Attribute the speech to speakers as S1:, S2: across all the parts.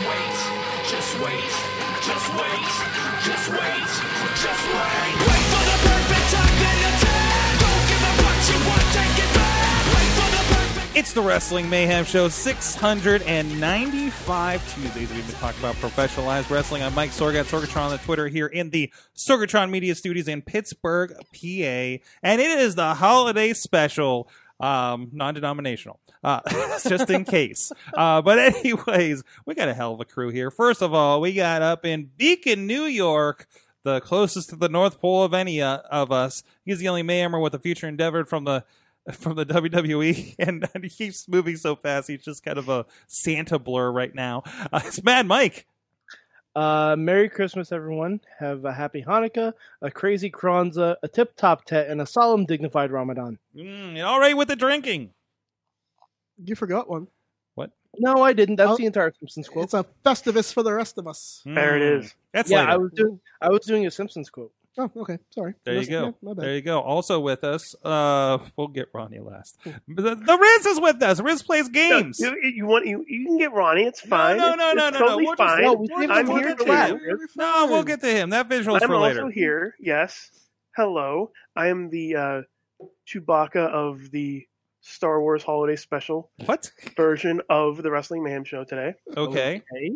S1: wait, just wait, just wait, just wait, just wait. Wait for the perfect time, then attack. Don't give up what you want, take it back. Wait for the perfect.
S2: It's the Wrestling Mayhem Show 695 Tuesdays. We've been talking about professionalized wrestling. I'm Mike Sorgat, Sorgatron on the Twitter here in the Sorgatron Media Studios in Pittsburgh, PA. And it is the holiday special, um, non denominational, uh, just in case. Uh, but, anyways, we got a hell of a crew here. First of all, we got up in Beacon, New York the closest to the North Pole of any uh, of us. He's the only Mayhammer with a future endeavored from the from the WWE, and, he keeps moving so fast. He's just kind of a Santa blur right now. Uh, it's Mad Mike.
S3: Uh, Merry Christmas, everyone. Have a happy Hanukkah, a crazy Kwanzaa, a tip top tet, and a solemn, dignified Ramadan.
S2: Mm, and all right with the drinking.
S4: You forgot one.
S3: No, I didn't. That's
S4: Oh.
S3: the entire Simpsons quote.
S4: It's a festivus for the rest of us.
S5: There it
S2: Mm,
S5: is.
S2: That's
S3: yeah,
S2: later.
S3: I was doing. I was doing a Simpsons quote.
S4: Oh, okay. Sorry.
S2: There you
S4: Listen,
S2: go.
S4: yeah, my bad.
S2: There you go. Also with us, uh, we'll get Ronnie last. The, the Riz is with us. Riz plays games.
S5: No, you, you want you, you can get Ronnie. It's
S2: No,
S5: fine.
S2: no, no,
S5: it's,
S2: no, no,
S5: it's
S2: no.
S5: totally
S2: We're just-
S5: fine.
S2: no,
S4: we
S5: I'm,
S4: didn't want to
S5: here to
S4: do that.
S5: you.
S2: No, we'll get to him. That visual's
S5: I'm
S2: for later.
S5: also here. Yes. Hello. I am the uh, Chewbacca of the Star Wars Holiday Special
S2: What?
S5: version of the Wrestling Mayhem Show today.
S2: Okay.
S3: Okay.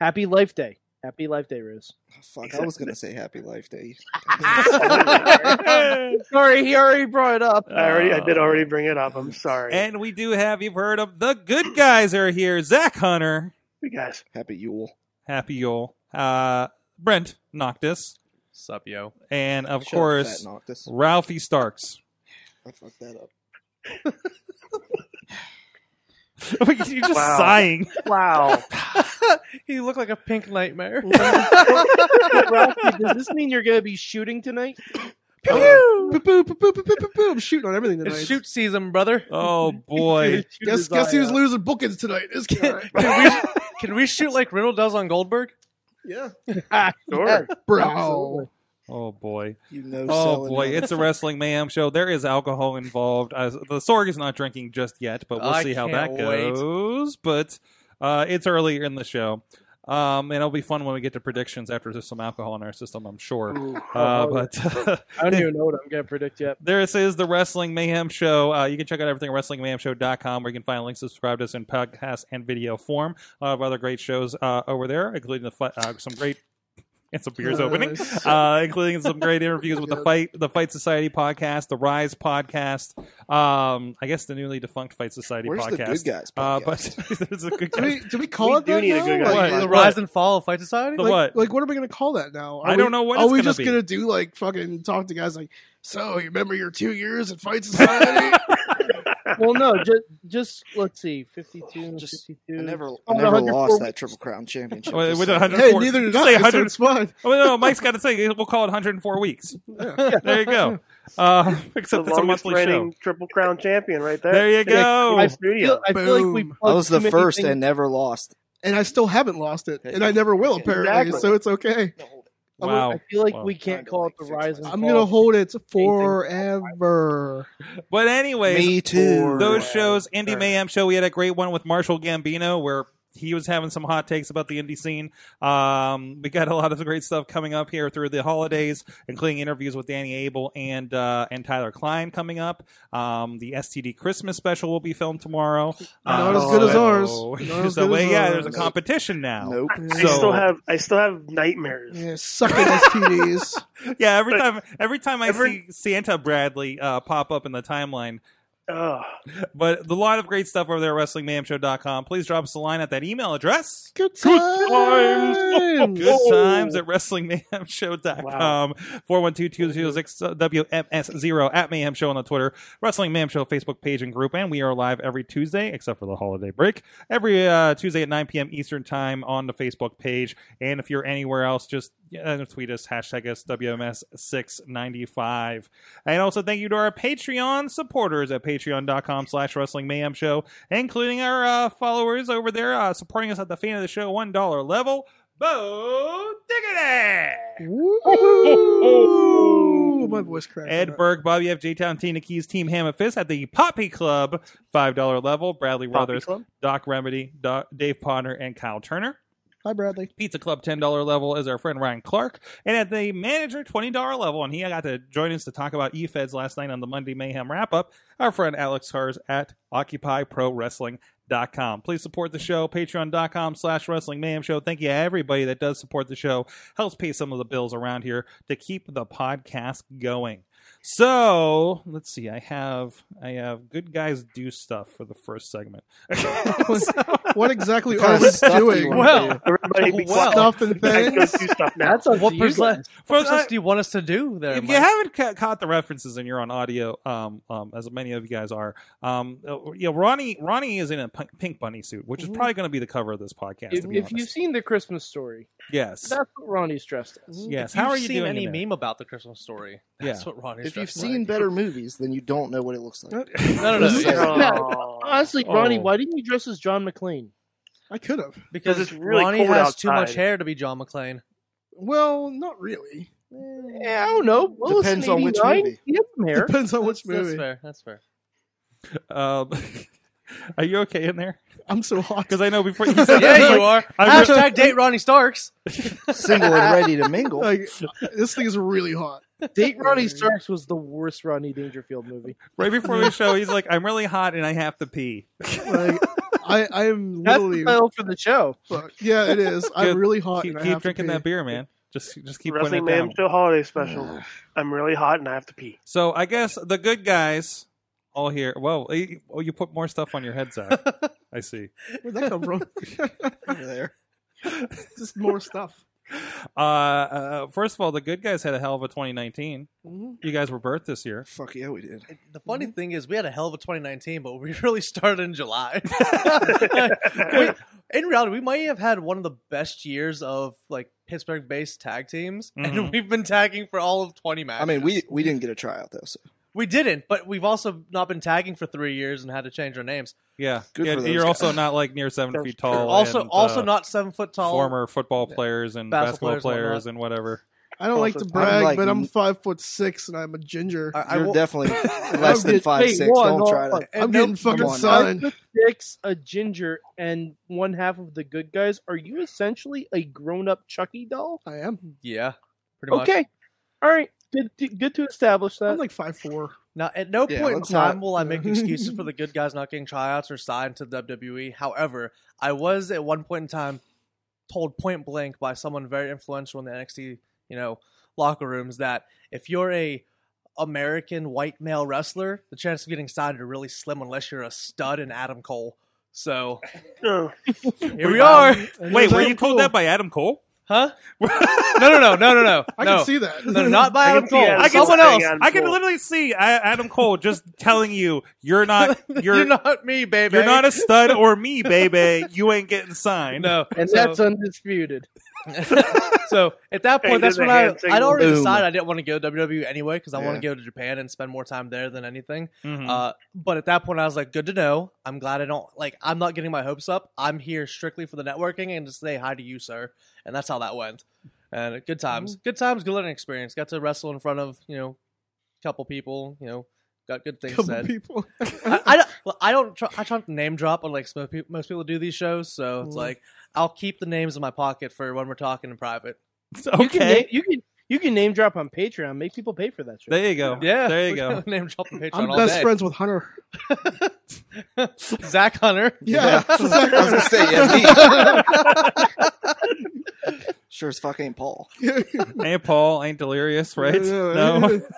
S3: Happy Life Day. Happy Life Day, Riz.
S6: Fuck, I was gonna say Happy Life Day.
S3: Sorry, he already brought it up.
S5: I already, I did
S2: Uh,
S5: already bring it up. I'm sorry.
S2: And we do have, you've heard of the good guys are here. Zach Hunter,
S5: you guys,
S6: Happy Yule.
S2: Happy Yule, uh, Brent Noctis,
S7: Sup, yo.
S2: and of
S6: Shut up,
S2: course,
S6: Fat Noctis.
S2: Ralphie Starks.
S6: I fucked that up.
S2: You're just
S5: Wow.
S2: sighing.
S5: wow.
S7: he looked like a pink nightmare.
S3: Ralphie, does this mean you're going to be shooting tonight?
S4: Boop, boop, boop, boop, boop, boop, boop, boop. I'm shooting on everything tonight.
S7: it's shoot season, brother.
S2: Oh, boy.
S3: Shoot
S4: Guess,
S3: his
S4: guess
S3: eye
S4: who's
S3: out.
S4: losing bookings tonight? This guy.
S7: Can we, can we shoot like Reynolds does on Goldberg?
S4: yeah.
S5: Sure.
S4: Bro.
S3: Absolutely.
S2: Oh, boy.
S6: You know.
S2: Oh, boy. It's a Wrestling Mayhem show. There is alcohol involved. Uh, the Sorg is not drinking just yet, but we'll
S7: I
S2: see how that
S7: can't wait.
S2: goes. But uh, it's earlier in the show. Um, and it'll be fun when we get to predictions after there's some alcohol in our system, I'm sure. Uh,
S3: Oh,
S2: but
S3: I don't even know what I'm going to predict yet.
S2: This is the Wrestling Mayhem Show. Uh, you can check out everything at WrestlingMayhemShow.com where you can find links to subscribe to us in podcast and video form. A lot of other great shows uh, over there, including the fight, uh, some great and some beers opening,
S4: Nice.
S2: uh, including some great interviews with the
S4: Good.
S2: fight, the Fight Society podcast, the Rise podcast, um, I guess the newly defunct Fight Society
S6: Where's the
S2: podcast.
S6: good guys?
S2: Uh,
S6: podcast?
S2: but there's a good
S4: Do we,
S2: guys.
S4: do we call
S5: We
S4: it
S5: do
S4: that
S5: need a
S4: now?
S5: good guy.
S4: Like,
S7: What, the
S4: like-
S7: rise and fall of Fight Society?
S2: The
S4: like,
S2: what?
S4: Like, what are we going to call that now? Are
S2: I
S4: we-
S2: don't know what
S4: Are
S2: it's
S4: we
S2: gonna
S4: just
S2: be.
S4: going to do, like, fucking talk to guys like, so, you remember your two years at Fight Society?
S3: Well, no, just, just let's see. 52,
S6: Just-
S3: 52.
S7: Mm.
S6: I never,
S3: Oh,
S6: I never
S3: 104
S6: lost that Triple Crown championship.
S2: Wait,
S6: Just
S2: wait,
S6: saying.
S2: 100
S4: hey,
S2: 104.
S4: neither did
S2: Say
S4: I, so
S2: 100
S4: it's fine.
S2: Oh no, Mike's got to say we'll call it 104 weeks. There you go. Uh,
S5: The
S2: except it's a
S5: longest
S2: monthly show.
S5: reigning Triple Crown champion right there.
S2: There you go.
S3: I
S5: Studio.
S3: feel, I feel like we
S4: Boom.
S6: I
S3: plugged
S6: was the
S3: too many
S6: first
S3: things-
S6: and never lost.
S4: And I still haven't lost it. And I never will, apparently.
S5: Exactly.
S4: So it's okay.
S3: I would-
S2: Wow.
S3: I feel like
S2: Wow.
S3: we can't call it the
S6: Six
S3: rise and
S6: months.
S4: I'm
S3: fall.
S4: gonna hold it forever.
S2: But anyways,
S6: Me too.
S2: those shows, Indie Mayhem show, we had a great one with Marshall Gambino where he was having some hot takes about the indie scene. Um, we got a lot of great stuff coming up here through the holidays, including interviews with Danny Abel and uh, and Tyler Klein coming up. Um, the STD Christmas special will be filmed tomorrow. Um,
S4: Not as good as
S2: so-
S4: ours. Not
S2: so,
S4: as good as
S2: well, yeah, there's a
S4: ours.
S2: competition now.
S6: Nope.
S5: I
S2: So-
S5: still have I still have nightmares.
S4: Yeah, sucking STDs.
S2: Yeah, every
S5: But-
S2: time every time I
S5: Every-
S2: see Santa Bradley uh, pop up in the timeline,
S5: Ugh.
S2: But the lot of great stuff over there at WrestlingMamShow.com. Please drop us a line at that email address.
S3: Good times.
S2: Good times at WrestlingMamShow.com. 412-206-WMS0 at Mayhem Show on the Twitter. Wrestling Mayhem Show Facebook page and group. And we are live every Tuesday, except for the holiday break, every uh, Tuesday at 9 p.m. Eastern Time on the Facebook page. And if you're anywhere else, just uh, tweet us, hashtag us WMS695. And also thank you to our Patreon supporters at patreon.com slash wrestling mayhem show, including our uh, followers over there uh, supporting us at the fan of the show $1 level. Bo Diggity!
S3: Oh.
S7: Oh.
S4: Ooh, my voice cracked.
S2: Ed Berg, Bobby F. J Town, Tina Keys, Team Ham and Fist at the Poppy Club, $5 level. Bradley Brothers,
S5: Club?
S2: Doc Remedy, Do- Dave Potter, and Kyle Turner.
S4: Hi, Bradley.
S2: Pizza Club $10 level is our friend Ryan Clark. And at the manager $20 level, and he got to join us to talk about eFeds last night on the Monday Mayhem wrap up, our friend Alex Hars at OccupyProWrestling.com. Please support the show, patreon.com slash wrestling mayhem show. Thank you to everybody that does support the show. Helps pay some of the bills around here to keep the podcast going. So let's see. I have I have good guys do stuff for the first segment.
S4: What exactly
S6: What kind
S4: are
S6: of
S4: we
S6: stuff do you
S4: doing?
S6: wanna
S7: Well,
S6: do?
S5: Everybody
S2: Oh,
S5: be
S7: Wow.
S5: quiet.
S4: Stuff and
S5: I go
S4: things.
S5: do stuff now.
S3: That's up
S7: What
S3: to you
S7: percent?
S3: guys.
S7: What
S2: For the-
S7: percent do you want us to do there?
S2: if you
S7: Mike?
S2: haven't ca- caught the references and you're on audio, um, um, as many of you guys are, um, uh, you know, Ronnie, Ronnie is in a pink, pink bunny suit, which is
S3: Mhm.
S2: probably going to be the cover of this podcast.
S3: If,
S2: to be
S3: if you've
S2: honest.
S3: seen the Christmas story,
S2: yes,
S3: that's what Ronnie's dressed as.
S2: yes,
S7: If you've
S2: how are you
S7: seen
S2: doing?
S7: Any
S2: in there?
S7: meme about the Christmas story? That's what Ronnie's.
S6: If you've
S7: dressed like.
S6: seen better movies, then you don't know what it looks like.
S7: no, no, no,
S6: Yeah.
S7: yeah.
S5: Aw.
S3: Honestly, Ronnie,
S2: Oh.
S3: why didn't you dress as John McClane?
S4: I could have.
S7: because
S5: it's really
S7: Ronnie
S5: cold
S7: has too
S5: outside.
S7: much hair to be John McClane.
S4: Well, not really.
S7: Eh,
S3: Yeah, I don't know. Willis
S6: Depends
S3: in
S6: on which
S3: 89?
S6: movie.
S3: He had some hair.
S4: Depends on which
S7: That's- That's
S4: movie.
S7: fair. That's fair.
S2: Um, are you okay in there?
S4: I'm so hot.
S2: Because I know before you said
S7: yeah, you are.
S2: I
S7: Hashtag date Ronnie Starks.
S6: Single and ready to mingle.
S4: Like, this thing is really hot.
S3: Date Ronnie Starks was the worst Ronnie Dangerfield movie.
S2: right before the show, he's like, "I'm really hot and I have to pee."
S4: Like, I, I am
S3: That's the
S4: literally.
S3: title for the show.
S4: Fuck. Yeah, it is. I'm
S2: Good.
S4: really hot.
S2: keep
S4: and I
S2: keep
S4: have to
S2: drinking
S4: pee.
S2: that beer, man. Just just keep putting
S5: Wrestling
S2: it
S5: Man
S2: down.
S5: Show Holiday Special. I'm really hot and I have to pee.
S2: So I guess the good guys all here. Well, you, oh, you put more stuff on your head, Zach. I see.
S4: Where'd that come from?
S6: over there.
S4: Just more stuff.
S2: Uh, uh, first of all, the good guys had a hell of a 2019. You guys were birthed this year.
S6: Fuck yeah, we did.
S7: The funny thing is, we had a hell of a 2019, but we really started in July. we, in reality, we might have had one of the best years of like Pittsburgh-based tag teams,
S2: Mhm.
S7: and we've been tagging for all of 20 matches.
S6: I mean, we we didn't get a tryout though. So
S7: we didn't, but we've also not been tagging for three years and had to change our names.
S2: Yeah,
S6: Good
S2: yeah
S6: for those
S2: you're also
S6: guys.
S2: not like near seven
S5: That's
S2: feet
S5: true.
S2: tall.
S7: also,
S2: and,
S7: also
S2: uh,
S7: not seven foot tall.
S2: former football players and basketball,
S7: Basketball
S2: players,
S7: players,
S2: and whatever.
S4: I don't like
S5: Also,
S4: to
S5: I'm
S4: brag,
S6: like-
S4: but I'm five foot six and I'm a ginger.
S7: I, I
S6: you're
S7: will-
S6: definitely less than
S3: Wait,
S6: five six.
S3: what?
S6: Don't try
S3: Hold
S6: to.
S4: I'm
S7: and
S4: getting
S7: no-
S4: fucking
S6: come on.
S4: sun.
S3: Five foot six, a ginger, and one half of the good guys. Are you essentially a grown-up Chucky doll?
S4: I am.
S7: yeah, pretty much.
S3: Okay, all right. Good, to, good to establish that.
S4: I'm like five four.
S7: Now, at no
S6: Yeah,
S7: point in
S6: let's
S7: time
S6: not-
S7: will I make excuses for the good guys not getting tryouts or signed to WWE. However, I was at one point in time told point blank by someone very influential in the NXT, you know, locker rooms that if you're a American white male wrestler, the chance of getting signed are really slim unless you're a stud and Adam Cole. So
S5: Ugh.
S7: here we are,
S2: Wait, were you told that by Adam Cole?
S7: huh? No, no, no, no, no, no.
S4: I
S7: no.
S4: can see that.
S7: no, not by
S5: I can
S7: Adam
S5: see
S7: Cole.
S5: Adam
S2: I can
S5: Cole
S7: someone
S5: saying
S7: else.
S5: Adam
S2: I can
S5: Cole.
S2: literally see I, Adam Cole just telling you you're not you're
S7: You're not me, baby.
S2: you're not a stud or me, baby. You ain't getting signed.
S7: no.
S3: and
S7: so-
S3: that's undisputed.
S7: so at that
S5: Hey,
S7: point, that's
S5: did
S7: when
S5: the
S7: I
S5: hand signal.
S7: I'd already
S6: Boom.
S7: decided I didn't want to go to WWE anyway because I want
S6: Yeah.
S7: to go to Japan and spend more time there than anything.
S2: Mhm.
S3: Hmm.
S7: Uh, but at that point, I was like, good to know. I'm glad I don't like. I'm not getting my hopes up. I'm here strictly for the networking and to say hi to you, sir. And that's how that went. And good times, good times, good learning experience. Got to wrestle in front of you know, a couple people. You know, got good things
S4: Couple
S7: said.
S4: people.
S7: I, I don't. well, I don't. Try, I try not to name drop, but like most people, most people do these shows, so it's like I'll keep the names in my pocket for when we're talking in private.
S3: You can,
S2: okay.
S3: na- you can you can name drop on Patreon. Make people pay for that shit.
S2: There you go.
S7: Yeah,
S2: There you
S7: we
S2: go.
S7: can Name drop the Patreon
S4: I'm
S7: all
S4: best
S7: day.
S4: friends with Hunter.
S7: Zach Hunter.
S4: Yeah.
S6: I was gonna say yeah, me. Sure as fuck ain't Paul.
S2: Ain't Paul, ain't delirious, right?
S4: Yeah,
S2: No.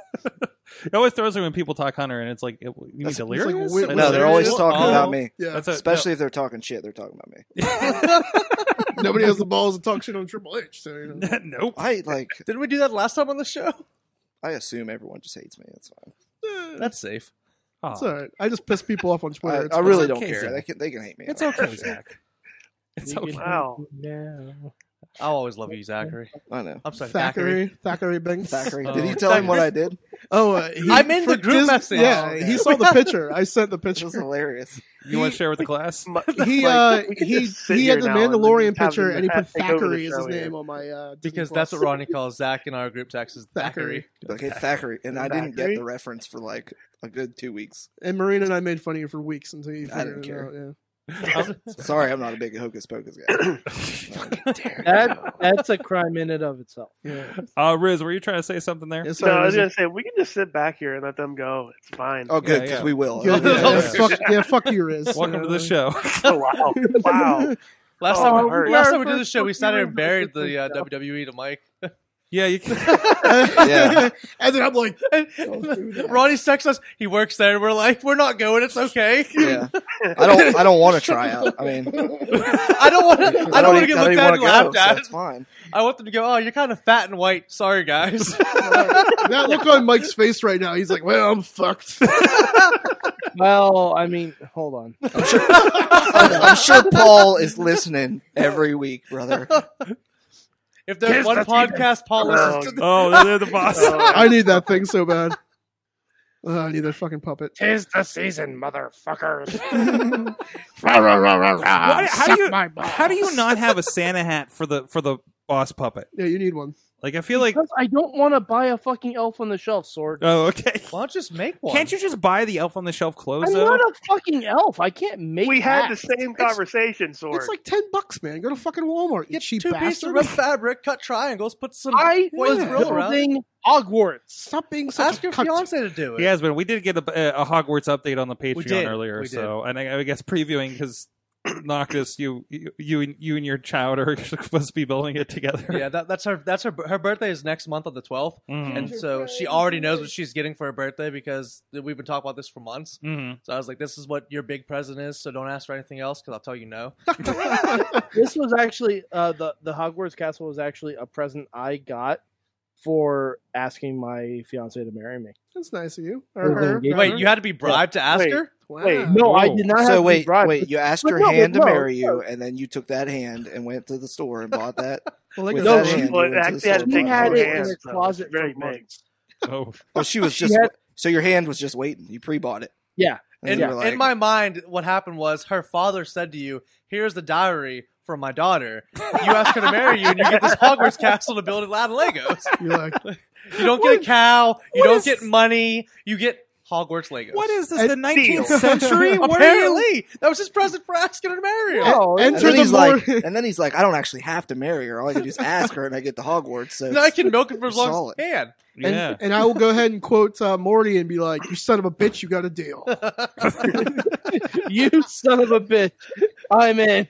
S2: It always throws me when people talk Hunter, and it's like, it, you mean
S4: That's- it's like
S2: delirious?
S4: weird-
S2: Or
S6: No, they're always
S2: delirious?
S6: talking
S2: Oh.
S6: about me.
S4: Yeah.
S2: That's a,
S6: Especially if they're talking shit, they're talking about me.
S4: Nobody has the balls to talk shit on Triple H. So, you know.
S2: no. nope.
S6: I like.
S7: Did we do that last time on the show?
S6: I assume everyone just hates me. That's fine.
S7: That's safe.
S2: Aw.
S4: It's all right. I just piss people off on Twitter.
S6: I, I really
S2: it's
S6: don't
S2: okay,
S6: care.
S2: Zach.
S6: They can, they can hate me.
S2: It's okay, Zach. It's okay.
S5: Wow.
S3: Now.
S7: I'll always love you, Zachary.
S6: I know.
S7: I'm sorry, Um, Thackeray.
S4: Thackeray, Thackeray Banks.
S6: Thackeray.
S2: Oh.
S6: Did you tell him what I did?
S4: Oh, uh, he,
S7: I'm in the
S4: for
S7: group
S4: Dis-
S7: message. Oh,
S4: Yeah,
S7: okay.
S4: he saw the picture. I sent the
S6: It
S4: picture.
S6: was hilarious.
S2: You want to share with the class?
S5: My-
S4: He
S5: Like,
S4: uh,
S5: we could
S4: he
S5: just sit
S4: he had
S5: here
S4: the
S5: now and
S4: Mandalorian
S5: just have
S4: picture,
S5: them
S4: and he put
S5: take over the
S4: Thackeray as
S5: show
S4: his
S5: here.
S4: name on my uh, Disney
S7: Because
S4: Plus.
S7: that's what Ronnie calls Zach in our group text is Thackeray.
S6: Okay, Thackeray. And I didn't
S5: Thackeray?
S6: get the reference for like a good two weeks.
S4: And Marina and I made fun of you for weeks until you
S6: I
S4: figured
S6: don't
S4: it
S6: care.
S4: out. Yeah.
S6: Sorry, I'm not a big hocus pocus guy.
S3: That, that's a crime in and of itself.
S2: Uh, Riz, were you trying to say something there?
S4: Yeah,
S5: No, I
S4: sorry,
S5: was
S4: Rizzo.
S5: gonna say we can just sit back here and let them go. It's fine.
S6: Oh, good,
S2: Yeah,
S6: because
S2: yeah.
S6: we will.
S4: Good, yeah,
S2: Yeah.
S4: yeah, Fuck, yeah, fuck you, Riz.
S2: Welcome to the show.
S5: Oh, wow! Wow!
S7: Last
S5: Oh,
S7: time,
S5: it hurt.
S7: we, last time we
S3: Yeah,
S7: did the show, we
S3: first
S7: sat there
S3: time
S7: and buried
S3: we
S7: the uh,
S3: did the
S7: WWE to Mike.
S2: yeah, you can.
S6: Yeah.
S4: and then I'm like, oh.
S7: And
S4: do that.
S7: Ronnie texts us. He works there. We're like, we're not going. It's okay.
S6: Yeah. I don't I don't want to try out. I mean
S7: I don't want to. I don't want to get looked at and laughed at.
S6: That's fine.
S7: I want them to go. Oh, you're kind of fat and white. Sorry, guys.
S4: that look on Mike's face right now. He's like, well, I'm fucked.
S3: Well, I mean, hold on.
S6: I'm, I'm sure Paul is listening every week, brother.
S7: if there's one podcast, Paul listens
S5: Um,
S7: to.
S2: Oh, they're the boss.
S4: I need that thing so bad. Uh, I need that fucking puppet.
S1: Tis the season, motherfuckers.
S6: Ah,
S2: Why- how,
S1: Suck
S2: do you,
S1: my balls.
S2: how do you not have a Santa hat for the for the boss puppet?
S4: Yeah, you need one.
S2: Like, I feel like.
S3: Because I don't want to buy a fucking elf on the shelf sword.
S2: Oh, okay.
S7: Why don't you just make one?
S2: Can't you just buy the Elf on the Shelf
S6: Oh,
S2: clothes?
S3: I'm
S2: though?
S3: not a fucking elf. I can't make.
S5: We had the
S3: that.
S5: same conversation, Sword.
S4: It's like 10 bucks, man. Go to fucking Walmart, you
S7: Get
S4: cheap
S7: two pieces of
S4: bastard.
S7: red fabric, cut triangles, put some
S3: I
S7: white
S3: was
S7: thrill around.
S3: building Hogwarts.
S4: Stop being such
S7: Ask
S4: a
S7: your
S4: cunt.
S7: fiance to do it.
S2: He has been. We did get a, a Hogwarts update on the Patreon
S7: did.
S2: earlier,
S7: We did.
S2: so and I, I guess previewing because Noctis, you, you you and you and your child are supposed to be building it together.
S7: Yeah, that, that's her. That's her. Her birthday is next month on the 12th,
S2: Mhm.
S7: and so she already knows what she's getting for her birthday because we've been talking about this for months.
S2: Mhm.
S7: So I was like, "This is what your big present is. So don't ask for anything else because I'll tell you no."
S3: This was actually uh, the the Hogwarts castle was actually a present I got for asking my fiance to marry me.
S4: That's nice of you. Or her,
S3: Wait,
S4: rather.
S7: Wait, you had to be bribed to ask
S5: Wait.
S7: her.
S4: Wow.
S5: wait.
S3: No, I
S2: Whoa.
S3: did not have
S6: Oh. So
S3: to
S6: wait,
S3: bribe.
S6: wait, you asked
S3: but
S6: your
S3: no, but
S6: hand to
S3: no,
S6: marry you,
S3: no.
S6: and then you took that hand and went to the store and bought that.
S4: Well, like
S6: With
S4: I
S6: that
S4: said,
S6: hand,
S5: well,
S6: you went to
S5: actually
S6: the store and
S5: had to take
S3: She
S6: bought
S3: had
S5: your
S6: that.
S5: hand.
S3: it in
S5: hands,
S3: her
S5: though.
S3: closet
S5: It's very
S3: for
S5: big.
S3: months.
S2: Oh,
S6: Well, she was
S3: She
S6: just
S3: had-
S6: so your hand was just waiting. You pre-bought it.
S3: Yeah.
S6: And
S7: In,
S6: you were like,
S7: in my mind, what happened was her father said to you, "Here's the diary from my daughter. You ask her to marry you, and you get this Hogwarts castle to build it out of Legos.
S4: You're like,
S7: You don't get a cow. You
S2: what
S7: don't
S2: is-
S7: get money. You get Hogwarts Legos.
S2: what is this?
S4: And
S2: The nineteenth
S5: deal.
S2: century? what are you?
S7: Apparently, that was his present for asking her to marry her.
S3: No,
S6: and
S4: And-
S3: it-
S4: Enter
S6: then
S4: the
S6: he's like,
S4: morning.
S6: and then he's like, I don't actually have to marry her. All I can do is ask her, and I get the Hogwarts. So
S7: And I can milk it for as long
S6: Solid.
S7: as I can.
S4: and,
S2: Yeah.
S4: and I will go ahead and quote uh, Morty and be like, "You son of a bitch, you got a deal."
S3: you son of a bitch. I'm in.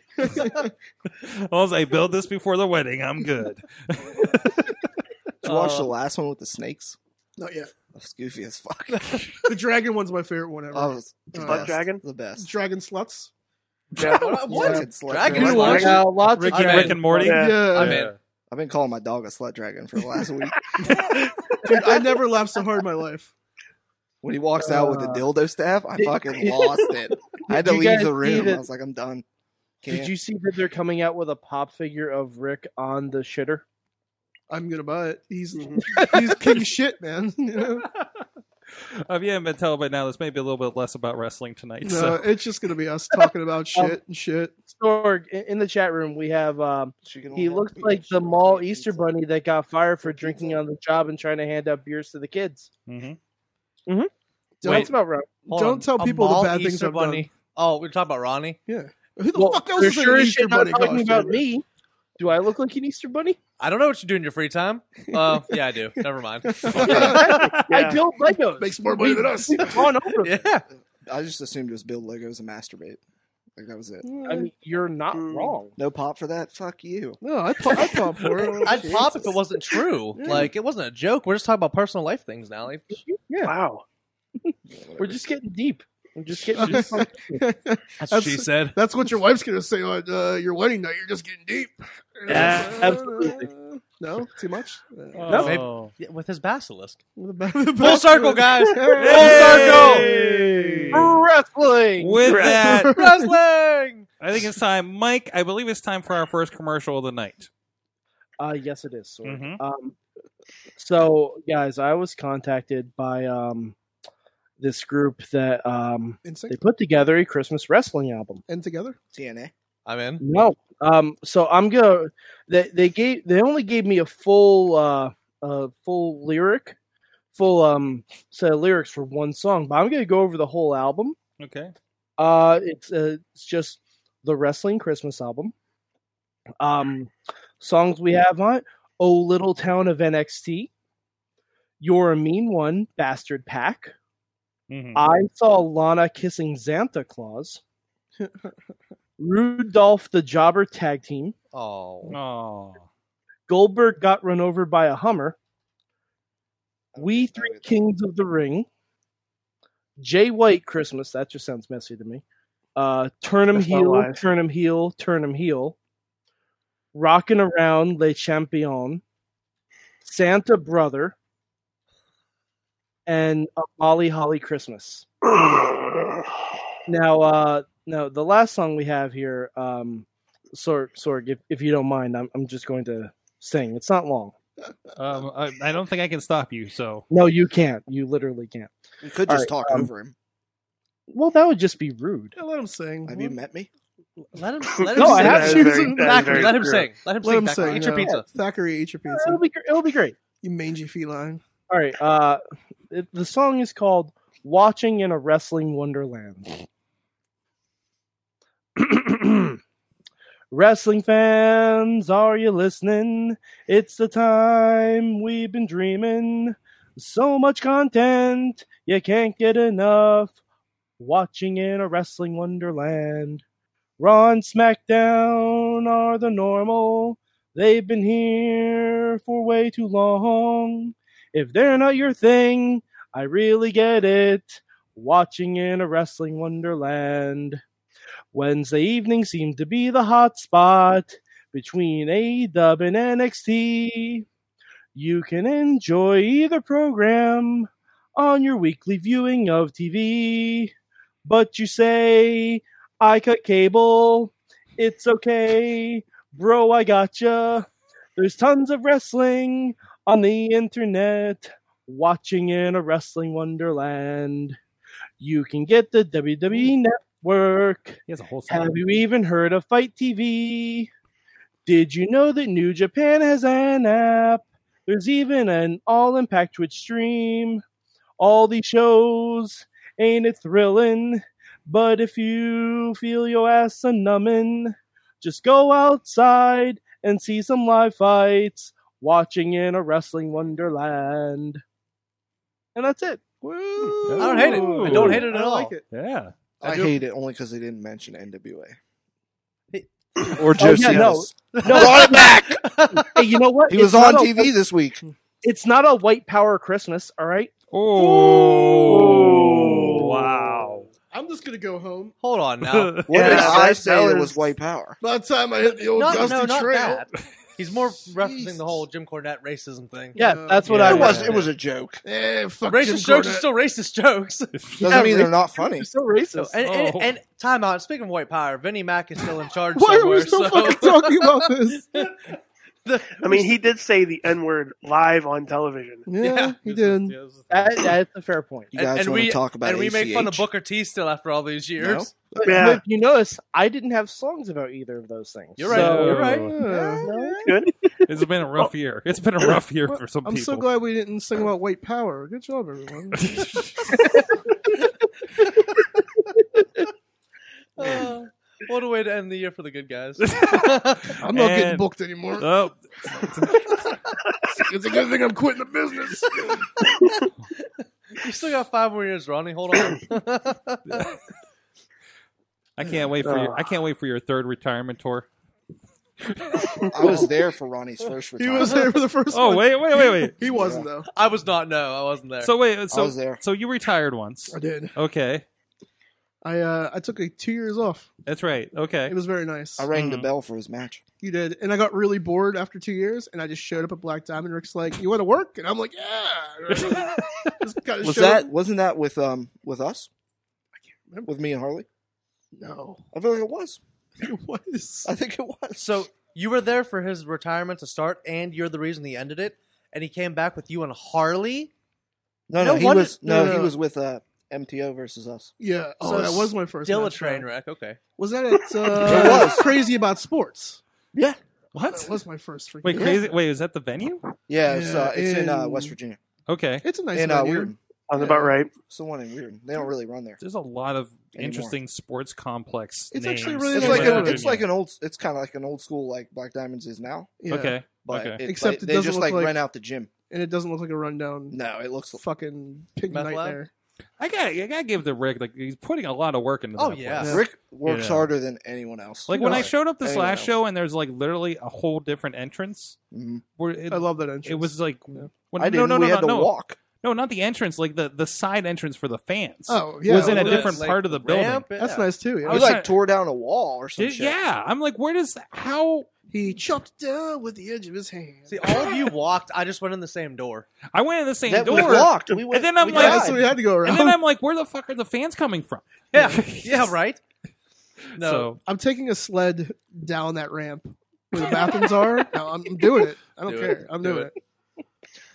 S2: Well, I build this before the wedding. I'm good.
S6: Did you
S7: Oh.
S6: watch the last one with the snakes?
S4: Not yet.
S6: That's goofy as fuck.
S4: The dragon one's my favorite one ever.
S6: Oh, it's the
S4: Blood
S6: best,
S5: dragon?
S6: The best.
S4: dragon sluts.
S5: Yeah.
S7: What?
S6: Fucking slut
S7: Dragon
S6: dragon.
S7: Lord?
S5: Dragon-
S3: Now, lots
S2: Rick
S3: of
S2: and,
S7: I'm
S2: Rick
S7: in.
S2: and Morty.
S5: Yeah.
S7: I'm
S4: Yeah,
S7: in.
S6: I've been calling my dog a slut dragon for the last week.
S4: dude, I never laughed so hard in my life.
S6: When he walks out with the
S3: Uh,
S6: dildo staff, I fucking lost it. I had to
S3: Did you
S6: leave
S3: guys
S6: the room.
S3: see the-
S6: I was like, I'm done.
S3: Did
S6: Can't.
S3: you see that they're coming out with a pop figure of Rick on the shitter?
S4: I'm gonna buy it. He's he's king shit, man. You know?
S2: If you haven't been told by now, this may be a little bit less about wrestling tonight.
S4: No,
S3: uh,
S2: so.
S4: it's just gonna be us talking about shit and shit.
S3: Sorg, in, in the chat room, we have um,
S6: She can only
S3: he
S4: Oh,
S6: have
S3: looks
S6: pizza.
S3: like
S6: She
S3: the
S6: can
S3: mall
S6: only have
S3: Easter
S6: pizza.
S3: bunny that got fired for drinking on the job and trying to hand out beers to the kids.
S2: Mhm.
S4: Don't,
S3: That's about right.
S7: Hold
S4: don't
S7: on.
S4: tell
S7: A
S4: people
S7: mall
S4: the bad things
S7: Easter
S4: I've
S7: bunny. Oh, we we're talking about Ronnie.
S4: done. Who the
S3: Well,
S4: fuck else
S3: they're
S4: is
S3: sure
S4: an
S3: as
S4: Easter
S3: shit not
S4: bunny
S3: talking
S4: costume?
S3: about me. Do I look like an Easter bunny?
S7: I don't know what you do in your free time. Uh, yeah, I do. Never mind.
S3: I build Legos.
S4: Makes more money than us.
S3: We've gone over.
S7: Yeah.
S6: I just assumed it was build Legos and masturbate. Like that was it.
S3: I mean, you're not
S5: Hmm.
S3: wrong.
S6: No pop for that. Fuck you.
S4: No, I pop, I pop for it.
S7: I'd pop if it wasn't true.
S4: Mm.
S7: Like it wasn't a joke. We're just talking about personal life things now. Like,
S3: Yeah,
S5: Wow.
S3: we're just getting deep. We're just getting deep.
S7: that's,
S4: what
S7: what
S4: she
S7: she said.
S4: That's what your wife's gonna say on uh, your wedding night. You're just getting deep.
S3: Yeah, absolutely.
S4: No, too much. Uh,
S3: no.
S7: with his basilisk.
S4: Full
S7: Full circle, guys.
S2: Hey!
S3: Wrestling.
S2: With that,
S7: Wrestling.
S2: I think it's time, Mike. I believe it's time for our first commercial of the night.
S3: Uh, yes, it is. Sorry.
S2: Mhm.
S3: Um, so, guys, I was contacted by um, this group that um, they
S4: Insect
S3: put together a Christmas wrestling album.
S4: and together.
S6: TNA.
S7: I'm in.
S3: No, um, so I'm gonna. They, they gave they only gave me a full uh, uh full lyric, full um set of lyrics for one song, but I'm gonna go over the whole album.
S2: Okay.
S3: Uh, it's uh, it's just the wrestling Christmas album. Um, songs we have on it: "Oh Little Town of NXT," "You're a Mean One," "Bastard Pack,"
S2: Mhm.
S3: "I Saw Lana Kissing Santa Claus," "Rudolph the Jobber Tag Team,"
S7: Oh,
S2: Aw.
S3: "Goldberg Got Run Over by a Hummer," "We
S6: Sorry,
S3: Three
S6: it's-
S3: Kings of the Ring," "Jay White Christmas." That just sounds messy to me. Uh, turn 'em
S5: That's not
S3: heel,
S5: live.
S3: turn 'em heel, turn 'em heel. Rockin' around Le Champion, Santa Brother, and a Molly Holly Christmas. Now, uh, now the last song we have here, um, Sorg, Sorg, if, if you don't mind, I'm, I'm just going to sing. It's not long.
S2: Um, I, I don't think I can stop you. So
S3: No, you can't. You literally can't.
S6: You could
S3: All
S6: just
S3: right,
S6: talk
S3: um,
S6: over him.
S3: Well, that would just be rude.
S4: Yeah, let him sing.
S6: Have you
S3: mhm.
S6: met me?
S7: let him. Let him
S3: No,
S7: sing.
S3: I have
S5: That is
S4: shoes
S5: very-
S4: in
S5: that is
S7: Thackeray,
S5: very
S7: let him
S5: true.
S7: sing. Let him
S4: Let
S7: sing.
S4: him
S7: Thackeray.
S4: sing.
S7: Eat your
S4: uh,
S7: pizza.
S4: Thackeray, eat your
S3: It'll
S4: pizza.
S3: be gr- it'll be great.
S4: You mangy feline.
S3: All right. Uh, it, the song is called "Watching in a Wrestling Wonderland." Wrestling fans, are you listening? It's the time we've been dreaming. So much content, you can't get enough. Watching in a wrestling wonderland. Raw and SmackDown are the normal. They've been here for way too long. If they're not your thing, I really get it. Watching in a wrestling wonderland. Wednesday evening seemed to be the hot spot between AEW and NXT. You can enjoy either program on your weekly viewing of TV. But you say, I cut cable. It's okay. Bro, I gotcha. There's tons of wrestling on the internet, watching in a wrestling wonderland. You can get the WWE Network.
S2: he has a whole song.
S3: Have you even heard of Fight TV? Did you know that New Japan has an app? There's even an all impact Twitch stream. All these shows, ain't it thrilling? But if you feel your ass a numbing, just go outside and see some live fights, watching in a wrestling wonderland. And that's it.
S4: Woo.
S7: I don't hate it. I don't hate it at
S4: I
S7: all.
S4: like it.
S2: Yeah.
S6: I,
S7: I do-
S6: hate it only because they didn't mention NWA.
S8: Or
S3: Oh,
S8: Josie
S3: yeah, no,
S6: Yes.
S3: no.
S6: Brought it back.
S3: Hey, you know what?
S6: He was
S3: It's
S6: on
S3: not a-
S6: TV this week.
S3: it's not a white power Christmas, all right?
S2: Oh. Wow.
S4: I'm just gonna go home.
S7: Hold on now.
S6: What
S5: Yeah,
S6: did I
S5: that-
S6: say?
S5: that
S6: It
S5: was-
S6: was white power.
S4: By the time I hit the old
S7: not,
S4: dusty
S7: no, not
S4: trail,
S7: that. He's more referencing
S4: Jesus.
S7: the whole Jim Cornette racism thing.
S3: Yeah,
S4: No.
S3: that's what
S2: Yeah,
S3: I
S6: it was.
S3: read.
S6: It was a joke.
S4: eh, fuck Jim
S7: Racist jokes are
S4: Cornette.
S7: still racist jokes.
S6: Doesn't mean they're not funny.
S3: You're so
S7: So,
S3: racist.
S7: and,
S2: Oh.
S7: and, and time out. Speaking of white power, Vinnie Mac is still in charge
S4: Why are
S7: somewhere.
S4: we still
S7: so
S4: fucking talking about this?
S5: I mean, he did say the N word live on television.
S4: Yeah, he
S2: This
S4: did.
S2: is- this is-
S3: That- that's a fair point.
S6: You
S7: And-
S6: guys
S7: and
S6: want
S7: we-
S6: to talk about
S7: and we make fun of
S6: ACH?
S7: Booker T still after all these years.
S3: But,
S5: Yeah.
S3: but if you notice, I didn't have songs about either of those things.
S7: You're right.
S2: So-
S7: you're right.
S4: Yeah.
S2: It's been a rough year. It's been a rough year for some
S4: I'm
S2: people.
S4: so glad we didn't sing about white power. Good job, everyone.
S7: Uh, what a way to end the year for the good guys.
S4: I'm not getting
S2: And-
S4: booked anymore.
S2: Oh,
S4: It's a good thing I'm quitting the business.
S7: you still got five more years, Ronnie. Hold on.
S2: I can't wait for your, I can't wait for your third retirement tour.
S6: I was there for Ronnie's first
S4: He
S6: retirement.
S4: was there for the first
S2: Oh
S4: one.
S2: wait, wait, wait, wait.
S4: He wasn't though.
S7: I was not. No, I wasn't there.
S2: So wait, so
S6: was there.
S2: so you retired once.
S4: I did.
S2: Okay,
S4: I uh, I took like two years off.
S2: that's right. Okay,
S4: It was very nice.
S6: I rang the
S2: Mhm.
S6: bell for his match.
S4: You did, and I got really bored after two years, and I just showed up at Black Diamond. Rick's like, "You want to work?" And I'm like, "Yeah." just kind of
S6: Was
S4: showed up.
S6: that wasn't that with um with us? With me and Harley?
S4: No,
S6: I feel like it was.
S4: it was.
S6: I think it was.
S7: So you were there for his retirement to start, and you're the reason he ended it. And he came back with you and Harley.
S6: No,
S7: No
S6: no, he
S7: wonder-
S6: was no,
S4: no,
S6: he
S4: no.
S6: was with uh MTO versus us.
S4: Yeah. Oh,
S7: So
S4: that was my first.
S7: Still a
S4: match, yeah.
S7: train wreck. Okay.
S4: Was that at
S6: It
S4: uh,
S6: was.
S4: Crazy About Sports?
S6: Yeah.
S2: what?
S4: That was my first freaking.
S2: Wait,
S4: match.
S2: crazy. Wait, is that the venue?
S6: Yeah, it's uh,
S4: Yeah,
S6: it's in uh,
S4: in-
S6: West Virginia.
S2: Okay,
S4: It's a nice
S6: In
S4: and,
S6: uh, Weirton.
S5: Sounds about right.
S6: It's the one in Weirton. They don't really run there.
S2: there's a lot of
S6: Anymore.
S2: interesting sports complex.
S4: It's
S2: names
S4: actually really
S6: It's
S2: in
S6: like
S4: nice
S2: West
S4: venue.
S6: an, it's
S2: Virginia.
S6: like an old it's kinda like an old school like Black Diamonds is now.
S4: Yeah.
S2: okay,
S6: But
S2: Okay.
S6: it,
S4: Except
S6: like,
S4: it
S6: they
S4: doesn't
S6: just
S4: look
S6: like,
S4: like-
S6: rent out the gym.
S4: and it doesn't look like a rundown
S6: No, it looks
S4: fucking pig
S7: Meth lab?
S4: nightmare.
S2: I got I gotta give the Rick like he's putting a lot of work into.
S7: Oh,
S2: that
S7: yeah.
S2: place.
S6: Rick works
S2: Yeah.
S6: harder than anyone else.
S2: Like when I
S6: Right.
S2: showed up this
S6: Anyone
S2: last
S6: else.
S2: show and there's like literally a whole different entrance
S6: Mhm.
S2: where it,
S4: I love that entrance.
S2: it was like
S4: Yeah.
S2: when,
S6: I
S2: no
S6: didn't.
S2: no no
S6: we had
S2: no
S6: to
S2: no
S6: walk.
S2: no not the entrance like the the side entrance for the fans.
S4: oh yeah,
S2: was in a
S4: well,
S7: Well,
S2: different
S7: that's
S2: part of the building.
S7: ramp, yeah.
S4: That's nice too.
S2: I
S4: Yeah.
S6: We
S2: was
S6: like
S2: trying-
S6: tore down a wall or something.
S2: Did- yeah, I'm like, where does how
S4: He chopped down with the edge of his hand.
S7: See, all of you walked. I just went in the same door.
S2: I went in the same
S6: That
S2: door,
S6: was blocked. We went,
S2: then I'm
S6: we
S2: like-
S4: yeah,
S6: tried.
S4: so we had to go
S2: and
S4: around.
S2: then I'm like, where the fuck are the fans coming from?
S7: Yeah. yeah. Right. No.
S2: So oh,
S4: I'm taking a sled down that ramp where the bathrooms are. No, I'm, I'm doing it. I don't
S7: Do
S4: care.
S7: it.
S4: I'm
S7: Do
S4: doing
S7: it.
S4: it.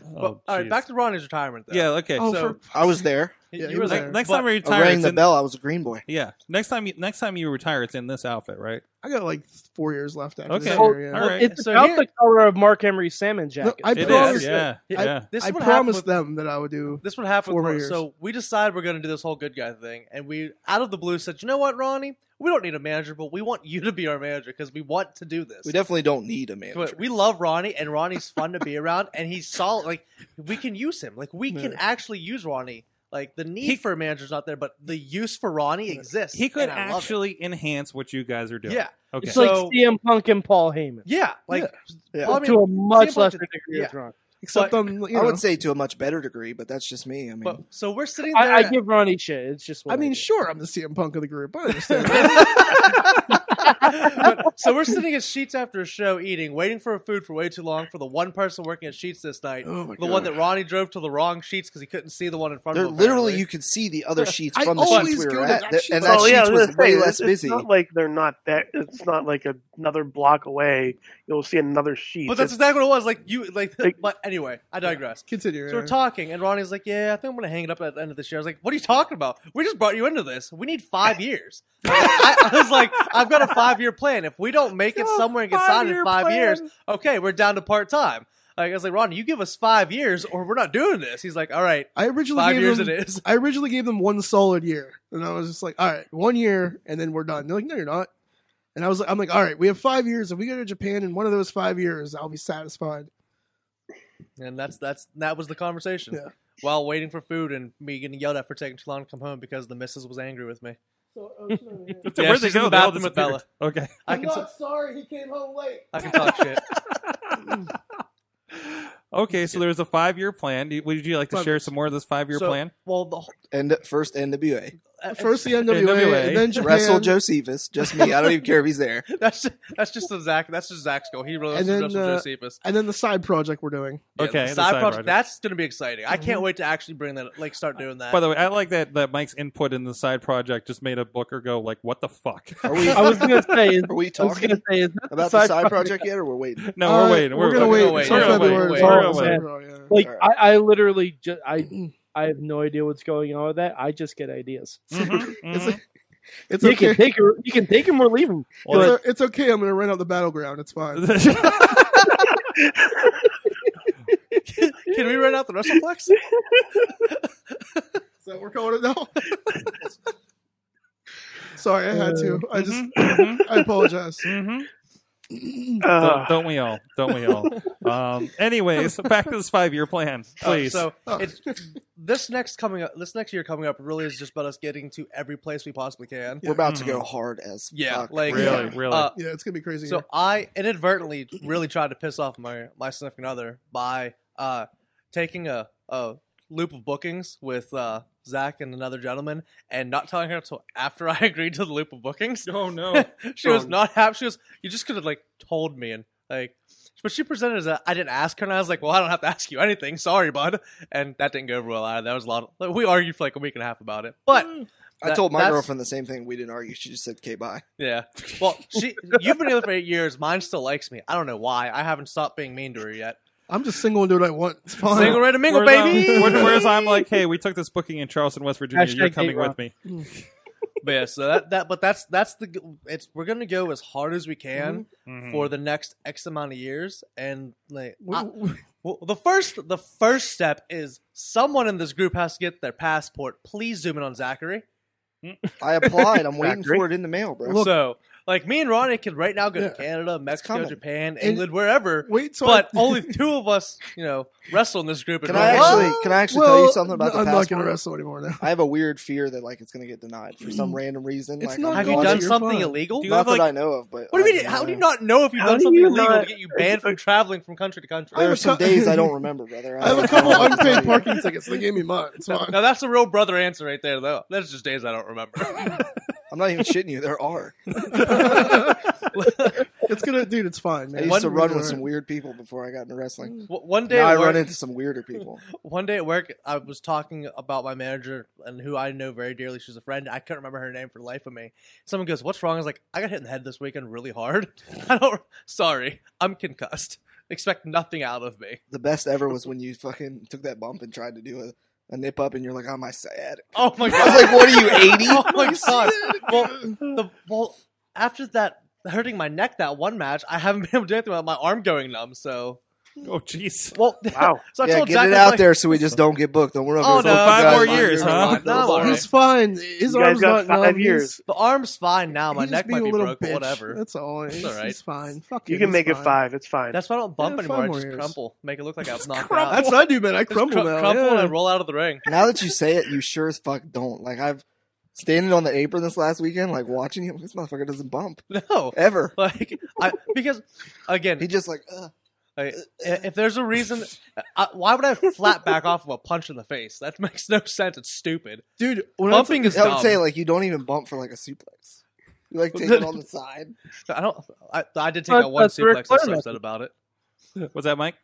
S2: oh,
S7: But, all right.
S2: jeez.
S7: Back to Ronnie's retirement. Though.
S2: yeah, okay.
S4: Oh,
S7: So-
S4: for,
S6: I was there.
S7: You,
S4: Yeah,
S7: you
S4: he
S7: were
S4: was
S2: Ne-
S7: there.
S4: there.
S2: next
S7: But
S2: time we
S6: I
S2: retire,
S6: rang
S2: it's
S6: the
S2: in,
S6: bell. I was a green boy.
S2: yeah, next time you next time you retire, it's in this outfit, right?
S4: I got like four years left after
S2: Okay.
S4: this
S2: Well,
S4: year, yeah.
S2: all right.
S3: It's
S7: So
S3: about
S7: here-
S3: the color of Mark Emery's salmon jacket.
S4: I
S2: It is,
S4: promised-
S2: yeah,
S4: I-
S2: yeah.
S7: This
S4: I
S7: would happen
S4: promised
S7: with-
S4: them that I would do.
S7: This would happen.
S4: Four
S7: With,
S4: more
S7: Ron-
S4: years.
S7: So we decide we're going to do this whole good guy thing, and we out of the blue said, "You know what, Ronnie? We don't need a manager, but we want you to be our manager because we want to do this.
S6: We definitely don't need a
S7: But
S6: manager.
S7: we love Ronnie, and Ronnie's fun to be around, and he's solid. Like we can use him. Like we can actually use Ronnie. Like the need
S2: He-
S7: for a manager's not there, but the use for Ronnie exists.
S2: He could
S7: and I love it.
S2: actually enhance what you guys are doing.
S7: yeah,
S2: Okay.
S3: It's
S7: So-
S3: like CM Punk and Paul Heyman.
S7: yeah. Like
S6: Yeah.
S7: well, I mean,
S3: to a
S7: CM
S3: much
S7: Punk
S3: lesser
S7: did-
S3: degree
S7: yeah.
S3: of drunk.
S4: Except I'm, mm, you know,
S6: I would say to a much better degree, but that's just me. I mean,
S7: but, so we're sitting there.
S3: I, I give Ronnie shit. It's just what
S4: I mean,
S3: do.
S4: sure, I'm the CM Punk of the group. I understand.
S7: But- so we're sitting at Sheets after a show, eating, waiting for food for way too long for the one person working at Sheets this night.
S4: oh my
S7: the one that Ronnie drove to the wrong sheets because he couldn't see the one in front
S6: there,
S7: of him.
S6: literally,
S7: apparently.
S6: you could see the other sheets
S4: I
S6: from the
S4: always
S6: sheets we
S4: go
S6: were
S4: to
S6: at,
S4: that
S6: th-
S4: sheet.
S6: and that
S4: Well,
S6: sheet
S5: I
S6: was
S5: gonna
S6: way
S5: say,
S6: less
S5: it's,
S6: busy.
S5: It's not like they're not that. It's not like another block away. You'll see another sheet.
S7: But that's
S5: It's-
S7: exactly what it was. Like you, like.
S5: Like-
S7: but anyway, I digress.
S4: Continue.
S7: So we're
S4: yeah.
S7: talking, and Ronnie's like, "Yeah, I think I'm gonna hang it up at the end of this year." I was like, "What are you talking about? We just brought you into this. We need five years." I, I was like, "I've got a five year plan. If we don't make it somewhere and get signed in five years, okay, we're down to part time." Like, I was like, "Ronnie, you give us five years, or we're not doing this." He's like, "All right,
S4: I originally
S7: five
S4: gave
S7: years
S4: them,
S7: it is."
S4: I originally gave them one solid year, and I was just like, all right, one year, and then we're done. They're like, no, you're not. And I was like, I'm like, all right, we have five years. If we go to Japan in one of those five years, I'll be satisfied.
S7: And that's that's that was the conversation.
S4: Yeah.
S7: While waiting for food and me getting yelled at for taking too long to come home because the missus was angry with me.
S4: oh,
S7: Yeah,
S2: Where'd they
S7: she's in
S2: go?
S7: the
S2: They all
S7: bathroom with
S2: disappeared. Okay.
S7: I can t-
S4: sorry he came home late.
S7: I can talk shit.
S2: Okay, so there's a five year plan. Do- Would you like to
S4: Five
S2: share some more of this five year
S7: So-
S2: plan?
S7: Well, the whole-
S6: And first NWA,
S7: uh,
S4: First the NWA,
S2: NWA.
S4: and then Japan,
S6: wrestle Josephus, just me. I don't even care if he's there.
S7: that's just, that's just a Zach. That's just Zach's goal. He really
S4: And
S7: then,
S4: then,
S7: Russell
S4: uh,
S7: Josephus.
S4: and then the side project we're doing.
S7: Yeah,
S2: okay, the
S7: the side
S2: side
S7: project.
S2: project.
S7: That's gonna be exciting. I
S4: Mm-hmm.
S7: can't wait to actually bring that. Like, start doing that.
S2: By the way, I like that that Mike's input in the side project just made a Booker go like, "What the fuck?"
S6: Are we?
S3: I
S6: Are
S3: was gonna say. Is,
S6: we
S3: I was
S6: talking
S3: gonna say is that
S6: about the side project yet, or we're waiting?
S2: no,
S4: Uh,
S2: we're waiting.
S4: We're,
S2: We're,
S4: gonna
S2: waiting.
S4: wait
S7: wait.
S4: until
S2: We're gonna wait.
S4: February.
S2: We're
S4: until
S2: gonna wait.
S4: February, yeah.
S3: Like
S6: Alright.
S3: I, I literally just I I have no idea what's going on with that. I just get ideas.
S7: Mm.
S2: Mhm,
S4: It's,
S2: mhm.
S4: it's
S3: you
S4: okay.
S3: can take her. You can take him or leave him.
S4: It's,
S2: Well,
S4: o- it's okay. I'm gonna rent out the battleground. It's fine.
S7: can we rent out the WrestlePlex?
S4: Is that what we're calling it now? Sorry, I had to. I just, mm-hmm.
S2: Mhm, mhm, mm-hmm.
S4: I apologize.
S2: mhm.
S5: uh,
S2: don't, don't we all? Don't we all? um, anyways, back to this five year plan,
S7: Uh,
S2: please.
S7: so it's, this next coming up, this next year coming up, really is just about us getting to every place we possibly can.
S6: We're about to go
S2: Mhm.
S6: hard as
S7: Yeah,
S6: fuck.
S7: like
S2: Really, really.
S7: uh,
S4: yeah, it's gonna be crazy.
S7: So I inadvertently really tried to piss off my my significant other by uh, taking a, a loop of bookings with uh, Zach and another gentleman, and not telling her until after I agreed to the loop of bookings.
S2: oh no.
S7: she was not happy. She was, you just could have like told me and like, but she presented as I I didn't ask her, and I was like, well, I don't have to ask you anything. Sorry, bud. And that didn't go over well. Either. That was a lot. Of, like, we argued for like a week and a half about it, but
S6: I
S2: Mm.
S7: that-
S6: told my
S7: that's-
S6: girlfriend the same thing. We didn't argue. She just said, "Okay, bye."
S7: Yeah. Well, she you've been together for eight years. Mine still likes me. I don't know why. I haven't stopped being mean to her yet.
S4: I'm just single and do what I want. It's fine.
S7: Single ready to mingle,
S2: Whereas I'm-
S7: baby.
S2: where- whereas I'm like, hey, we took this booking in Charleston, West Virginia.
S3: Hashtag
S2: You're coming
S3: date
S2: with
S3: rock.
S2: me.
S7: But yeah, so that, that but that's that's the g- it's we're gonna go as hard as we can
S2: Mhm.
S7: for the next X amount of years. And like
S4: We-
S7: I-
S4: we-
S7: well, the first the first step is someone in this group has to get their passport. Please zoom in on Zachary.
S6: I applied. I'm waiting
S3: Factory.
S6: for it in the mail, bro.
S7: so like me and Ronnie can right now go
S4: Yeah.
S7: to Canada, Mexico,
S6: coming.
S7: Japan, England, wherever.
S4: Wait till
S7: But
S4: I,
S7: only two of us, you know, wrestle in this group. and
S6: can I
S7: we're like,
S6: actually? Can I actually
S4: well,
S6: tell you something about
S4: no, I'm
S6: the
S4: not gonna
S6: passport?
S4: wrestle anymore now.
S6: I have a weird fear that like it's gonna get denied for some random reason.
S4: It's
S6: like,
S4: not
S6: I'm
S7: Have
S4: Oh,
S7: you
S6: going
S7: done
S6: to-
S4: you're
S7: something
S4: fine.
S7: illegal?
S2: Do you
S6: Not
S2: have
S6: that I
S2: like?
S6: know of, but
S7: What do you
S6: I
S7: mean? How do you
S6: know.
S7: not know if you've
S5: How
S7: done
S5: do
S7: something
S5: you
S7: illegal
S5: not-
S7: to get you banned from traveling from country to country?
S4: I
S6: There
S4: have
S6: are
S4: a
S6: some
S4: cou-
S6: days I don't remember, brother.
S4: I have a
S6: don't
S4: couple
S6: know what to tell
S4: unpaid
S6: you.
S4: parking tickets. They gave me mine. It's fine.
S7: Now that's a real brother answer right there, though. That's just days I don't remember.
S6: I'm not even shitting you. There are.
S4: It's gonna, dude. It's fine,
S6: I
S4: man.
S6: used
S7: One-
S6: to run with some weird people before I got into wrestling.
S7: W- one day,
S6: Now I
S7: at
S6: run
S7: work,
S6: into some weirder people.
S7: one day at work, I was talking about my manager and who I know very dearly. She's a friend. I couldn't remember her name for the life of me. Someone goes, "What's wrong?" I was like, "I got hit in the head this weekend really hard." I don't. Sorry, I'm concussed. Expect nothing out of me.
S6: The best ever was when you fucking took that bump and tried to do a, a nip up, and you're like, "Oh my sciatic."
S7: Oh my
S6: I
S7: god!
S6: was like, "What are you 80?"
S7: oh my god! Well, the, well, after that hurting my neck that one match, I haven't been able to do anything without my arm going numb. So,
S2: Oh, jeez.
S7: well,
S5: Wow.
S7: so I
S6: yeah,
S7: told
S6: get
S7: Jack I
S6: it
S7: was
S6: out
S7: like,
S6: there so we just don't get booked. Don't worry.
S7: Oh,
S6: about
S7: no,
S2: five
S7: guys,
S2: more
S7: fine.
S2: years,
S7: Never
S2: huh?
S7: mind. No, I'm all right.
S4: He's fine. His
S5: You
S4: arm's
S5: guys
S4: not
S5: got
S4: numb.
S5: five
S4: He's-
S5: years.
S7: The arm's fine now. My
S4: he's
S7: neck might
S4: being a
S7: be
S4: little
S7: broke,
S4: bitch.
S7: whatever.
S4: That's all. He's,
S7: all right.
S4: he's fine. Fuck
S5: You
S4: him,
S5: can
S4: he's
S5: make it
S4: fine.
S5: five. It's fine.
S7: That's why I don't bump
S4: Yeah,
S7: anymore.
S4: five
S7: I
S4: more
S7: just
S4: years.
S7: crumple, make it look like I was knocked out.
S4: That's what I do, man. I
S7: Just
S4: crumble
S7: cru-
S4: now.
S7: crumple
S4: yeah.
S7: and I roll out of the ring.
S6: Now that you say it, you sure as fuck don't. Like I've standing on the apron this last weekend, like watching him. This motherfucker doesn't bump
S7: No,
S6: ever.
S7: like I, because again,
S6: He just like, uh. Ugh.
S7: like, i- if there's a reason, I, why would I flat back off of a punch in the face? That makes no sense. It's stupid.
S4: dude. When I,
S7: Bumping is
S6: I
S7: dumb.
S6: would say like you don't even bump for like a suplex. You like take it on the side.
S7: I don't. I, I did take
S3: But
S7: that one
S3: that's Ric
S7: suplex. I'm so
S3: Flair.
S7: upset about it.
S2: What's that, Mike?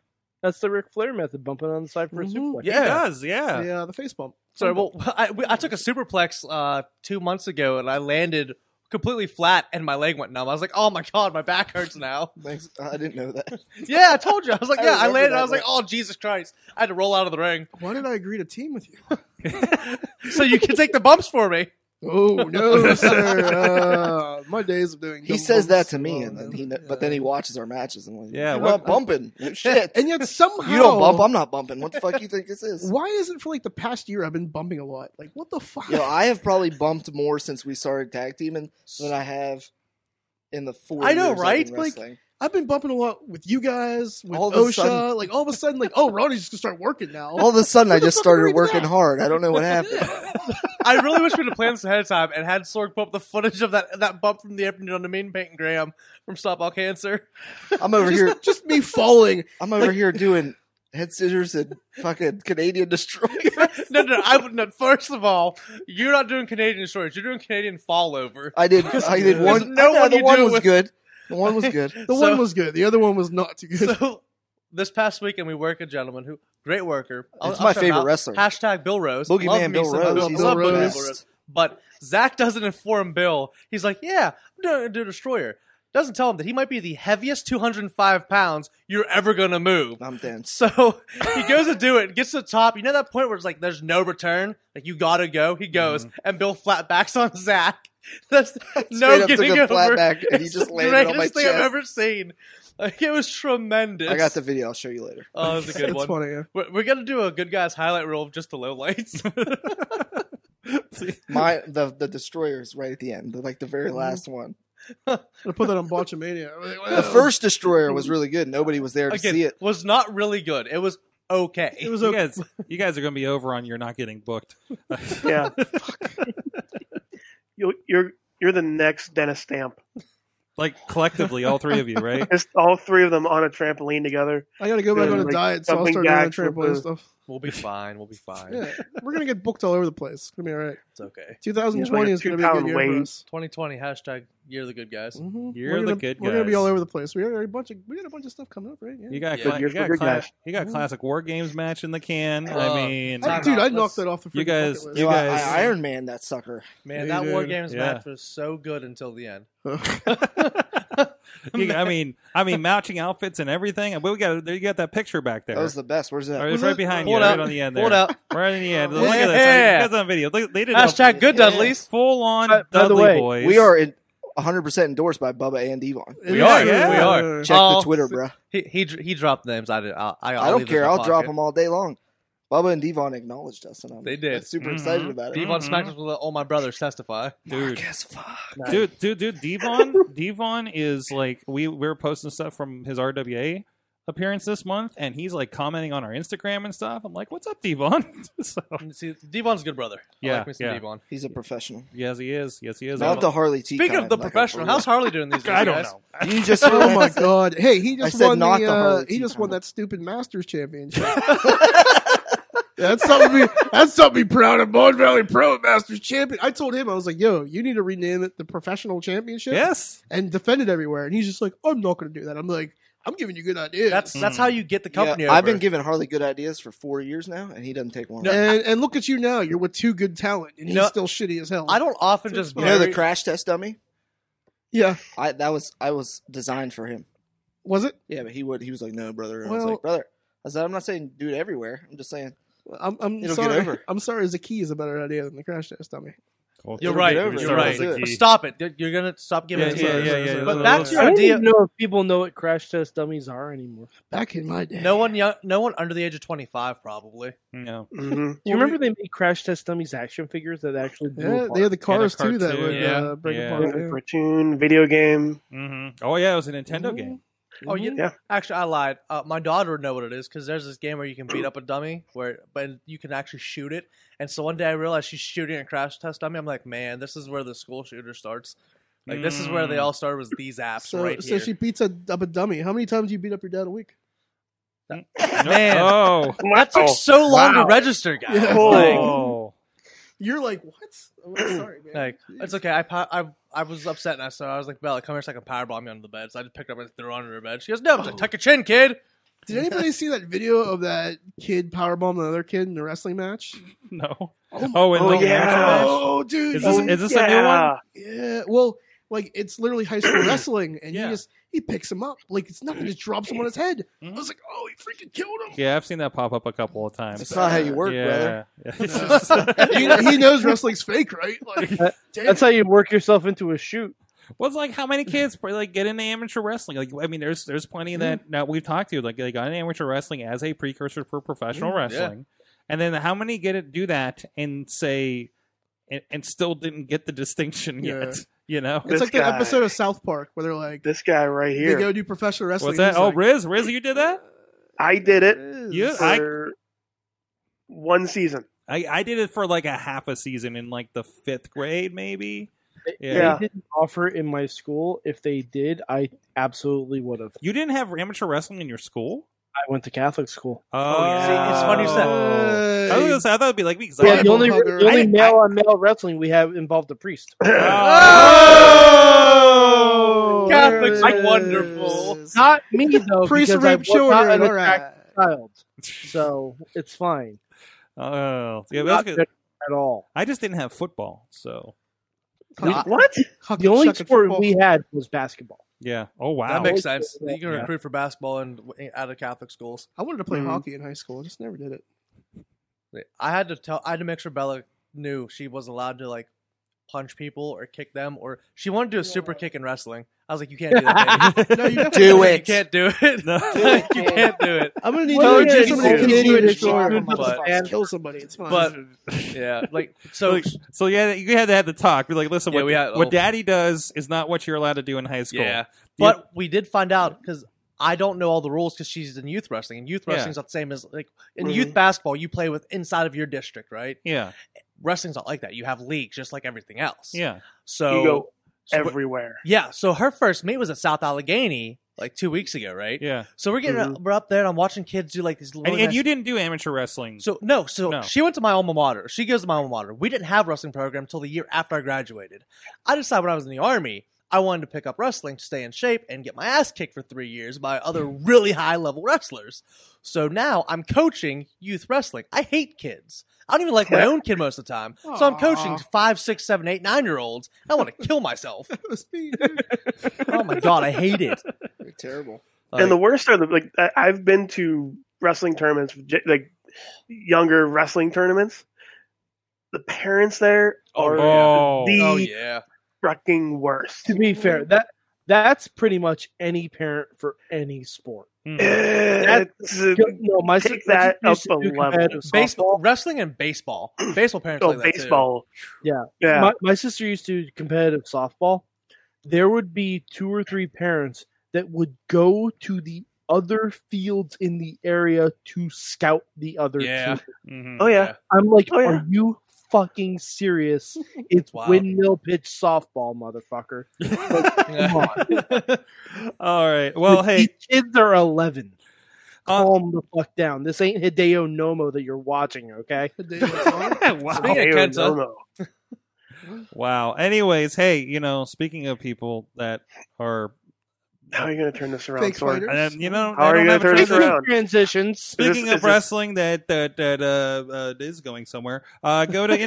S3: That's the Ric Flair method, bumping on the side for
S4: Mhm.
S3: a suplex.
S2: He does, yeah.
S4: yeah, the face bump.
S7: Sorry. Well, I, we, I took a superplex uh, two months ago, and I landed completely flat, and my leg went numb. I was like, "Oh my god, my back hurts now."
S6: Thanks. I didn't know that.
S7: yeah, I told you. I was like,
S6: I
S7: "Yeah, I,
S6: remember
S7: landed."
S6: that
S7: I was like,
S6: one.
S7: "Oh Jesus Christ!" I had to roll out of the ring
S4: Why did I agree to team with you?
S7: so you can take the bumps for me.
S4: Oh no, sir! Uh, my days of doing.
S6: He
S4: dumb
S6: says that
S4: bumps
S6: to me,
S4: alone,
S6: and then
S4: man.
S6: he,
S4: Yeah.
S6: but then he watches our matches and like,
S2: Yeah,
S6: you're
S2: what-
S6: not bumping. Shit,
S4: And yet somehow
S6: you don't bump. I'm not bumping. What the fuck you think this is?
S4: Why is it for like the past year I've been bumping a lot? Like what the fuck?
S6: Yo, I have probably bumped more since we started tag teaming than I have in the four.
S7: I know,
S6: years I've
S7: right?
S6: been
S4: Like,
S6: wrestling.
S4: I've been bumping a lot with you guys, with
S6: All of a
S4: OSHA.
S6: sudden-
S4: like all of a sudden, like oh, Ronnie's just gonna start working now.
S6: all of a sudden, I
S4: Who the
S6: just
S4: fuck
S6: started
S4: agreed to
S6: working
S4: that?
S6: hard. I don't know what happened.
S7: I really wish we'd have planned this ahead of time and had Sorg put up the footage of that that bump from the apron on the main paint and Graham from Stop All Cancer.
S6: I'm over here.
S4: just, just me falling.
S6: I'm over here doing head scissors and fucking Canadian destroyer.
S7: no, no, I would not. First of all, you're not doing Canadian stories. You're doing Canadian fallover.
S6: I did. I did
S7: There's
S6: one.
S7: no
S6: No,
S7: one
S6: the
S7: you
S6: one
S7: do
S6: was
S7: with-
S6: good. The one was good.
S4: The
S7: So-
S4: one was good. The other one was not too good.
S7: So this past weekend, we work a gentleman who great worker.
S6: It's my
S7: shout him
S6: favorite
S7: out.
S6: wrestler.
S7: Hashtag Bill Rose.
S6: Boogeyman
S7: Love me
S6: Bill
S7: some-
S6: Rose.
S7: Love
S6: He's
S7: Bill
S4: the
S7: Rose.
S4: best.
S7: Bill Rose. But Zach doesn't inform Bill. He's like, "Yeah, I'm doing do destroyer." Doesn't tell him that he might be the heaviest 205 pounds you're ever gonna move.
S6: I'm done.
S7: So he goes to do it, gets to the top. You know that point where it's like there's no return, like you gotta go.
S6: Mm-hmm.
S7: He goes, and Bill flat backs on Zach. That's
S6: Straight
S7: no
S6: up took
S7: getting
S6: a flat
S7: over.
S6: back and he
S7: It's
S6: just
S7: the
S6: landed on my
S7: greatest thing I've
S6: chest.
S7: ever seen. Like it was tremendous.
S6: I got the video. I'll show you later.
S7: Oh, that was a good one.
S4: That's funny. yeah.
S7: We're, we're gonna do a good guys highlight reel of just the lowlights. Mm-hmm.
S6: My the the destroyer is right at the end, like the very last one.
S4: gonna put that on Botchamania. I'm like,
S6: The
S4: wow.
S6: first destroyer was really good. Nobody was there to
S7: Oh. Again,
S6: see it.
S7: was not really good. It was okay.
S4: it was
S2: You
S4: okay.
S2: guys, you guys are going to be over on you're not getting booked.
S5: Yeah. You'll, you're you're the next Dennis Stamp.
S2: Like collectively, all three of you, right?
S5: Just all three of them on a trampoline together.
S4: I gotta go back
S5: Yeah,
S4: on a
S5: like
S4: diet, so I'll
S5: jumping
S4: start doing the
S5: jacks with
S4: trampoline
S5: the-
S4: stuff.
S7: We'll be fine. We'll be fine.
S4: Yeah, we're gonna get booked all over the place. It's gonna be all right.
S7: It's okay.
S4: 2020
S5: Yeah,
S4: is
S5: it's like a
S4: gonna be a good
S5: two-pound
S4: year for
S5: weight.
S4: us.
S7: 2020 hashtag You're the Good Guys.
S4: Mhm.
S2: You're
S4: we're
S2: the
S4: gonna,
S2: good
S4: We're gonna be
S2: guys.
S4: all over the place. We got a bunch of we got a bunch of stuff coming up, right? Yeah.
S2: You got
S7: Yeah.
S2: cla- you
S5: Good
S2: got
S5: years for good
S2: cla-
S5: guys.
S2: you got classic war games match in the can.
S7: Uh,
S2: I mean,
S4: I,
S7: Time
S4: dude,
S7: out.
S4: I
S7: Let's-
S4: knocked that off the.
S2: you
S4: freaking
S2: guys-
S4: bucket
S2: you
S6: Yo, I-
S2: guys-
S6: I, Iron Man that sucker.
S7: Man,
S4: They
S7: that War
S4: did.
S7: Games
S2: Yeah.
S7: match was so good until the end.
S4: list.
S2: you got- I mean, I mean, matching outfits and everything. But we got you got that picture back there.
S6: That was the best. Where's that?
S2: All right, it's
S4: Was
S2: right
S4: it?
S2: behind you,
S7: Hold
S2: right
S7: up.
S2: on the end there.
S7: Hold up.
S2: Right on the end.
S7: Yeah.
S2: Look at this.
S7: Yeah.
S2: That's on video. Look, they did a
S7: Hashtag good Dudleys.
S2: full on
S3: By- by the
S2: Dudley
S3: way,
S2: boys.
S6: We are in 100% endorsed by Bubba and Devon.
S7: We are.
S2: yeah.
S7: We are.
S6: Check
S7: Oh,
S6: the Twitter, bro.
S7: He, he dr- he dropped names. I did. I, I,
S6: I don't care. I'll drop them all day long. Bubba and Devon acknowledged us, and I'm
S7: They did.
S6: super
S2: Mhm.
S6: excited about it.
S7: Mm-hmm. Devon
S2: Mhm.
S7: Smackers will let all "Oh, my brothers testify.
S2: dude.
S6: Yes, fuck.
S2: dude, dude, dude. Devon, Devon is like we we were posting stuff from his RWA appearance this month, and he's like commenting on our Instagram and stuff. I'm like, "What's up, Devon?" so
S7: See, Devon's a good brother. I
S2: Yeah,
S7: like Mr.
S2: yeah.
S7: Devon.
S6: He's a professional.
S2: yes, he is. Yes, he is.
S6: Not the Harley T.
S7: Speaking
S6: kind,
S7: of the
S6: like a-
S7: professional, how's Harley doing these days?
S2: I don't
S7: guys?
S2: know.
S6: you just?
S4: oh my god! Hey, he
S6: I
S4: just
S6: said
S4: won the,
S6: not the
S4: uh,
S6: Harley
S4: he
S6: T
S4: just
S6: comment.
S4: won that stupid Masters Championship. that's something. We, that's something to be proud of. Mon Valley Pro Masters Champion. I told him I was like, "Yo, you need to rename it the Professional Championship."
S2: Yes,
S4: and defend it everywhere. And he's just like, I'm not going to do that. I'm like, I'm giving you good ideas.
S7: That's that's
S2: Mm.
S7: how you get the
S6: Yeah,
S7: company.
S6: I've been
S7: over.
S6: giving Harley good ideas for four years now, and he doesn't take one.
S4: and, and look at you now. You're with two good talent, and he's
S7: No.
S4: still shitty as hell.
S7: I don't often just
S6: You know the
S7: bury,
S6: crash test dummy?
S4: Yeah,
S6: I that was I was designed for him.
S4: was it?
S6: Yeah, but he would he was like, no, brother. And I was
S4: Well-
S6: like, brother. I said, I'm not saying do it everywhere. I'm just saying
S4: I'm, I'm
S6: It'll get
S4: sorry.
S6: over.
S4: I'm sorry. Is a key is a better idea than the crash test dummy.
S7: You're
S6: It'll
S7: right.
S6: get over.
S7: You're
S6: It'll
S7: right.
S6: do it.
S7: Stop it. You're- You're gonna stop giving
S2: Yeah,
S7: it. to
S2: yeah,
S7: others.
S2: yeah, yeah.
S7: But
S2: Those-
S7: back to
S2: those-
S7: your
S3: I don't
S7: idea.
S3: even know if people know what crash test dummies are anymore.
S4: Back in my day,
S7: No one young, no one under the age of 25 probably.
S2: No.
S5: Mm-hmm.
S3: Do you remember they made crash test dummies action figures that actually blew
S4: Yeah,
S3: apart?
S4: they had the cars
S2: car
S4: too that
S2: too.
S4: would
S2: Yeah.
S4: uh, break
S2: Yeah.
S4: apart. yeah.
S5: Cartoon, video game.
S2: hmm Oh yeah, it was a Nintendo
S4: Mhm.
S2: game.
S7: Oh, you
S5: Yeah.
S7: actually I lied. Uh, my daughter would know what it is because there's this game where you can beat up a dummy, where but you can actually shoot it. And so one day I realized she's shooting a crash test dummy. I'm like, man, this is where the school shooter starts. Like this is where they
S2: Mm.
S7: all started was these apps
S4: So,
S7: right
S4: so
S7: here.
S4: she beats a, up a dummy. How many times do you beat up your dad a week?
S7: Man.
S2: Oh.
S7: that took so long to register, guys.
S4: Yeah.
S7: Like,
S2: Oh.
S4: You're like, what? I'm sorry, man.
S7: like, it's okay. I, po- I I was upset and I so I was like, Bella, come here so I can powerbomb you under the bed. So I just picked her up and threw her under her bed. She goes, No, tuck your chin, kid.
S4: Did anybody see that video of that kid powerbombing another kid in a wrestling match?
S2: No.
S4: Oh,
S2: Oh, and
S5: Oh,
S2: the actual
S5: yeah.
S2: match?
S4: Oh, dude,
S2: Is this-
S4: he-
S2: is this a new one?
S4: Yeah. Well, like it's literally high school wrestling, and
S2: Yeah.
S4: he just he picks him up like it's nothing, just drops him on his head. I was like, oh, he freaking killed him.
S2: Yeah, I've seen that pop up a couple of times.
S6: That's not how you work, brother.
S2: yeah.
S4: he, he knows wrestling's fake, right? Like, damn.
S3: That's how you work yourself into a shoot.
S2: Well, it's like how many kids probably, like get into amateur wrestling? Like, I mean, there's there's plenty that now we've talked to like they got into amateur wrestling as a precursor for professional wrestling, and then how many get it do that and say, and, and still didn't get the distinction
S4: Yeah.
S2: yet? You know,
S4: it's
S5: This
S4: like that
S5: guy.
S4: episode of South Park where they're like,
S5: This guy right
S4: they
S5: here.
S4: go do professional wrestling.
S2: what's that?
S4: he's
S2: Oh,
S4: like,
S2: Riz, Riz, you did that?
S5: I did it
S2: You, I,
S5: for one season.
S2: I, I did it for like a half a season in like the fifth grade, maybe. Yeah.
S5: Yeah.
S3: They didn't offer it in my school. If they did, I absolutely would have.
S2: You didn't have amateur wrestling in your school? Oh,
S3: I went to Catholic school.
S7: yeah. See, it's funny you said-
S2: I was gonna say I thought it'd be like me because
S4: Yeah,
S2: I
S3: the only,
S4: Bible
S3: the
S4: hugger.
S3: only
S2: I-
S3: male on male wrestling we have involved a priest.
S5: Oh,
S2: Oh!
S7: Catholics are wonderful.
S3: Not me though,
S4: Priest
S3: because I
S4: rape
S3: was not
S4: children.
S3: an
S4: All right.
S3: attractive child, so it's fine.
S2: Oh, yeah, that's
S3: Not
S2: good.
S3: good at all.
S2: I just didn't have football, so
S5: What?
S3: The only sport we had was basketball.
S2: yeah. Oh wow,
S7: That makes sense. You can
S3: Yeah.
S7: recruit for basketball and out of Catholic schools.
S4: I wanted to play
S5: Mhm.
S4: hockey in high school. I just never did it.
S7: I had to tell. I had to make sure Bella knew she was allowed to like punch people or kick them, or she wanted to do a super kick in wrestling. I was like, you can't do that. baby.
S4: No, you definitely
S6: Do
S7: You
S6: it.
S7: can't do it. Like, you can't do it.
S4: I'm gonna need
S7: Well,
S4: you to
S7: yeah,
S4: get somebody
S7: it's a
S4: to hit you
S6: Canadian
S4: and destroy
S6: issue.
S4: your motherfucker.
S6: But-
S4: kill somebody. It's fine.
S7: But yeah, like so.
S2: So yeah, you had to have the talk. Be like, listen,
S7: Yeah,
S2: what,
S7: we had-
S2: what daddy does is not what you're allowed to do in high school.
S7: Yeah,
S2: You-
S7: but we did find out because I don't know all the rules because she's in youth wrestling, and youth
S2: Yeah.
S7: wrestling's not the same as like in
S5: Mm-hmm.
S4: Mhm.
S7: youth basketball. You play with inside of your district, right?
S2: yeah,
S7: Wrestling's not like that. You have leagues, just like everything else.
S2: yeah.
S7: So
S5: you go
S7: so we're-
S5: everywhere.
S7: Yeah, so her first meet was at South Allegheny like two weeks ago, right?
S2: yeah.
S7: So we're getting
S5: Mm-hmm.
S7: we're up there, and I'm watching kids do like these. Really
S2: And, and
S7: nice-
S2: you didn't do amateur wrestling.
S7: So no, so
S2: No.
S7: she went to my alma mater. She goes to my alma mater. We didn't have wrestling program until the year after I graduated. I decided when I was in the army, I wanted to pick up wrestling to stay in shape and get my ass kicked for three years by other really high level wrestlers. So now I'm coaching youth wrestling. I hate kids. I don't even like my own kid most of the time. So I'm coaching
S4: Aw.
S7: five, six, seven, eight, nine year olds. I want to kill myself.
S4: That was me, dude.
S7: Oh my god, I hate it.
S6: You're terrible.
S7: Like-
S5: and the worst are the like I- I've been to wrestling tournaments, j- like younger wrestling tournaments. The parents there are
S2: oh,
S5: the
S7: Oh yeah.
S5: fucking worst.
S3: To be fair, that that's pretty much any parent for any sport.
S2: Mm.
S5: That's, uh,
S3: No, my
S5: Take
S3: sister- my
S5: that
S3: sister used
S5: up
S3: to
S5: a
S3: do
S5: level.
S3: competitive
S7: Baseball,
S3: softball.
S7: wrestling, and baseball. Baseball parents
S5: oh,
S7: like that too.
S5: baseball.
S3: Yeah.
S5: yeah.
S3: My, my sister used to do competitive softball. There would be two or three parents that would go to the other fields in the area to scout the other
S7: Yeah.
S3: team.
S2: Mhm.
S5: oh yeah.
S3: I'm like,
S5: Oh, yeah.
S3: are you fucking serious? It's
S7: Wow.
S3: windmill pitch softball, motherfucker. Come on.
S2: All right. Well,
S3: The-
S2: Oh, hey,
S3: the kids are 11.
S2: Uh,
S3: Calm the fuck down. This ain't Hideo Nomo that you're watching, okay?
S7: Speaking of
S5: Hideo
S7: Kenta.
S5: Nomo.
S2: wow. Anyways, hey, you know, speaking of people that are,
S5: How are you going to turn this around?
S4: Fake
S5: Sword?
S4: fighter.
S2: and, you know,
S5: How
S2: they
S5: are you
S2: don't have
S5: gonna
S2: a
S5: turn
S2: choice.
S5: this around?
S3: Transitions.
S2: Speaking
S5: Is this-
S2: of
S5: is this-
S2: wrestling that that that uh, uh, is going somewhere, uh, go to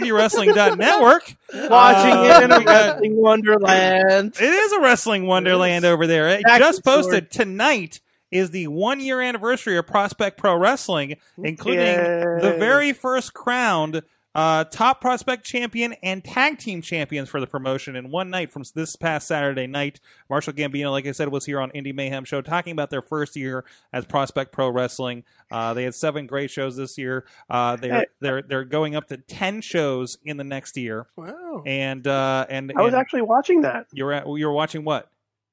S2: indiewrestling.network.
S3: Watching
S2: Uh,
S3: it in a
S2: we got-
S3: wrestling wonderland.
S2: It is a wrestling wonderland over there. It
S3: Back
S2: just
S3: to sword.
S2: posted tonight is the one year anniversary of Prospect Pro Wrestling, including the
S5: Yay.
S2: very first crowned uh, top prospect champion and tag team champions for the promotion in one night from this past Saturday night. Marshall Gambino, like I said, was here on Indie Mayhem Show talking about their first year as Prospect Pro Wrestling. Uh, they had seven great shows this year. Uh, they're they're they're going up to ten shows in the next year,
S4: Wow.
S2: and uh, and,
S5: I was
S2: and
S5: actually watching that.
S2: you're at, you're watching what?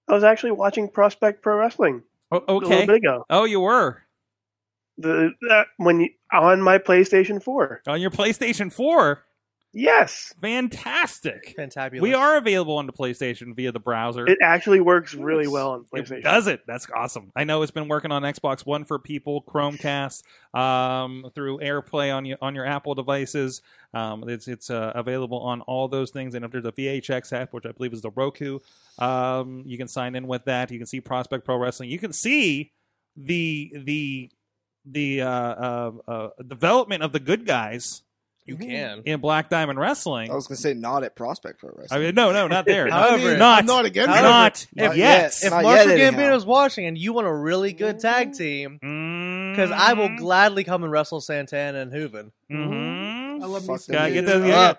S5: I was actually watching Prospect Pro Wrestling
S2: Oh,
S5: a little
S2: okay.
S5: bit ago.
S2: Oh, you were
S5: The that, when you, on my PlayStation 4.
S2: on your PlayStation Four.
S5: Yes,
S2: Fantastic.
S7: Fantabulous.
S2: We are available on the PlayStation via the browser.
S5: it actually works really
S6: Nice.
S5: well on
S2: It
S5: PlayStation.
S2: does it. That's awesome. I know it's been working on Xbox One for people, Chromecast, um, through AirPlay on your on your Apple devices. Um, it's it's uh, available on all those things. And if there's a VHX app, which I believe is the Roku, um, you can sign in with that. You can see Prospect Pro Wrestling. You can see the the the uh, uh, uh, development of the good guys
S7: You can.
S2: in Black Diamond Wrestling.
S6: I was gonna say not at Prospect Pro Wrestling.
S2: I mean, no, no, not there.
S7: However,
S4: I mean,
S2: Not-
S4: I'm not against
S7: however-
S4: it.
S2: not, yet.
S6: Not yet.
S7: If
S6: Not
S7: Marshall
S6: yet, anyhow.
S7: Gambino's watching and you want a really good tag team,
S2: Mm-hmm.
S7: because I will gladly come and wrestle Santana and Hooven. Uh,
S2: Mhm.
S4: I love me
S6: Fuck
S4: some
S2: Gotta get
S4: dudes.
S2: those. Yeah.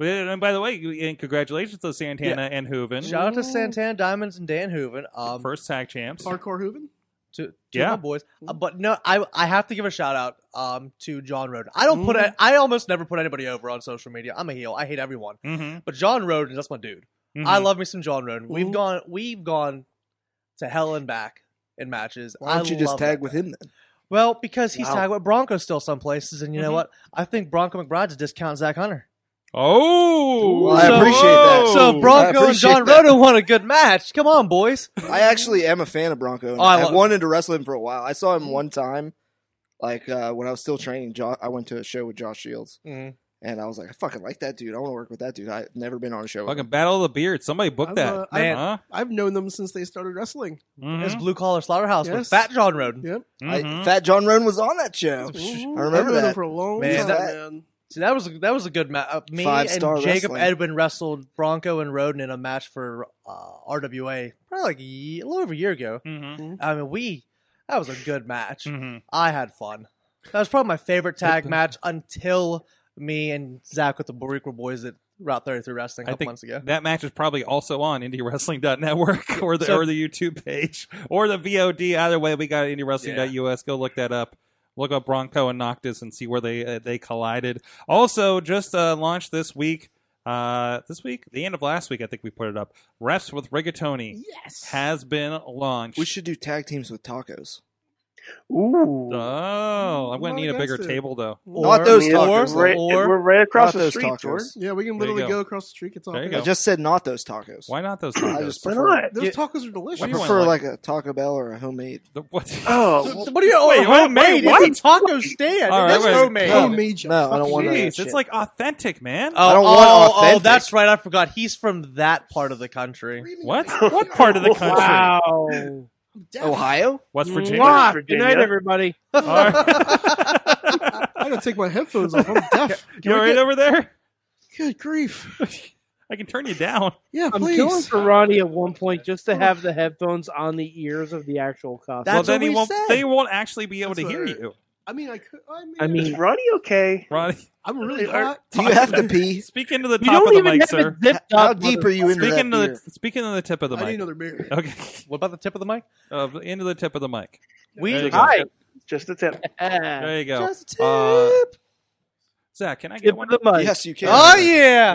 S2: yeah. And by the way, you- and congratulations to Santana and Hooven,
S7: Shout out to Santana Diamonds and Dan Hooven. Um,
S2: first tag champs.
S4: Hardcore Hooven.
S7: to, to
S2: Yeah.
S7: my boys. Uh, but no, I I have to give a shout out um to John Roden. I don't put a, I almost never put anybody over on social media. I'm a heel. I hate everyone.
S2: Mhm.
S7: But John Roden, that's my dude.
S2: Mhm.
S6: Mm-hmm.
S7: I love me some John Roden. We've gone we've gone to hell and back in matches.
S6: Why don't
S7: I
S6: you just
S7: love
S6: tag
S7: that
S6: with
S7: guy.
S6: him then?
S7: Well, because he's
S5: Wow.
S7: tagged with Bronco still some places, and you
S6: Mm-hmm.
S7: know
S2: Mhm.
S7: what? I think Bronco McBride's a discount Zach Hunter.
S2: Oh,
S6: Well, I
S7: So-
S6: appreciate that.
S7: So if Bronco and
S6: appreciate
S7: John
S6: that.
S7: Roden want a good match. Come on, boys.
S6: I actually am a fan of Bronco. and
S7: Oh, I
S6: I've
S7: love-
S6: wanted to wrestle him for a while. I saw him one time, like uh, when I was still training. Jo- I went to a show with Josh Shields, and I was like, I fucking like that dude. I want to work with that dude. I've never been on a show. with
S2: fucking
S6: him.
S2: battle of the beard. Somebody book
S4: I'm,
S2: that,
S4: uh,
S7: Man.
S2: huh?
S4: I've known them since they started wrestling.
S2: Mhm.
S7: It's blue collar slaughterhouse with
S4: Yes.
S7: Fat John Roden.
S4: Yep.
S6: I-
S2: Mhm.
S6: Fat John Roan was on that show.
S4: Mhm.
S6: I remember
S4: I've known
S6: that.
S4: them for a long
S7: Man,
S4: time.
S6: that-
S4: man.
S7: See, that was that was a good match. Uh, me
S6: Five-star
S7: and Jacob
S6: wrestling.
S7: Edwin wrestled Bronco and Roden in a match for uh, RWA probably like a, ye- a little over a year ago.
S2: Mhm.
S6: Mm-hmm.
S7: I mean, we that was a good match.
S2: Mhm.
S7: I had fun. That was probably my favorite tag match until me and Zach with the Boricua boys that Route 33 Wrestling a
S2: I
S7: couple
S2: think
S7: months ago.
S2: that match is probably also on IndieWrestling.network or the
S7: So-
S2: or the YouTube page or the VOD. Either way, we got IndieWrestling.us. Go look that up. Look up Bronco and Noctis and see where they uh, they collided. Also, just uh, launched this week. Uh, this week, the end of last week, I think we put it up. Refs with Rigatoni
S4: Yes.
S2: has been launched.
S6: We should do tag teams with tacos.
S5: Ooh.
S2: Oh, I'm
S4: Not
S2: gonna need a
S4: against
S2: bigger
S4: it.
S2: table though.
S6: Not those
S5: I mean,
S6: tacos,
S5: We're right,
S7: or-
S5: we're right across
S6: not
S5: the
S6: those
S5: street,
S6: tacos.
S5: George.
S4: Yeah, we can
S2: There you
S4: literally
S2: go.
S4: go. across the street. Get tacos.
S2: There you
S6: I
S2: go.
S6: just said not those tacos.
S2: Why not those?
S6: I
S2: tacos?
S6: just
S5: Why
S6: prefer,
S5: not?
S4: Those
S2: Yeah.
S4: tacos are
S2: What
S4: delicious.
S2: do
S6: I
S2: you want?
S6: prefer
S2: like-
S6: like a Taco Bell or a homemade.
S2: The- what?
S5: Oh,
S7: What are you? Oh,
S2: Wait, homemade,
S7: It's
S2: what?
S7: a taco stand.
S2: All right,
S7: That's
S2: wait.
S7: homemade.
S6: No,
S4: Homemade, you
S6: no, I don't
S4: fucking
S6: want none of that
S2: Jeez,
S6: shit.
S2: it's like authentic, man.
S7: Oh,
S6: I don't
S7: oh,
S6: want
S7: oh,
S6: authentic.
S7: that's right. I forgot. He's from that part of the country.
S2: what? What part of the country?
S3: Wow.
S6: Oh, Ohio.
S2: West Virginia.
S3: Mwah. Good
S5: Virginia.
S3: night, everybody.
S2: All right.
S4: I gotta take my headphones off. I'm deaf.
S2: You all right over there?
S4: Good grief.
S2: I can turn you down.
S4: Yeah,
S3: I'm
S4: please.
S3: killing for Ronnie at one point just to have the headphones on the ears of the actual costume.
S7: That's
S2: well, then
S7: what
S2: he
S7: we
S2: won't.
S7: said.
S2: They won't actually be able
S4: That's
S2: to hear
S4: what-
S2: you,
S4: I mean, I could. I mean,
S3: I mean-
S5: is Ronnie okay?
S2: Ronnie.
S4: I'm really
S5: Are-
S4: hot.
S6: Do you have to pee?
S2: Speak into the
S3: you
S2: top
S3: don't
S2: of the
S3: even
S2: mic,
S3: have
S2: sir.
S3: it zipped
S6: How
S3: up.
S6: deep are you into
S2: Speak
S6: that
S2: into
S6: beer?
S2: the speak into the tip of the
S4: I need
S2: mic.
S4: another beer.
S2: Okay,
S7: What about the tip of the mic?
S2: uh, into the tip of the mic. There you
S7: We
S2: go.
S3: Hi.
S5: Just a tip.
S3: Yeah.
S2: There you go.
S7: just tip.
S2: Uh, Zach, can I get
S3: Tip
S2: one?
S3: of the mic.
S6: Uh, Yes, you can.
S7: oh yeah,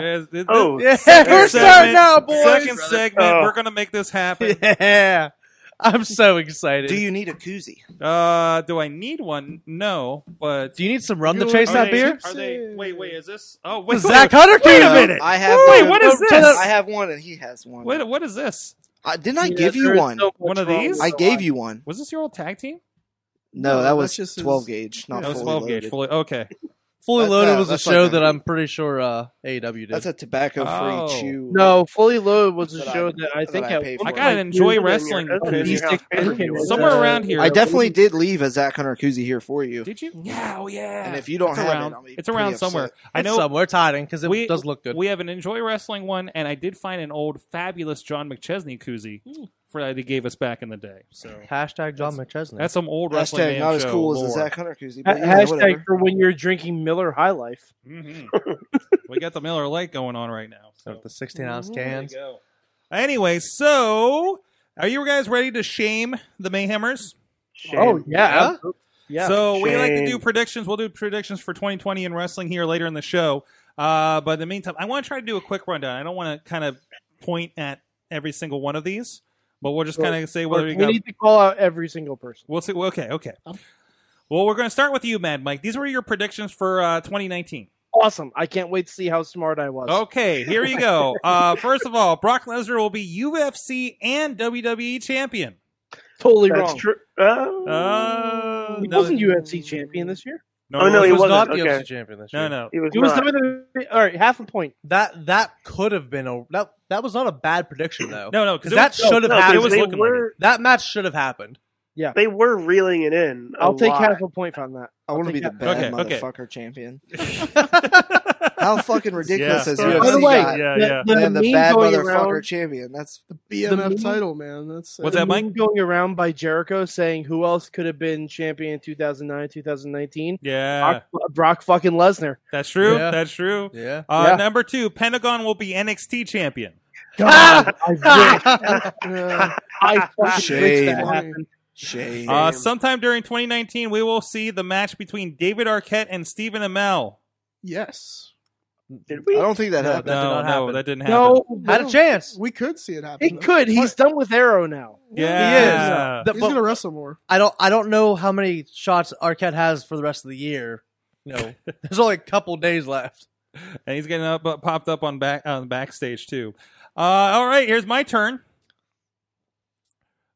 S2: Yes, th- th-
S5: Oh,
S7: yeah. We're
S2: second
S7: starting
S2: segment-
S7: out, boys.
S2: Second segment.
S5: Oh.
S2: We're gonna make this happen.
S7: Yeah, I'm so excited.
S6: Do you need a koozie?
S2: Uh, do I need one? No, but
S7: Do you need some rum to
S4: You-
S7: chase
S4: Are
S7: that
S4: they-
S7: beer?
S4: Are they- wait, wait,
S2: Is this? Oh, wait.
S7: Zach Hunter
S2: Wait
S7: came
S2: a minute.
S6: I have.
S2: Wait,
S6: one.
S2: what is
S6: Oh,
S2: this?
S6: I have one, and he has one.
S2: What? What is this?
S6: I, didn't I
S3: Yeah,
S6: give you
S3: there is
S6: one?
S3: so much
S2: One of
S3: wrong
S2: these?
S3: with
S6: I
S3: the
S6: gave
S3: line.
S6: you one.
S2: Was this your old tag team?
S6: No,
S4: No,
S6: that
S4: that's
S6: was
S4: just his-
S6: twelve gauge, not
S2: That was
S6: fully
S2: 12
S6: loaded.
S2: gauge. Fully, okay.
S7: Fully
S6: That's,
S7: Loaded
S6: uh,
S7: was a
S6: that's
S7: show
S6: like a-
S7: that I'm pretty sure uh, AEW did.
S6: That's a tobacco-free
S2: Oh.
S6: chew.
S3: No, Fully Loaded was a
S6: That I-
S3: show that I
S6: that
S3: think
S6: I
S3: at
S6: paid
S2: I
S6: for.
S3: one
S6: Like,
S2: gotta
S3: point
S2: enjoy
S3: used-
S2: wrestling
S5: that's
S2: because
S5: amazing.
S3: Beast Dick
S5: Yeah.
S3: Pimpin was,
S2: somewhere
S3: uh,
S2: around here.
S6: I definitely did leave a Zach Hunter koozie here for you.
S2: Did you? Yeah, oh yeah.
S6: And if you don't
S2: it's
S6: have it,
S2: around,
S6: I'll be
S2: it's around
S6: pretty
S2: somewhere.
S6: upset.
S2: I
S7: It's
S2: know
S7: somewhere it's hiding because it
S2: we-
S7: does look good.
S2: we have an Enjoy Wrestling one, and I did find an old fabulous John McChesney koozie for that he gave us back in the day. So
S7: Hashtag John McChesney.
S2: that's some old wrestling.
S6: Hashtag
S2: man
S6: not as
S2: show
S6: cool
S2: lore.
S6: as a Zach Hunter koozie,
S3: Ha-
S6: but yeah,
S3: hashtag
S6: whatever.
S3: for when you're drinking Miller High Life.
S2: Mhm. we got the Miller Lite going on right now.
S7: So
S2: So
S7: the 16 ounce
S2: Mm-hmm. there you
S7: cans.
S2: go. Anyway, so are you guys ready to shame the Mayhemers?
S5: Shame.
S3: Oh yeah,
S7: Yeah?
S3: absolutely. yeah.
S2: So we like to
S5: Shame.
S2: do predictions. We'll do predictions for 2020 in wrestling here later in the show. Uh, but in the meantime, I want to try to do a quick rundown. I don't want to kind of point at every single one of these, but we'll just
S3: Sure.
S2: kind of say whether
S3: we
S2: you got.
S3: need to call out every single person.
S2: We'll see. Okay, okay. Well, we're going to start with you, Mad Mike. These were your predictions for uh, 2019.
S3: Awesome! I can't wait to see how smart I was.
S2: Okay, here you go. Uh, first of all, Brock Lesnar will be UFC and WWE champion.
S3: Totally
S5: that's
S3: wrong.
S5: true. Oh.
S2: Uh,
S3: He
S2: no,
S3: wasn't UFC champion this year.
S5: Oh, no,
S2: it
S5: he
S7: Oh, was
S5: wasn't.
S7: not the
S5: Okay.
S7: UFC champion this
S2: No,
S7: year.
S2: no.
S5: He was,
S3: He was
S5: not.
S3: WWE all right, half a point.
S7: That that could have been a that that was not a bad prediction though.
S2: No, no, because
S7: That should have
S5: No,
S7: happened.
S2: It was
S5: they
S2: looking like it.
S5: were
S7: That match should have happened.
S5: they were reeling it in. i
S3: I'll take half a point from that.
S6: I want to be the
S3: take
S6: bad
S2: Okay, okay.
S6: motherfucker champion. How fucking ridiculous
S2: Yeah.
S6: is
S2: By
S6: UFC
S2: the
S3: By the way,
S6: got?
S2: Yeah,
S3: the,
S2: yeah.
S3: the
S6: They have the
S3: meme
S6: bad
S3: going
S6: motherfucker
S3: around,
S6: champion. That's
S3: The meme-
S4: BMF title, man. That's
S2: What's
S4: uh,
S2: that,
S3: the
S2: Mike?
S3: meme going around by Jericho saying who else could have been champion in 2009, 2019?
S2: Yeah,
S3: Brock, Brock fucking Lesnar.
S2: that's true.
S7: Yeah.
S2: That's true.
S7: Yeah.
S2: Uh,
S3: Yeah.
S2: Number two, Pentagon will be NXT champion.
S3: God, I wish,
S4: uh,
S3: I fucking wish
S6: Shame.
S3: that happened.
S6: shame.
S2: Uh, sometime during 2019, we will see the match between David Arquette and Stephen Amell.
S4: yes.
S5: Did
S6: I
S5: we?
S6: don't think that
S7: No,
S6: happened.
S7: that did
S2: no,
S7: not
S2: no,
S7: happen.
S2: that didn't happen.
S3: No,
S7: Had a chance.
S4: We could see it happen.
S3: it could. He's done with Arrow now.
S2: yeah,
S7: Th-
S4: He's
S7: but
S4: gonna wrestle more.
S7: I don't I don't know how many shots Arquette has for the rest of the year. You know, there's only a couple days left.
S2: and he's getting up, popped up on back on backstage too. Uh, all right, here's my turn.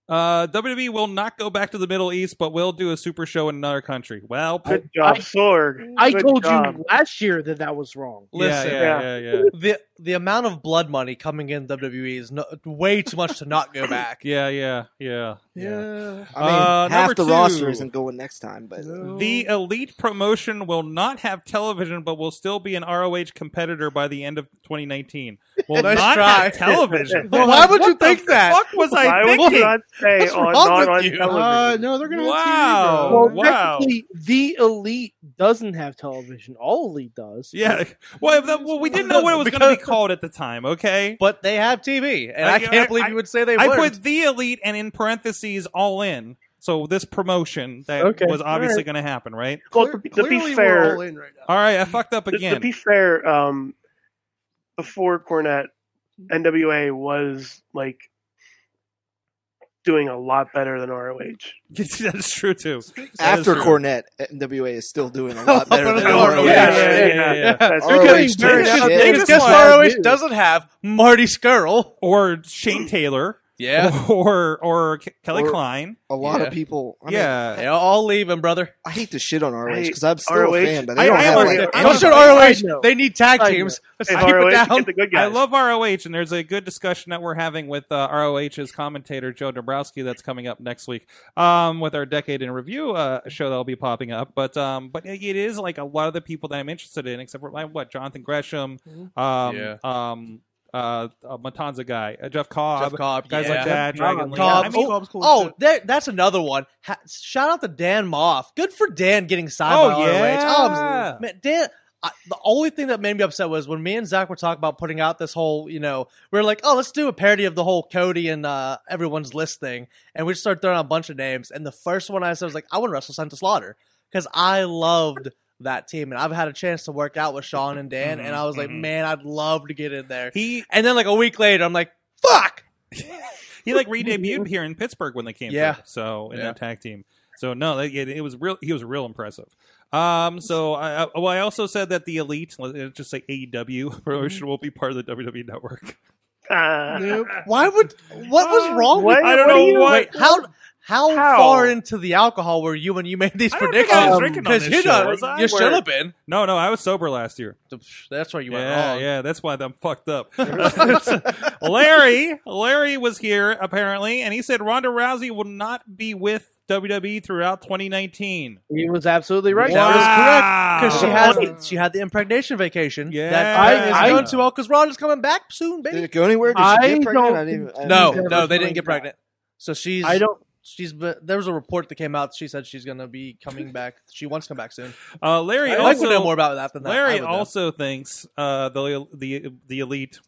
S2: Uh, WWE will not go back to the Middle East, but will do a super show in another country. Well,
S5: Good job,
S3: I-
S5: Sorg.
S3: I
S5: Good
S3: told
S5: job.
S3: you last year that that was wrong.
S2: yeah,
S7: Listen,
S2: yeah, yeah, yeah.
S7: the the amount of blood money coming in WWE is no, way too much to not go back.
S2: Yeah, yeah, yeah.
S6: I
S4: Yeah.
S6: mean,
S2: Uh, number
S6: half the roster
S2: two.
S6: isn't going next time, but
S2: The elite promotion will not have television, but will still be an ROH competitor by the end of 2019. Will
S7: Nice
S2: not
S7: try.
S2: have television.
S7: Well, why would you think that?
S2: What the fuck was I
S5: Why would you
S2: thinking?
S5: not say
S7: What's
S5: on,
S7: wrong
S5: not
S7: with
S5: on
S7: you?
S5: television?
S4: Uh, no, they're gonna
S2: Wow.
S4: have TV,
S2: Oh,
S4: bro.
S3: Well,
S2: wow.
S3: technically, the elite doesn't have television. All elite does.
S2: Yeah. Well, if that, well, we didn't know what it was going to be called at the time. Okay.
S7: But they have TV, and
S2: I-
S7: I,
S2: I-
S7: can't believe you would say they
S2: I
S7: would.
S2: put the elite and in parentheses all in. So this promotion that
S3: Okay.
S2: was obviously going to happen, right?
S5: Well,
S4: Cle-
S5: to, be- to
S4: clearly we're
S5: be fair,
S4: all in right now.
S2: All right, I fucked up
S5: to, to
S2: again.
S5: be fair, um, before Cornette, NWA was like doing a lot better than ROH.
S2: That's true too. That is
S6: after
S2: true.
S6: Cornette, NWA is still doing a lot better than
S7: Yeah,
S6: ROH.
S7: yeah,
S2: yeah, yeah, yeah.
S7: Uh,
S5: That's
S6: They're
S5: true.
S6: getting very
S5: Because-
S6: shit.
S2: They just
S7: Because guess
S2: like-
S7: what ROH doesn't have Marty Skrull.
S2: Or Shane Taylor,
S7: Yeah,
S2: or or Ke- Kelly
S6: Or-
S2: Klein.
S6: A lot
S7: Yeah.
S6: of people. I mean,
S2: yeah.
S7: they all leaving, brother.
S6: I hate to shit on ROH
S5: Hey,
S6: because I'm still
S5: ROH
S6: a fan, but
S2: I-
S6: they don't
S2: I
S6: have
S2: almost-
S6: like.
S2: I
S6: I,
S7: Don't
S2: almost-
S7: shoot
S3: I know.
S7: ROH. They need tag
S3: I
S7: teams. Let's
S5: If
S7: keep
S5: ROH
S7: it
S5: can
S7: down.
S5: get the good
S2: I
S5: guys.
S2: love ROH, and there's a good discussion that we're having with uh, ROH's commentator Joe Dombrowski that's coming up next week um, with our Decade in Review uh, show that'll be popping up. But um, but it is like a lot of the people that I'm interested in, except for like what Jonathan Gresham,
S6: Mm-hmm.
S2: um,
S7: Yeah.
S2: um, uh, uh, Matanza guy, uh, Jeff Cobb,
S7: Jeff Cobb,
S2: guys like
S7: yeah.
S2: that, Dragon Lee.
S7: Cobb.
S2: I mean,
S4: Cobb's cool as
S7: Oh,
S4: shit.
S7: that, that's another one. Ha- shout out to Dan Moff. Good for Dan getting signed
S2: Oh,
S7: by
S2: yeah.
S7: ROH. Oh, man, Dan. I, the only thing that made me upset was when me and Zach were talking about putting out this whole, you know, we are like, oh, let's do a parody of the whole Cody and uh, everyone's list thing, and we just started throwing out a bunch of names. And the first one I said was like, I want to wrestle Santa Slaughter because I loved that team, and I've had a chance to work out with Sean and Dan, and I was like,
S2: Mhm.
S7: man, I'd love to get in there.
S2: he
S7: And then like a week later, I'm like, fuck,
S2: he like re-debuted here in Pittsburgh when they came.
S7: Yeah.
S2: through, so in
S7: Yeah.
S2: that tag team. So no, they- it, it was real. He was real impressive. Um. So I, I well, I also said that the elite, let's just say
S7: Mm-hmm.
S2: AEW promotion, will be part of the WWE network.
S5: Uh,
S4: Nope.
S7: why would what
S2: Uh,
S7: was wrong
S5: What-
S7: with
S5: I don't
S7: what
S5: know
S7: do you-
S5: what-
S7: wait, how, how
S5: How?
S7: far into the alcohol were you when you made these
S2: I don't think
S7: predictions?
S2: I was drinking on this
S7: you
S2: show,
S7: know-
S2: was I?
S7: you should have been.
S2: No, no, I was sober last year.
S7: That's where you went
S2: yeah,
S7: wrong.
S2: yeah, that's why I'm fucked up. Larry, Larry was here apparently, and he said Ronda Rousey will not be with WWE throughout 2019.
S3: He was absolutely right.
S7: That was
S2: wow.
S7: Because she
S4: Oh.
S7: had she had the impregnation vacation.
S2: Yeah.
S7: that
S3: I-
S7: is
S3: I-
S7: going too well because Ron is coming back soon,
S6: did
S7: baby.
S6: it go anywhere? Did
S3: I
S6: she get pregnant?
S3: don't
S6: I didn't, I
S7: No,
S3: She's
S6: didn't-
S7: no, they
S3: going
S7: didn't get
S3: back.
S7: pregnant. So she's
S3: I don't.
S7: she's but there was a report that came out. She said she's gonna be coming back. She wants to come back soon.
S2: Uh, Larry
S7: I'd
S2: also
S7: like to know more about that than that. I
S2: Larry
S7: would know.
S2: also thinks uh, the the the elite.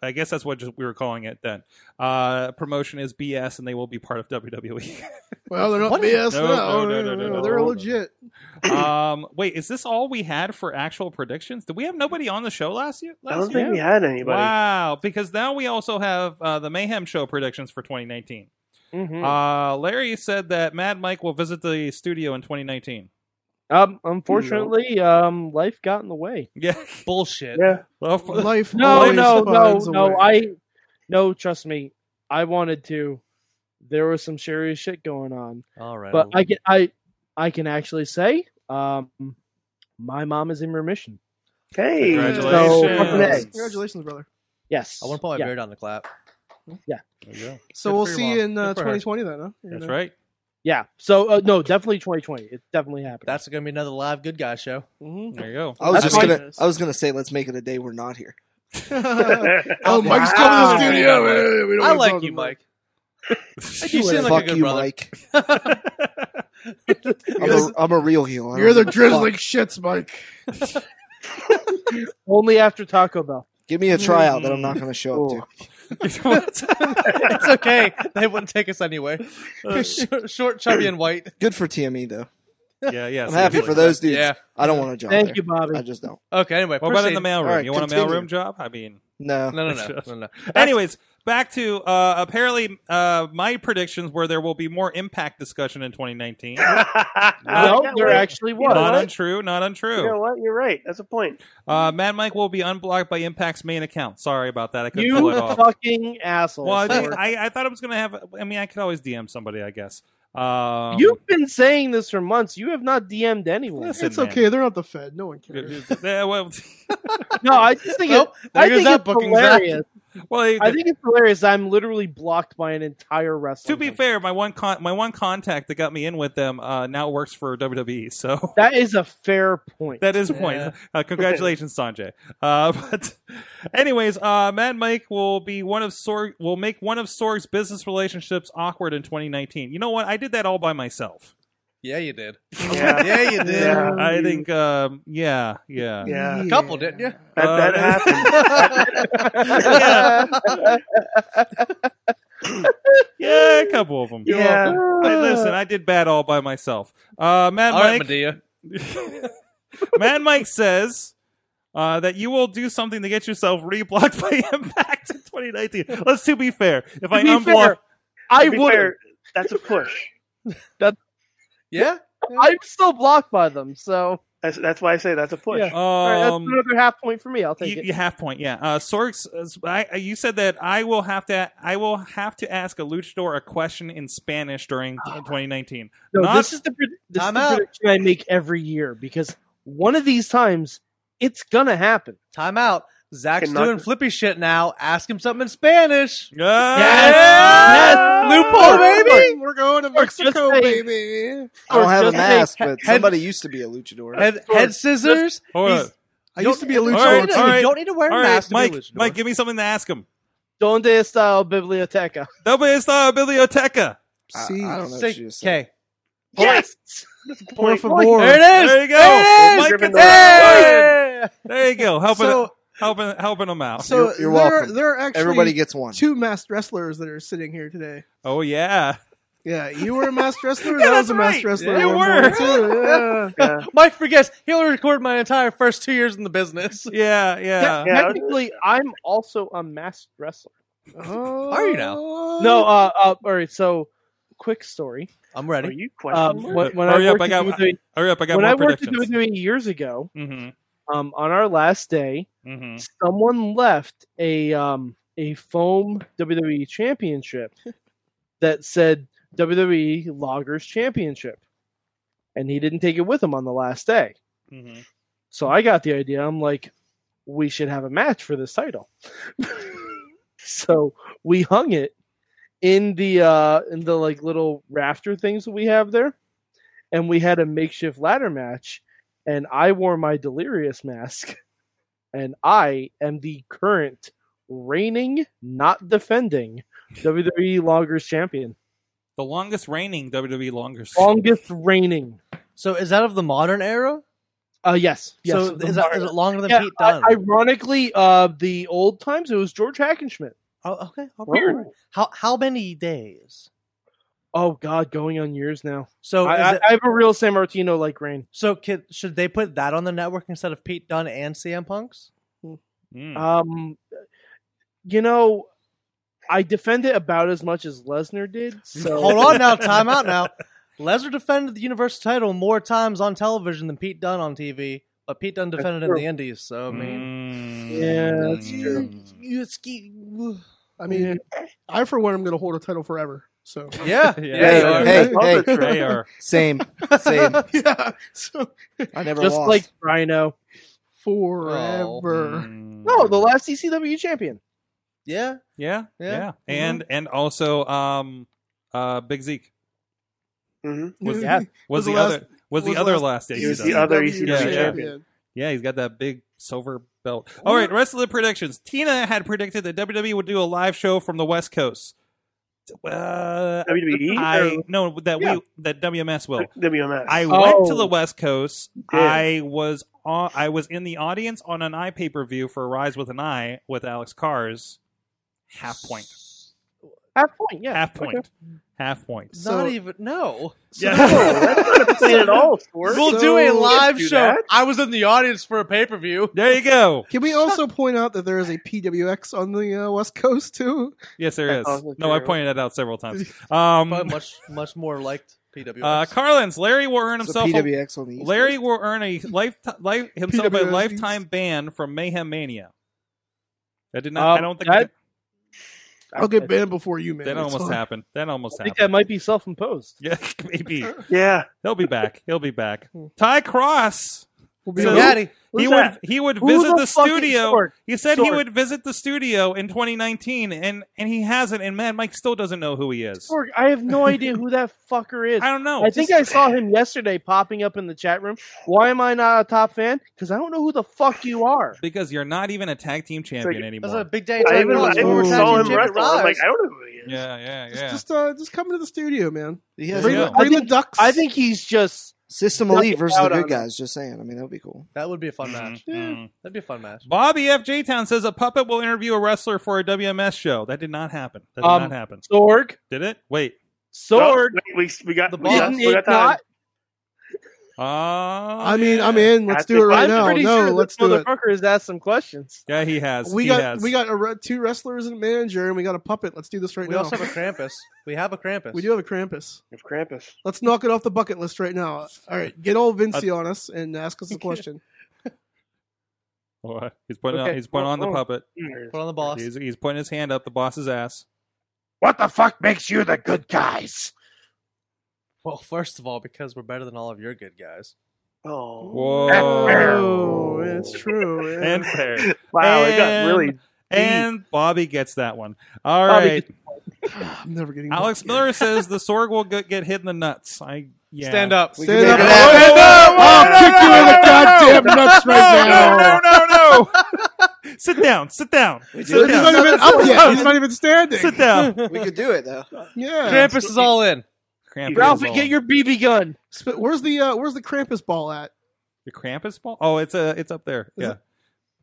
S2: I guess that's what just we were calling it then. Uh, promotion is BS, and they will be part of E. WWE.
S4: Well, they're not
S7: What is-
S4: BS
S2: No,
S4: now.
S2: no, no, no, no, no,
S4: They're
S2: no.
S4: legit.
S2: um, wait, is this all we had for actual predictions? Did we have nobody on the show last year?
S5: I
S2: Last
S5: don't
S2: year?
S5: think we had anybody.
S2: Wow, because now we also have uh, the Mayhem Show predictions for 2019.
S3: Mhm.
S2: Uh, Larry said that Mad Mike will visit the studio in 2019.
S3: um, unfortunately, um, life got in the way.
S2: Yeah.
S7: bullshit.
S5: Yeah.
S2: Well, for-
S4: Life.
S3: No,
S4: always
S3: no, no,
S4: finds a way.
S3: no. I no. Trust me, I wanted to. There was some serious shit going on,
S7: All right,
S3: but I can I I can actually say, um, my mom is in remission.
S5: Hey,
S2: Congratulations.
S3: Congratulations.
S4: Congratulations, brother.
S3: Yes,
S7: I want to put my
S3: yeah.
S7: beard on the clap.
S2: There you go.
S4: So
S7: Good
S4: we'll
S7: for your
S4: see
S7: mom.
S4: you in uh,
S7: Good for her.
S4: 2020 then, huh? You
S2: That's
S4: know?
S2: right.
S3: Yeah. So uh, no, definitely 2020. It definitely happened.
S7: That's gonna be another live good guy show.
S4: Mhm.
S2: There you go.
S6: I was
S4: That's
S6: just
S4: fine.
S6: gonna. I was gonna say, let's make it a day we're not here.
S4: oh, Mike's coming to
S7: Wow.
S4: the studio. man. We don't
S7: I
S4: wanna
S7: like
S4: talk
S7: you,
S4: about
S7: Mike.
S4: it.
S7: You seem like a
S6: Fuck
S7: good
S6: you,
S7: brother.
S6: Mike. I'm
S4: You're
S6: a,
S4: the-
S6: I'm a real heel. I
S4: You're the
S6: don't give a fuck.
S4: drizzling shits, Mike.
S3: Only after Taco Bell.
S6: Give me a tryout that I'm not gonna show up to.
S7: it's okay. They wouldn't take us anyway. Short, short, chubby, and white.
S6: Good for TME though.
S2: yeah, yeah.
S6: I'm happy for those dudes.
S7: Yeah.
S6: I don't want to job.
S3: Thank
S6: there.
S3: you, Bobby.
S6: I just don't.
S7: Okay. Anyway,
S2: What about in the
S7: proceed.
S2: mailroom?
S6: All right,
S2: you want a
S6: continue.
S2: mailroom job? I mean,
S6: No.
S7: No, no, no, no, no.
S2: anyways, back to uh, apparently uh, my predictions were there will be more impact discussion in 2019. not
S3: no,
S5: Yeah,
S3: there
S5: wait.
S3: actually
S5: You know
S3: was.
S5: what?
S2: untrue. Not
S5: You know
S2: untrue.
S5: what? You're right. That's a point.
S2: Uh, Mad Mike will be unblocked by Impact's main account. Sorry about that. I couldn't pull
S3: You
S2: it off.
S3: fucking asshole.
S2: Well, I,
S3: Sorry.
S2: think- I, I thought I was going to have. I mean, I could always DM somebody, I guess. Um,
S3: You've been saying this for months. You have not DM'd anyone.
S2: Listen,
S4: it's okay. They're not the Fed. No one cares.
S2: Yeah, well,
S3: No, I just think
S7: Nope,
S3: it,
S7: there
S3: I
S7: goes
S3: think
S7: that
S3: it's
S7: booking, Zach.
S3: hilarious.
S2: well
S3: I think it's hilarious. I'm literally blocked by an entire wrestling.
S2: to be
S3: company.
S2: fair, my one con- my one contact that got me in with them uh, now works for WWE. So
S3: that is a fair point.
S2: That is a
S7: Yeah.
S2: point. Uh, congratulations, Sanjay. Uh, but, anyways, uh, Mad Mike will be one of Sorg will make one of Sorg's business relationships awkward in 2019. You know what? I did that all by myself.
S7: Yeah, you did.
S5: Yeah.
S7: Yeah, you did.
S5: Yeah.
S2: I think, um, yeah, yeah.
S5: Yeah.
S7: couple, didn't you?
S5: That, that
S2: Uh,
S5: happened.
S2: yeah, yeah, a couple of them.
S5: Yeah.
S2: Hey, listen, I did bad all by myself. Uh, Mad
S7: All right,
S2: Mike,
S7: Medea.
S2: Mad Mike says uh, that you will do something to get yourself reblocked by Impact in 2019. Let's to be fair, if I
S3: be
S2: unblock,
S3: fair, I
S5: To be
S3: would.
S5: fair, That's a push.
S7: Yeah.
S3: I'm still blocked by them, so
S5: That's, that's why I say that's a push.
S3: Yeah.
S2: um,
S3: all right, that's another half point for me. I'll take
S2: you,
S3: it.
S2: you half point, yeah. Uh, Sorgs, uh, I, you said that I will have to, I will have to ask a luchador a question in Spanish during 2019.
S3: No,
S2: Not-
S3: this is the, pre- this is
S7: Time
S3: the
S7: out.
S3: prediction I make every year because one of these times it's gonna happen.
S7: Time out. Zach's
S5: Cannot-
S7: doing flippy shit now. Ask him something in Spanish.
S2: Yeah!
S3: Oh
S7: Loophole, baby.
S4: We're going to
S3: Or just
S4: Mexico,
S3: say-
S4: baby.
S6: I don't
S3: Or
S6: have
S3: just
S6: an ass,
S3: say-
S6: but
S7: head-
S6: somebody used to be a luchador.
S7: Head, head scissors.
S2: Hold
S7: He's-
S2: on.
S4: I used to be a
S7: Don't-
S2: All right,
S4: luchador.
S7: You
S4: too.
S2: all right.
S7: don't need to wear a
S2: All right,
S7: mask. to be a
S2: Mike,
S7: luchador.
S2: Mike, give me something to ask him.
S3: Donde está la biblioteca?
S2: Double style biblioteca.
S6: I,
S4: See,
S6: I don't know
S7: Sick.
S6: what she was saying.
S7: Okay.
S3: Yes.
S4: por
S5: Point-
S4: favor.
S7: There it is.
S2: There you go.
S7: There it is.
S2: Mike
S5: Driven
S2: gets it.
S5: the
S7: Hey!
S2: There you go. Helping,
S4: So-
S2: helping, helping them out.
S4: So
S6: You're- you're
S4: there, are-
S6: welcome.
S4: there are actually
S6: Everybody gets one.
S4: two masked wrestlers that are sitting here today.
S2: oh yeah.
S4: Yeah, you were a masked wrestler.
S2: Yeah,
S4: I was
S2: that's
S4: a masked
S2: right.
S4: wrestler.
S2: Yeah,
S4: at
S2: you
S4: one
S2: were.
S4: point, Too. Yeah.
S5: Yeah.
S7: Mike forgets he'll record my entire first two years in the business.
S2: Yeah, yeah.
S5: Yeah.
S3: Technically, I'm also a masked wrestler.
S4: Oh.
S7: Are you now?
S3: No, uh, uh, all right. So, quick story.
S7: I'm
S5: Are
S7: ready.
S5: you
S3: Uh,
S5: questioning?
S3: when, when I
S2: Hurry up,
S3: worked
S2: Oh, I got-
S3: at WWE
S2: Hurry up, I got
S3: when
S2: more
S3: I worked at
S2: predictions.
S3: WWE years ago,
S2: Mm-hmm.
S3: um, on our last day,
S2: Mm-hmm.
S3: someone left a um, a foam WWE championship that said WWE Loggers Championship, and he didn't take it with him on the last day.
S2: Mm-hmm.
S3: So I got the idea. I'm like, we should have a match for this title. so we hung it in the uh, in the like little rafter things that we have there, and we had a makeshift ladder match. And I wore my delirious mask, and I am the current reigning, not defending WWE Loggers champion,
S2: The longest reigning WWE longest.
S3: longest reigning.
S7: So is that of the modern era?
S3: Uh, yes, yes.
S7: so
S3: the
S7: is, that,
S3: modern-
S7: is it longer than
S3: Yeah,
S7: Pete
S3: I-
S7: Dunne?
S3: ironically, uh, the old times it was George Hackenschmidt.
S7: oh, okay. all right,
S3: Weird.
S7: all right. How how many days?
S3: Oh God, going on years now.
S7: So
S3: I,
S7: is
S3: I,
S7: it,
S3: I have a real San Martino like reign.
S7: so kid, should they put that on the network instead of Pete Dunne and CM Punk's?
S4: Hmm.
S2: Mm.
S3: Um, you know, I defend it about as much as Lesnar did. So
S7: Hold on now, time out now. Lesnar defended the Universal title more times on television than Pete Dunne on TV, but Pete Dunne defended in
S3: true.
S7: the Indies. So I mean,
S2: Mm.
S3: Yeah, that's Mm.
S7: you ski-
S4: I mean, I for one am going to hold a title forever. So
S7: yeah,
S2: Yeah,
S7: yeah, you
S6: hey,
S7: are.
S6: hey, hey,
S2: They are.
S6: same, same.
S4: yeah, so
S6: I never
S3: just
S6: lost.
S3: like Rhino.
S4: forever.
S2: Mm.
S3: No, Oh,
S4: Hmm.
S3: the last ECW champion.
S7: yeah.
S2: Yeah, yeah,
S7: Yeah. Mhm.
S2: and and also um, uh, Big Zeke
S7: mm.
S5: Mhm.
S2: was
S4: Yeah.
S2: was,
S4: Was
S2: the
S4: the last-
S2: other was,
S4: was
S2: the
S4: the
S2: other
S4: last-
S2: last day.
S5: He was
S2: he
S5: the
S2: does.
S5: other
S4: ECW
S2: Yeah, yeah.
S4: champion.
S2: Yeah, he's got that big silver belt. All right, rest of the predictions. Tina had predicted that WWE would do a live show from the West Coast. Uh,
S5: WWE?
S2: I no that
S3: Yeah.
S2: we that WMS will.
S5: or WMS.
S2: I
S3: Oh.
S2: went to the West Coast.
S5: did.
S2: I was on, I was in the audience on an eye pay per view for Rise with an Eye with Alex Cars. Half point.
S3: Half point. Yeah,
S2: Half
S3: okay.
S2: point. Half point.
S7: Not even no.
S2: Yeah.
S5: played it all, Swerve.
S7: We'll
S4: So-
S7: do a live
S5: do
S7: show.
S5: that.
S7: I was in the audience for a pay per view.
S2: there you go.
S4: Can we also point out that there is a PWX on the uh, West Coast too?
S2: Yes, there is.
S5: Oh,
S2: No, I
S5: true.
S2: pointed that out several times. Um,
S7: But much much more liked PW.
S2: uh, Carlins, Larry will earn
S6: It's a
S2: himself a
S6: PWX on the East
S2: Larry
S6: Coast.
S2: will earn a life, life himself a
S4: PWSDs.
S2: lifetime ban from Mayhem Mania. I did not. I
S3: Um,
S2: don't think.
S3: that-
S4: I'll get banned before you, man.
S2: That
S4: It's
S2: almost
S4: fine.
S2: happened. That almost
S3: I
S2: happened.
S3: think that might be self-imposed.
S2: Yeah, maybe.
S5: Yeah.
S2: He'll be back. He'll be back. Ty Cross.
S4: We'll be
S2: So-
S4: like,
S7: Daddy,
S2: He
S3: Who's
S2: would
S3: that?
S2: he would
S3: Who
S2: visit
S3: the
S2: the
S3: fuck is
S2: studio.
S3: Sorg?
S2: He said he
S3: Sorg.
S2: would visit the studio in 2019, and and he hasn't. And Mad Mike still doesn't know who he is.
S3: Sorg, I have no idea who that fucker is.
S2: I don't know.
S3: I think I saw him yesterday popping up in the chat room. Why am I not a top fan? Because I don't know who the fuck you are.
S2: because you're not even a tag team champion
S7: that's a
S2: anymore.
S7: big day.
S5: I
S7: Ty
S5: even, I
S7: Cross,
S5: even
S7: former tag
S5: saw
S7: team
S5: him
S7: champion
S5: wrestle. I'm like,
S7: Rise.
S5: I don't know who he is.
S2: Yeah, yeah,
S4: just,
S2: yeah.
S4: just, uh, just come into the studio, man.
S6: He has
S4: Bring,
S2: Yeah.
S4: the, bring
S3: I think-
S4: the ducks.
S3: I think he's just
S6: System Elite versus the
S3: out on
S6: good
S3: it.
S6: guys. Just saying. I mean, that would be cool.
S7: That would be a fun
S5: Mm-hmm.
S7: match.
S2: Mhm.
S7: That'd be a fun match.
S2: Bobby F. J. Town says a puppet will interview a wrestler for a WMS show. That did not happen. That did
S3: Um,
S2: not happen.
S3: Sorg.
S2: Did it? Wait.
S5: No,
S3: Sorg.
S5: wait, we, we got
S7: The
S5: the we got,
S3: Didn't
S5: we got
S3: it
S5: time.
S3: not?
S2: Oh,
S4: I mean,
S2: yeah.
S4: I'm in. Let's
S5: That's
S4: do it
S5: it.
S4: right
S3: I'm
S4: now.
S3: pretty
S4: no,
S3: sure
S4: let's
S3: this
S4: do it.
S3: motherfucker has asked some questions.
S2: Yeah, he has.
S4: We
S2: He
S4: got
S2: has.
S4: we got a, re- two wrestlers and a manager, and we got a puppet. Let's do this right
S7: We
S4: now.
S7: also have a Krampus. We have a Krampus.
S4: we do have a Krampus.
S5: It's Krampus.
S4: Let's knock it off the bucket list right now. All right, get old
S2: Uh,
S4: Vinci on us and ask us a question.
S2: Oh, he's putting on,
S5: Okay.
S2: he's putting on the
S5: Oh, oh.
S2: puppet.
S7: Put on the boss.
S2: He's, he's putting his hand up the boss's ass.
S1: What the fuck makes you the good guys?
S7: Well, first of all, because we're better than all of your good guys.
S5: Oh
S2: Whoa.
S4: Oh, it's true. yeah.
S2: And fair.
S5: wow! It got
S2: And-
S5: really.
S2: And Bobby gets that one. All
S3: Bobby
S2: right.
S4: I'm never getting
S2: Alex
S4: that.
S2: Miller says the Sorg will get, get hit in the nuts. I yeah. Oh,
S7: Stand up.
S6: We
S4: Stand
S6: can
S4: up.
S6: make it happen.
S4: Whoa, whoa, whoa, I'll kick you in the goddamn nuts right now.
S2: no, no, no. Sit down. Sit down.
S6: We
S2: Sit
S6: do
S4: He's not
S2: down.
S6: it.
S4: even up yet. He's not even standing.
S2: Sit down.
S6: We could do it though.
S4: Yeah.
S7: Krampus is all in.
S2: Krampus
S3: Ralphie,
S2: ball.
S3: get your BB gun.
S4: Sp- Where's the uh, Where's the Krampus ball at?
S2: the Krampus ball. Oh, it's uh, it's up there.
S4: Is
S2: yeah.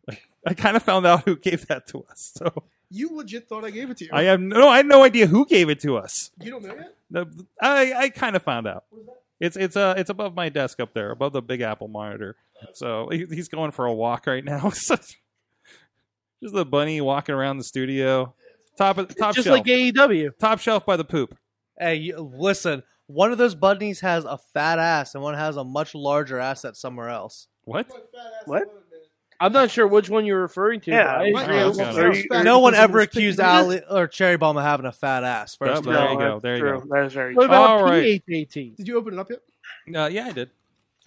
S2: I kind of found out who gave that to us. So
S4: You legit thought I gave it to you.
S2: I have no, I had no idea who gave it to us.
S4: you don't know yet.
S2: The- I I kind of found out. It's it's uh it's above my desk up there, above the Big Apple monitor. So he, he's going for a walk right now. Just the bunny walking around the studio, top of top
S3: Just
S2: shelf,
S3: like E AEW.
S2: top shelf by the poop.
S7: Hey, you, listen. One of those bunnies has a fat ass, and one has a much larger ass at somewhere else.
S2: What?
S5: What?
S3: I'm not sure which one you're referring to.
S5: Yeah,
S3: but I
S5: Mike
S3: agree.
S2: Ralph's
S3: with what
S2: got
S3: Sorg
S5: it.
S3: said.
S4: Right,
S7: No one
S4: because of
S7: ever
S4: his
S7: accused
S4: pigment.
S7: Ali or Cherry Bomb of having a fat ass. First,
S2: Yeah,
S7: of all.
S2: you go,
S5: that's
S2: there you
S5: true. That is very.
S3: What about
S2: All right.
S3: PHAT?
S4: Did you open it up yet?
S2: Uh, yeah, I did.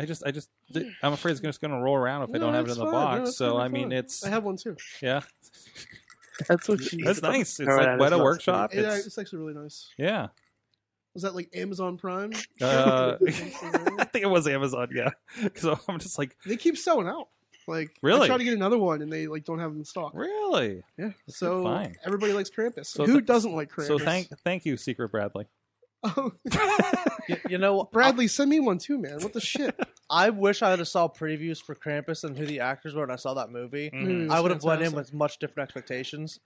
S2: I just I just did- I'm afraid it's just going to roll around if I
S4: No,
S2: don't have it in
S4: that's
S2: the
S4: fine. No,
S2: box.
S4: that's
S2: so
S4: totally
S2: I mean,
S4: fine.
S2: it's
S4: I have one too.
S2: yeah,
S3: That's what she
S2: that's nice. It's
S5: All
S2: like
S5: right,
S2: Weta
S5: that's
S2: Workshop.
S4: Yeah,
S2: It's
S4: it's actually really nice.
S2: yeah.
S4: Was that like Amazon Prime?
S2: Uh, I think it was Amazon. Yeah, because I'm just like
S4: they keep selling out. Like
S2: Really?
S4: I try to get another one and they like don't have them in stock.
S2: really.
S4: Yeah. So
S2: fine.
S4: everybody likes Krampus.
S2: So
S4: Who
S2: th-
S4: doesn't like Krampus?
S2: So thank thank you, Secret Bradley.
S4: Oh,
S7: You, you know, what?
S4: Bradley, send me one too, man. What the shit?
S7: I wish I would have saw previews for Krampus and who the actors were when I saw that movie.
S4: Movie Mm, was
S7: I would have went in
S4: fantastic.
S7: with much different expectations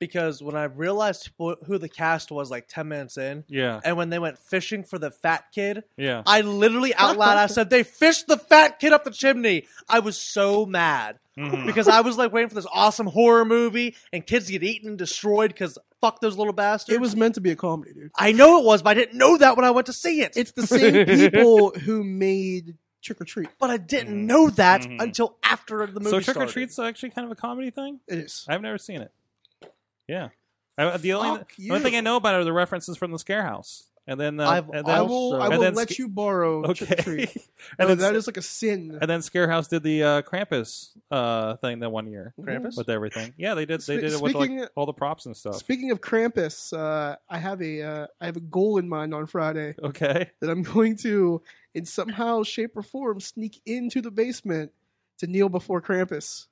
S7: because when I realized who who the cast was like 10 minutes in
S2: Yeah,
S7: and when they went fishing for the fat kid,
S2: yeah.
S7: I literally out loud I said they fished the fat kid up the chimney. I was so mad
S4: Mm-hmm.
S2: Mhm.
S7: because I was like waiting for this awesome horror movie and kids get eaten and destroyed because fuck those little bastards.
S4: It was meant to be a comedy, dude.
S7: I know it was, but I didn't know that when I went to see it.
S4: It's the same people who made Trick or Treat.
S7: but I didn't know that
S2: Mhm.
S7: until after the movie.
S2: So trick or
S7: started.
S2: treat's actually kind of a comedy thing.
S4: It is.
S2: I've never seen it. Yeah, I, the only
S4: Fuck
S2: the only thing
S4: you.
S2: I know about are the references from the Scare House, and then uh,
S7: I've-
S2: and then,
S4: I will.
S7: also-
S4: I
S2: and
S4: will
S2: then
S4: let
S2: sca-
S4: you borrow Trick or
S2: okay,
S4: Treat.
S2: and
S4: No,
S2: then
S4: that is like a sin.
S2: and then Scare House did the uh, Krampus uh, thing that one year
S7: Krampus?
S2: with everything. Yeah, they did. They
S4: Spe-
S2: did it with like oh.
S4: speaking-
S2: all the props and stuff.
S4: Speaking of Krampus, uh, I have a uh, I have a goal in mind on Friday
S2: Okay,
S4: that I'm going to, in somehow, shape, or form, sneak into the basement to kneel before Krampus.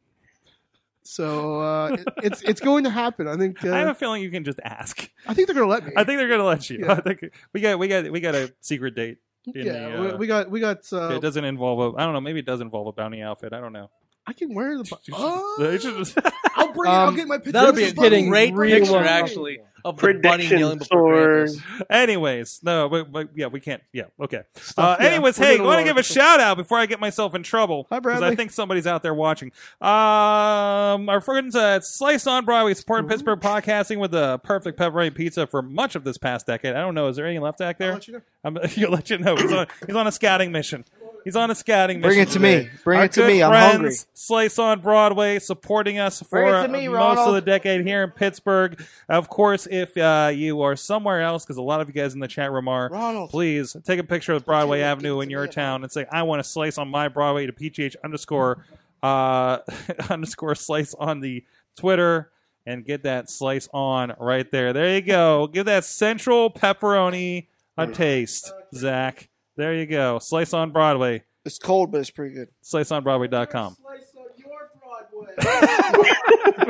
S4: So uh, it- it's it's going to happen. I think uh,
S2: I
S4: I,
S2: have a feeling you can just ask.
S4: think they're going to let me.
S2: I think they're gonna let you.
S4: Yeah.
S2: I think we got we got we got a secret date. in
S4: yeah,
S2: the,
S4: we-
S2: uh,
S4: we got we got.
S2: It
S4: Uh,
S2: doesn't involve a. I don't know. Maybe it does involve a bounty outfit. I don't know.
S4: I can wear the. bu-
S2: They
S4: Uh,
S2: should just-
S4: I'll bring. it. I'll
S3: Um,
S4: get my picture.
S7: That would
S4: This
S7: be
S4: is
S7: a
S4: fucking
S7: great
S3: real
S7: picture,
S3: one.
S7: actually, of the bunny
S5: Prediction
S7: kneeling before
S5: for-
S7: Krampus.
S2: Anyways, no, but, but yeah, we can't. Yeah, okay. Uh,
S4: Stuff, yeah.
S2: Anyways,
S4: We're
S2: hey, I
S4: gonna
S2: want to
S4: roll
S2: give a
S4: it.
S2: shout out before I get myself in trouble.
S4: Hi,
S2: Because I
S4: Bradley.
S2: think somebody's out there watching. Um, our friends at Slice on Broadway support Pittsburgh podcasting with the perfect pepperoni pizza for much of this past decade. I don't know. Is there any left back
S4: I'll
S2: there?
S4: let you know.
S2: I'm, he'll let you know. He's on, he's on a scouting mission. He's on a scouting
S6: Bring
S2: mission.
S6: it to me.
S2: today.
S6: Bring
S2: Our
S6: it to
S2: good
S6: me. I'm
S2: friends,
S6: hungry.
S2: Slice on Broadway, supporting us
S6: Bring it
S2: for
S6: to me,
S2: uh, most
S6: Ronald.
S2: of the decade here in Pittsburgh. Of course, if uh, you are somewhere else, because a lot of you guys in the chat room are,
S6: Ronald.
S2: please take a picture of Broadway Avenue in your town and say, "I want a slice on my Broadway" to PGH underscore uh, underscore slice on the Twitter. And get that slice on right there. There you go. Give that central pepperoni a taste, Zach. There you go. Slice on Broadway.
S6: It's cold, but it's pretty good.
S2: SliceOnBroadway.com.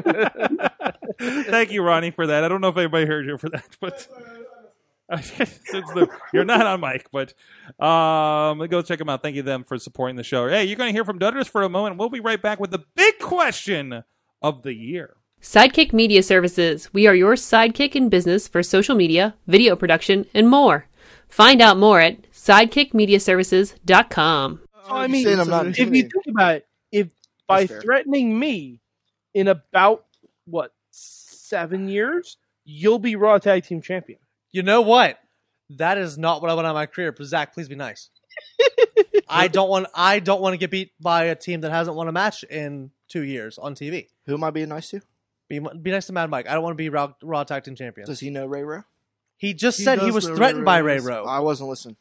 S2: Thank you, Ronnie, for that. I don't know if anybody heard you for that, but since the, you're not on mic, but um, go check them out. Thank you them for supporting the show. Hey, you're going to hear from Dutters for a moment. We'll be right back with the big question of the year.
S9: Sidekick Media Services. We are your sidekick in business for social media, video production, and more. Find out more at sidekickmediaservices.com.
S3: I mean,
S6: saying I'm not
S3: if you
S6: intimidated.
S3: think about it, if by
S6: That's fair.
S3: threatening me in about what seven years, you'll be Raw Tag Team Champion.
S7: You know what? That is not what I want out of my career. But Zach, please be nice. I don't want. I don't want to get beat by a team that hasn't won a match in two years on TV.
S6: Who am I being nice to?
S7: Be, be nice to Mad Mike. I don't want to be Raw, Raw Tag Team Champion.
S6: Does he know Ray Rowe?
S7: He just
S4: He
S7: said he
S4: does
S7: was
S4: know
S7: threatened
S4: Ray
S7: by
S4: Rowe
S7: Ray
S4: is-
S7: Rowe.
S6: I wasn't listening.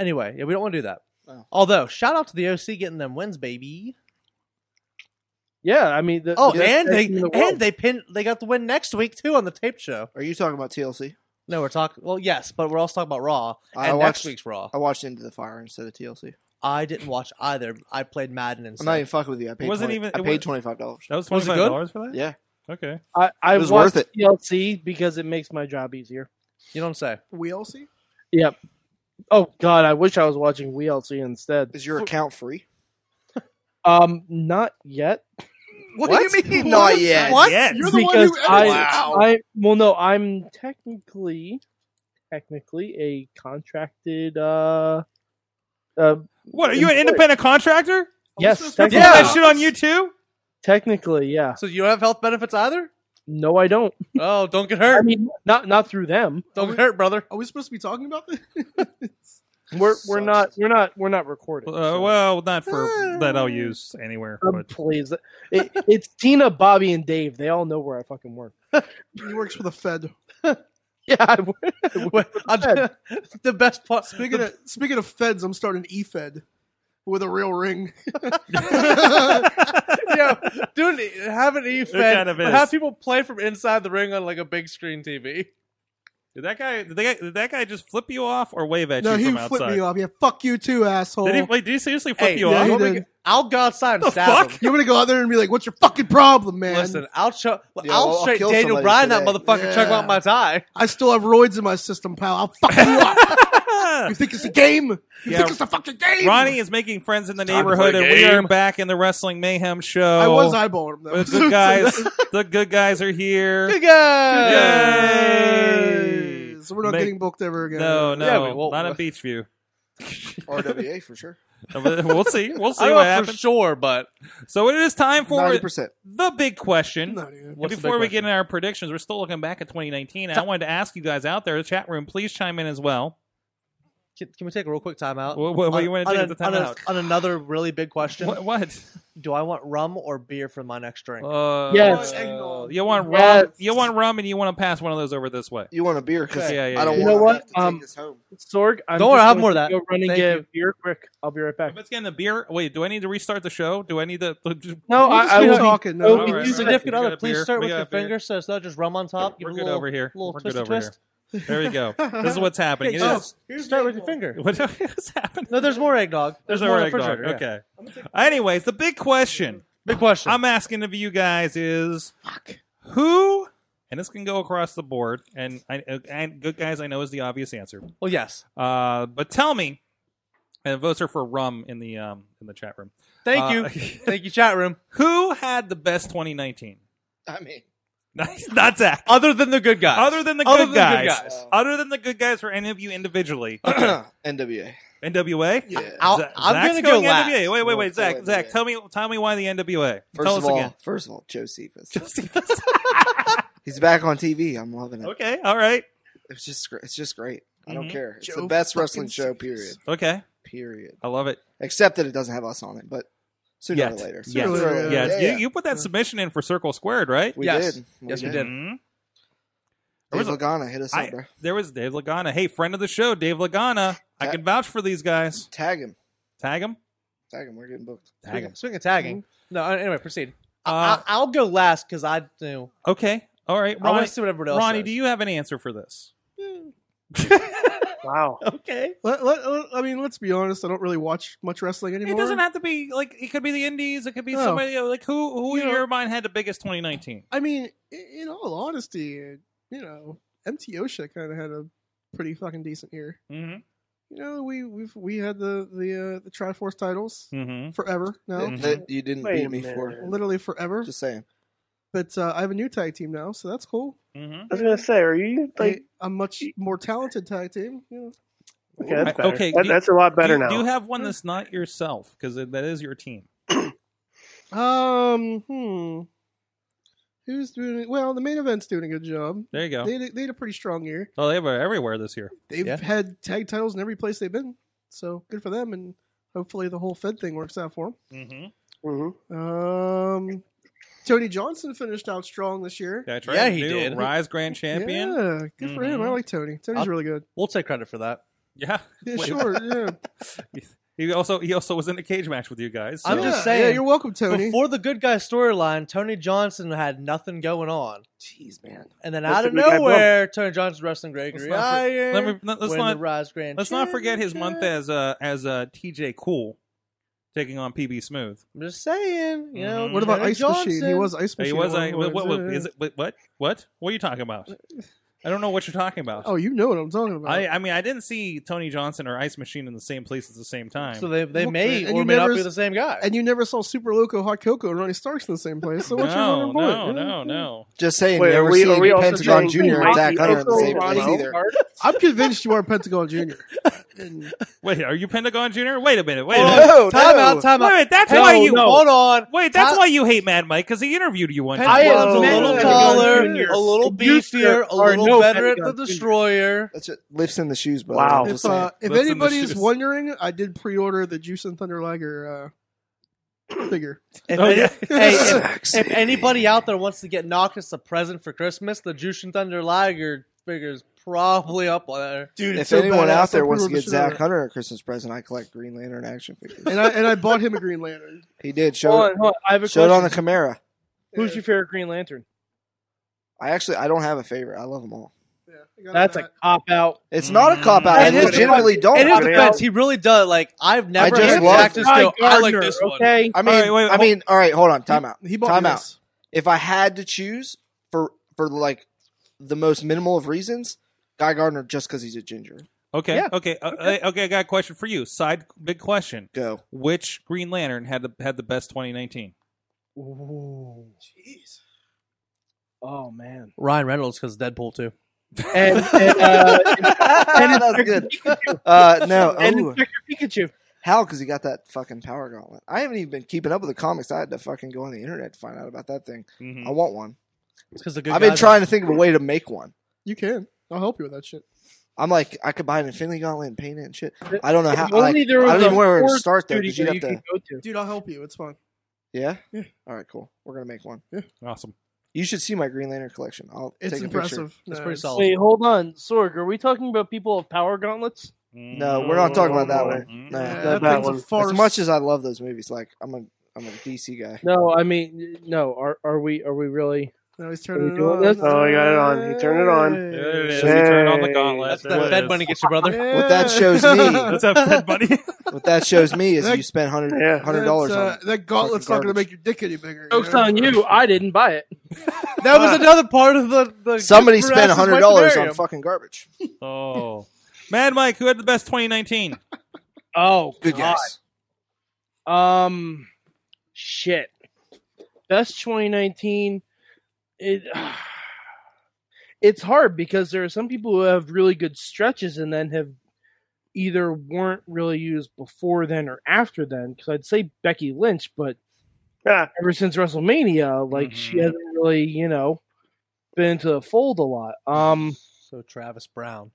S7: Anyway, yeah, we don't want to do that.
S6: Oh.
S7: Although, shout out to the OC getting them wins, baby.
S3: Yeah, I mean, the,
S7: Oh,
S3: the best
S7: and
S3: tag
S7: they
S3: team in the world.
S7: and they pin they got the win next week too on the tape show.
S6: Are you talking about TLC?
S7: No, we're talking. Well, yes, but we're also talking about Raw
S6: I
S7: and next
S6: watched-
S7: week's Raw.
S6: I watched Into the Fire instead of TLC.
S7: I didn't watch either. I played Madden and
S6: I'm not even fucking with you. I paid.
S2: wasn't
S6: 20
S2: even-
S6: I
S2: it
S6: paid
S2: was-
S6: twenty five dollars.
S2: That was
S7: Was it
S2: twenty-five dollars for that.
S6: Yeah,
S2: Okay.
S3: I, I
S6: It was
S3: watched
S6: worth it.
S3: TLC because it makes my job easier.
S7: You don't say.
S4: We all see.
S3: Yep. Oh God, I wish I was watching WLC instead.
S6: is your account free?
S3: Um, not yet.
S7: What,
S6: mean? Not yet.
S7: What?
S2: Yes.
S4: You're the one
S3: because
S4: who
S3: I,
S4: edited it.
S3: I well no i'm technically technically a contracted uh uh
S2: What are you an independent contractor?
S3: yes
S4: Yeah.
S2: You
S3: technically,
S2: put that shit on you too?
S3: technically yeah
S7: So you don't have health benefits either?
S3: no i don't
S7: Oh, don't get
S3: i
S7: hurt.
S3: mean not not through them
S7: Don't get hurt, brother.
S4: Are we supposed to be talking about this?
S3: we're we're
S6: Sucks.
S3: not we're not we're not recording
S2: Uh,
S3: so-
S2: well, not for
S6: Ah.
S2: that I'll use anywhere.
S3: Um,
S2: But
S3: please it, it's tina bobby and dave they all know where i fucking work
S4: He works for the Fed.
S3: yeah I work.
S7: Wait, I- the best part.
S4: Speaking of speaking of Feds, I'm starting E Fed with a real ring.
S7: Yo, dude, have an e
S2: kind of is.
S7: have people play from inside the ring on like a big screen TV.
S2: did that guy? Did, that guy, did that guy just flip you off or wave at
S4: no,
S2: you
S4: he
S2: from
S4: flipped
S2: outside?
S4: me off. Yeah, fuck you too, asshole.
S2: Did he? Wait, did he seriously flip
S7: Hey,
S2: you
S4: yeah,
S2: off?
S4: he
S7: when we
S4: did.
S7: get- I'll go outside and
S2: The
S7: stab
S2: fuck?
S7: him.
S4: You want me to go out there and be like, "What's your fucking problem, man?"
S7: Listen, I'll chuck.
S6: Yeah,
S7: I'll,
S6: I'll
S7: straight
S6: kill
S7: Daniel
S6: somebody
S7: Bryan that
S6: today.
S7: motherfucker. Check
S4: Yeah.
S7: out my tie.
S4: I still have roids in my system, pal. I'll fuck you up. You think it's a game? You
S2: Yeah.
S4: think it's a fucking game?
S2: Ronnie is making friends in the
S7: time to
S2: neighborhood,
S7: play
S2: and we are
S7: game.
S2: back in the Wrestling Mayhem show.
S4: I was eyeballing him though.
S2: the good guys. the good guys are here.
S7: Good guy.
S2: Yay!
S4: so we're not
S2: Make-
S4: getting booked ever again.
S2: No, no,
S7: Yeah, we won't-
S2: not in Beachview.
S6: RWA for sure.
S2: we'll see. We'll
S7: I
S2: see
S7: don't
S2: what
S7: know for
S2: happens.
S7: sure, but
S2: So it is time for
S6: Ninety percent.
S2: the big question.
S4: No, dude.
S7: What's the
S2: Before
S7: big
S2: we
S7: question?
S2: get into our predictions, we're still looking back at 2019. And I wanted to ask you guys out there, the chat room, please chime in as well.
S7: Can, can we take a real quick timeout?
S2: What, what, what you want to
S7: Uh, On
S2: take
S7: a-
S2: at the time
S7: on a-
S2: out?
S7: on another really big question.
S2: What? what?
S7: Do I want rum or beer for my next drink?
S2: Uh,
S3: Yes.
S2: uh, you want
S3: Yes.
S2: rum? You want rum, and you want to pass one of those over this way.
S6: You want a beer? Because
S2: Yeah, yeah,
S6: I
S2: yeah.
S6: don't
S3: You know
S6: want
S3: what?
S6: to have to
S3: Um,
S6: take this home.
S3: sorg i'm
S7: Don't worry,
S3: just
S7: I have
S3: going
S7: more of
S3: to
S7: that.
S3: go run and
S7: Thank
S3: get
S7: you.
S3: a beer quick i'll be right back
S2: Let's get in the beer. Wait, do I need to restart the show? Do I need to?
S3: no
S4: We'll
S3: i,
S4: just
S3: I
S4: be
S3: will be
S4: talking, no,
S3: we'll
S4: all
S3: be
S2: right,
S3: using
S2: all right.
S3: it.
S7: Significant
S2: We
S7: other,
S2: got
S7: please
S2: beer.
S7: start
S2: We
S7: with
S2: got
S7: your
S2: beer.
S7: finger so it's not just rum on top. Give
S2: We're
S7: it a
S2: good
S7: little,
S2: over here.
S7: Little
S2: We're good
S7: twisty
S2: over
S7: twist. Oh,
S2: There you go. This is what's happening. It
S7: Yeah,
S2: is-
S7: just start with your finger.
S2: What is happening?
S7: No, there's more eggnog. There's,
S2: no
S7: more
S2: egg dog.
S7: refrigerator. yeah.
S2: Okay. Anyways, the big question
S7: Big question.
S2: I'm asking of you guys is who, and this can go across the board, and I, and good guys I know is the obvious answer,
S7: well, yes.
S2: uh, but tell me, and votes are for rum in the um in the chat room.
S7: Thank
S2: Uh,
S7: you. Thank you, chat room.
S2: Who had the best 2019?
S6: I mean,
S2: Not Zach.
S7: Other than the good guys.
S2: Other than the
S7: Other
S2: good
S7: than
S2: guys.
S7: the good guys.
S6: uh,
S2: Other than the good guys for any of you individually.
S6: NWA.
S2: NWA?
S6: Yeah.
S7: I'll,
S2: Za-
S7: I'm
S2: Zach's
S7: gonna go
S2: going
S7: last.
S2: NWA. Wait, wait,
S6: We'll
S2: wait, Zach,
S6: go
S2: Zach,
S6: NWA.
S2: tell me, tell me why the NWA.
S6: First
S2: tell
S6: of
S2: us
S6: all,
S2: again.
S6: first of all, Joe Cephas.
S2: Josephus.
S6: He's back on TV. I'm loving it.
S2: okay, all right,
S6: It's just, gr- it's just great.
S2: Mhm.
S6: I
S5: Mm-hmm.
S6: don't care. It's
S4: Joe
S6: the best
S4: fucking
S6: wrestling show.
S4: Cephas.
S6: Period.
S2: okay.
S6: Period.
S2: I love it.
S6: Except that it doesn't have us on it, but sooner
S2: Yet.
S6: or later.
S2: Yes.
S6: Sooner or later.
S2: Yes.
S6: Yeah,
S2: You,
S6: Uh, yeah.
S2: you put that submission in for Circle Squared, right?
S6: We Yes. did. We
S7: Yes, we did.
S2: Mhm. There was
S6: Dave
S2: a-
S6: Lagana hit us
S2: I-
S6: up, bro.
S2: there was Dave Lagana. Hey, friend of the show, Dave Lagana. I can vouch for these guys.
S6: Tag him.
S2: Tag him.
S6: Tag him. We're getting booked.
S2: Tag him.
S7: Speaking of tagging, no. Anyway, proceed.
S2: Mm-hmm. Uh,
S7: I, I, will go last because I do.
S2: Okay. All right.
S7: I wanna
S2: Ronnie,
S7: see what everybody else
S2: Ronnie,
S7: says.
S2: do you have an answer for this?
S5: Wow.
S2: Okay.
S4: Let, let, let- I mean, let's be honest. I don't really watch much wrestling anymore.
S2: It doesn't have to be like it could be the Indies. It could be
S4: No.
S2: somebody like who who
S4: You
S2: in
S4: know-
S2: your mind had the biggest 2019.
S4: I mean, i- in all honesty, uh, you know, MT OSHA kind of had a pretty fucking decent year.
S2: Mm-hmm.
S4: You know, we we've we had the the uh, the Triforce titles
S2: Mm-hmm.
S4: forever now,
S6: That- that you didn't
S5: Wait a
S6: beat me for.
S5: minute.
S4: literally forever.
S6: Just saying.
S4: But uh, I have a new tag team now, so that's cool.
S2: Mm-hmm.
S5: I was gonna say, are you like
S4: I, a much more talented tag team. You know,
S5: okay? That's,
S2: I-
S5: better.
S2: okay,
S5: That-
S2: do-
S5: that's a lot better
S2: do,
S5: now.
S2: Do you have one that's not yourself? Because that is your team.
S4: Um, hmm. Who's doing it? Well, the main event's doing a good job.
S2: There you go.
S4: They had a, they had a pretty strong year.
S2: Oh, they were everywhere this year.
S4: They've
S7: Yeah.
S4: had tag titles in every place they've been, so good for them. And hopefully, the whole Fed thing works out for
S2: Mm-hmm.
S5: hmm
S4: them. Um, Tony Johnson finished out strong this year.
S2: That's right.
S7: Yeah, he
S2: New
S7: did.
S2: Rise Grand Champion.
S4: Yeah, good for him. I
S2: Mhm.
S4: like Tony. Tony's
S7: I'll-
S4: really good.
S7: We'll take credit for that.
S2: Yeah.
S4: Yeah,
S2: Wait.
S4: sure. Yeah.
S2: He also he also was in a cage match with you guys. So.
S7: I'm
S4: Yeah,
S7: just
S4: Yeah,
S7: saying,
S4: you're welcome, Tony.
S7: Before the good guy storyline, Tony Johnson had nothing going on,
S4: Jeez, man.
S7: and then
S5: That's
S7: out
S5: the
S7: of
S5: good guy
S7: nowhere, Tony Johnson wrestling
S2: Let's
S7: Gregory
S2: not for-
S7: Iron.
S2: Let me, let, us
S7: win
S2: not
S7: the Rise Grand.
S2: let's not forget his month
S7: Championship.
S2: as uh as uh TJ Cool taking on PB Smooth.
S7: I'm just saying, you know.
S2: Mhm.
S4: What about
S7: Tony
S4: Ice Machine? He
S7: Johnson-
S4: was Ice
S2: Hey,
S4: Machine.
S2: he
S4: at
S2: was
S4: one
S2: I,
S4: point.
S2: what, what, what
S4: Yeah.
S2: is it what what what what are you talking about? I don't know what you're talking about.
S4: Oh, you know what I'm talking about.
S2: I I mean I didn't see Tony Johnson or Ice Machine in the same place at the same time.
S7: So they they
S4: Look,
S7: may
S4: man, and
S7: or
S4: you
S7: may not
S4: never
S7: be
S4: s-
S7: the same guy.
S4: And you never saw Super Loco, Hot Coco, and Ronnie Starks in the same place. So what's your
S2: no,
S4: fucking point?
S2: no, no, no.
S6: Just saying.
S5: Wait,
S6: never
S5: are we,
S6: seen
S5: are we also
S6: Pentagon
S5: doing
S6: Junior and
S5: Mikey
S6: Zach Hunter in the
S5: Oso,
S6: same
S5: Ronnie
S6: place either.
S5: Hart?
S4: I'm convinced you are Pentagon Jr.
S2: Wait, are you Pentagon Junior? Wait a minute, wait a minute.
S6: No,
S7: time
S6: no.
S7: out, time
S2: Wait,
S7: out.
S2: wait, that's
S7: Hey,
S2: why you
S7: hold on.
S2: Wait, that's
S7: Ty-
S2: why you hate Mad Mike because he interviewed you one
S7: Pentagon's
S2: time.
S5: Pentagon
S7: a little
S5: Junior.
S7: taller, a little
S5: Junior
S7: beefier, a
S5: or
S7: little
S5: no
S7: better at the
S5: Pentagon Junior.
S7: destroyer.
S6: That's it. Lifts in the shoes, brother.
S5: Wow.
S6: I'm just
S4: If,
S6: saying.
S4: uh, if
S2: Listen to
S4: anybody's
S2: Shoes.
S4: wondering, I did pre-order the Juice and Thunder Liger uh, figure.
S7: If,
S2: Oh,
S7: any-
S2: yeah.
S7: hey, if, if anybody out there wants to get Noctis a present for Christmas, the Jushin Thunder Liger figure is probably up there.
S4: Dude,
S6: If anyone out there wants to get Zach Hunter a Christmas present, I collect Green Lantern action figures.
S4: and I and I bought him a Green Lantern.
S6: He did
S3: Hold
S6: show
S3: on, hold on. I have a
S6: it, show it on the
S3: question.
S6: Chimera.
S3: Who's your favorite Green Lantern?
S6: I actually I don't have a favorite. I love them all.
S4: Yeah, I got
S3: That's a
S4: that.
S3: cop out.
S6: It's not a cop out. I
S7: And his-
S6: legitimately don't.
S7: In his
S6: have a-
S7: defense, he really does. Like I've never
S6: just
S7: heard
S6: love-
S7: Jack just go. I like this one.
S3: Okay,
S6: I mean,
S2: All right, wait,
S6: I
S2: hold-
S6: mean, all right, hold on, time out.
S4: He bought
S6: Time
S4: me
S6: out.
S4: this.
S6: If I had to choose for for like the most minimal of reasons, Guy Gardner just because he's a ginger.
S2: Okay,
S3: Yeah.
S2: okay, uh, okay. I got a question for you. Side big question:
S6: Go.
S2: Which Green Lantern had the had the best 2019?
S3: Ooh. Jeez. Oh man.
S7: Ryan Reynolds because Deadpool too.
S3: And and, uh,
S6: that was good. Uh, no,
S3: and
S6: ooh,
S3: Inspector Pikachu.
S6: how? Because he got that fucking power gauntlet. I haven't even been keeping up with the comics. I had to fucking go on the internet to find out about that thing. I want one.
S7: Because the good
S6: I've been
S7: guys-
S6: trying to think of a way to make one.
S4: You can. I'll help you with that shit.
S6: I'm like, I could buy an Infinity Gauntlet and paint it and shit. I don't know Uh, how.
S3: If
S6: I, like,
S3: only there
S6: I don't
S3: was a
S6: even know where to
S3: fourth
S6: start though.
S3: studio
S6: Because you have
S3: you
S6: to.
S3: can go to.
S4: Dude, I'll help you. It's fun.
S6: Yeah?
S4: Yeah.
S6: All right, cool. We're gonna make one.
S2: Awesome.
S6: You should see my Green Lantern collection. I'll
S4: It's
S6: take a picture.
S4: impressive.
S7: That's
S4: No,
S7: pretty
S4: it's-
S6: Oh.
S7: solid.
S3: Wait, hold on, Sorg. Are we talking about people of power gauntlets?
S6: No, we're not talking about that one.
S2: Mhm.
S6: No.
S4: Yeah,
S5: That
S4: that thing's
S5: one.
S4: a
S5: As
S4: farce.
S6: As much as I love those movies, like I'm a I'm a DC guy.
S3: No, I mean, no. Are are we are we really?
S4: No, he's
S3: Are
S4: turning
S3: we
S4: it
S3: doing
S4: on.
S3: this?
S5: Oh, he got it on. He turned it on.
S2: There it is.
S5: Hey.
S2: You turn on the gauntlet.
S7: That's
S2: There
S7: the
S2: it
S7: Fed
S2: is.
S7: Bunny gets your brother.
S4: Yeah.
S6: What
S3: Eh.
S6: that shows me-
S2: That's that Fed Bunny.
S6: What that shows me is
S4: That-
S6: you spent hundred
S5: Yeah.
S6: hundred dollars
S4: That's, uh,
S6: on.
S4: that gauntlet's not
S6: fucking
S4: going to
S6: garbage.
S4: make your dick any bigger.
S3: Jokes
S4: know?
S3: on you. I didn't buy it.
S7: That was another part of the. the
S6: Somebody
S7: Mr.
S6: spent
S7: Ash's
S6: hundred dollars on
S7: Weaponarium.
S6: fucking garbage.
S2: oh, Mad Mike, who had the best 2019?
S3: Oh,
S6: Good
S3: God.
S6: guess.
S3: Um, shit. Best 2019. It. It's hard because there are some people who have really good stretches and then have either weren't really used before then or after then. Because I'd say Becky Lynch, but
S5: Yeah.
S3: ever since WrestleMania, like she
S2: Mhm.
S3: hasn't really, you know, been into the fold a lot. Um,
S7: So Travis Brown.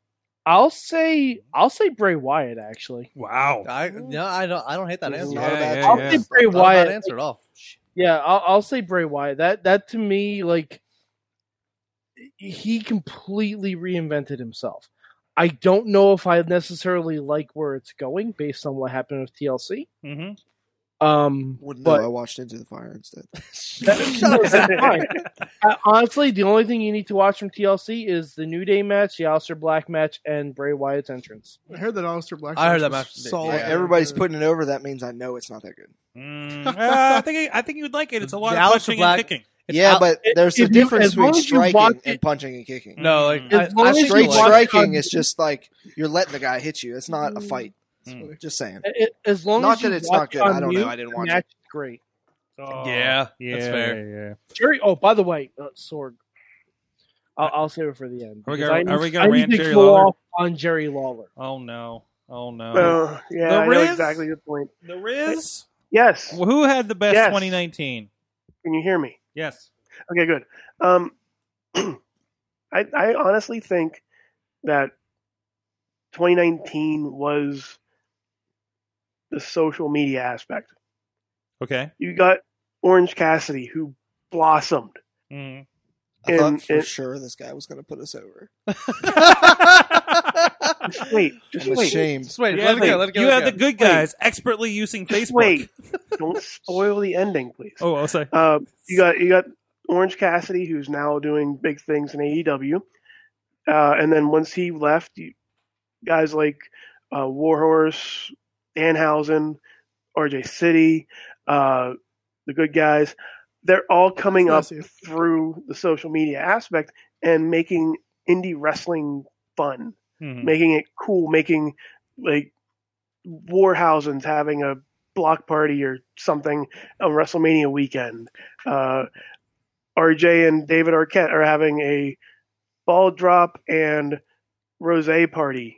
S3: I'll say I'll say Bray Wyatt actually.
S2: Wow.
S7: I no, I don't. I don't hate that answer.
S3: I'll say Bray
S7: Not a bad
S3: Wyatt.
S7: answer at all.
S3: Yeah, I'll, I'll say Bray Wyatt. That that to me, like, he completely reinvented himself. I don't know if I necessarily like where it's going based on what happened with TLC.
S2: Mm-hmm.
S3: Um,
S6: Wouldn't
S3: but
S6: know. I watched Into the Fire instead.
S3: That's fine. Uh, honestly, the only thing you need to watch from TLC is the New Day match, the Aleister Black match, and Bray Wyatt's entrance.
S4: I heard that Aleister Black.
S7: I heard that
S4: was
S7: match.
S4: Solid.
S6: Like, everybody's putting it over. That means I know it's not that good.
S2: Mm, uh, I think I think you would like it. It's a lot
S7: The
S2: of
S7: Aleister
S2: punching
S7: Black-
S2: and kicking.
S7: It's
S6: yeah,
S7: out-
S6: but there's a
S3: if you-
S6: difference
S3: as long
S6: between
S3: as you watch
S6: striking
S3: it-
S6: and punching and kicking.
S7: no, like
S3: As
S7: I-
S3: long
S7: I
S3: as you
S7: still
S6: Straight
S3: watch
S7: like-
S3: it
S6: striking
S3: on-
S6: is just like you're letting the guy hit you. It's not a fight.
S2: Mm.
S6: Just saying.
S3: A- a- As long
S6: Not
S3: as
S6: that
S3: you
S6: it's not
S3: watch
S6: good. I
S3: on
S6: don't know.
S3: mute,
S6: I didn't
S3: the
S6: watch it.
S3: match is great.
S2: Oh,
S7: Yeah, that's fair.
S2: Yeah, yeah.
S3: Jerry. Oh, by the way, uh, Sorg. I'll, I'll save it for the end.
S2: Are we
S3: because
S2: gonna-
S3: I
S2: are
S3: need-
S2: we gonna
S3: I need
S2: rant
S3: to
S2: Jerry
S3: go
S2: Lawler?
S3: off on Jerry Lawler?
S2: Oh no. Oh no.
S5: Oh, yeah,
S2: The
S5: I know
S2: Riz?
S5: exactly your point.
S2: the Riz.
S5: Yes,
S2: Who had the best
S5: Yes.
S2: 2019?
S5: can you hear me?
S2: Yes.
S5: Okay, good. Um, I I honestly think that 2019 was the social media aspect.
S2: Okay.
S5: You got Orange Cassidy who blossomed.
S2: Mm.
S6: I
S5: And-
S6: thought for
S5: and-
S6: sure this guy was going to put us over.
S5: Just wait, just
S6: I'm
S5: wait,
S6: ashamed.
S7: Just wait,
S2: You
S7: let
S2: had
S7: it go.
S2: the-
S7: Let it go.
S2: you had
S7: let it
S2: the
S7: go.
S2: good guys expertly using
S5: just
S2: Facebook.
S5: wait. Don't spoil the ending, please.
S2: Oh, I'll say.
S5: Uh, you got you got Orange Cassidy, who's now doing big things in AEW, uh, and then once he left, you, guys like uh, Warhorse, Danhausen, RJ City, uh, the good guys, they're all coming up
S4: Bless you.
S5: through the social media aspect and making indie wrestling fun,
S2: Mhm.
S5: making it cool, making like Warhausen's having a block party or something on WrestleMania weekend. Uh, RJ and David Arquette are having a ball drop and rose party,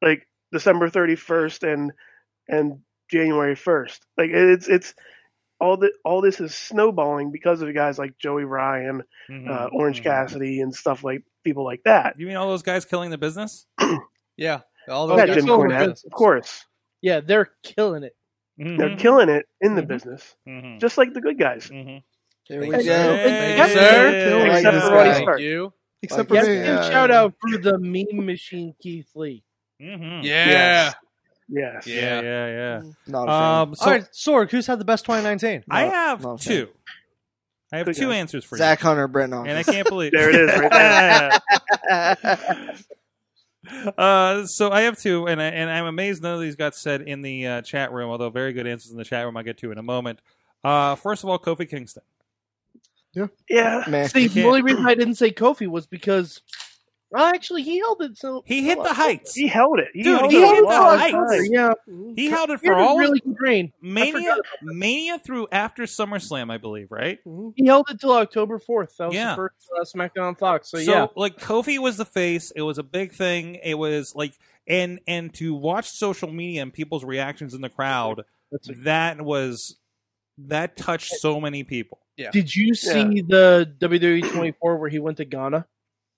S5: like December thirty first and and January first. Like it's it's all the all this is snowballing because of guys like Joey Ryan,
S2: Mhm.
S5: uh, Orange
S2: Mhm.
S5: Cassidy, and stuff like people like that.
S2: You mean all those guys killing the business?
S7: Yeah, all
S3: Oh,
S7: those
S5: yeah,
S7: guys
S5: Jim
S7: were
S3: going
S5: Cornette,
S7: business.
S5: of course.
S3: Yeah, they're killing it.
S2: Mm-hmm.
S5: They're killing it in the
S2: Mhm.
S5: business,
S2: Mhm.
S5: just like the good guys.
S2: Mhm.
S6: Here
S7: Thank
S6: we
S7: you,
S6: go.
S2: Hey,
S7: Thank you, sir.
S4: Killing
S2: Hey,
S5: Except
S4: this
S5: for
S4: guy.
S5: Roddy
S7: Thank
S5: Stark.
S7: you.
S4: Except
S6: Like,
S4: for
S3: Yes,
S4: me.
S3: and
S4: uh,
S3: shout out for the meme machine, Keith Lee.
S7: Hmm.
S2: Mhm.
S7: Yeah.
S5: Yes.
S7: Yeah.
S2: Yeah, yeah,
S5: Oh,
S6: Not a
S2: yeah.
S6: fan.
S2: Um, so
S7: All right, Sorg, who's had the best 2019?
S2: I
S6: Not-
S2: have
S6: not a fan.
S2: two. I have
S5: Good
S2: two
S5: guy.
S2: answers for
S6: Zach Hunter, Brent
S2: you, Uh, and I
S6: Hawkins.
S2: can't believe
S5: There it is, right
S2: uh, so I have two, and I, and I'm amazed none of these got said in the uh, chat room. Although very good answers in the chat room, I'll get to in a moment. Uh, first of all, Kofi Kingston.
S5: Yeah.
S6: Man,
S3: See, the
S2: can't-
S3: only reason I didn't say Kofi was because, well, actually, he held it. So
S2: He hit the heights.
S5: He held it.
S2: Dude,
S5: held
S2: he
S5: it a
S2: hit the
S5: long
S2: heights.
S5: time.
S3: Yeah,
S2: He held it
S3: he
S2: for
S3: had a
S2: all
S3: really good reign.
S2: Mania
S3: forgot
S2: Mania through after SummerSlam, I believe, right?
S3: He held it till October fourth. That was
S2: Yeah.
S3: the first uh, SmackDown on Fox. So,
S2: So,
S3: yeah,
S2: like Kofi was the face. It was a big thing. It was like and and to watch social media and people's reactions in the crowd,
S3: That's a-
S2: that was that touched so many people.
S3: did you see the WWE twenty four where he went to Ghana?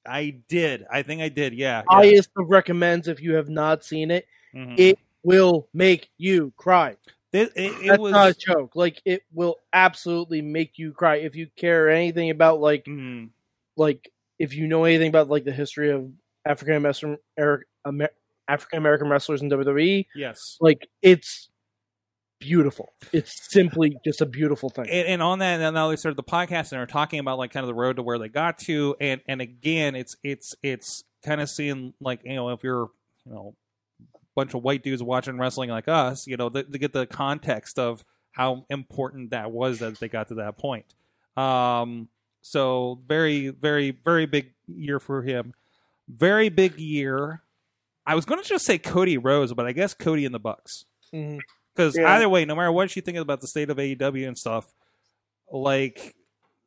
S2: I did. I think I did. Yeah. yeah.
S3: Highest of recommends if you have not seen it,
S2: Mhm.
S3: it will make you cry.
S2: It, it, it
S3: That's
S2: was
S3: not a joke. Like it will absolutely make you cry if you care anything about like
S2: Mm,
S3: like if you know anything about like the history of African American Amer- African American wrestlers in WWE.
S2: yes.
S3: Like it's beautiful. It's simply just a beautiful thing.
S2: And, and on that, and now they started the podcast and are talking about like kind of the road to where they got to, and and again, it's it's it's kind of seeing like you know if you're you know a bunch of white dudes watching wrestling like us, you know, they, they get the context of how important that was that they got to that point. Um, so very very very big year for him. Very big year. I was going to just say Cody Rose, but I guess Cody and the Bucks.
S3: Mhm.
S2: Because
S5: Yeah.
S2: either way, no matter what you think about the state of AEW and stuff, like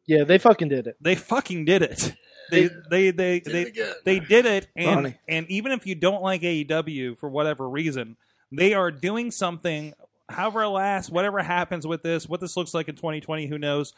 S3: Yeah, they fucking did it.
S2: they fucking did it. They they they they, they, did it, and
S6: Ronnie.
S2: and even if you don't like AEW for whatever reason, they are doing something. However, it lasts whatever happens with this, what this looks like in 2020, who knows?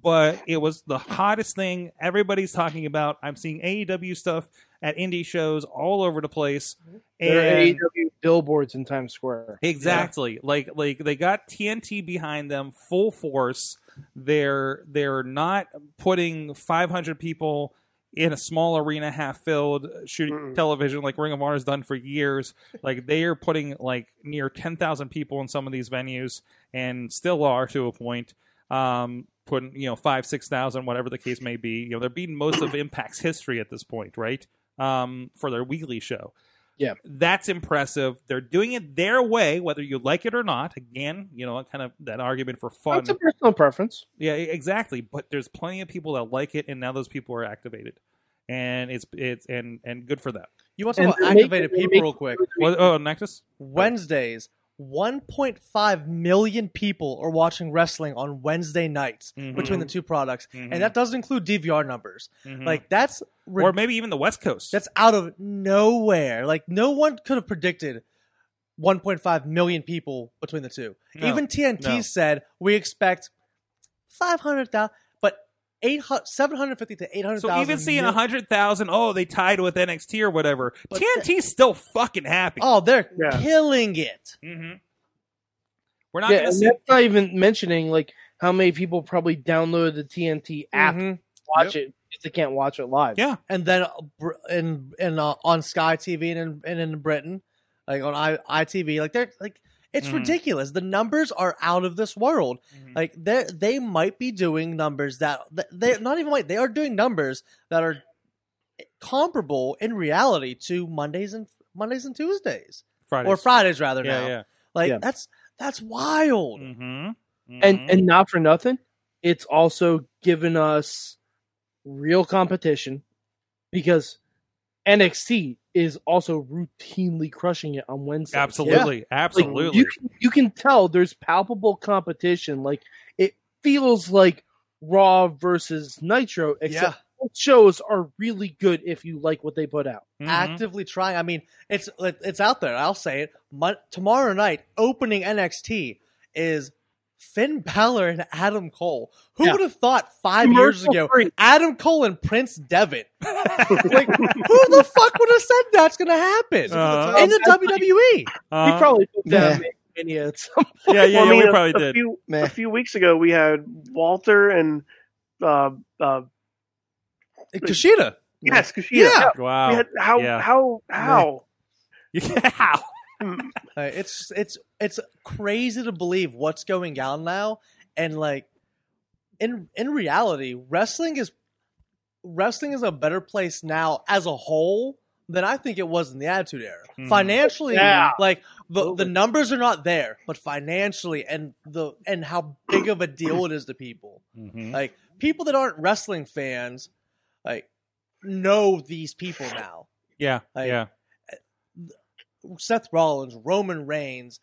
S2: But it was the hottest thing everybody's talking about. I'm seeing AEW E stuff at indie shows all over the place.
S3: There are
S2: And-
S3: AEW billboards in Times Square.
S2: Exactly. Like like they got TNT behind them full force. They're they're not putting 500 people in a small arena half filled shooting television like Ring of Honor's done for years. Like they are putting like near 10,000 people in some of these venues and still are to a point. Um putting, you know, 5 6,000 whatever the case may be. You know, they're beating most of Impact's history at this point, right? Um for their weekly show.
S3: Yeah.
S2: That's impressive. They're doing it their way, whether you like it or not. Again, you know, kind of that argument for fun.
S3: That's a personal preference.
S2: yeah, e- exactly. But there's plenty of people that like it, and now those people are activated, and it's it's and and good for them.
S7: You want to talk about activated people real quick?
S2: What, oh, Nexus.
S7: Wednesdays, 1.5 million people are watching wrestling on Wednesday nights between the two products,
S2: Mhm.
S7: and that doesn't include DVR numbers.
S2: Mhm.
S7: Like that's rid-
S2: or maybe even the West Coast.
S7: that's out of nowhere. Like no one could have predicted 1.5 million people between the two.
S2: No.
S7: Even TNT
S2: No.
S7: said we expect 500,000, but 800, 750 to 800,000.
S2: so even seeing
S7: mil-
S2: a hundred thousand, oh, they tied with NXT or whatever.
S7: But
S2: TNT's still fucking happy.
S7: Oh, they're
S5: Yeah.
S7: killing it.
S2: hmm We're not
S3: yeah,
S2: gonna
S3: and
S2: see.
S3: that's not even mentioning like how many people probably downloaded the TNT
S2: Mm-hmm.
S3: app
S7: Mhm.
S3: to watch it because they can't watch it live.
S2: Yeah.
S7: and then uh, Br- in in uh, on Sky TV and in, and in Britain, like on I, ITV, like they're like it's
S2: Mhm.
S7: ridiculous. The numbers are out of this world.
S2: Mhm.
S7: Like they they might be doing numbers that that- they're not even like they are doing numbers that are comparable in reality to Mondays and Mondays and Tuesdays
S2: Fridays.
S7: or Fridays rather now.
S2: Yeah,
S7: Like
S3: Yeah.
S7: that's that's wild.
S2: yeah. Mm-hmm.
S3: And and not for nothing, it's also given us real competition because NXT is also routinely crushing it on Wednesday.
S2: absolutely,
S3: Like,
S2: absolutely.
S3: you can, you can tell there's palpable competition. Like it feels like Raw versus Nitro, except both shows are really good if you like what they put out.
S4: Mm-hmm.
S2: Mhm.
S7: actively trying. I mean, it's it's out there. I'll say it. Mon- tomorrow night, opening NXT is Finn Balor and Adam Cole. Who
S3: Yeah.
S7: would have thought five years ago
S3: Commercial-free.
S7: Adam Cole and Prince Devitt? like, who the fuck would have said that's going to happen
S2: Uh-huh.
S7: in the E. WWE?
S2: Uh-huh.
S3: he probably put
S6: Yeah.
S3: that in Mania at some point.
S2: yeah, yeah,
S5: Well, I
S2: yeah.
S5: mean,
S2: we
S5: a-
S2: probably
S5: a
S2: did.
S5: Few,
S6: Meh.
S5: a few weeks ago, we had Walter and uh, uh,
S7: Kushida.
S5: yes, Kushida.
S7: Yeah.
S2: Wow.
S5: We had, how,
S2: yeah.
S5: how how
S2: yeah.
S7: Uh, it's it's it's crazy to believe what's going on now and like in in reality wrestling is wrestling is a better place now as a whole than I think it was in the attitude era.
S2: Mhm.
S7: Financially
S3: Yeah.
S7: like the the numbers are not there, but financially and the and how big of a deal it is to people.
S2: Mhm.
S7: Like people that aren't wrestling fans like know these people now.
S2: Yeah.
S7: Like,
S2: yeah.
S7: Seth Rollins, Roman Reigns,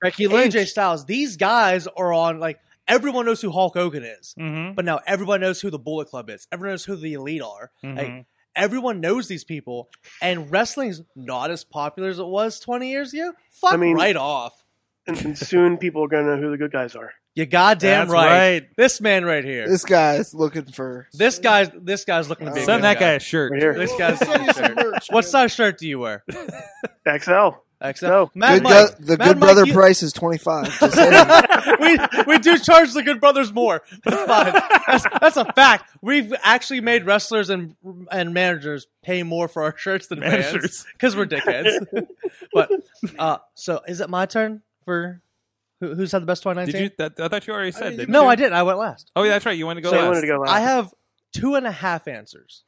S3: Becky Lynch.
S7: AJ Styles, these guys are on like everyone knows who Hulk Hogan is,
S2: Mm-hmm.
S7: but now everyone knows who the Bullet Club is. Everyone knows who the Elite are.
S2: Mhm.
S7: Like everyone knows these people, and wrestling's not as popular as it was 20 years ago. Fuck
S5: I mean-
S7: right off.
S5: and, and soon people are gonna know who the good guys are.
S7: You goddamn
S2: That's
S7: right. This man right here. This,
S6: This guy's looking for
S7: guy's this guy's looking to be. a
S2: Send
S7: good
S2: that guy
S7: guy.
S2: a shirt.
S5: Right here.
S7: This
S4: Well,
S7: guy's.
S4: send you some merch,
S7: what
S4: man.
S7: size shirt do you wear?
S5: XL.
S7: XL.
S5: No.
S7: Mad
S6: good
S7: Mike-
S6: go- the
S7: Mad
S6: good
S7: Mike,
S6: brother
S7: you-
S6: price is twenty five. Just saying.
S7: we we do charge the good brothers more. That's fine. That's, that's a fact. We've actually made wrestlers and and managers pay more for our shirts than fans
S2: Managers.
S7: because we're dickheads. but uh, so is it my turn for who, who's had the best
S2: Did
S7: 2019?
S2: you? That, I thought you already said. didn't
S7: no,
S2: you?
S7: I didn't. I went last.
S2: Oh, yeah, that's right. You wanted to go
S5: So you
S2: last.
S5: wanted to go last.
S7: I have two and a half answers.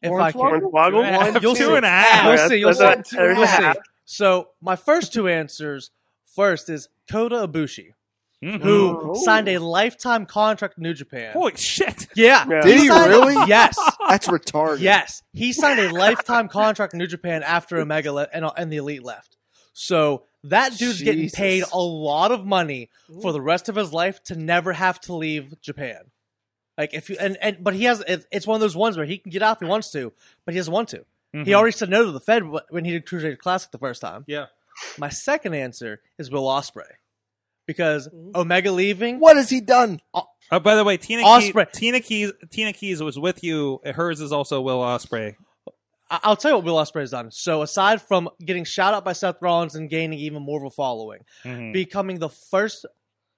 S7: If I can.
S5: Orange Woggle?
S2: Two and a half.
S7: You'll
S2: Two
S7: see.
S2: and a half.
S7: You'll
S5: That's-
S7: see. You'll see.
S5: that's a-
S7: You'll
S5: that's a
S7: see.
S5: half.
S7: So my first two answers. First is Kota Ibushi,
S2: Mhm.
S7: who
S6: Oh.
S5: Ooh.
S7: signed a lifetime contract in New Japan.
S2: Holy shit!
S7: Yeah.
S5: Yeah.
S6: Did he
S7: signed-
S6: really?
S7: Yes.
S6: That's retarded.
S7: Yes. He signed a lifetime contract in New Japan after Omega le- and, and the Elite left. So that dude's getting
S6: Jesus.
S7: paid a lot of money for the rest of his life to never have to leave Japan. Like if you and, and but he has it, it's one of those ones where he can get out if he wants to, but he doesn't want to. He
S2: Mhm.
S7: already said no to the Fed wh- when he did Cruiserweight Classic the first time.
S2: Yeah.
S7: My second answer is Will Osprey because Omega leaving.
S6: Mm-hmm. What has he done?
S2: Oh, by the way, Tina Key,
S7: Osprey.
S2: Tina Keys Tina Keys was with you. Hers is also Will Osprey.
S7: I- I'll tell you what Will Ospreay's done. So aside from getting shout out by Seth Rollins and gaining even more of a following,
S2: Mm-hmm.
S1: Mhm.
S7: becoming the first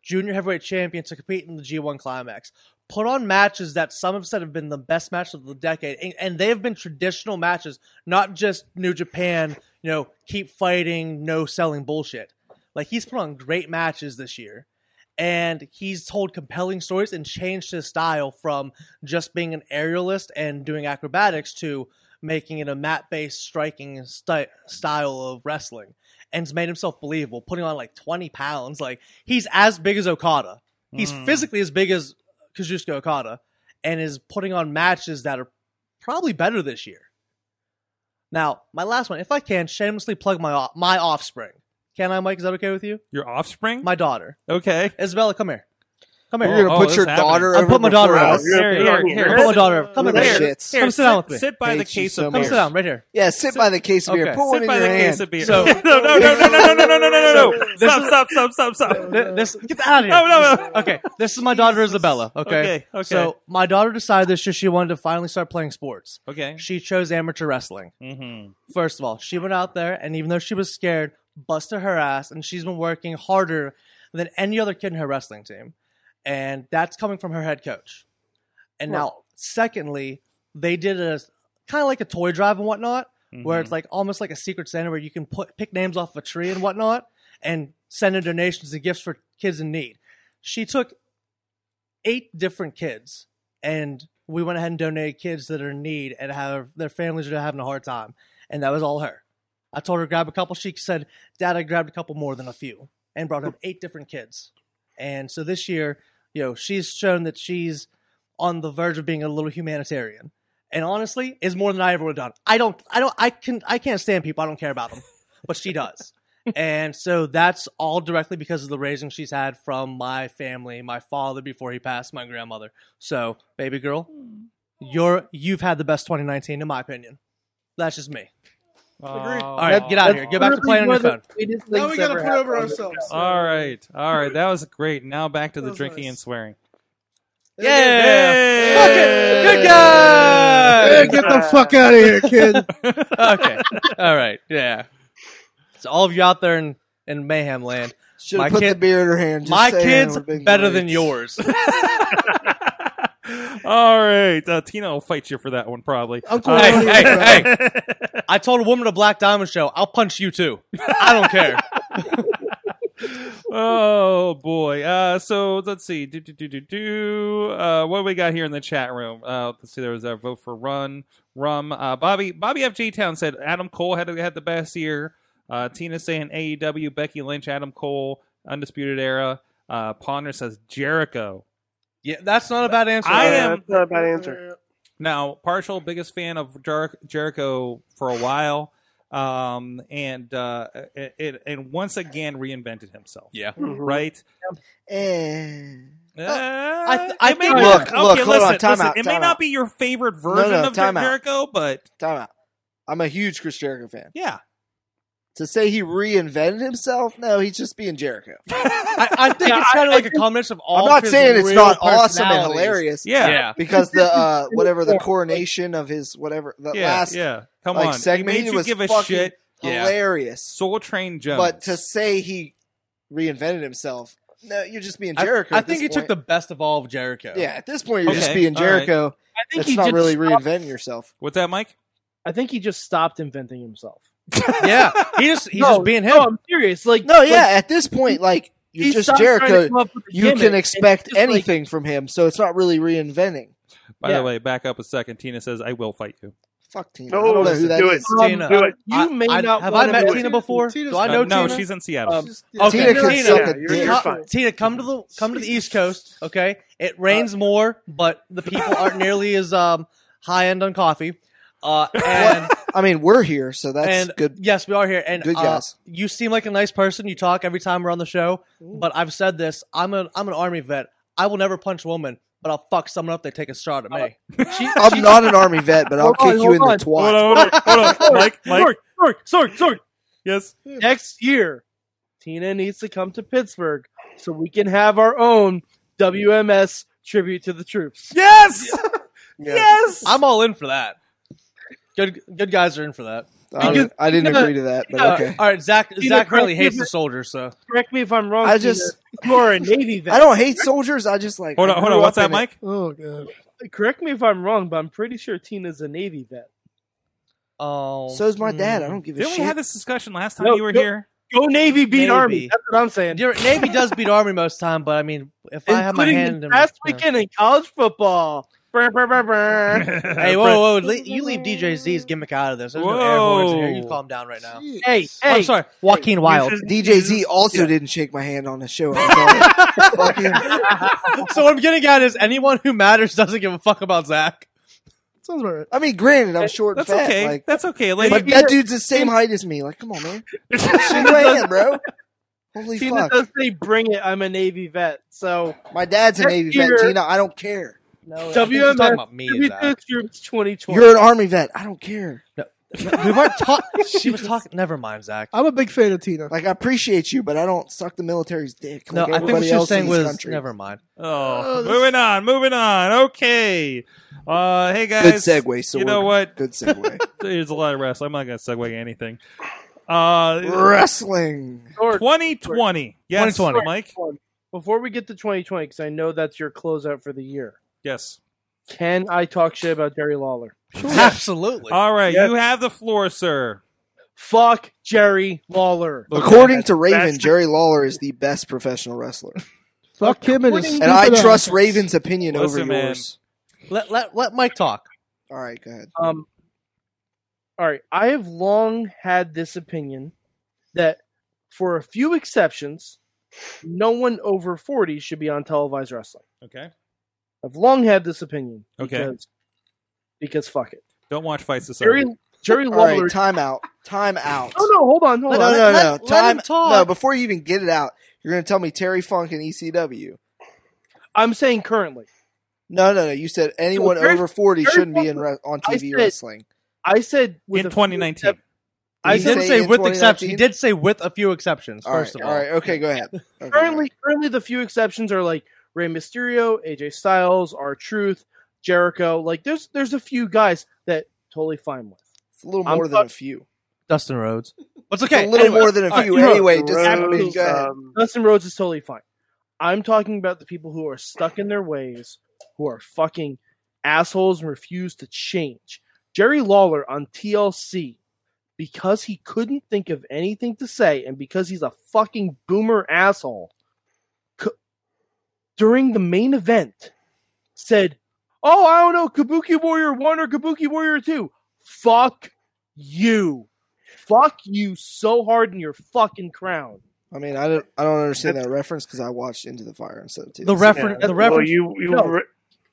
S7: junior heavyweight champion to compete in the G1 Climax, put on matches that some have said have been the best matches of the decade, and, and they have been traditional matches, not just New Japan. You know, keep fighting, no selling bullshit. Like he's put on great matches this year and he's told compelling stories and changed his style from just being an aerialist and doing acrobatics to making it a mat-based striking sty style of wrestling and has made himself believable putting on like 20 pounds like he's as big as okada he's
S1: Mm.
S7: physically as big as kazuchika okada and is putting on matches that are probably better this year now my last one if i can shamelessly plug my o- my offspring can i mike is that okay with you
S2: your offspring
S7: my daughter
S2: okay
S7: isabella come here Come here.
S2: You're gonna Oh, put this your happened. daughter
S7: I'll
S2: over
S7: put my daughter
S2: before
S7: over.
S2: us? Here, here, here.
S7: I'll put my daughter over.
S2: Shits.
S7: Come here.
S2: Little
S7: Here,
S2: shits.
S7: Come
S2: Here,
S7: sit down
S2: sit-
S7: with me.
S2: sit by the Thank you case of so
S7: Come
S2: beer.
S7: sit down right here.
S6: Yeah, sit, by the case of beer.
S7: Okay.
S6: Put one
S7: Sit
S6: in
S7: by
S6: your
S7: the
S6: hand.
S7: case of beer. So-
S2: no, no, no, no, no, no, no, no, no, no, no, no.
S7: This
S2: Stop,
S7: is-
S2: stop, stop, stop, stop.
S7: Th- This get that out of here.
S2: No, no, no.
S7: This- Okay, this is my daughter Isabella. Okay,
S2: Okay, okay.
S7: So my daughter decided this year she wanted to finally start playing sports.
S2: Okay.
S7: She chose amateur wrestling.
S2: Mm-hmm.
S7: First of all, she went out there and even though she was scared, busted her ass, and she's been working harder than any other kid in her wrestling team, and that's coming from her head coach. And now, secondly, they did a kind of like a toy drive and whatnot, where it's like almost like a secret Santa where you can put pick names off of a tree and whatnot, and send in donations and gifts for kids in need. She took eight different kids and we went ahead and donated kids that are in need and have their families are having a hard time and that was all her i told her to grab a couple she said dad i grabbed a couple more than a few and brought home eight different kids and so this year you know she's shown that she's on the verge of being a little humanitarian and honestly is more than i ever would have done i don't i don't i can i can't stand people i don't care about them but she does and so that's all directly because of the raising she's had from my family, my father before he passed, my grandmother. So, baby girl, you're you've had the best 2019 in my opinion. That's just me. All right, get out of here. Get back to playing on your phone.
S4: Now we gotta put over ourselves.
S2: All right, all right. That was great. Now back to the drinking and swearing.
S7: Yeah. Fuck it. Good guy.
S4: Hey, get the fuck outta here, kid.
S7: okay. All right. Yeah. So all of you out there in, in mayhem land,
S6: Should've put the beer in her hand, just
S7: my
S6: saying,
S7: kids
S6: we're big
S7: better than
S6: nerds.
S7: yours.
S2: All right, uh, Tina will fight you for that one probably.
S7: Uncle
S2: Uh,
S7: hey, hey, hey. I told a woman at Black Diamond Show, I'll punch you too. I don't care.
S2: oh boy. Uh, so let's see. Do, do, do, do, do. Uh, what do we got here in the chat room? Uh, let's see. There was a vote for Run Rum. Uh, Bobby Bobby FG Town said Adam Cole had had the best year. Uh, Tina saying AEW Becky Lynch Adam Cole Undisputed Era. Uh, Ponder says Jericho.
S7: Yeah, that's not a bad answer.
S2: I
S5: Yeah,
S2: am-
S5: Uh, That's not a bad answer.
S2: Now, partial biggest fan of Jer- Jericho for a while, um, and uh, it, it- and once again reinvented himself.
S7: Yeah,
S6: Mhm.
S2: right.
S6: Uh,
S2: Uh,
S6: I th- I
S2: it may
S6: think-
S2: not-
S6: Look,
S2: okay,
S6: look, hold
S2: listen,
S6: on, time
S2: listen,
S6: out,
S2: It may
S6: time
S2: not
S6: out.
S2: be your favorite
S6: No,
S2: version
S6: no,
S2: of
S6: time out.
S2: Jericho, but
S6: Time out. I'm a huge Chris Jericho fan.
S2: Yeah.
S6: To say he reinvented himself? No, he's just being Jericho.
S7: I, I think it's kind of like a combination of all.
S6: I'm not
S7: his
S6: saying it's
S7: real
S6: not awesome and
S7: personalities.
S6: hilarious.
S7: Yeah. Yeah.
S6: Because the uh, whatever the coronation of his whatever the
S2: Yeah,
S6: last
S2: yeah. Come
S6: like,
S2: on. It
S6: segment
S2: made
S6: he
S2: you
S6: was
S2: give a
S6: fucking
S2: shit. Yeah.
S6: hilarious.
S2: Soul Train Jones.
S6: But to say he reinvented himself, no, you're just being Jericho.
S7: I, I
S6: at
S7: think
S6: this
S7: he took
S6: point.
S7: the best of all of Jericho.
S6: Yeah, at this point you're just
S2: Okay,
S6: being
S2: all right.
S6: Jericho.
S2: I think
S6: That's
S2: he
S6: not
S2: did
S6: really
S2: stop-
S6: reinventing yourself.
S2: What's that, Mike?
S3: I think he just stopped inventing himself.
S7: yeah, he just he's
S3: No,
S7: just being him.
S3: no, I'm serious. Like
S6: No,
S3: like,
S6: yeah, at this point, like you're
S3: he
S6: just
S3: stopped trying to
S6: Jericho.
S3: come up with a
S6: You
S3: gimmick,
S6: can
S3: and
S6: expect
S3: he's just like-
S6: anything from him, so it's not really reinventing.
S2: By
S6: Yeah.
S2: the way, back up a second. Tina says, "I will fight you."
S6: Fuck Tina.
S5: No,
S6: I don't know who that
S5: do
S6: is.
S5: it.
S7: Tina.
S5: Do it.
S3: um, You
S7: I-
S3: may
S7: I-
S3: not
S7: have I
S3: wanna
S7: met
S3: do it.
S7: Tina before?
S4: Tina's
S7: Do I
S4: fine.
S7: know
S2: Uh, no,
S7: Tina?
S2: she's in Seattle.
S3: Um,
S7: Okay,
S6: Tina can suck a
S5: Yeah, you're-
S6: dick.
S5: you're fine.
S7: Tina, come to the come to the East Coast. Okay, it
S6: Uh,
S7: rains more, but the people aren't nearly as um, high end on coffee. Uh, and
S6: I mean, we're here, so that's
S7: and
S6: good.
S7: yes, we are here. And
S6: Good
S7: uh,
S6: guys.
S7: you seem like a nice person. You talk every time we're on the show. But I've said this: I'm an I'm an army vet. I will never punch a woman, but I'll fuck someone up. They take a shot at me.
S6: I'm not an army vet, but I'll
S3: Hold on,
S6: kick you in the
S3: hold
S2: Hold
S6: twat.
S2: on, hold on, hold on. Mike, Mike.
S3: Sorry, sorry, sorry, sorry.
S2: Yes.
S3: Next year, Tina needs to come to Pittsburgh so we can have our own WMS tribute to the troops.
S2: Yes.
S5: Yeah.
S2: Yes.
S7: I'm all in for that. Good good guys are in for that.
S6: I don't- Because- I didn't because- agree to that, but
S7: Uh,
S6: okay.
S7: All right, Zach
S6: You know,
S7: Zach really
S6: correct me
S7: hates
S6: if
S7: the
S6: it-
S7: soldiers, so
S3: Correct me if I'm wrong.
S6: I
S3: Peter.
S6: just-
S3: you are a Navy vet.
S6: I don't hate soldiers. I just like. I grew up in it.
S3: Oh god. Correct me if I'm wrong, but I'm pretty sure Tina's a Navy vet.
S7: Oh.
S6: So's my dad. I don't give a
S2: Didn't
S6: shit.
S2: we have this discussion last time
S3: No,
S2: you were
S3: no.
S2: here?
S3: Go Navy beat
S7: Navy.
S3: Army. That's what I'm saying.
S7: You're, Navy does beat Army most time, but I mean, if I have my
S3: Including
S7: hand
S3: this
S7: in
S3: last
S7: yeah.
S3: weekend in college football. Brr, brr, brr, brr.
S7: Hey, whoa, whoa, whoa! le- You leave DJ Z's gimmick out of this. There's no air horns in here. You
S6: Whoa.
S7: calm down right now.
S3: Hey,
S7: Oh, I'm
S3: hey.
S7: sorry, Joaquin Wild.
S6: DJ Z also didn't shake my hand on the show. I'm sorry. Fucking-
S7: so what I'm getting at is anyone who matters doesn't give a fuck about Zach.
S4: Sounds about right.
S6: I mean, granted, I'm short
S2: That's
S6: and fat.
S2: okay.
S6: Like,
S2: That's okay. Like,
S6: but that dude's the same height as me. Like, come on, man. Shake my hand, bro. Holy
S3: Tina
S6: fuck.
S3: does say, "Bring it." I'm a Navy vet, so
S6: My dad's a
S3: Next
S6: Navy vet,
S3: year-
S6: Tina. I don't care.
S7: No,
S3: WMS
S7: talking about me,
S3: WMS
S7: Zach.
S3: Troops 2020.
S6: You're an Army vet. I don't care.
S7: we weren't talking. She was talking. Never mind, Zach.
S4: I'm a big fan of Tina.
S6: Like, I appreciate you, but I don't suck the military's dick.
S7: No,
S6: like
S7: I think what
S6: everybody
S7: she was
S6: else in
S7: saying
S6: this
S7: was
S6: country.
S7: never mind.
S2: Oh, moving on, moving on. Okay. Uh, hey guys.
S6: Good segue, so
S2: you know what?
S6: Good segue.
S2: There's a lot of wrestling. I'm not gonna segue anything. Uh,
S6: Wrestling.
S2: 2020. Yes,
S7: 2020.
S2: Mike.
S3: Before we get to 2020, because I know that's your closeout for the year.
S2: Yes.
S3: Can I talk shit about Jerry Lawler?
S7: Absolutely.
S2: All right,
S3: Yes.
S2: you have the floor, sir.
S3: Fuck Jerry Lawler.
S6: According to Raven, Jerry Lawler is the best professional wrestler.
S4: Fuck him and his
S3: And
S4: stupid
S6: And I trust
S4: ass.
S6: Raven's opinion
S2: Listen,
S6: over
S2: man.
S6: yours.
S7: let, let let Mike talk.
S6: All right, go ahead.
S3: Um, all right. I have long had this opinion that, for a few exceptions, no one over 40 should be on televised wrestling.
S2: Okay.
S3: I've long had this opinion.
S2: Okay.
S3: Because, because fuck it.
S2: Don't watch Fight Society.
S3: Jerry, Jerry
S6: All right,
S3: Lawler.
S6: time out. Time out.
S3: oh, no, hold on. Hold
S6: No,
S3: on.
S6: no, no.
S7: let- let him
S6: time,
S7: talk.
S6: No, before you even get it out, you're going to tell me Terry Funk and E ECW.
S3: I'm saying currently.
S6: No, no, no. You said anyone
S3: Terry-
S6: over 40
S3: Terry
S6: shouldn't be in
S3: Funk-
S6: re- on
S3: I
S6: TV
S3: said-
S6: wrestling.
S3: I said with
S2: in
S3: a few
S2: 2019.
S3: exceptions-
S7: I
S6: I
S7: did
S6: say
S7: say
S6: in
S7: with exceptions.
S6: 2019?
S7: He did say with a few exceptions.
S6: All right,
S7: First of all,
S6: all right. Okay, go ahead. Okay,
S3: currently, currently the few exceptions are like Rey Mysterio, AJ Styles, R Truth, Jericho. Like there's there's a few guys that totally fine with.
S6: it's a little
S3: I'm
S6: more than a few.
S7: Dustin Rhodes. What's
S6: It's
S7: okay?
S6: a little
S7: anyway.
S6: more than a
S7: All right,
S6: few.
S7: you're right.
S6: anyway, just I
S3: Rhodes,
S6: mean, go ahead.
S5: um,
S3: Dustin Rhodes is totally fine. I'm talking about the people who are stuck in their ways, who are fucking assholes and refuse to change. Jerry Lawler on TLC, because he couldn't think of anything to say and because he's a fucking boomer asshole, cou- during the main event said, Oh, I don't know, Kabuki Warrior 1 or Kabuki Warrior 2. Fuck you. Fuck you so hard in your fucking crown.
S6: I mean, I don't, I don't understand that reference because I watched Into the Fire instead of TV.
S7: The reference.
S5: Yeah,
S7: The
S5: well,
S7: reference.
S5: you you
S3: No.
S5: re-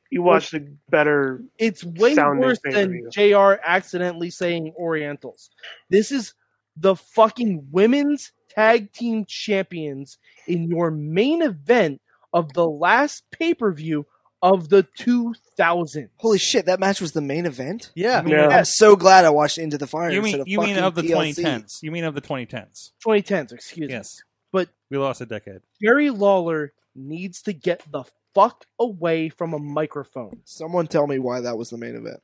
S5: you watch the better.
S3: it's way
S5: sounding
S3: worse
S5: thing
S3: than JR accidentally saying Orientals. This is the fucking women's tag team champions in your main event of the last pay per view of the 2000s.
S6: Holy shit, that match was the main event?
S7: yeah.
S6: I'm so glad I watched Into the Fire
S2: You mean
S6: instead of
S2: you mean
S6: fucking
S2: of the
S6: TLC.
S2: 2010s? You mean of the 2010s?
S3: 2010s, excuse me.
S2: Yes.
S3: But-
S2: we lost a decade.
S3: Jerry Lawler needs to get the fuck away from a microphone.
S6: Someone tell me why that was the main event.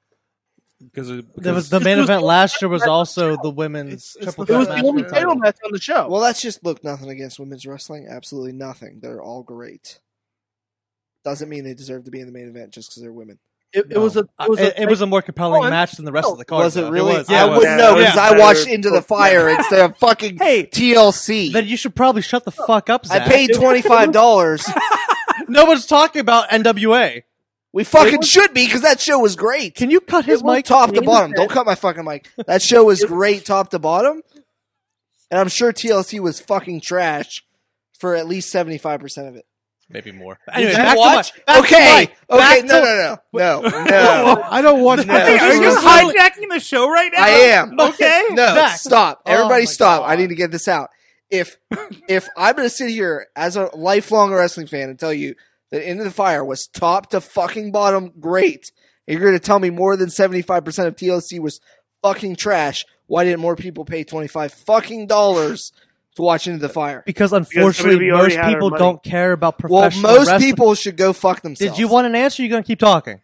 S2: Because it-
S7: There was
S2: because
S7: the main event last year was also the women's
S4: It's- it's
S7: triple
S4: the
S3: It was
S7: threat match.
S3: the
S4: Imagine
S3: only
S7: for the title.
S3: title match on the
S2: Oh.
S3: show.
S6: Well, that's just look nothing against women's wrestling. Absolutely nothing. They're all great. Doesn't mean they deserve to be in the main event just because they're women.
S3: it, it was a,
S7: Uh,
S3: it was a,
S7: more compelling
S3: Oh, and-
S7: match than the rest of the card.
S6: was it
S7: though.
S6: really?
S2: was,
S6: I
S2: it was.
S6: wouldn't know because
S7: Yeah.
S6: I watched Into the Fire instead of fucking
S2: Hey.
S6: TLC.
S7: Then you should probably shut the fuck up,
S6: I
S7: Zach.
S6: paid twenty five dollars.
S7: No one's talking about NWA.
S6: we fucking should be because that show was great.
S7: Can you cut his
S6: His mic
S7: mic?
S6: top to
S3: main
S6: bottom.
S3: event.
S6: Don't cut my fucking mic. That show was great top to bottom, and I'm sure TLC was fucking trash for at least seventy five percent of it.
S7: Maybe more. Anyway,
S6: you
S7: back to
S6: watch?
S7: Mike. Back to
S6: okay,
S7: Mike.
S6: okay,
S7: Back
S6: no,
S7: to-
S6: no, no, no, no.
S4: I don't watch
S6: No.
S2: Hey, are you
S6: Listen.
S2: hijacking the show right now?
S6: I am.
S2: Okay.
S6: No,
S7: Zach.
S6: stop.
S7: Oh
S6: Everybody
S7: my
S6: stop. I
S7: God.
S6: need to get this out. If if I'm gonna sit here as a lifelong wrestling fan and tell you that Into the Fire was top to fucking bottom great, and you're gonna tell me more than seventy five percent of TLC was fucking trash, why didn't more people pay twenty five fucking dollars to watch Into the Fire?
S7: Because unfortunately,
S5: WWE
S7: most
S5: already had our
S7: people
S5: money.
S7: don't care about
S6: Well,
S7: professional
S6: most
S7: wrestling.
S6: people should go fuck themselves.
S7: Did you want an answer? You're gonna keep talking.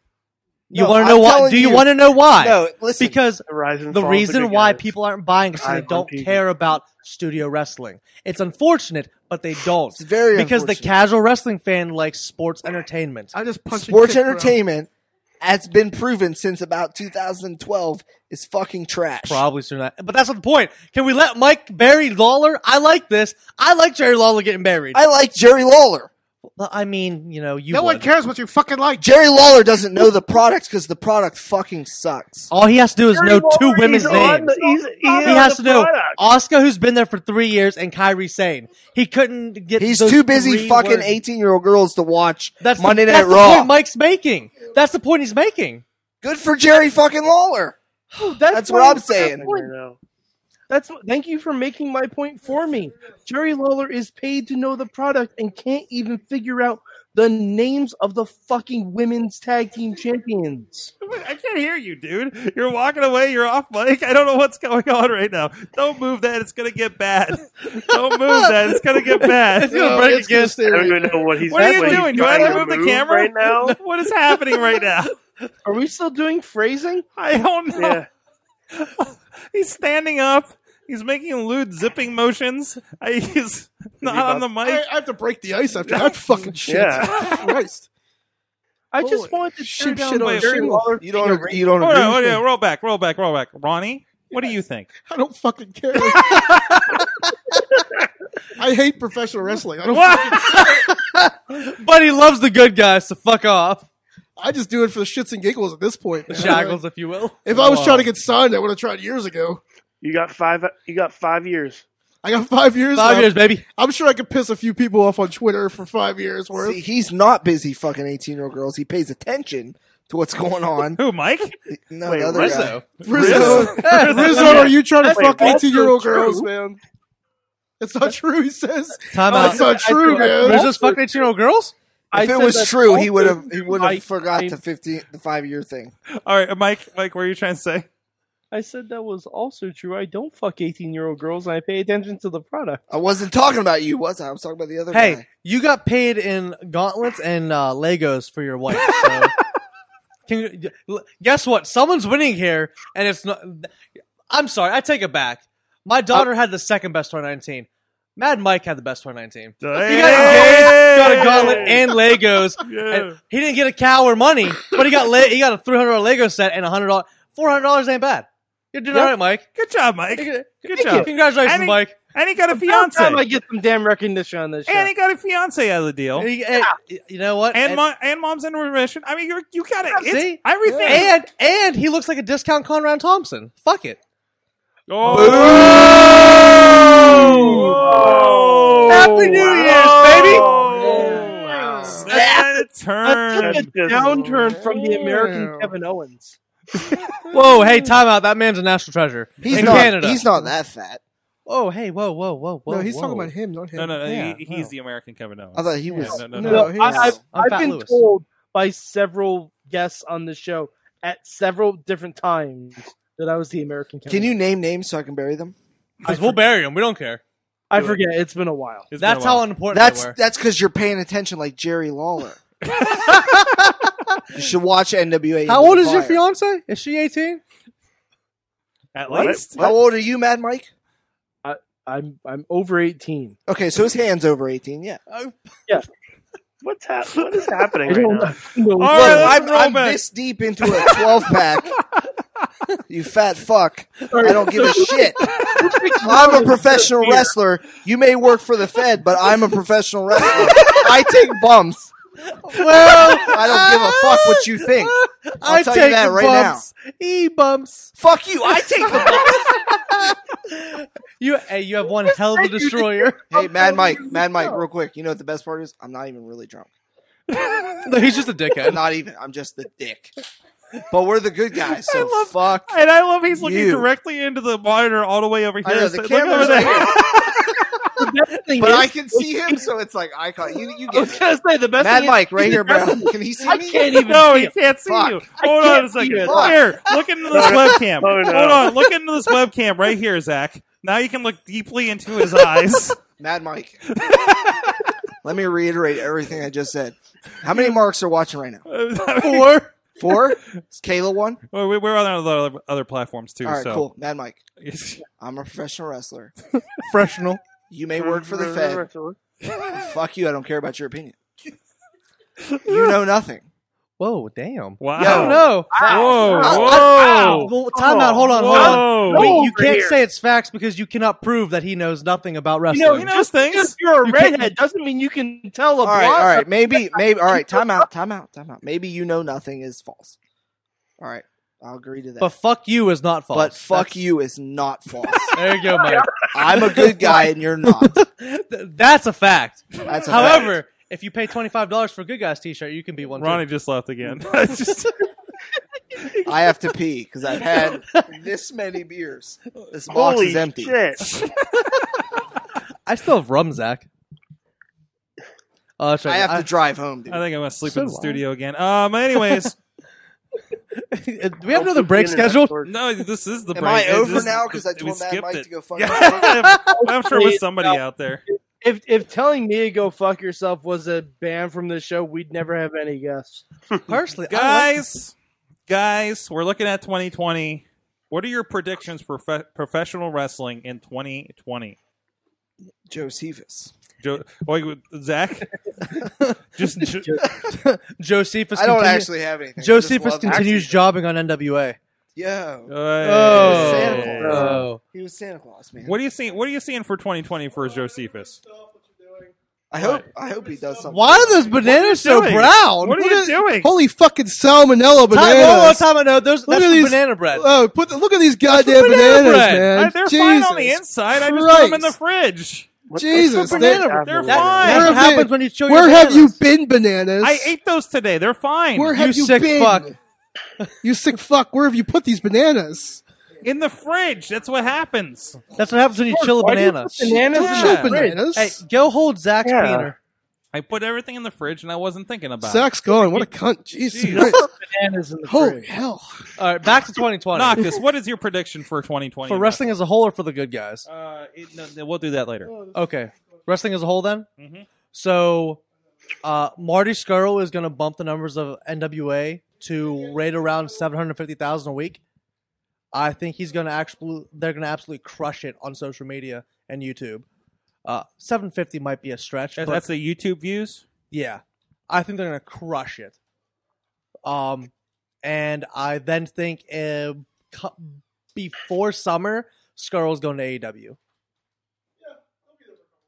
S7: You
S6: No,
S7: want
S6: I'm
S7: to know why?
S6: telling
S7: Do you,
S6: you.
S7: want to know why?
S6: No, listen.
S7: Because
S5: The rise and
S7: the
S5: fall of
S7: reason
S5: big
S7: why
S5: guys.
S7: people aren't buying is 'cause
S5: I
S7: they don't
S5: compete.
S7: care about studio wrestling. It's unfortunate, but they don't.
S6: It's very
S7: because the
S6: unfortunate.
S7: casual wrestling fan likes sports entertainment.
S4: I just punch and
S6: sports
S4: kick, bro.
S6: entertainment has been proven since about 2012 is fucking trash.
S7: Probably sooner that. But that's not the point. Can we let Mike bury Lawler? I like this. I like Jerry Lawler getting buried.
S6: I like Jerry Lawler.
S7: Well, I mean, you know, you
S4: No one
S7: would.
S4: cares what you fucking like.
S6: Jerry Lawler doesn't know the product because the product fucking sucks.
S7: All he has to do is
S5: Jerry
S7: know two
S5: Lawler,
S7: women's
S5: he's
S7: names.
S5: on the- he's- he's
S7: He
S5: on
S7: has
S5: the
S7: to know
S5: product.
S7: Oscar, who's been there for three years, and Kyrie Sane. He couldn't get.
S6: He's
S7: those
S6: too busy
S7: three
S6: fucking
S7: words.
S6: 18 year old girls to watch
S7: That's
S6: Monday
S7: the,
S6: Night
S7: that's The
S6: Raw.
S7: point Mike's making. That's the point he's making.
S6: Good for Jerry fucking Lawler. That's what
S3: my
S6: I'm
S3: fucking
S6: saying.
S3: point. That's thank you for making my point for me. Jerry Lawler is paid to know the product and can't even figure out the names of the fucking women's tag team champions.
S2: I can't hear you, dude. You're walking away. You're off mic. I don't know what's going on right now. Don't move that. It's gonna get bad. Don't move that. It's gonna get bad.
S7: gonna
S4: No,
S7: break
S4: it's gonna
S7: against-
S4: stay
S5: I don't
S4: right
S5: even
S4: there.
S5: know what he's.
S2: What are you
S5: he's
S2: doing? Do I
S5: trying
S2: have to move the camera
S5: right now?
S2: What is happening right now?
S3: Are we still doing phrasing?
S2: I don't know.
S5: Yeah.
S2: He's standing up. He's making lewd zipping motions. I, he's not on
S5: about-
S2: the
S4: I,
S2: mic.
S4: I have to break the ice after that fucking shit.
S5: Yeah.
S4: Christ.
S3: I
S4: Holy
S3: just wanted to tear
S4: shit,
S3: down
S4: shit on
S3: Jerry
S4: shit.
S3: Lawler.
S6: You don't agree. You don't
S2: Hold
S6: agree.
S2: on,
S6: with
S2: hold
S6: me?
S2: on, roll back, roll back, roll back. Ronnie, what do you think?
S4: I don't fucking care. I hate professional wrestling. I don't.
S7: But he loves the good guys, so fuck off.
S4: I just do it for the shits and giggles at this point. man.
S7: Shackles, if you will.
S4: If I was trying to get signed, I would have tried years ago.
S5: You got five. You got five years.
S4: I got five years.
S7: Five
S4: left.
S7: years, baby.
S4: I'm sure I could piss a few people off on Twitter for five years worth.
S6: See, he's not busy fucking 18 year old girls. He pays attention to what's going on.
S2: Who, Mike?
S6: No,
S5: Wait,
S6: the other guy.
S7: Rizzo.
S4: Rizzo, Rizzo, are you trying to
S5: Wait,
S4: fuck
S5: that's
S4: 18 year old
S5: true.
S4: girls, man? It's not true. He says
S7: Time
S4: that's
S7: out.
S4: not true, man.
S7: Rizzo's fucking 18 year old girls?
S3: I
S6: If it
S3: said
S6: was
S3: that's
S6: true, he
S3: also
S6: would have he would
S3: my
S6: have forgot
S3: same-
S6: the 15 the five year thing.
S2: All right, Mike, Mike, what are you trying to say?
S3: I said that was also true. I don't fuck 18 year old girls and I pay attention to the product.
S6: I wasn't talking about you, was I? I was talking about the other
S7: Hey,
S6: guy.
S7: you got paid in gauntlets and uh, Legos for your wife. So can you, guess what? Someone's winning here, and it's not. I'm sorry, I take it back. My daughter had the second best 2019. Mad Mike had the best 2019. He got engaged, got a gauntlet and Legos.
S2: Yeah.
S7: And he didn't get a cow or money, but he got le- he got a three hundred dollar Lego set and a hundred dollars. Four hundred dollars ain't bad. You're doing
S2: Yep.
S7: all right, Mike.
S2: Good job, Mike.
S7: Good
S2: Good job.
S7: Congratulations,
S2: And he-
S7: Mike.
S2: And he got a
S3: About
S2: fiance.
S3: time I get some damn recognition on this show.
S2: And he got a fiance out of the deal.
S7: He- and- You know what?
S2: Oh. And, mom, and mom's in remission. I mean, you're, you got it.
S7: Yeah, see?
S2: It's everything.
S7: and and he looks like a discount Conrad Thompson. Fuck it.
S2: Oh.
S7: Happy New Year's, baby.
S2: Oh. That
S3: That
S2: turn.
S3: took a
S5: Just-
S3: downturn from the American
S4: Yeah.
S3: Kevin Owens.
S7: Whoa, hey, time out. That man's a national treasure
S6: He's
S7: in
S6: not
S7: Canada.
S6: he's not that fat.
S7: Oh, hey, whoa, whoa, whoa, whoa.
S4: no, he's
S7: whoa.
S4: talking about him, not him.
S2: No, no, no
S7: Yeah,
S2: he, he's
S7: wow.
S2: the American Kevin Owens.
S6: I thought he was
S2: no, no,
S4: No,
S2: no.
S4: he's-
S3: I, I've,
S7: I'm
S3: I've
S7: Fat
S3: been
S7: Lewis.
S3: told by several guests on the show at several different times that I was the American Kevin.
S6: Can you name names so I can bury them?
S7: Because we'll bury him. We don't care.
S3: I forget. It's been a while.
S2: It's
S7: That's
S2: been a while.
S7: how unimportant
S6: That's
S7: they were.
S6: that's because you're paying attention like Jerry Lawler. you should watch NWA.
S7: How
S6: Into
S7: old
S6: the
S7: is your
S6: Fire.
S7: fiance? Is she 18?
S2: At
S5: What?
S2: least.
S6: How old are you, Mad Mike?
S3: I'm I'm over eighteen.
S6: Okay, so his hand's over eighteen. Yeah,
S5: What's hap- What is happening
S3: I
S5: right
S3: don't
S5: now?
S3: know. No,
S2: All
S6: Look,
S2: right, let's
S6: I'm,
S2: roll
S6: I'm
S2: back.
S6: this deep into a twelve pack. you fat fuck!
S3: all
S6: I
S3: right.
S6: don't give a shit. I'm a professional wrestler. You may work for the Fed, but I'm a professional wrestler. I take bumps.
S7: Well,
S6: I don't give a fuck what you think. I'll
S7: I
S6: tell
S7: take
S6: you that
S7: the
S6: right
S7: bumps. E bumps.
S6: Fuck you. I take the bumps.
S7: You, hey, you have one hell of a destroyer.
S6: Hey, Mad Mike, Mad Mike, real quick. You know what the best part is? I'm not even really drunk.
S7: no, he's just a
S6: I'm
S7: dickhead.
S6: not even. I'm just the dick. But we're the good guys, so fuck.
S2: And I love he's looking
S6: You.
S2: directly into the monitor all the way over here.
S6: I know
S2: So
S6: the
S2: look over
S6: camera's
S2: there.
S6: like,
S3: The best thing
S6: but
S3: is,
S6: I can see him, so it's like I caught you. You
S3: I was
S6: get it.
S3: gonna say the best
S6: Mad
S3: thing
S6: Mike
S3: is,
S6: right here, bro. Can he see
S3: I
S6: me?
S3: can't even.
S2: No,
S3: see
S2: he
S3: him.
S2: can't see
S6: Fuck.
S2: you.
S3: I
S2: Hold on
S3: can't
S2: a
S3: see
S2: second.
S3: you.
S6: Fuck.
S2: Here, look into this webcam.
S5: Oh, no.
S2: Hold on, look into this webcam right here, Zach. Now you can look deeply into his eyes.
S6: Mad Mike. Let me reiterate everything I just said. How many marks are watching right now?
S2: Uh,
S7: Four.
S6: Four? Is Kayla one?
S2: Well, we- we're on other, other platforms too.
S6: All right,
S2: so
S6: cool. Mad Mike. I'm a professional wrestler.
S7: Professional.
S6: You may work for the Fed. Fuck you. I don't care about your opinion. You know nothing.
S7: Whoa, damn.
S2: Wow.
S7: I don't know.
S2: Whoa.
S7: Wow.
S3: Ah,
S2: Whoa.
S7: Well, time out. Hold on. Hold
S2: Whoa.
S7: on. Wait, you
S5: Over
S7: can't
S5: here.
S7: say it's facts because you cannot prove that he knows nothing about
S3: You
S7: wrestling.
S3: know,
S2: He knows
S3: just
S2: things.
S3: because you're a
S7: You can't-
S3: redhead doesn't mean you can tell a
S6: All right,
S3: blonde.
S6: all right. Maybe, maybe. All right. Time out. Time out. Time out. Maybe you know nothing is false. All right. I'll agree to that.
S7: but
S6: But,
S7: fuck you is not false.
S6: fuck you is not false.
S7: That's- There you go, Mike.
S6: I'm a good guy and you're not.
S7: Th- That's a fact.
S6: That's a fact.
S7: However, if you pay twenty five dollars for a good guys t shirt, you can be one. too.
S2: Ronnie just left again. Just-
S6: I have to pee because I've had this many beers. This box
S5: Holy
S6: is empty.
S5: shit!
S7: I still have rum, Zach. Oh, that's right.
S6: I have to drive home, dude.
S2: I think I'm gonna sleep
S7: So
S2: in the
S7: do I.
S2: studio again. Um. Anyways,
S7: Do we have another break scheduled?
S2: no. This is the
S6: Am
S2: break.
S6: I
S2: It
S6: over
S2: just-
S6: now because I
S2: we
S6: told Mad
S2: skipped
S6: Mike
S2: it.
S6: to go fuck himself?
S2: Yeah, I'm sure it was somebody out there.
S3: If if telling me to go fuck yourself was a ban from the show, we'd never have any guests.
S7: Personally, I like-
S2: guys, guys, we're looking at 2020. What are your predictions for fe- professional wrestling in 2020?
S6: Josephus.
S2: Joe, wait, Zach, just ju-
S7: Josephus.
S6: I don't
S7: continue-
S6: actually have anything. I just
S7: Josephus
S6: love-
S7: continues jobbing on NWA.
S6: Yo,
S2: Hey.
S6: Santa Claus.
S7: Oh.
S6: he was Santa Claus, man.
S2: What are you seeing? What are you seeing for 2020 for Josephus?
S6: I hope I hope he does something.
S7: Why are those bananas so
S2: doing?
S7: brown?
S2: What are you doing?
S8: Holy fucking salmonella
S7: Time, whoa, whoa,
S8: bananas!
S7: time out. No, those,
S8: Look
S7: that's
S8: at
S7: from
S8: these-
S7: banana bread.
S8: Oh, put the, look at these goddamn
S7: banana
S8: bananas,
S7: bread.
S8: man!
S2: Uh, they're
S8: Jesus.
S2: fine on the inside. I just put them in the
S8: Christ.
S2: fridge.
S5: What the
S8: Jesus,
S5: fuck?
S8: they-
S7: Banana-
S2: They're
S5: That's
S2: fine.
S8: Where
S7: That's what
S8: have
S7: happens
S8: they-
S7: when you chew
S8: Where
S7: your
S8: have you
S7: bananas.
S8: been, bananas?
S2: I ate those today. They're fine.
S8: Where
S7: You
S8: have you,
S7: sick
S8: been?
S7: fuck.
S8: You sick fuck! Where have you put these bananas?
S2: in the fridge. That's what happens.
S7: That's what happens when you chill a
S3: Why do you
S7: banana.
S3: put bananas
S2: Yeah.
S3: in
S8: Chill
S3: that?
S8: bananas.
S7: Hey, go hold Zach's
S5: Yeah.
S7: wiener.
S2: I put everything in the fridge and I wasn't thinking about it.
S8: Zach's gone. What a cunt! Jesus,
S2: Jeez.
S8: Christ.
S3: Bananas in the
S8: holy
S3: fridge.
S8: hell!
S7: All right, back to 2020
S2: Knockus, what is your prediction for 2020
S7: for wrestling as a whole or for the good guys.
S2: Uh, it, no, no, we'll do that later.
S7: Okay, wrestling as a whole then.
S2: Mhm.
S7: So, uh, Marty Skrull is going to bump the numbers of NWA to right around seven hundred fifty thousand a week. I think he's going to actually they're going to absolutely crush it on social media and YouTube. Uh, seven fifty might be a stretch.
S2: That-
S7: but-
S2: That's the YouTube views.
S7: Yeah. I think they're going to crush it. Um, and I then think uh, cu- before summer, Scarl's going to AEW.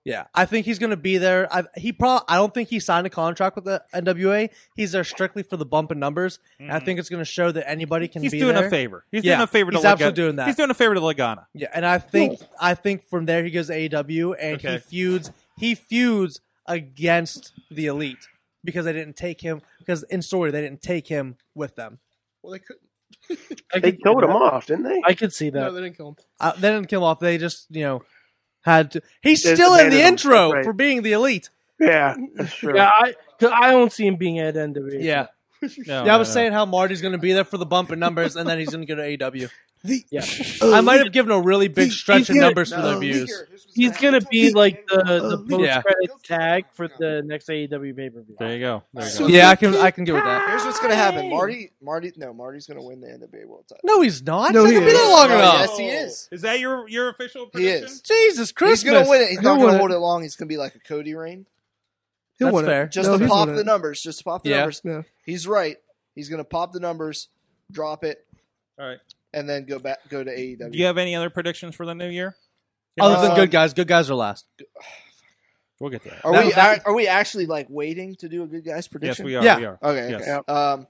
S7: Yeah, I think he's going to be there. I, he probably. I don't think he signed a contract with the NWA. He's there strictly for the bump in numbers. And I think it's going to show that anybody can
S2: Mm-hmm. He's
S7: be
S2: doing
S7: there.
S2: a favor. He's
S7: Yeah,
S2: doing a favor to
S7: he's absolutely
S2: Lagana.
S7: doing that.
S2: He's doing a favor to Lagana.
S7: Yeah, and I think I think from there he goes to AEW and
S2: Okay.
S7: he feuds he feuds against the elite because they didn't take him because in story they didn't take him with them.
S4: Well, they couldn't.
S3: I
S5: They
S3: could see
S5: killed him
S3: that.
S5: off, didn't they?
S3: I could see that.
S4: No, they didn't kill him.
S7: Uh, they didn't kill him off. They just you know had to. He's
S5: Just
S7: still in the
S5: abandoned him.
S7: intro
S5: Right.
S7: for being the elite.
S5: Yeah, that's true.
S3: Yeah, I 'cause I don't see him being at NWA.
S7: Yeah,
S2: No,
S7: yeah.
S2: no,
S7: I was
S2: no.
S7: saying how Marty's going to be there for the bump in numbers and then he's going to go to AEW.
S8: The,
S3: Yeah.
S7: I might have given a really big
S8: He's-
S7: stretch
S8: he's
S7: in
S8: gonna-
S7: numbers for
S8: no.
S7: their views.
S3: He's gonna be like the the
S8: Uh,
S3: post
S7: yeah.
S3: credit tag for the next E AEW pay per view.
S2: There you go. There you
S8: So-
S2: go.
S7: Yeah, I can I can get with that.
S6: Here's what's gonna happen. Marty, Marty, no, Marty's gonna win the NBA World Title.
S7: No, he's not.
S8: No,
S7: No, he's
S8: he
S7: been
S8: is.
S7: that long
S6: No,
S7: enough.
S6: Yes, he is.
S2: Is that your your official
S6: He
S2: prediction?
S6: is.
S7: Jesus Christmas.
S6: He's gonna win it. He's not
S8: He'll
S6: gonna
S8: win
S6: hold
S8: it.
S6: it long. He's gonna be like a Cody Reign.
S8: He'll
S7: That's
S8: win it.
S7: fair.
S6: Just
S8: No,
S6: to
S8: he's
S6: pop
S8: won
S6: the
S8: it.
S6: numbers. Just to pop the
S7: Yeah.
S6: numbers.
S8: Yeah.
S6: He's right. He's gonna pop the numbers, drop it,
S2: All right.
S6: and then go back go to E AEW.
S2: Do you have any other predictions for the new year?
S7: Other than
S6: Um,
S7: good guys, good guys are last.
S2: We'll get to that.
S6: Are
S7: That-
S6: we
S7: that-
S6: ac- are we actually like waiting to do a good guys
S2: Yes,
S6: prediction?
S2: we are.
S7: Yeah.
S2: We are.
S6: Okay.
S2: Yes.
S6: okay. Um.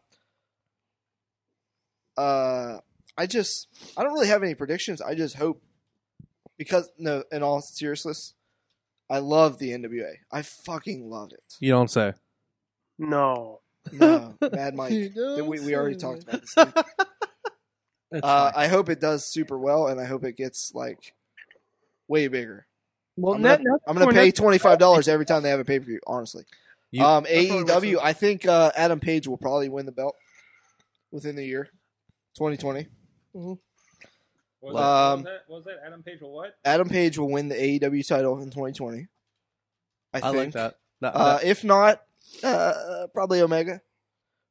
S6: Uh, I just I don't really have any predictions. I just hope because no, in all seriousness, I love the NWA. I fucking love it.
S7: You don't say.
S5: No,
S6: No, Mad
S8: You
S6: Mike.
S8: don't
S6: Then we, we already
S8: say
S6: talked
S8: that.
S6: about this. dude.
S3: That's
S6: Uh,
S3: fine.
S6: I hope it does super well, and I hope it gets like way bigger.
S3: well,
S6: I'm
S3: not-
S6: gonna-
S3: not-
S6: I'm gonna
S3: we're
S6: pay
S3: not-
S6: twenty five dollars every time they have a pay per view. Honestly,
S7: You-
S6: um,
S4: it was
S6: AEW.
S4: a-
S6: I think uh, Adam Page will probably win the belt within the year, 2020.
S2: What
S6: was Um,
S2: that, was that Adam Page or what?
S6: Adam Page will win the AEW title in 2020. I,
S7: I
S6: think.
S7: like that. That-
S6: Uh,
S7: that-
S6: if not, uh, probably Omega.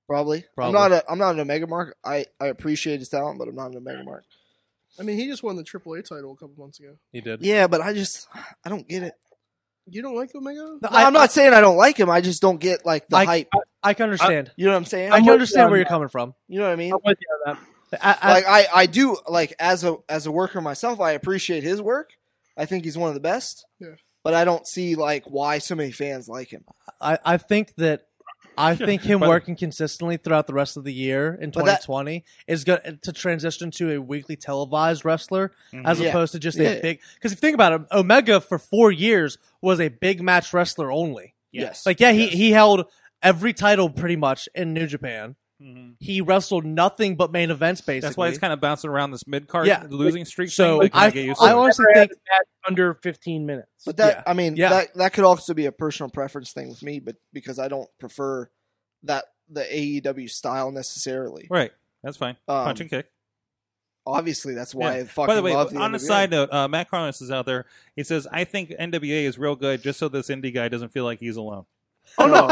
S6: Probably.
S7: Probably.
S6: I'm not a I'm not an Omega Mark. I, I appreciate his talent, but I'm not an Omega Mark.
S4: I mean, he just won the AAA title a couple months ago.
S7: He did.
S6: Yeah, but I just I don't get it.
S4: You don't like Omega?
S6: No, I'm not saying I don't like him. I just don't get like the
S7: I-
S6: hype.
S7: I can understand.
S6: You know what I'm saying?
S7: I, can
S3: with you
S7: understand
S3: on
S7: where you're
S3: that.
S7: coming from.
S6: you know what I mean?
S3: I'm with you on that.
S7: A- a-
S6: like I, I do like as a as a worker myself, I appreciate his work. I think he's one of the best.
S4: Yeah.
S6: But I don't see like why so many fans like him.
S7: I, I think that I think him
S2: But-
S7: working consistently throughout the rest of the year in
S6: But that-
S7: 2020 is going to transition to a weekly televised wrestler
S2: Mhm.
S7: as
S6: Yeah.
S7: opposed to just
S6: Yeah.
S7: a big. Because if you think about it, Omega for four years was a big match wrestler only.
S6: Yes.
S7: Like, yeah, he, he held every title pretty much in New Japan.
S2: Mhm.
S7: He wrestled nothing but main events, basically.
S2: That's why it's kind of bouncing around this mid card
S7: Yeah.
S2: losing streak.
S7: So
S2: thing.
S7: I-
S2: kinda get used to
S7: I
S2: it.
S7: always- honestly
S3: Never had
S7: think-
S3: a match under 15 minutes.
S6: But that
S7: Yeah.
S6: I mean
S7: Yeah.
S6: that that could also be a personal preference thing with me, but because I don't prefer that the AEW style necessarily.
S2: right. That's fine.
S6: Um,
S2: Punch and kick.
S6: Obviously, that's why
S2: Yeah.
S6: I fucking
S2: By the way,
S6: love the
S2: on a
S6: NWA.
S2: side note, uh, Matt Carlos is out there. He says, "I think NWA is real good, just so this indie guy doesn't feel like he's alone."
S5: Oh no!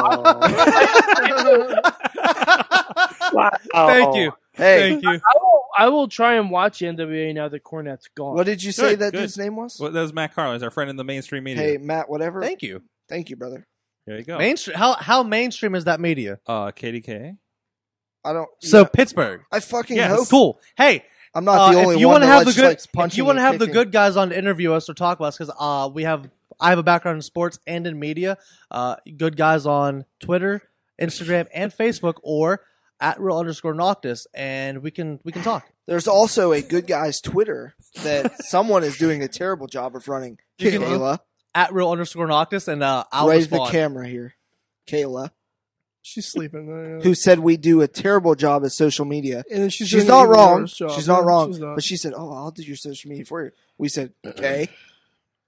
S5: wow.
S7: Thank you.
S6: Oh. Hey,
S7: Thank you.
S3: I will, I will try and watch NWA now that Cornette's gone.
S6: what did you say
S2: Good,
S6: that
S2: good.
S6: dude's name was?
S2: Well, that was Matt Carlos, our friend in the mainstream media.
S6: Hey, Matt, whatever.
S7: Thank you.
S6: Thank you, brother.
S2: There you go.
S7: Mainstream. How, how mainstream is that media?
S2: uh, KDK.
S6: I don't.
S7: So,
S6: yeah,
S7: Pittsburgh.
S6: I fucking
S2: Yes.
S6: hope
S7: Cool. Hey,
S6: I'm not the
S7: Uh,
S6: only
S7: if you
S6: one
S7: want to
S6: that
S7: have the
S6: likes-
S7: good,
S6: likes
S7: if you
S6: punching
S7: want to
S6: and
S7: have the
S6: kicking.
S7: good guys on to interview us or talk about us, because uh, we have, I have a background in sports and in media. Uh, good guys on Twitter, Instagram, and Facebook, or at real underscore Noctis, and we can we can talk.
S6: There's also a good guy's Twitter that someone is doing a terrible job of running.
S7: You can-
S6: Kayla,
S7: At real underscore Noctis, and uh, I'll
S6: right at the
S7: respond.
S6: camera here. Kayla,
S4: She's sleeping. Uh,
S6: who said we do a terrible job at social media.
S4: and then she's,
S6: She's
S4: doing an
S6: not
S4: even
S6: wrong.
S4: worse job.
S6: She's not
S4: Yeah,
S6: wrong.
S4: she's not.
S6: But she said, "Oh, I'll do your social media for you." We said, "Okay."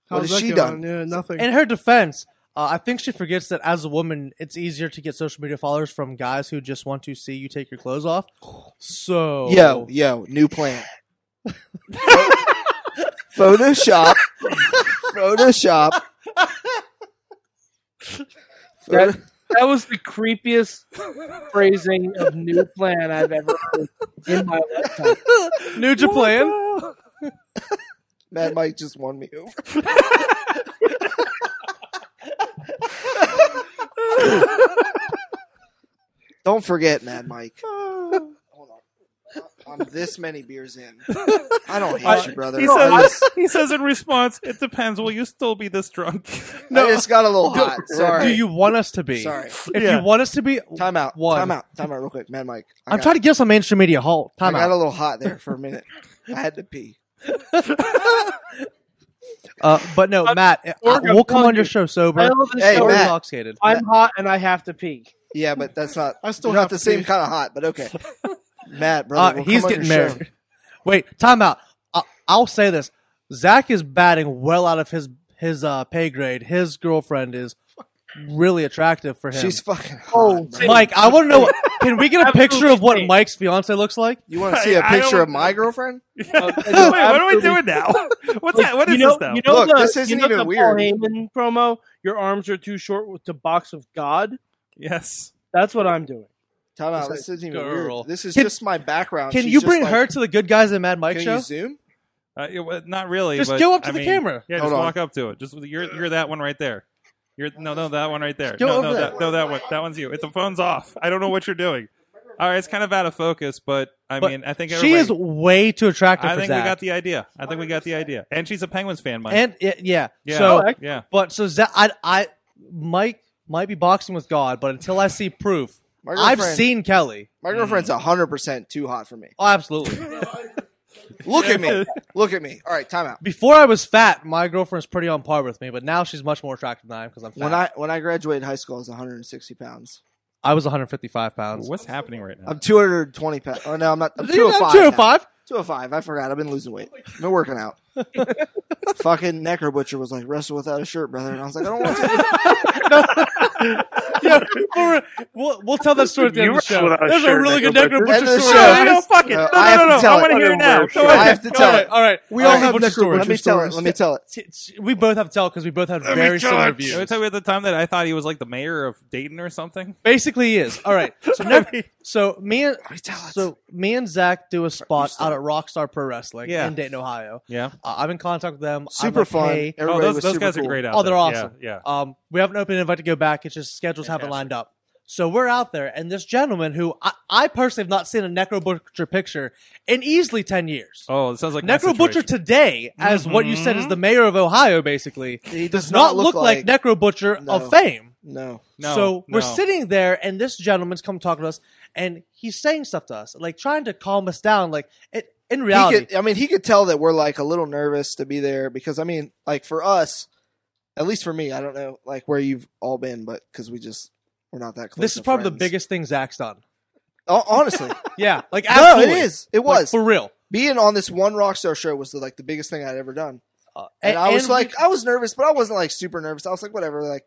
S4: How's
S6: what has
S4: that
S6: she
S4: going?
S6: done?
S4: Yeah, nothing.
S7: In her defense, uh, I think she forgets that as a woman, it's easier to get social media followers from guys who just want to see you take your clothes off. So
S6: Yo, yo, new plan. Photoshop. Photoshop.
S3: That, that was the creepiest phrasing of new plan I've ever heard in my lifetime.
S7: New
S6: Oh,
S7: Japan.
S6: Mad Mike just won me over. Don't forget, Mad Mike. Hold on. I'm this many beers in. I don't hate
S7: Uh,
S2: I-
S6: you, brother.
S2: He
S6: I,
S2: says,
S6: just,
S2: he says in response, "It depends. Will you still be this drunk?"
S6: I just got a little hot. Sorry.
S7: Do you want us to be?
S6: Sorry.
S7: If
S2: Yeah.
S7: you want us to be,
S6: Time out.
S7: One.
S6: Time out. Time out real quick. Mad Mike. I
S7: I'm
S6: got-
S7: trying to give some mainstream media halt.
S6: I
S7: Time
S6: got
S7: out.
S6: a little hot there for a minute. I had to pee.
S7: uh, but no, Matt, uh,
S3: Sorg, I'm
S7: we'll come
S3: telling
S7: on your
S3: you.
S7: show
S3: I
S7: sober
S3: love this
S6: Hey,
S3: show.
S7: or
S6: Matt.
S7: intoxicated.
S3: I'm hot and I have to pee.
S6: Yeah, but that's not.
S4: I
S6: Still
S4: still
S6: not
S4: have
S6: the
S4: to
S6: same
S4: be-
S6: kind of hot, but okay. Matt,
S7: Uh,
S6: brother, we'll
S7: he's
S6: come on
S7: getting
S6: your show.
S7: married. Wait, time out. I- I'll say this: Zach is batting well out of his his uh, pay grade. His girlfriend is really attractive for him.
S6: She's fucking hot.
S3: Oh,
S6: bro.
S3: see-
S7: Mike, I want to know. Can we get a picture of what
S3: Absolutely.
S7: Mike's fiance looks like?
S6: You want to see a
S2: I- I
S6: picture
S2: don't-
S6: of my girlfriend?
S2: Wait, what are we doing now? What's that? What is
S3: you know,
S2: this now?
S3: You know
S6: Look,
S3: the,
S6: this isn't
S3: you know
S6: even
S3: the
S6: weird.
S3: Paul Heyman promo. Your arms are too short with the box of God.
S2: yes.
S3: That's what I'm doing.
S6: Time out.
S7: It's
S6: This isn't even
S7: girl.
S6: weird. This is
S7: Can-
S6: just my background.
S7: Can
S6: Oh, She's
S7: you
S6: just
S7: bring
S6: like,
S7: her to the Good Guys and Mad Mike
S6: Can
S7: show?
S6: you zoom?
S2: Uh, it, wa- not really.
S7: Just
S2: but,
S7: go up to
S2: I
S7: the
S2: mean,
S7: camera.
S2: Yeah,
S6: Hold
S2: just
S6: on.
S2: walk up to it. Just you're you're that one right there. You're no no that one right there.
S7: go
S2: no
S7: over
S2: no
S7: that
S2: that, no that one that one's you. It, the phone's off. I don't know what you're doing. All right, it's kind of out of focus, but I
S7: But
S2: mean I think
S7: She
S2: everybody-
S7: is way too attractive
S2: I
S7: for
S2: think we
S7: Zach.
S2: got the idea. I think we got the idea. And she's a Penguins fan, Mike.
S7: and yeah, yeah.
S2: yeah, Oh,
S7: So
S2: yeah.
S7: But so Zach, I, I, Mike might be boxing with God, but until I see proof,
S6: My
S7: I've
S6: girlfriend,
S7: seen Kelly.
S6: my girlfriend's hundred percent too hot for me.
S7: Oh, absolutely.
S6: Look at me. Look at me. All right, time out.
S7: Before I was fat, my girlfriend's pretty on par with me, but now she's much more attractive than I am because I'm fat.
S6: When I when I graduated high school, I was 160 pounds.
S7: I was 155 pounds.
S2: What's happening right now?
S6: I'm 220 pounds. Oh no, I'm not. I'm
S7: Dude, I'm
S6: 205.
S7: 205?
S6: 205. I forgot. I've been losing weight. I've been working out. Fucking Necker Butcher was like, wrestle without a shirt, brother. And I was like, I don't want to.
S7: yeah, for- we'll, we'll tell that story at the end of
S5: You
S7: the show.
S5: wrestle without a
S7: That's a
S5: shirt,
S7: really good
S5: Nick, like
S7: negative
S6: this.
S7: butcher
S6: End of the
S7: story.
S6: show.
S7: All right,
S2: No, no, fuck it.
S7: Uh,
S6: No,
S2: No, no,
S6: I
S2: no,
S6: have to
S2: no.
S6: tell
S2: I
S6: it.
S2: want to hear it
S7: Oh,
S2: now.
S5: Go
S2: Go
S6: I
S2: ahead.
S6: have to
S2: Go
S6: tell
S2: ahead.
S6: it.
S7: All right,
S8: We
S6: All
S8: all
S6: right,
S8: have
S7: Butcher
S8: necro
S7: story.
S8: butcher
S6: Let me tell it. Let me tell it.
S7: T- We both have to tell because we both had very similar
S2: Did I
S7: views.
S2: tell you at the time that I thought he was like the mayor of Dayton or something?
S7: Basically, he is all right. So never, so me and
S6: Let me tell it.
S7: so me and Zach do a spot out at Rockstar Pro Wrestling
S2: Yeah.
S7: in Dayton, Ohio.
S2: Yeah.
S7: Uh, I'm in contact with them. I'm
S6: super
S7: like,
S6: fun.
S7: hey,
S6: Everybody
S2: oh, those,
S6: was
S2: those
S6: super
S2: guys
S6: cool.
S2: are great out
S7: Oh,
S2: there.
S7: they're awesome.
S2: Yeah. yeah.
S7: Um, we have an open invite to go back. It's just schedules haven't lined up. So we're out there, and this gentleman who I, I personally have not seen a Necro Butcher picture in easily 10 years.
S2: Oh, it sounds like my
S7: Necro Butcher
S2: situation.
S7: today, as what you said is
S6: Mm-hmm.
S7: the mayor of Ohio, basically,
S6: He
S7: does, not, look, like, Necro Butcher
S6: No.
S7: of fame.
S6: no.
S2: No,
S7: so we're
S2: no.
S7: sitting there, and this gentleman's come talking to us, and he's saying stuff to us, like trying to calm us down. Like it, in
S6: He
S7: reality,
S6: could- I mean, he could tell that we're like a little nervous to be there because I mean, like for us, at least for me, I don't know like where you've all been, but because we just we're not that close.
S7: this is
S6: of
S7: probably the
S6: friends.
S7: biggest thing Zach's done.
S6: Ho- honestly,
S7: Yeah, like
S6: no, it
S7: absolutely.
S6: is. It
S7: Like,
S6: was
S7: for real.
S6: being on this one Rockstar show was the, like the biggest thing I'd ever done,
S7: Uh,
S6: and, I was
S7: we-
S6: like, I was nervous, but I wasn't like super nervous. I was like, whatever, like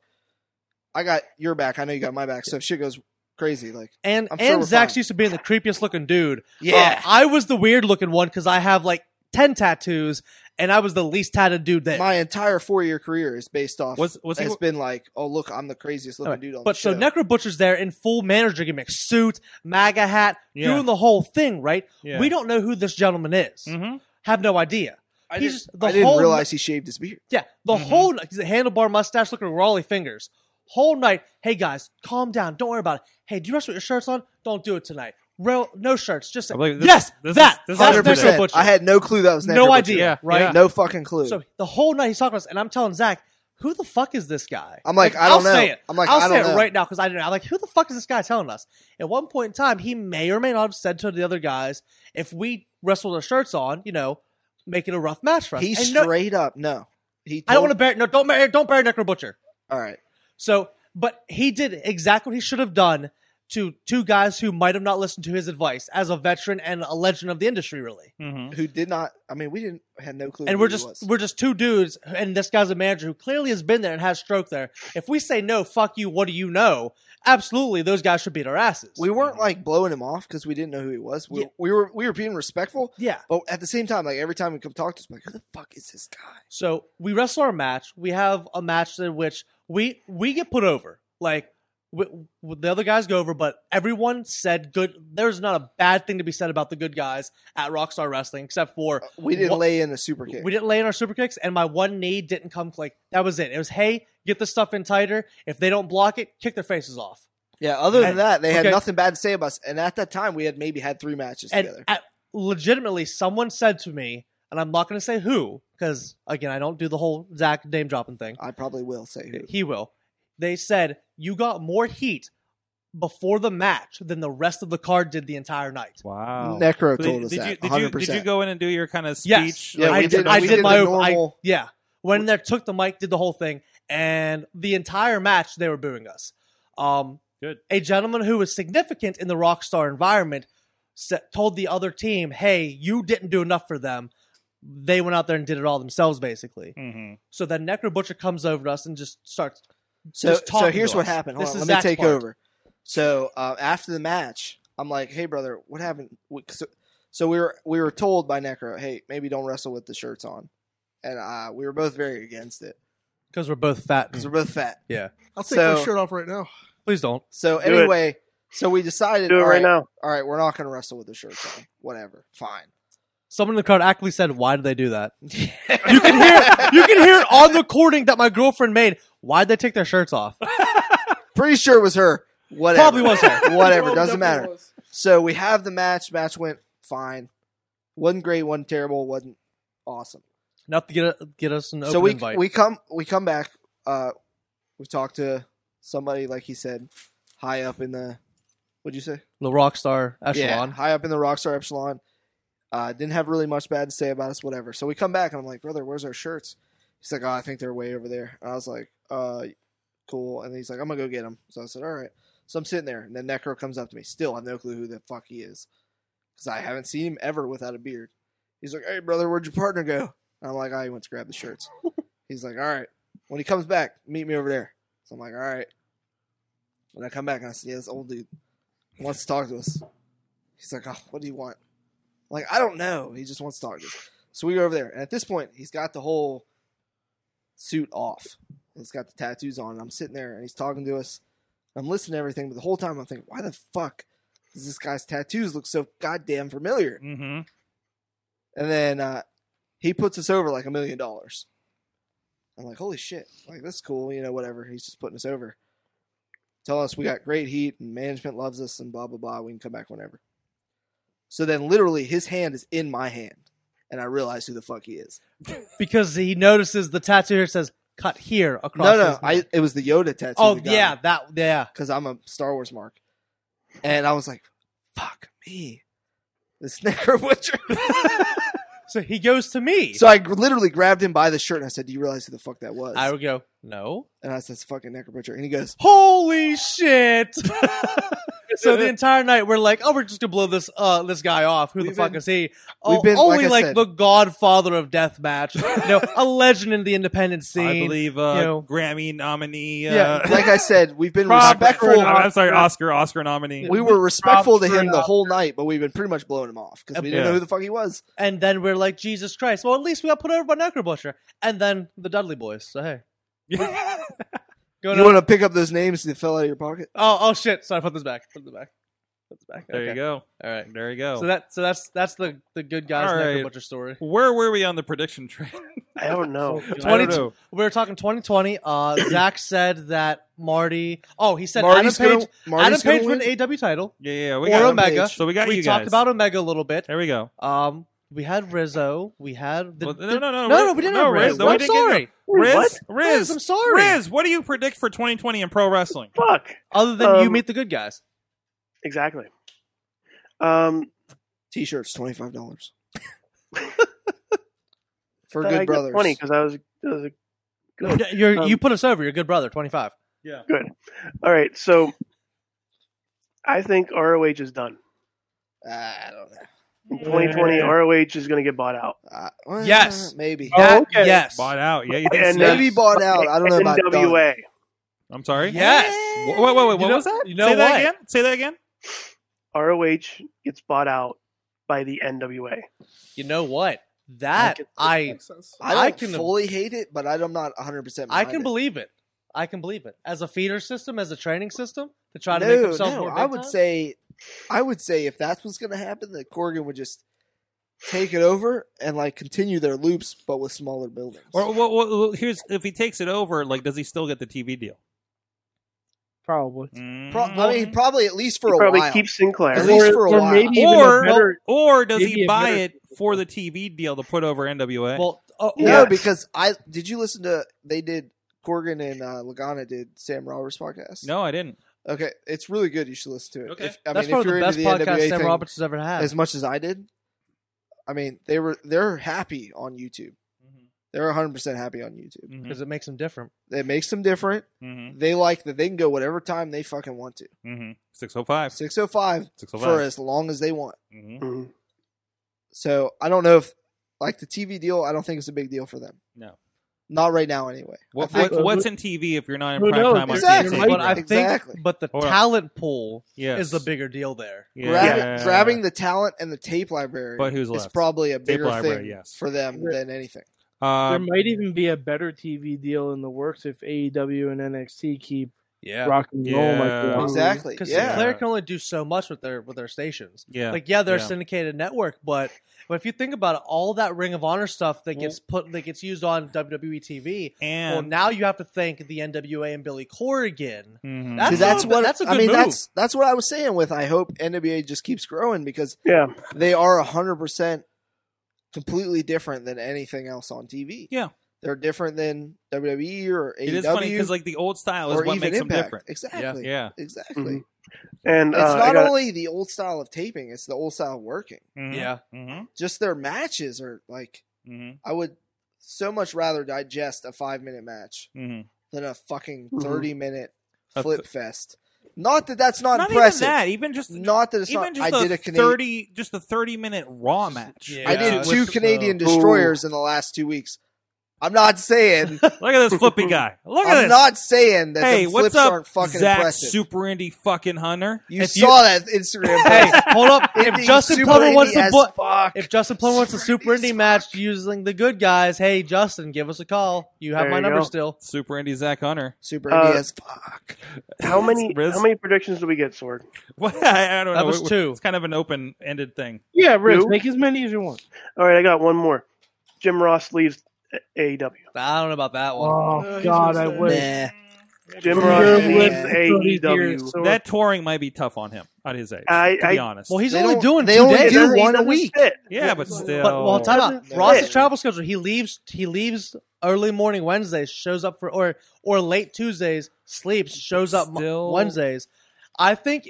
S6: I got your back. I know you got my back. So if shit goes crazy, like
S7: and
S6: I'm sure
S7: and
S6: we're
S7: Zach's
S6: fine.
S7: used to being the creepiest looking dude.
S6: yeah,
S7: Uh, I was the weird looking one because I have like ten tattoos, and I was the least tatted dude there.
S6: my entire four year career is based off.
S2: Was was he
S6: it's been like, oh look, I'm the craziest looking
S7: Alright,
S6: dude on
S7: But
S6: the
S7: so
S6: show.
S7: Necro Butcher's there in full manager gimmick, suit, MAGA hat,
S2: Yeah.
S7: doing the whole thing, right?
S2: Yeah.
S7: We don't know who this gentleman is.
S2: Mhm.
S7: Have no idea.
S6: Mm-hmm. I
S7: he's
S6: didn't,
S7: just- the
S6: I didn't
S7: whole-
S6: realize Mm-hmm. he shaved his beard.
S7: Yeah, the
S2: Mhm.
S7: whole he's a handlebar mustache, looking Raleigh fingers. Whole night, hey guys, calm down, don't worry about it. Hey, do you wrestle with your shirts on? Don't do it tonight. Real, no shirts, just
S2: I believe this-
S7: yes,
S2: this
S7: that,
S2: is- this is
S7: that's
S2: Hundred
S7: Necro
S2: percent.
S7: Butcher.
S6: I had no clue that was Necro
S7: no
S6: Butcher.
S7: idea,
S2: Yeah,
S7: right?
S2: yeah.
S6: No fucking clue.
S7: So the whole night he's talking to us, and I'm telling Zach, who the fuck is this guy?
S6: I'm like, I
S7: I'll
S6: don't know.
S7: say it.
S6: I'm like,
S7: I'll
S6: I
S7: say
S6: don't
S7: it
S6: know.
S7: right now because I don't know. I'm like, who the fuck is this guy telling us? At one point in time, he may or may not have said to the other guys, if we wrestled our shirts on, you know, make it a rough match for us.
S6: he
S7: And no-
S6: straight up no. He
S7: I don't want to bury. No, don't bury. Don't bury Necro Butcher.
S6: to. All right.
S7: So, but he did exactly what he should have done to two guys who might have not listened to his advice as a veteran and a legend of the industry, really.
S2: Mhm.
S6: Who did not? I mean, we didn't had no clue.
S7: and
S6: who
S7: we're
S6: he
S7: just
S6: was.
S7: we're just two dudes and this guy's a manager who clearly has been there and has stroke there if we say no fuck you what do you know absolutely those guys should beat our asses
S6: we weren't like blowing him off because we didn't know who he was. We,
S7: Yeah.
S6: we were we were being respectful,
S7: yeah
S6: but at the same time, like every time we come talk to us, like who the fuck is this guy?
S7: so we wrestle our match we have a match in which we we get put over like we, we- the other guys go over but everyone said good there's not a bad thing to be said about the good guys at rockstar wrestling except for
S6: Uh, We didn't
S7: What-
S6: lay in a super kick.
S7: We didn't lay in our super kicks, and my one knee didn't come. Like that was it. It was hey, get the stuff in tighter. If they don't block it, kick their faces off.
S6: yeah. Other than
S7: And-
S6: that, they had
S7: okay.
S6: nothing bad to say about us. And at that time, we had maybe had three matches
S7: And
S6: together.
S7: at- legitimately, someone said to me, and I'm not going to say who, because again, I don't do the whole Zach name dropping thing.
S6: I probably will say who.
S7: He will. They said you got more heat before the match than the rest of the card did the entire night. Oh.
S2: Wow.
S6: Necro
S2: Did-
S6: told us
S2: did,
S6: that.
S2: you, did,
S6: 100%.
S2: you, did you go in and do your kind of
S7: Yes.
S2: speech?
S6: Yeah,
S2: like,
S7: I
S6: we
S7: did.
S6: did-
S7: I
S6: we
S7: did,
S6: did
S7: my
S6: the
S7: own. I-
S6: normal-
S7: yeah. Went in there, took the mic, did the whole thing, and the entire match they were booing us. Um,
S2: Good.
S7: A gentleman who was significant in the Rockstar environment sa- told the other team, "Hey, you didn't do enough for them." They went out there and did it all themselves, basically.
S2: Mhm.
S7: So then Necro Butcher comes over to us and just starts.
S6: So,
S7: just
S6: so
S7: talking
S6: here's
S7: to
S6: what
S7: us.
S6: happened. Hold
S7: This
S6: on,
S7: is
S6: let me
S7: Zach's
S6: take
S7: part.
S6: over. So uh, after the match, I'm like, "Hey, brother, what happened?" What- So, so we were we were told by Necro, "Hey, maybe don't wrestle with the shirts on," and uh, we were both very against it
S7: because we're both fat.
S6: because we're both fat.
S4: I'll take
S6: So-
S4: my shirt off right now.
S7: Please don't.
S6: So
S5: Do it.
S6: anyway, so we decided,
S5: Do it
S6: all
S5: right now.
S6: all right, we're not going to wrestle with the shirts on. Whatever, fine.
S7: Someone in the crowd actually said, "Why did they do that?" you can hear you can hear it on the recording that my girlfriend made. Why'd they take their shirts off?
S6: Pretty sure it was her. Whatever.
S7: Probably was her.
S6: Whatever. Doesn't matter. So we have the match. Match went fine. Wasn't great. Wasn't terrible. Wasn't awesome.
S7: Enough to get a, get us an open
S6: so we
S7: invite.
S6: we come we come back. Uh, we talk to somebody like he said, high up in the what'd you say?
S7: the Rockstar echelon.
S6: high up in the Rockstar echelon. Uh, didn't have really much bad to say about us, whatever. So we come back and I'm like, brother, where's our shirts? He's like, oh, I think they're way over there. And I was like, uh, cool. And he's like, I'm gonna go get them. So I said, all right. So I'm sitting there, and then Necro comes up to me. Still have no clue who the fuck he is, because I haven't seen him ever without a beard. He's like, hey brother, where'd your partner go? And I'm like, oh, he went to grab the shirts. he's like, all right. When he comes back, meet me over there. So I'm like, all right. When I come back and I say, yeah, this old dude wants to talk to us. He's like, oh, what do you want? I'm like, I don't know. He just wants to talk to us. So we go over there. And at this point, he's got the whole suit off. He's got the tattoos on. And I'm sitting there and he's talking to us. I'm listening to everything, but the whole time I'm thinking, why the fuck does this guy's tattoos look so goddamn familiar?
S2: Mm-hmm.
S6: And then uh, he puts us over like a million dollars. I'm like, holy shit, like that's cool, you know, whatever. He's just putting us over. Tell us we got great heat and management loves us and blah blah blah. We can come back whenever. So then literally his hand is in my hand and I realize who the fuck he is.
S7: because he notices the tattoo here says "cut here" across.
S6: No, no,
S7: his
S6: I it was the Yoda tattoo.
S7: oh yeah, that yeah.
S6: because I'm a Star Wars mark. And I was like, fuck me. This nigger butcher.
S7: So he goes to me.
S6: So I gr- literally grabbed him by the shirt and I said, "Do you realize who the fuck that was?"
S7: I would go, no.
S6: and I said, "It's "Fucking Necro Butcher." And he goes,
S7: Holy shit! so the entire night we're like, oh, we're just gonna blow this uh this guy off. Who the
S6: We've
S7: fuck
S6: been-
S7: is he? Oh,
S6: been- like
S7: only
S6: I
S7: like,
S6: said-
S7: the Godfather of Deathmatch. you know, a legend in the independent scene.
S2: I believe uh,
S7: you know.
S2: Grammy nominee. Uh,
S7: Yeah,
S6: "Like I said, we've been
S2: Rob-
S6: respectful.
S2: I'm sorry, Oscar. Oscar nominee.
S6: We were respectful to
S5: Rob-
S6: him the whole night, but we've been pretty much blowing him off because we didn't
S2: Yeah.
S6: know who the fuck he was."
S7: And then we're like, Jesus Christ. Well, at least we got put over by Necrobutcher. And then the Dudley Boys. So hey, going
S6: You
S7: on.
S6: want to pick up those names that fell out of your pocket?
S7: Oh, oh shit! Sorry, put this back. Put this back. Put this back.
S2: there
S7: okay.
S2: you go.
S7: All right.
S2: There you go.
S7: So that so that's that's the the good guys
S2: All right.
S7: Necrobutcher story.
S2: Where were we on the prediction train?
S5: I don't know.
S2: I don't
S7: 22
S2: know.
S7: We were talking 2020. Uh, Zach said that Marty. Oh, he said
S6: Marty's
S7: Adam
S6: gonna,
S7: Page. Adam
S6: Marty's gonna
S7: Page
S6: win.
S7: won AW title
S2: Yeah, yeah. We
S7: or
S2: got
S7: Omega.
S2: So we got
S7: we
S2: you
S7: talked
S2: guys.
S7: about Omega a little bit.
S2: There we go.
S7: Um, we had Rizzo. We had the,
S2: Well,
S7: the-
S2: no, no, no,
S7: no,
S2: Riz-
S7: we didn't
S2: no,
S7: have
S2: Riz,
S7: Riz.
S2: no,
S7: I'm
S2: we didn't get-
S7: sorry.
S2: Riz,
S5: What?
S2: Riz,
S7: Riz, I'm sorry.
S2: Riz, what do you predict for 2020 in pro wrestling?
S5: Fuck.
S7: Other than you
S5: Um,
S7: meet the good guys.
S5: Exactly. Um,
S6: T-shirts, twenty five dollars for
S5: I
S6: good
S5: get
S6: brothers.
S5: Funny because I was, I was good.
S7: You're,
S5: um,
S7: you put us over. You're a good brother. 25.
S5: All right, so I think ROH is done.
S6: I don't know.
S5: In 2020, ROH is going to get bought out.
S6: Uh, well,
S7: Yes.
S6: maybe.
S5: Oh,
S7: That-
S5: okay.
S7: Yes.
S2: Bought out. Yeah, yeah.
S5: And
S2: yeah.
S5: then-
S6: Maybe bought out. Oh, I don't know about done.
S5: NWA.
S2: I'm sorry.
S7: Yes.
S2: Wait, wait, wait. What
S7: You know-
S2: was that?
S7: you know
S2: Say that
S7: what?
S2: again. Say that again.
S5: ROH gets bought out by the NWA.
S7: You know what? That I
S6: I don't
S7: I can-
S6: fully hate it, but I'm not 100. percent
S7: I can believe it. I can believe it. As a feeder system, as a training system to try to
S6: no,
S7: make themselves
S6: no,
S7: more.
S6: I
S7: big
S6: would
S7: time?
S6: say, I would say if that's what's going to happen, that Corgan would just take it over and like continue their loops, but with smaller buildings.
S2: Or well, well, well, here's if he takes it over. Like, does he still get the TV deal?
S3: Probably.
S2: Mm.
S6: Pro- I mean, probably at least for a
S5: He probably
S6: while.
S5: keep Sinclair.
S6: At least for a
S3: or
S6: while.
S3: maybe even
S2: or
S3: a better.
S2: or does
S3: maybe
S2: he
S3: a
S2: buy
S3: better-
S2: it for the TV deal to put over NWA?
S7: Well, oh,
S6: no,
S5: Yes.
S6: because I did. You listen to they did Corgan and uh, Lagana did Sam Roberts podcast.
S2: no, I didn't.
S6: okay, it's really good. You should listen to it.
S2: Okay.
S6: If- I
S7: that's
S6: mean, if
S7: probably
S6: you're
S7: the best
S6: into the
S7: podcast
S6: NWA
S7: Sam
S6: thing,
S7: Roberts has ever had.
S6: as much as I did. I mean, they were they're happy on YouTube. They're 100 percent happy on YouTube.
S2: Mhm.
S7: because it makes them different.
S6: It makes them different.
S2: Mhm.
S6: They like that they can go whatever time they fucking want to.
S2: Mhm. 605.
S6: 605 for
S2: 605.
S6: as long as they want.
S2: Mhm.
S5: Mhm.
S6: So I don't know if like the TV deal. I don't think it's a big deal for them.
S2: No.
S6: not right now anyway.
S2: What,
S6: I think-
S2: what- what's in TV if you're not in
S3: Who
S2: prime
S3: knows?
S2: time on
S6: Exactly.
S2: TNT?
S7: But I think,
S6: Exactly.
S7: but the
S2: Hold on.
S7: talent pool
S2: Yes.
S7: is the bigger deal there.
S2: Yeah.
S6: Grab-
S2: Yeah.
S6: Grabbing the talent and the tape library
S2: But who's
S6: is
S2: left?
S6: probably a bigger
S2: library,
S6: thing
S2: yes.
S6: for them
S3: Yeah.
S6: than anything.
S3: There
S2: Uh,
S3: might even be a better TV deal in the works if AEW and NXT keep
S7: Yeah,
S3: rock and roll like they
S2: Yeah.
S3: are.
S6: Exactly.
S7: because
S6: Yeah.
S7: Sinclair can only do so much with their with their stations.
S2: yeah.
S7: Like, yeah, they're
S2: Yeah.
S7: a syndicated network, but but if you think about it, all that Ring of Honor stuff that gets put that gets used on WWE TV.
S2: and
S7: Well, now you have to thank the NWA and Billy Corrigan.
S2: Mhm.
S7: That's
S6: See, that's
S7: a-
S6: what
S7: that's a
S6: I
S7: good
S6: mean.
S7: move.
S6: That's that's what I was saying. With I hope NWA just keeps growing because
S5: Yeah.
S6: they are hundred percent completely different than anything else on TV.
S2: Yeah.
S6: they're different than WWE or AEW
S2: It is funny because like the old style is
S6: E or
S2: what
S6: even
S2: makes them
S6: Impact.
S2: different.
S6: Exactly.
S2: Yeah.
S6: Exactly.
S5: Mhm. And uh,
S6: It's
S5: I
S6: not
S5: got-
S6: only the old style of taping; it's the old style of working.
S2: Mhm.
S7: Yeah.
S2: Mhm.
S6: Just their matches are like
S2: Mhm.
S6: I would so much rather digest a five minute match
S2: Mhm.
S6: than a fucking
S5: Mhm.
S6: thirty minute
S2: A th-
S6: flip fest. Not that that's not,
S2: Not
S6: impressive.
S2: even that. Even just
S6: Not that it's
S2: even
S6: not. I
S2: just
S6: did
S2: a
S6: a Canadian.
S2: thirty, just a thirty minute Raw match.
S7: Yeah.
S6: I did
S7: with
S6: two
S7: the-
S6: Canadian destroyers in the last two weeks. I'm not saying.
S2: Look at this flippy guy. Look at
S6: I'm
S2: this.
S6: not saying that
S2: hey,
S6: the
S2: what's
S6: flips
S2: up,
S6: aren't fucking
S2: Zach
S6: impressive.
S2: Super Indie fucking Hunter?
S6: you
S2: If
S6: saw that Instagram
S7: Hey,
S6: post.
S7: hold up. If
S6: Indie,
S7: Justin
S6: super
S7: Plummer wants
S6: indie
S7: to
S6: as
S7: book,
S6: fuck.
S7: if Justin Plummer wants a super indie match using the good guys, hey Justin, give us a call. You have
S5: There
S7: my
S5: you
S7: number
S5: go.
S7: still.
S2: Super Indie Zach Hunter.
S6: Super
S5: Uh,
S6: indie as fuck.
S5: How many
S2: Riz.
S5: how many predictions do we get, Sword?
S2: What? I, I don't
S7: That
S2: know.
S7: was
S2: It-
S7: two.
S2: It's kind of an open ended thing.
S3: Yeah, Riz,
S5: You?
S3: make as many as you want.
S5: All right, I got one more. Jim Ross leaves E AEW.
S7: I don't know about that one.
S3: Oh
S4: Uh, he's
S3: God, I
S4: almost
S3: wish.
S6: Nah.
S5: Jim
S6: Yeah.
S5: Ross
S6: Yeah.
S5: leaves E
S6: Yeah.
S3: E
S5: AEW.
S2: That touring might be tough on him at his age.
S5: I-
S2: to be
S5: I-
S2: honest.
S7: Well, he's
S6: They
S7: only
S6: don't-
S7: doing
S6: they
S7: two
S6: only
S7: days.
S6: do
S5: Doesn't- he
S6: one a
S5: doesn't
S6: week.
S5: fit.
S2: yeah, but still.
S7: But well, time out.
S5: Doesn't
S7: Ross's
S5: fit.
S7: travel schedule. He leaves. He leaves early morning Wednesdays. Shows up for or or late Tuesdays. Sleeps. Shows up mo-
S2: Still-
S7: Wednesdays. I think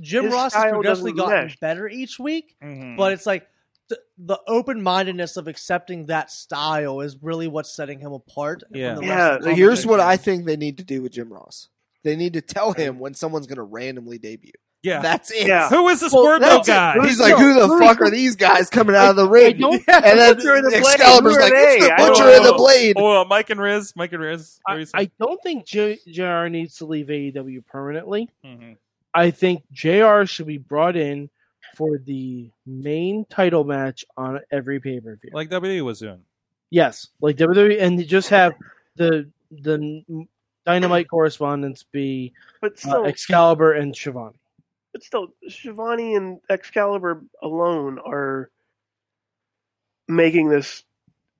S7: Jim
S5: His
S7: Ross has
S5: style
S7: progressively
S5: doesn't
S7: gotten
S5: mesh. Hmm.
S7: better each week,
S2: Mhm.
S7: but it's like the, the open mindedness of accepting that style is really what's setting him apart. from
S2: Yeah.
S7: the rest
S5: Yeah,
S7: of the
S6: Here's what I
S7: competition.
S6: think they need to do with Jim Ross. They need to tell him when someone's going to randomly debut.
S2: yeah.
S6: That's it.
S5: Yeah.
S2: Who is this
S6: Well,
S2: Squirtle
S6: that's it.
S2: guy?
S6: He's like, who the fuck are these guys coming out of the ring?
S3: don't-
S6: and then
S5: Butcher and the Blade,
S6: Excalibur's
S5: who are
S6: like, it's
S5: they?
S6: the
S5: I
S2: don't
S6: butcher and the
S2: know.
S6: blade.
S2: Oh, uh, Mike and Riz. Mike and Riz. What do
S3: I,
S2: you say?
S3: I don't think J- Jr. needs to leave AEW permanently.
S2: Mhm.
S3: I think Jr. should be brought in for the main title match on every pay per view.
S2: Like WWE was doing.
S3: Yes, like WWE, and they just have the the dynamite correspondence be
S5: But
S3: uh,
S5: still,
S3: Excalibur and Shivani.
S5: but still, Shivani and Excalibur alone are making this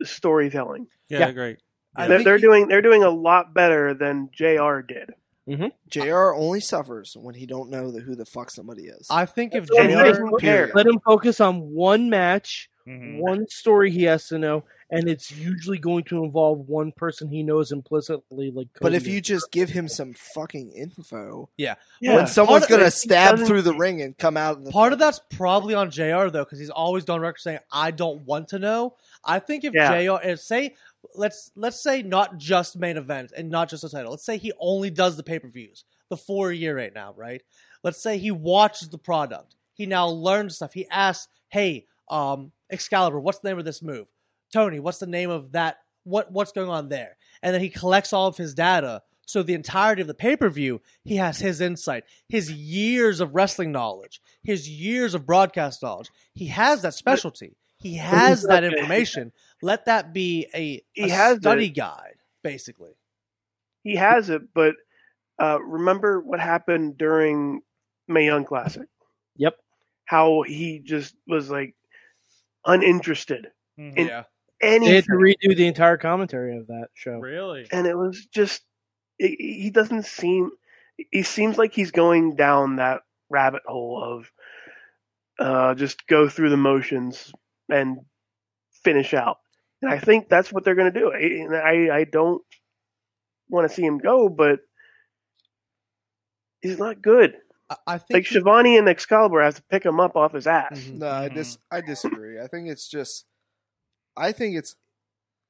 S5: storytelling.
S2: Yeah,
S3: Yeah.
S2: great.
S7: I
S5: They're,
S7: think
S5: they're
S7: he-
S5: doing they're doing a lot better than Jr. did.
S6: JR only suffers when he don't know the, who the fuck somebody is.
S7: I think if
S5: And he
S7: Jr.
S5: doesn't care.
S6: Period.
S3: Let him focus on one match,
S2: Mhm.
S3: one story he has to know, and it's usually going to involve one person he knows implicitly. Like,
S6: but
S3: Cody
S6: if
S3: did.
S6: you just give him some fucking info,
S5: Yeah.
S6: when someone's
S7: Part of
S6: going to
S5: it
S6: stab
S5: doesn't-
S6: through the ring and come out of the
S7: Part of that's probably on JR though, because he's always gone record saying I don't want to know. I think if
S5: Yeah.
S7: JR if say let's let's say not just main event and not just the title. Let's say he only does the pay per views, the four a year right now, right? Let's say he watches the product. He now learns stuff. He asks, hey, um, Excalibur, what's the name of this move? Tony, what's the name of that? What what's going on there? And then he collects all of his data. So the entirety of the pay per view, he has his insight, his years of wrestling knowledge, his years of broadcast knowledge. He has that specialty. He has that information. Let that be a,
S5: He
S7: a
S5: has
S7: study
S5: it.
S7: guide, basically.
S5: he has it, but uh, remember what happened during Mae Young Classic?
S3: Yep.
S5: How he just was like uninterested
S2: Mhm.
S5: in
S7: Yeah.
S3: they had to
S5: anything,
S3: redo the entire commentary of that show.
S2: Really?
S5: and it was just it, he doesn't seem. He seems like he's going down that rabbit hole of uh, just go through the motions and finish out. And I think that's what they're going to do. I- And I, I don't want to see him go, but he's not good.
S7: I, I think
S5: like
S7: he-
S5: Shivani and Excalibur have to pick him up off his ass.
S7: Mhm.
S6: No, I
S2: Mhm.
S6: dis I disagree. I think it's just I think it's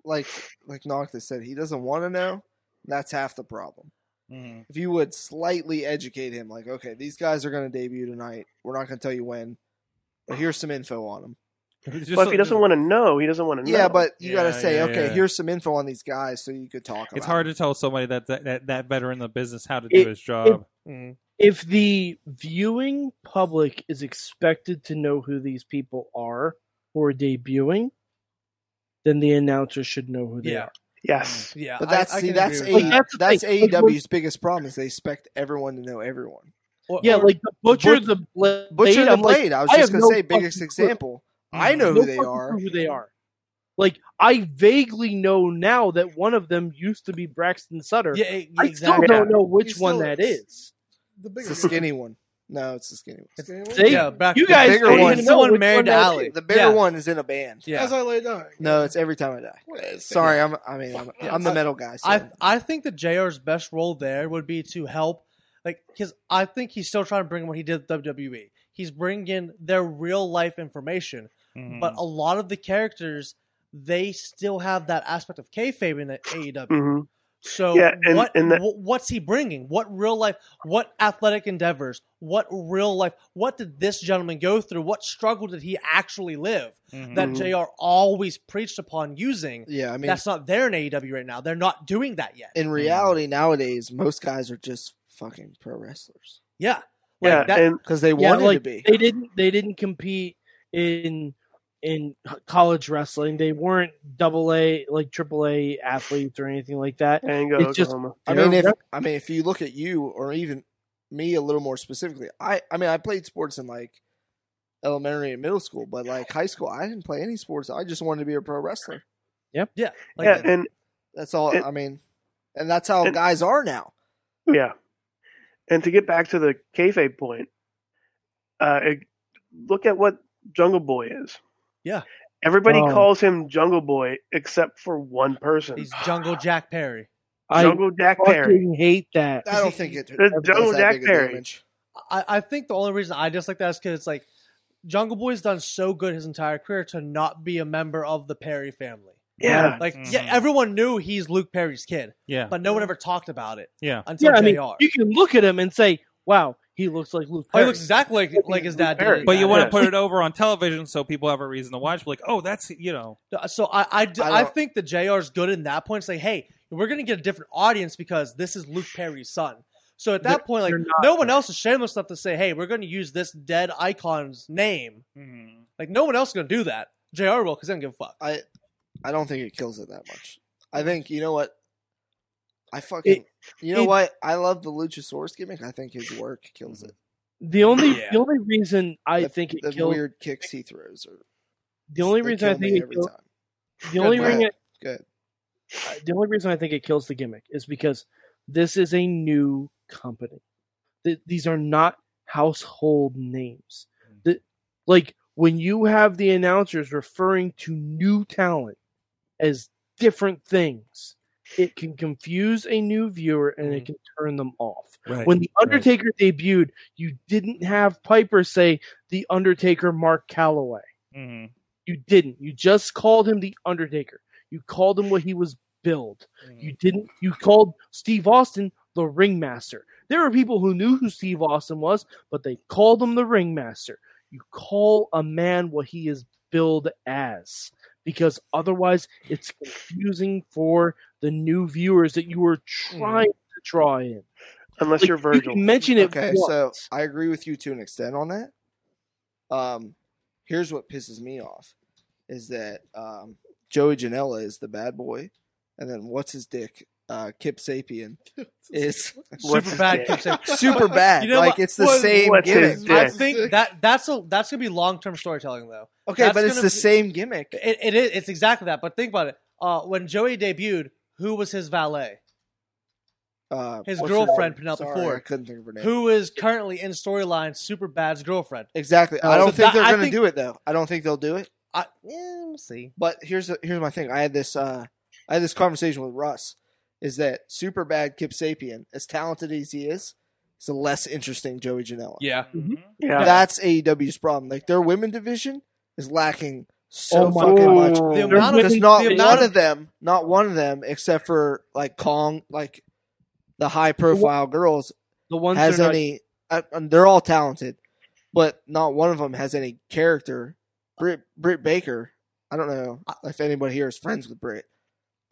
S6: like like Noctis said, he doesn't want to know. That's half the problem.
S2: Mhm.
S6: If you would slightly educate him, like, okay, these guys are gonna debut tonight. We're not gonna tell you when, but here's some info on them.
S2: Just
S5: but if he
S2: a-
S5: doesn't want to know, he doesn't want to know.
S6: Yeah, but you gotta
S2: Yeah,
S6: say,
S2: yeah,
S6: okay,
S2: yeah.
S6: here's some info on these guys so you could talk about
S2: It's hard
S6: it.
S2: to tell somebody that that, that, that veteran in the business how to do
S3: It-
S2: his job.
S7: Mhm.
S3: if the viewing public is expected to know who these people are who are debuting, then the announcer should know who they
S7: Yeah.
S3: are.
S5: yes,
S7: Yeah,
S6: But
S7: I-
S6: that's
S7: I
S6: see
S7: can
S6: that's
S7: agree with
S6: a,
S3: that. Like, that's
S6: that's
S3: the thing. Like, when-
S6: AEW's biggest problem is they expect everyone to know everyone.
S7: Or-
S3: Yeah,
S7: or-
S3: like the butcher,
S6: Butch-
S3: the blade,
S6: Butcher the
S3: I'm like,
S6: Blade. I was
S3: I
S6: just
S3: have
S6: gonna
S3: no
S6: say biggest
S3: fucking clue. Mm,
S6: example. I know
S3: no
S6: who they
S3: fucking
S6: are.
S3: clue Who they are? Like I vaguely know now that one of them used to be Braxton Sutter.
S7: yeah, e-
S3: I
S7: exactly.
S3: still don't know which
S6: still-
S3: one that is.
S4: The
S6: It's
S4: bigger
S6: the skinny one. No, it's the skinny one.
S4: one.
S3: See?
S7: yeah, back
S3: you
S7: the
S3: guys
S6: bigger
S3: don't
S6: one.
S3: even
S7: The
S3: know
S7: one
S3: which
S7: married
S3: one
S7: to
S3: that
S7: Ali.
S3: is.
S6: The bigger
S7: Yeah.
S6: one is in a band.
S7: Yeah.
S4: As I lay down.
S6: No, it's every time I die.
S4: What is it?
S6: Sorry, I'm. I mean, I'm,
S7: Yeah,
S6: I'm the
S7: I-
S6: metal guy. So.
S7: I I think that Jr's best role there would be to help, like, because I think he's still trying to bring what he did with WWE. He's bringing in their real life information,
S5: Hmm.
S7: but a lot of the characters they still have that aspect of kayfabe in the AEW.
S5: hmm
S7: So
S5: Yeah, and-
S7: what,
S5: and that-
S7: wh- what's he bringing? What real life? What athletic endeavors? What real life? What did this gentleman go through? What struggle did he actually live? That
S5: Mhm.
S7: Jr. always preached upon using.
S6: Yeah, I mean,
S7: That's not there in AEW right now. They're not doing that yet.
S3: Mm.
S6: in reality nowadays, most guys are just fucking pro wrestlers
S7: Yeah, like
S5: yeah,
S7: that-
S5: and
S6: because they
S3: Yeah,
S6: wanted
S3: like,
S6: to be.
S3: They didn't. They didn't compete in in college wrestling. They weren't double A like triple A athletes or anything like that.
S5: Ango,
S3: It's just-
S5: Oklahoma.
S6: I mean,
S3: Yeah.
S6: if I mean, if you look at you or even me a little more specifically, I I mean, I played sports in like elementary and middle school, but like high school, I didn't play any sports. I just wanted to be a pro wrestler.
S7: like
S5: yeah, and
S6: That's all.
S5: And-
S6: I mean, and that's how
S5: and-
S6: guys are now.
S5: Yeah, and to get back to the kayfabe point, uh, it- look at what Jungle Boy is.
S7: Yeah.
S5: everybody
S3: Oh.
S5: calls him Jungle Boy except for one person,
S7: he's Jungle Jack Perry.
S3: I
S5: Jungle Jack Perry.
S3: fucking hate that.
S6: I don't think it.
S5: The
S6: does
S5: Joe
S6: that
S5: Jack
S6: big a
S5: Perry.
S6: damage.
S7: I, I think the only reason I dislike that is because it's like Jungle Boy's done so good his entire career to not be a member of the Perry family.
S5: Yeah,
S7: Like,
S2: Mhm.
S7: yeah, everyone knew he's Luke Perry's kid,
S2: Yeah.
S7: but no one ever talked about it
S2: Mm. Yeah.
S7: until
S3: Yeah, I
S7: JR.
S3: mean, you can look at him and say, "Wow, he looks like Luke."
S7: oh,
S3: Perry.
S7: he looks exactly like, like his dad. did.
S5: Perry.
S2: But you want to
S5: Yeah.
S2: put it over on television so people have a reason to watch. Like, oh, that's you know,
S7: So I, I, d-
S6: I
S7: I
S6: don't-
S7: think that JR's good in that point. It's like, hey, we're going to get a different audience because this is Luke Perry's son. So at that
S3: They're-
S7: point, like,
S3: they're not
S7: no one else is shameless enough to say, hey, we're going to use this dead icon's name.
S5: Mm-hmm.
S7: Like, no one else is going to do that. JR will because they don't give a fuck.
S6: I don't think it kills it that much. I think you know what. I fucking. you know
S3: it-
S6: what? I love the Luchasaurus gimmick. I think his work kills it.
S3: The only
S7: Yeah.
S3: the only reason I think
S6: the
S3: it killed
S6: weird kicks he throws are.
S3: the only
S6: they
S3: reason I
S6: kill me
S3: think it
S6: every
S3: killed,
S6: time.
S3: the only
S6: Go ahead.
S3: reason
S6: Go ahead.
S3: I- the only reason I think it kills the gimmick is because this is a new company. Th- these are not household names.
S2: Mm.
S3: Th- like when you have the announcers referring to new talent as different things, it can confuse a new viewer and it can turn them off.
S2: Mm. right.
S3: When The Undertaker debuted, you didn't have Piper say The Undertaker Mark Calloway.
S2: Mhm.
S3: You didn't. You just called him The Undertaker. You called him what he was billed.
S6: Mm.
S3: You didn't. You called Steve Austin the Ringmaster. There were people who knew who Steve Austin was, but they called him the Ringmaster. You call a man what he is billed as because otherwise it's confusing for the new viewers that you are
S6: Mm.
S3: trying to draw in.
S5: unless
S3: Like,
S5: you're
S3: You
S5: Virgil.
S3: can mention it.
S6: Okay,
S3: once.
S6: so I agree with you to an extent on that. Um, here's what pisses me off is that um, Joey Janela is the bad boy, and then what's his dick? Uh, Kip Sapien is
S5: What's
S7: Super
S5: his
S7: bad.
S5: dick?
S7: keeps saying-
S6: super bad.
S7: You know
S6: like
S7: what-
S6: it's the
S7: what-
S6: same
S5: what's
S6: gimmick.
S5: his
S7: I
S5: dick?
S7: think that that's a that's gonna be long term storytelling though.
S6: Okay,
S7: That's
S6: but it's
S7: gonna
S6: the
S7: be-
S6: same gimmick.
S7: It, it is it's exactly that. But think about it. Uh, when Joey debuted, who was his valet?
S6: Uh,
S7: His
S6: what's her name?
S7: girlfriend Penelope
S6: Sorry,
S7: Ford.
S6: I couldn't think of her name.
S7: Who is currently in storyline Superbad's girlfriend?
S6: Exactly. I
S7: Uh,
S6: don't
S7: so
S6: think
S7: that-
S6: they're
S7: I
S6: going to
S7: think-
S6: do it though. I don't think they'll do it.
S7: I yeah, we'll see.
S6: But here's the, here's my thing. I had this uh, I had this conversation with Russ. Is that super bad Kip Sapien, as talented as he is, is a less interesting Joey Janela.
S7: Yeah,
S5: Yeah,
S6: That's AEW's problem. Like their women division is lacking so
S3: Oh my
S6: fucking
S3: God.
S6: much.
S7: the
S3: There's
S7: amount of
S6: Because not
S7: the
S6: one
S7: amount
S6: of them, not one of them, except for like Kong, like the high profile girls,
S3: the ones
S6: has
S3: that are not-
S6: any. I, and they're all talented, but not one of them has any character. Britt Britt Baker. I don't know if anybody here is friends with Britt.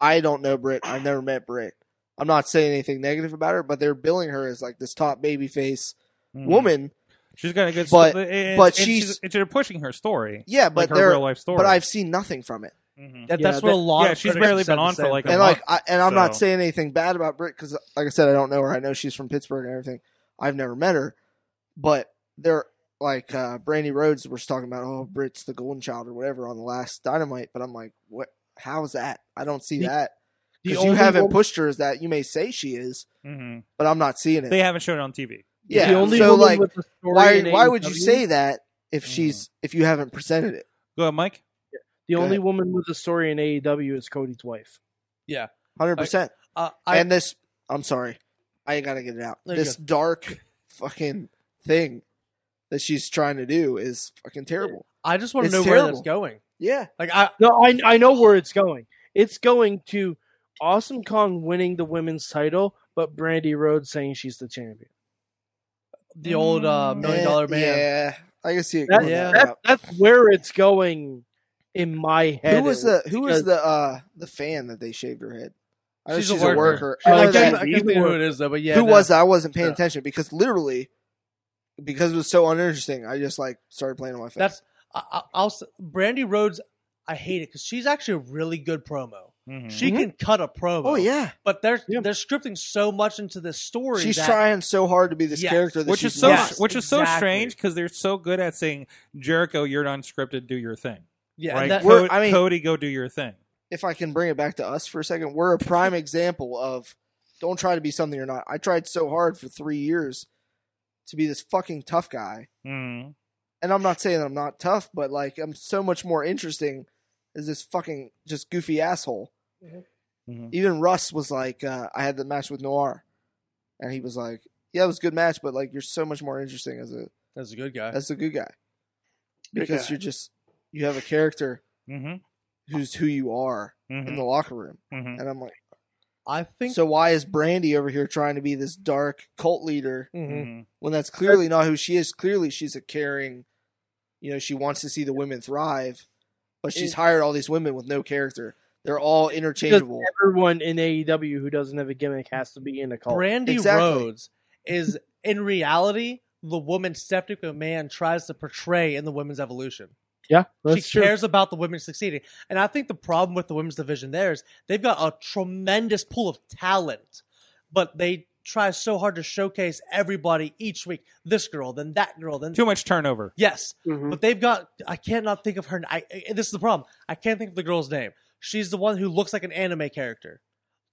S6: I don't know Britt. I've never met Britt. I'm not saying anything negative about her, but they're billing her as like this top baby face
S2: Mhm.
S6: woman.
S2: She's got a good,
S6: But-
S2: sto- and-
S6: but
S2: and
S6: she's-
S2: and they're pushing her story,
S6: Yeah,
S2: like
S6: but
S2: her
S6: they're
S2: real life story.
S6: but I've seen nothing from it.
S2: Mhm.
S7: that,
S3: Yeah,
S7: that's what a
S3: that-
S7: lot.
S2: yeah,
S7: of
S2: she's
S7: critics
S2: barely
S7: have said
S2: been
S7: the
S2: on for,
S7: same
S2: like, a
S7: thing.
S6: and
S2: month.
S6: like I, and I'm not
S2: so-
S6: saying anything bad about Britt because like I said, I don't know her. I know she's from Pittsburgh and everything. I've never met her, but they're like uh, Brandy Rhodes was talking about oh Britt's the golden child or whatever on the last Dynamite, but I'm like what? How's that? I don't see
S3: The-
S6: that
S3: the
S6: because you
S3: only
S6: haven't
S3: woman-
S6: pushed her as that. You may say she is,
S2: Mhm.
S6: but I'm not seeing it.
S2: They haven't shown it on TV.
S6: yeah.
S3: The only
S6: so
S3: woman
S6: like
S3: with a story
S6: why
S3: in
S6: why would you
S3: AEW
S6: say that
S3: Mm.
S6: if she's if you haven't presented it?
S2: Go ahead, Mike.
S3: The
S6: Go
S3: only
S6: ahead.
S3: woman with a story in AEW is Cody's wife.
S6: Hundred percent.
S7: Uh, I,
S6: and this I'm sorry. I gotta get it out.
S7: There you
S6: this dark fucking thing that she's trying to do is fucking terrible.
S7: I just want
S6: it's
S7: to know where
S6: terrible.
S7: that's going.
S6: Yeah.
S7: Like I,
S3: No, I I know where it's going. It's going to Awesome Kong winning the women's title, but Brandy Rhodes saying she's the champion.
S7: The old uh, million dollar man.
S6: Mm-hmm. Yeah, I can see it.
S3: That-
S6: going
S7: yeah.
S6: that
S3: That, that's where it's going in my
S6: route.
S3: head.
S6: Who was the who was the uh the fan that they shaved her head? I know
S7: She's a worker.
S6: I
S7: I,
S6: know
S7: can't-
S6: that-
S7: I can't think of who it is though, but yeah.
S6: who
S7: no.
S6: was that? I wasn't paying attention because literally, because it was so uninteresting, I just like started playing on my phone.
S7: That's I, I- I'll s- Brandy Rhodes. I hate it because she's actually a really good promo. She can cut a promo.
S6: Mm-hmm. oh yeah,
S7: but they're
S3: Yeah.
S7: they're scripting so much into this story.
S6: she's
S7: that-
S6: trying so hard to be this
S7: Yes.
S6: character, that
S2: which
S6: she's
S2: is so
S6: not.
S7: Yes,
S2: which is so
S7: exactly.
S2: strange because they're so good at saying Jericho, you're unscripted, do your thing.
S7: Yeah,
S2: right?
S7: and that-
S6: We're-
S2: Cody,
S6: I mean-
S2: Cody, go do your thing.
S6: If I can bring it back to us for a second, we're a prime example of don't try to be something you're not. I tried so hard for three years to be this fucking tough guy,
S2: Mm.
S6: and I'm not saying that I'm not tough, but like I'm so much more interesting as this fucking just goofy asshole.
S5: Mm-hmm.
S2: Mhm.
S6: Even Russ was like, uh, I had the match with Noir, and he was like, Yeah, it was a good match, but like you're so much more interesting as a
S7: that's a good guy.
S6: as a good guy
S5: Good
S6: because
S5: guy.
S6: you're just you have a character
S2: Mhm.
S6: who's who you are in
S2: Mhm.
S6: the locker room,
S2: Mhm.
S6: and I'm like,
S7: I think
S6: so why is Brandy over here trying to be this dark cult leader
S7: Mhm.
S2: Mhm.
S6: when that's clearly not who she is? Clearly, she's a caring, you know, she wants to see the women thrive, but she's
S7: Mm.
S3: It-
S6: hired all these women with no character. They're all
S3: Because
S6: interchangeable.
S3: everyone in AEW who doesn't have a gimmick has to be in a cult.
S7: Brandy
S6: Exactly.
S7: Rhodes is in reality the woman Stephanie McMahon tries to portray in the women's evolution.
S3: yeah, that's
S7: she
S3: true.
S7: cares about the women succeeding. And I think the problem with the women's division there is they've got a tremendous pool of talent, but they try so hard to showcase everybody each week. This girl, then that girl, then
S2: Too much turnover.
S7: yes.
S5: Mhm.
S7: But they've got I cannot think of her. I, I- this is the problem. I can't think of the girl's name. She's the one who looks like an anime character.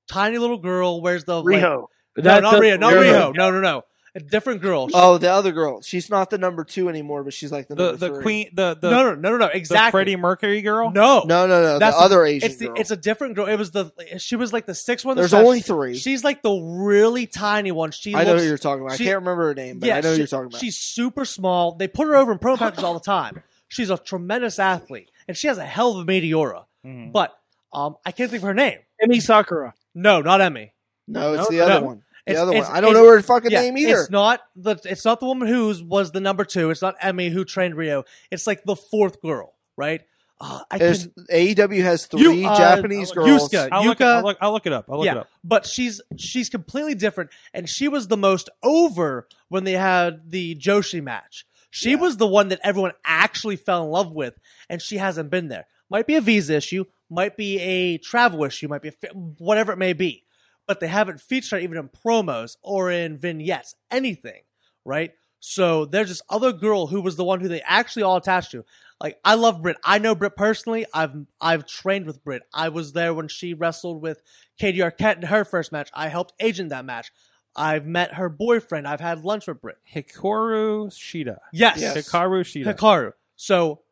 S7: Tiny little girl wears the like,
S5: Riho.
S7: no,
S3: That-
S7: not
S3: that-
S7: Rio. Not
S6: Rio.
S7: Rio. No, no, no. A different girl.
S6: Oh, the other girl. She's not the number two anymore, but she's like the
S2: The
S6: number
S2: the
S6: three.
S2: queen the the,
S7: no, no, no, no, no.
S2: the
S7: Exactly.
S2: Freddie Mercury girl.
S7: No,
S6: No, no, no.
S7: That's
S6: the other Asian
S7: It's the,
S6: girl.
S7: it's a different girl. It was the she was like the sixth one.
S6: There's
S7: She's-
S6: only three.
S7: She's like the really tiny one. She
S6: I know
S7: looks,
S6: who you're talking about.
S7: she-
S6: I can't remember her name, but
S7: yeah,
S6: I know who
S7: she-
S6: you're talking about.
S7: She's super small. They put her over in pro packages all the time. She's a tremendous athlete, and she has a hell of a meteora.
S2: Mhm.
S7: But um, I can't think of her name.
S3: Emmy Sakura.
S7: No, not Emmy.
S6: No, it's
S3: No,
S6: the other
S7: no.
S6: one. The
S7: It's-
S6: other one.
S7: it's-
S6: I don't
S7: it's-
S6: know her fucking
S7: yeah,
S6: name either.
S7: It's not the it's not the woman who's was the number two. It's not Emmy who trained Rio. It's like the fourth girl, right? Uh, I
S6: There's,
S7: can,
S6: AEW has three
S7: You, uh,
S6: Japanese girls.
S7: Yusuke.
S2: I'll look, it,
S7: Yuka-
S2: I'll, look, I'll look it up. I'll look
S7: yeah,
S2: it up.
S7: but she's she's completely different, and she was the most over when they had the Joshi match. She was the one that everyone actually fell in love with, and she hasn't been there. Might be a visa issue, might be a travel issue, might be a fi- whatever it may be. But they haven't featured her even in promos or in vignettes, anything, right? So there's this other girl who was the one who they actually all attached to. Like I love Britt. I know Britt personally. I've I've trained with Britt. I was there when she wrestled with Katie Arquette in her first match. I helped agent that match. I've met her boyfriend. I've had lunch with Britt.
S2: Hikaru Shida.
S7: Yes,
S6: Yes.
S2: Hikaru Shida.
S7: Hikaru. So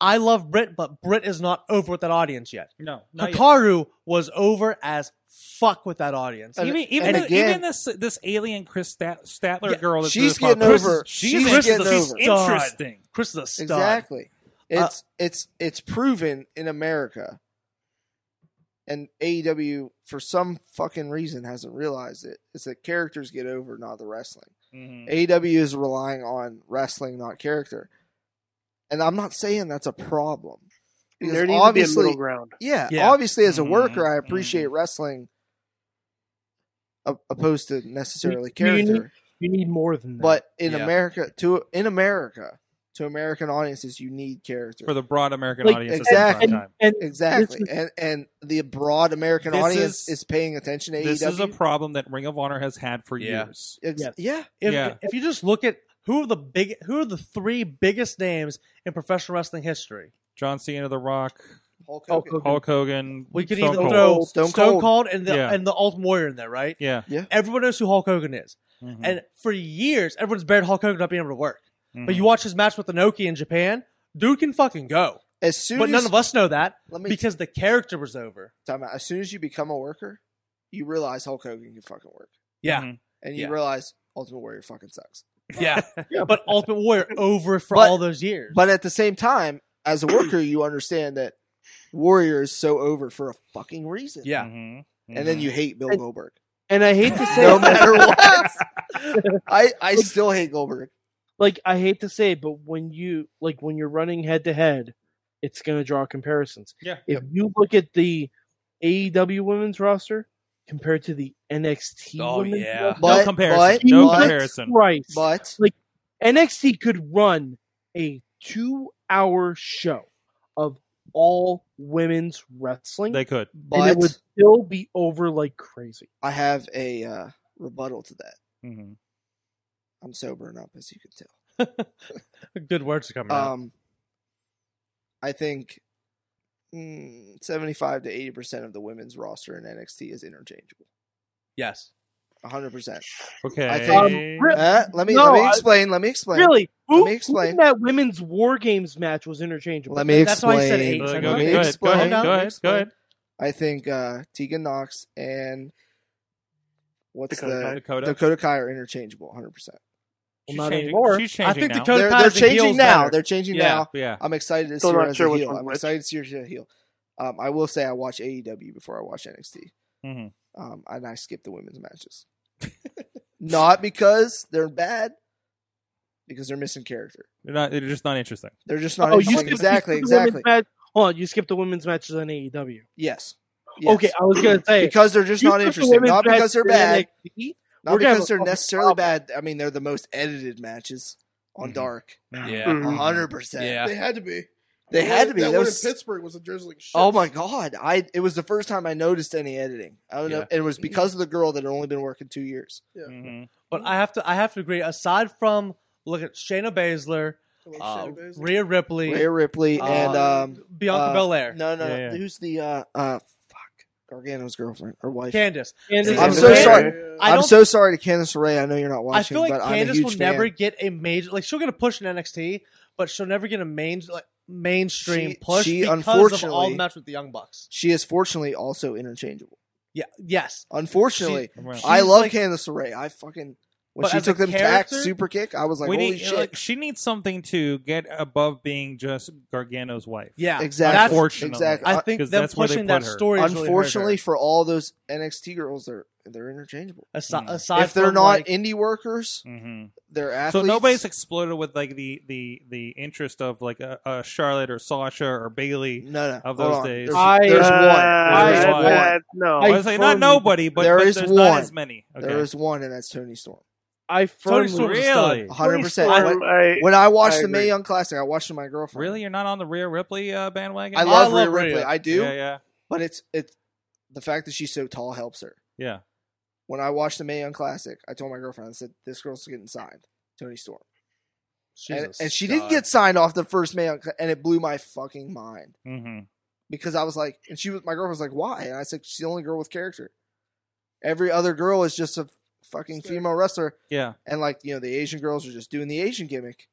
S7: I love Britt, but Britt is not over with that audience yet.
S2: no, not yet.
S7: Hikaru was over as fuck with that audience.
S6: And-
S2: even even,
S6: and
S2: the-
S6: again-
S2: even this this alien Chris Stat- Statler
S7: Yeah,
S2: girl. That's
S6: she's
S2: in this
S6: getting
S2: podcast,
S6: over.
S2: She's,
S6: She's
S2: interesting.
S6: getting
S2: She's
S6: over.
S2: interesting.
S7: Chris is a stud.
S6: Exactly.
S5: Uh,
S6: It's it's it's proven in America. And AEW for some fucking reason hasn't realized it. It's that characters get over, not the wrestling. AEW is relying on wrestling, not character. And I'm not saying that's a problem. Because
S5: There needs to be a
S6: obviously,
S5: middle ground.
S6: yeah,
S7: Yeah.
S6: obviously as a
S2: Mhm,
S5: Mm-hmm.
S6: worker, I appreciate wrestling a- opposed to necessarily
S3: You- you need-
S6: character.
S3: You need more than that.
S6: but in
S7: Yeah.
S6: America, to in America, to American audiences, you need character.
S2: for the broad American
S3: Like,
S2: audience.
S6: exactly.
S2: At the time.
S3: and
S6: exactly,
S3: This
S6: and and the broad American
S2: This
S6: audience
S2: is-
S6: is, paying attention to E
S2: This
S6: AEW.
S2: is a problem that Ring of Honor has had for
S7: Yeah.
S2: years.
S6: Ex-
S3: Yes.
S6: Yeah,
S7: If,
S2: Yeah.
S7: if you just look at who are the big who are the three biggest names in professional wrestling history,
S2: John Cena, The Rock,
S6: Hulk
S3: Hulk
S6: Hogan.
S3: Hogan.
S2: Hulk Hogan.
S7: we could
S2: Stone
S7: even
S2: Cold.
S7: throw
S6: Stone
S7: Stone,
S6: Cold.
S7: Cold. and the
S2: Yeah.
S7: and the Ultimate Warrior in there, right?
S2: Yeah.
S7: Everyone knows who Hulk Hogan is,
S2: Mhm.
S7: and for years everyone's buried Hulk Hogan not being able to work. But
S2: Mhm.
S6: Mm-hmm.
S7: you watch his match with Inoki in Japan, dude can fucking go.
S6: As soon
S7: But
S6: as
S7: none of us know that
S6: let me
S7: because the character was over.
S6: time out. As soon as you become a worker, you realize Hulk Hogan can fucking work,
S7: Yeah,
S2: Mhm.
S6: and you
S7: Yeah.
S6: realize Ultimate Warrior fucking sucks.
S7: yeah. But Ultimate Warrior over for
S6: But-
S7: all those years.
S6: But at the same time, as a worker, you understand that Warrior is so over for a fucking reason.
S7: yeah,
S2: Mhm.
S6: and then you hate Bill
S3: And-
S6: Goldberg.
S3: And I hate to say
S6: No matter what, I I still hate Goldberg.
S3: like I hate to say, it, but when you like when you're running head to head, it's gonna draw comparisons.
S2: Yeah.
S3: If you look at the AEW women's roster compared to the NXT
S7: Oh,
S3: women's
S7: yeah.
S3: roster,
S6: But-
S2: no comparison.
S6: but-
S2: no
S6: but-
S2: comparison.
S3: Christ,
S6: But
S3: NXT could run a two-hour show of all women's wrestling,
S2: They could.
S3: and
S6: but
S3: it would still be over like crazy.
S6: I have a uh, rebuttal to that.
S2: Mhm.
S6: I'm sobering up, as you can tell. Mm-hmm.
S7: Good words are coming out.
S6: Um, I think mm, 75 to 80 percent of the women's roster in NXT is interchangeable.
S7: Yes.
S6: 100 percent.
S2: Okay.
S6: I think-
S3: Um, re-
S6: Let me
S3: No,
S6: let me
S3: I-
S6: explain. let me explain.
S3: Really,
S6: Let
S3: who,
S6: me
S3: who
S6: explain.
S3: in that women's War Games match was interchangeable?
S6: Let me
S7: That's why I said
S6: explain.
S7: eight.
S2: Uh,
S6: Let
S2: go,
S6: me
S2: go ahead. Go ahead.
S6: explain.
S7: Hold
S2: Go
S7: on.
S2: ahead. Go ahead.
S6: I think uh, Tegan Knox and what's
S5: Dakota
S6: the
S5: Kai.
S2: Dakota.
S6: Dakota Kai are interchangeable 100. percent
S2: She's
S3: Well, not
S2: changing.
S3: anymore.
S2: She's changing
S7: I think
S2: now.
S7: Dakota
S6: They're,
S7: Kai's
S6: they're
S7: the
S6: changing
S7: heels
S6: now.
S7: better.
S6: They're changing
S7: Yeah.
S6: now.
S2: yeah.
S6: I'm excited to see
S5: Still
S6: her
S5: not
S6: as
S5: sure
S6: a
S5: which
S6: heel.
S5: one's
S6: I'm
S5: which.
S6: excited to see her as a heel. Um, I will say I watch AEW before I watch NXT,
S2: Mhm.
S3: Mm-hmm.
S6: um, and I skip the women's matches. Not because they're bad, because they're missing character.
S2: They're not. They're just not interesting.
S6: They're just not
S3: oh, you
S6: interesting.
S3: skipped, you
S6: exactly,
S3: skipped the women's
S6: exactly.
S3: Match. Hold on, you skipped the women's matches on AEW.
S6: Yes. Yes.
S3: Okay, I was gonna say
S6: Because they're just
S3: you
S6: not
S3: skipped the
S6: interesting.
S3: women's
S6: Not because
S3: matches
S6: they're
S3: in
S6: bad.
S3: NXT?
S6: Not
S3: We're gonna have
S6: because
S3: a
S6: they're
S3: fucking
S6: necessarily
S3: problem. Mm-hmm.
S6: bad. I mean, they're the most edited matches on
S2: Mhm.
S6: Dark.
S7: Yeah.
S5: Mhm.
S6: hundred percent.
S7: Yeah.
S4: They had to be.
S6: They had to be.
S4: That
S6: That
S4: one
S6: was-
S4: in Pittsburgh was a drizzling shit.
S6: Oh my god! I it was the first time I noticed any editing. I don't know,
S7: Yeah.
S6: and it was because of the girl that had only been working two years. Mm-hmm.
S2: Mhm.
S7: But I have to I have to agree, aside from look at Shayna Baszler, uh, Rhea Ripley,
S6: Rhea Ripley
S7: uh,
S6: and um,
S7: Bianca
S6: uh,
S7: Belair,
S6: no, no,
S2: Yeah, yeah.
S6: who's the uh, uh, fuck Gargano's girlfriend or wife?
S7: Candace.
S3: And
S7: See,
S3: it's-
S6: I'm so
S7: Candace-
S6: sorry.
S7: I
S6: I'm
S7: don't-
S6: so sorry to Candice LeRae. I know you're not
S7: I
S6: watching,
S7: feel like
S6: but I'm a
S7: Candace
S6: huge
S7: will
S6: fan.
S7: never get a major like she'll get a push in NXT, but she'll never get a main like mainstream
S6: She-
S7: push
S6: she
S7: because of all
S6: unfortunately-
S7: the match with the Young Bucks.
S6: She is fortunately also interchangeable.
S7: Yeah, yes.
S6: Unfortunately,
S2: Right.
S6: I
S7: she's
S6: love
S7: like-
S6: Candice LeRae. I fucking when
S7: But
S6: she
S7: as a
S6: took them tack
S7: character-
S6: super kick, I was like,
S2: we
S6: holy
S2: need,
S6: shit!
S2: like, she needs something to get above being just Gargano's wife.
S7: Yeah.
S6: exactly.
S2: Unfortunately.
S6: Exactly. Uh,
S7: I think
S2: uh, 'Cause
S7: them
S2: that's where they
S7: pushing
S2: put
S7: that
S2: her.
S7: story is really hurt
S6: Unfortunately,
S7: her.
S6: for all those NXT girls, they're they're interchangeable.
S7: Asi-
S2: Mm.
S7: aside
S6: if they're
S7: from,
S6: not
S7: like,
S6: indie workers,
S2: hmm
S6: they're
S2: So
S6: athletes.
S2: nobody's exploded with like the the the interest of like a, a Charlotte or Sasha or Bailey.
S6: no, no.
S2: of
S6: hold
S2: those
S6: on.
S2: days.
S6: There's,
S3: I-
S6: there's one.
S2: I-
S6: There's
S2: I-
S6: one.
S2: I-
S5: Uh, no.
S2: I
S3: I
S2: was like, not
S3: firmly-
S2: nobody, but
S6: There
S2: but
S6: is
S2: there's not
S6: one.
S2: as many. Okay.
S6: There is one, and that's Tony Storm.
S7: Tony
S3: I firmly
S7: Storm is a
S2: Really?
S7: stud.
S6: 100. percent
S5: Um,
S6: When,
S5: I,
S6: when I watched
S5: I
S6: the Mae
S5: agree.
S6: Young Classic, I watched with my girlfriend.
S2: Really, you're not on the Rhea Ripley uh, bandwagon?
S6: I
S7: I
S6: love Rhea
S7: love
S6: Ripley.
S7: Rhea.
S6: I do,
S2: Yeah, yeah,
S6: but it's it's the fact that she's so tall helps her.
S2: yeah.
S6: When I watched the Mae Young Classic, I told my girlfriend, I said, "This girl's getting signed." Tony Storm,
S7: She's
S6: and,
S7: a
S6: and she
S7: stud.
S6: didn't get signed off the first Mae Young, Cla- and it blew my fucking mind.
S2: hmm
S6: because I was like, and she was my girlfriend was like, why? And I said, she's the only girl with character. Every other girl is just a fucking female wrestler,
S2: Yeah.
S6: and like you know, the Asian girls are just doing the Asian gimmick,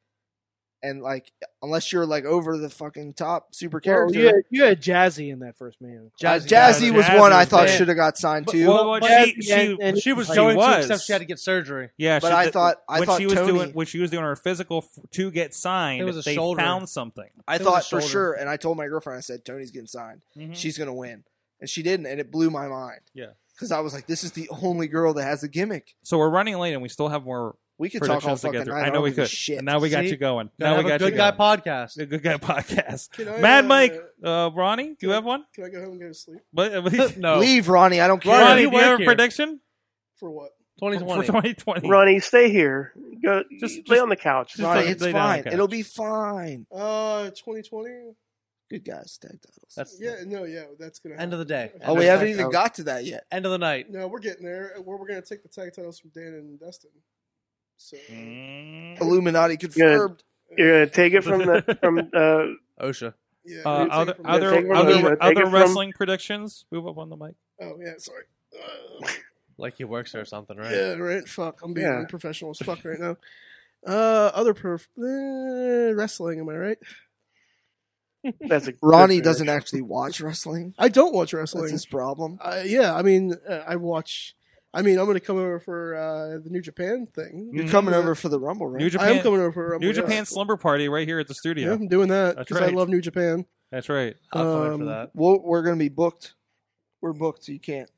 S6: and like unless you're like over the fucking top super
S3: Well,
S6: character,
S3: you, had, you had Jazzy in that first man.
S6: Uh,
S7: Jazzy,
S6: Jazzy,
S2: Jazzy
S6: was one I
S2: was
S6: thought
S2: bad.
S6: should have got signed too.
S2: Well, well,
S3: but-
S2: she, she,
S3: and- and-
S7: she was
S2: she
S7: going
S2: was.
S7: to except she had to get surgery.
S2: yeah,
S6: but
S2: she,
S6: I
S2: did-
S6: thought- I
S2: when
S6: thought
S2: she was
S6: Tony-
S2: doing when she was doing her physical f- to get signed,
S7: It was a
S2: they
S7: shoulder.
S2: found something.
S6: I
S7: It was
S6: thought
S7: a
S6: for
S7: shoulder.
S6: sure, and I told my girlfriend, I said, Tony's getting signed.
S7: Mm-hmm.
S2: Mhm.
S6: She's gonna win, and she didn't, and it blew my mind.
S2: Yeah.
S6: because I was like, this is the only girl that has a gimmick.
S2: So we're running late, and we still have more
S6: We could talk all
S2: predictions to
S6: fucking
S2: get through.
S6: night.
S2: I know
S6: don't
S2: we
S6: give a
S2: could.
S6: Shit.
S2: And now we got
S7: See?
S2: you going.
S7: Gotta
S2: Now we
S7: have a
S2: got
S7: good
S2: you
S7: guy
S2: going.
S7: podcast.
S2: A good guy podcast.
S4: Can I,
S2: Mad
S4: uh,
S2: Mike, uh, Ronnie, do you have one?
S4: Can I go home and go to sleep
S2: But, uh,
S7: no,
S6: Leave, Oh. Ronnie. I don't care.
S7: Ronnie,
S2: Ronnie,
S7: you
S2: do you have a
S7: work here.
S2: prediction
S4: for what?
S2: for
S7: 2020.
S2: 2020?
S5: Ronnie, stay here. Go
S2: Just-
S5: lay
S2: just-
S5: on the couch.
S2: just
S6: Ronnie,
S2: like
S6: it's
S2: lay down on the
S6: fine.
S2: couch.
S6: It'll be fine.
S4: Uh, 2020.
S6: Good guys, tag titles.
S7: That's
S4: Yeah, no, yeah, that's gonna.
S7: End
S4: happen.
S7: of the day.
S6: oh, we haven't even got to that yet.
S7: end of the night.
S4: No, we're getting there. We're, we're gonna take the tag titles from Dan and Dustin. So
S7: Hmm.
S2: Mm.
S6: Illuminati confirmed.
S5: You're gonna take it from the from uh,
S7: OSHA.
S4: yeah,
S2: Uh,
S4: we're gonna
S2: other
S4: take it from-
S2: other
S5: take
S2: other,
S5: it from-
S2: other,
S5: take it from-
S2: wrestling predictions. Move up on the mic.
S4: Oh yeah, sorry. Uh,
S7: Like he works there or something, right?
S4: Yeah, right. Fuck, I'm being
S5: Yeah.
S4: unprofessional as fuck right now. Uh, other perf- uh, wrestling. Am I right?
S5: that's a
S6: Ronnie doesn't actually watch wrestling.
S4: I don't watch
S6: That's
S4: wrestling.
S6: his problem.
S4: Uh, yeah, I mean, uh, I watch. I mean, I'm gonna come over for uh, the New Japan thing.
S6: You're
S2: Mm.
S6: coming over for the Rumble, right?
S2: New
S4: I
S2: Japan,
S4: am coming over for Rumble,
S2: New
S4: yeah.
S2: Japan slumber party right here at the
S4: Yeah,
S2: studio.
S4: I'm doing that
S2: That's
S4: because
S2: right.
S4: I love New Japan.
S2: That's right.
S7: I'll come in
S4: Um,
S7: for that.
S6: Well, we're going to be booked. We're booked, so you can't.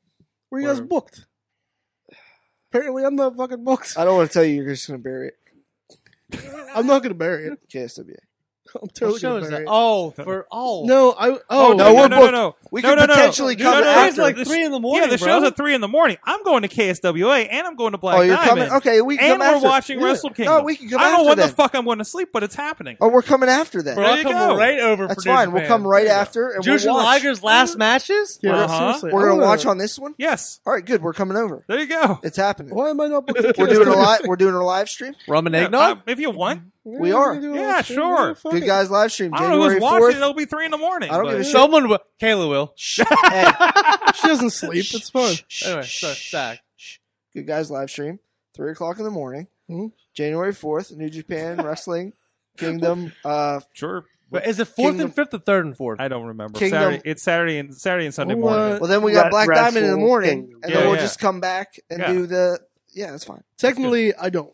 S8: Where you guys
S6: Where-
S8: booked? Apparently, I'm not fucking booked.
S2: Uh,
S6: I don't want to tell you you're just going to bury it.
S8: I'm not gonna bury it.
S6: JSW.
S8: I'm
S7: What
S8: totally
S7: show
S8: gonna
S7: is
S8: bury it.
S7: that? Oh, for all.
S8: No, I.
S2: Oh,
S8: Oh,
S2: no,
S6: we're
S2: no, no,
S6: booked.
S2: no.
S6: We
S2: No,
S6: could
S2: no, no.
S6: potentially
S2: No,
S6: come
S2: no,
S6: after.
S7: It's like
S2: This-
S7: three in the morning.
S2: yeah, the
S7: bro.
S2: show's at three in the morning. I'm going to KSWA and I'm going to Black
S6: oh, you're
S2: Diamond.
S6: coming. Okay, we can
S2: and
S6: come
S2: we're
S6: after.
S2: watching
S6: Yeah.
S2: Wrestle Kingdom.
S6: No, we can come
S2: I don't
S6: after
S2: know when
S6: then.
S2: the fuck I'm going to sleep, but it's happening.
S6: Oh, we're coming after then.
S7: Bro, I'll
S2: There you
S7: come
S2: go.
S7: right over.
S6: That's
S7: for Dude's
S6: fine. We'll
S7: Band.
S6: come right after and
S7: Jushin
S6: we'll watch.
S7: Liger's last matches.
S8: Yeah,
S2: Uh-huh.
S8: seriously.
S6: We're
S8: I'm
S6: gonna watch on this one.
S2: Yes,
S6: All right, good. We're coming over.
S2: there you go.
S6: It's happening.
S8: Why am I not booked?
S6: We're doing a live. We're doing a live stream.
S7: Rum and eggnog.
S2: Uh, if you want,
S6: We are.
S2: Yeah, sure.
S6: Good guys live stream.
S2: I don't know
S6: January
S2: who's watching.
S6: fourth.
S2: It'll be three in the morning.
S6: I don't
S2: but-
S6: give a shit.
S7: Someone will. Kayla will.
S6: Hey,
S8: She doesn't sleep. It's fun.
S7: Anyway, sorry, Zach.
S6: Good guys live stream. Three o'clock in the morning.
S8: Mhm.
S6: January fourth. New Japan Wrestling Kingdom. Uh,
S2: sure.
S7: But is it fourth
S6: Kingdom-
S7: and fifth, or third and fourth?
S2: I don't remember.
S6: Kingdom-
S2: Saturday, it's Saturday and Saturday and Sunday
S8: What?
S2: morning.
S6: well, then we got
S5: Wre-
S6: Black Diamond in the
S5: Wrestle
S6: morning,
S5: Kingdom.
S6: and
S2: Yeah,
S6: then we'll
S2: yeah.
S6: just come back and
S2: Yeah.
S6: do the. Yeah, that's fine.
S8: Technically, I don't.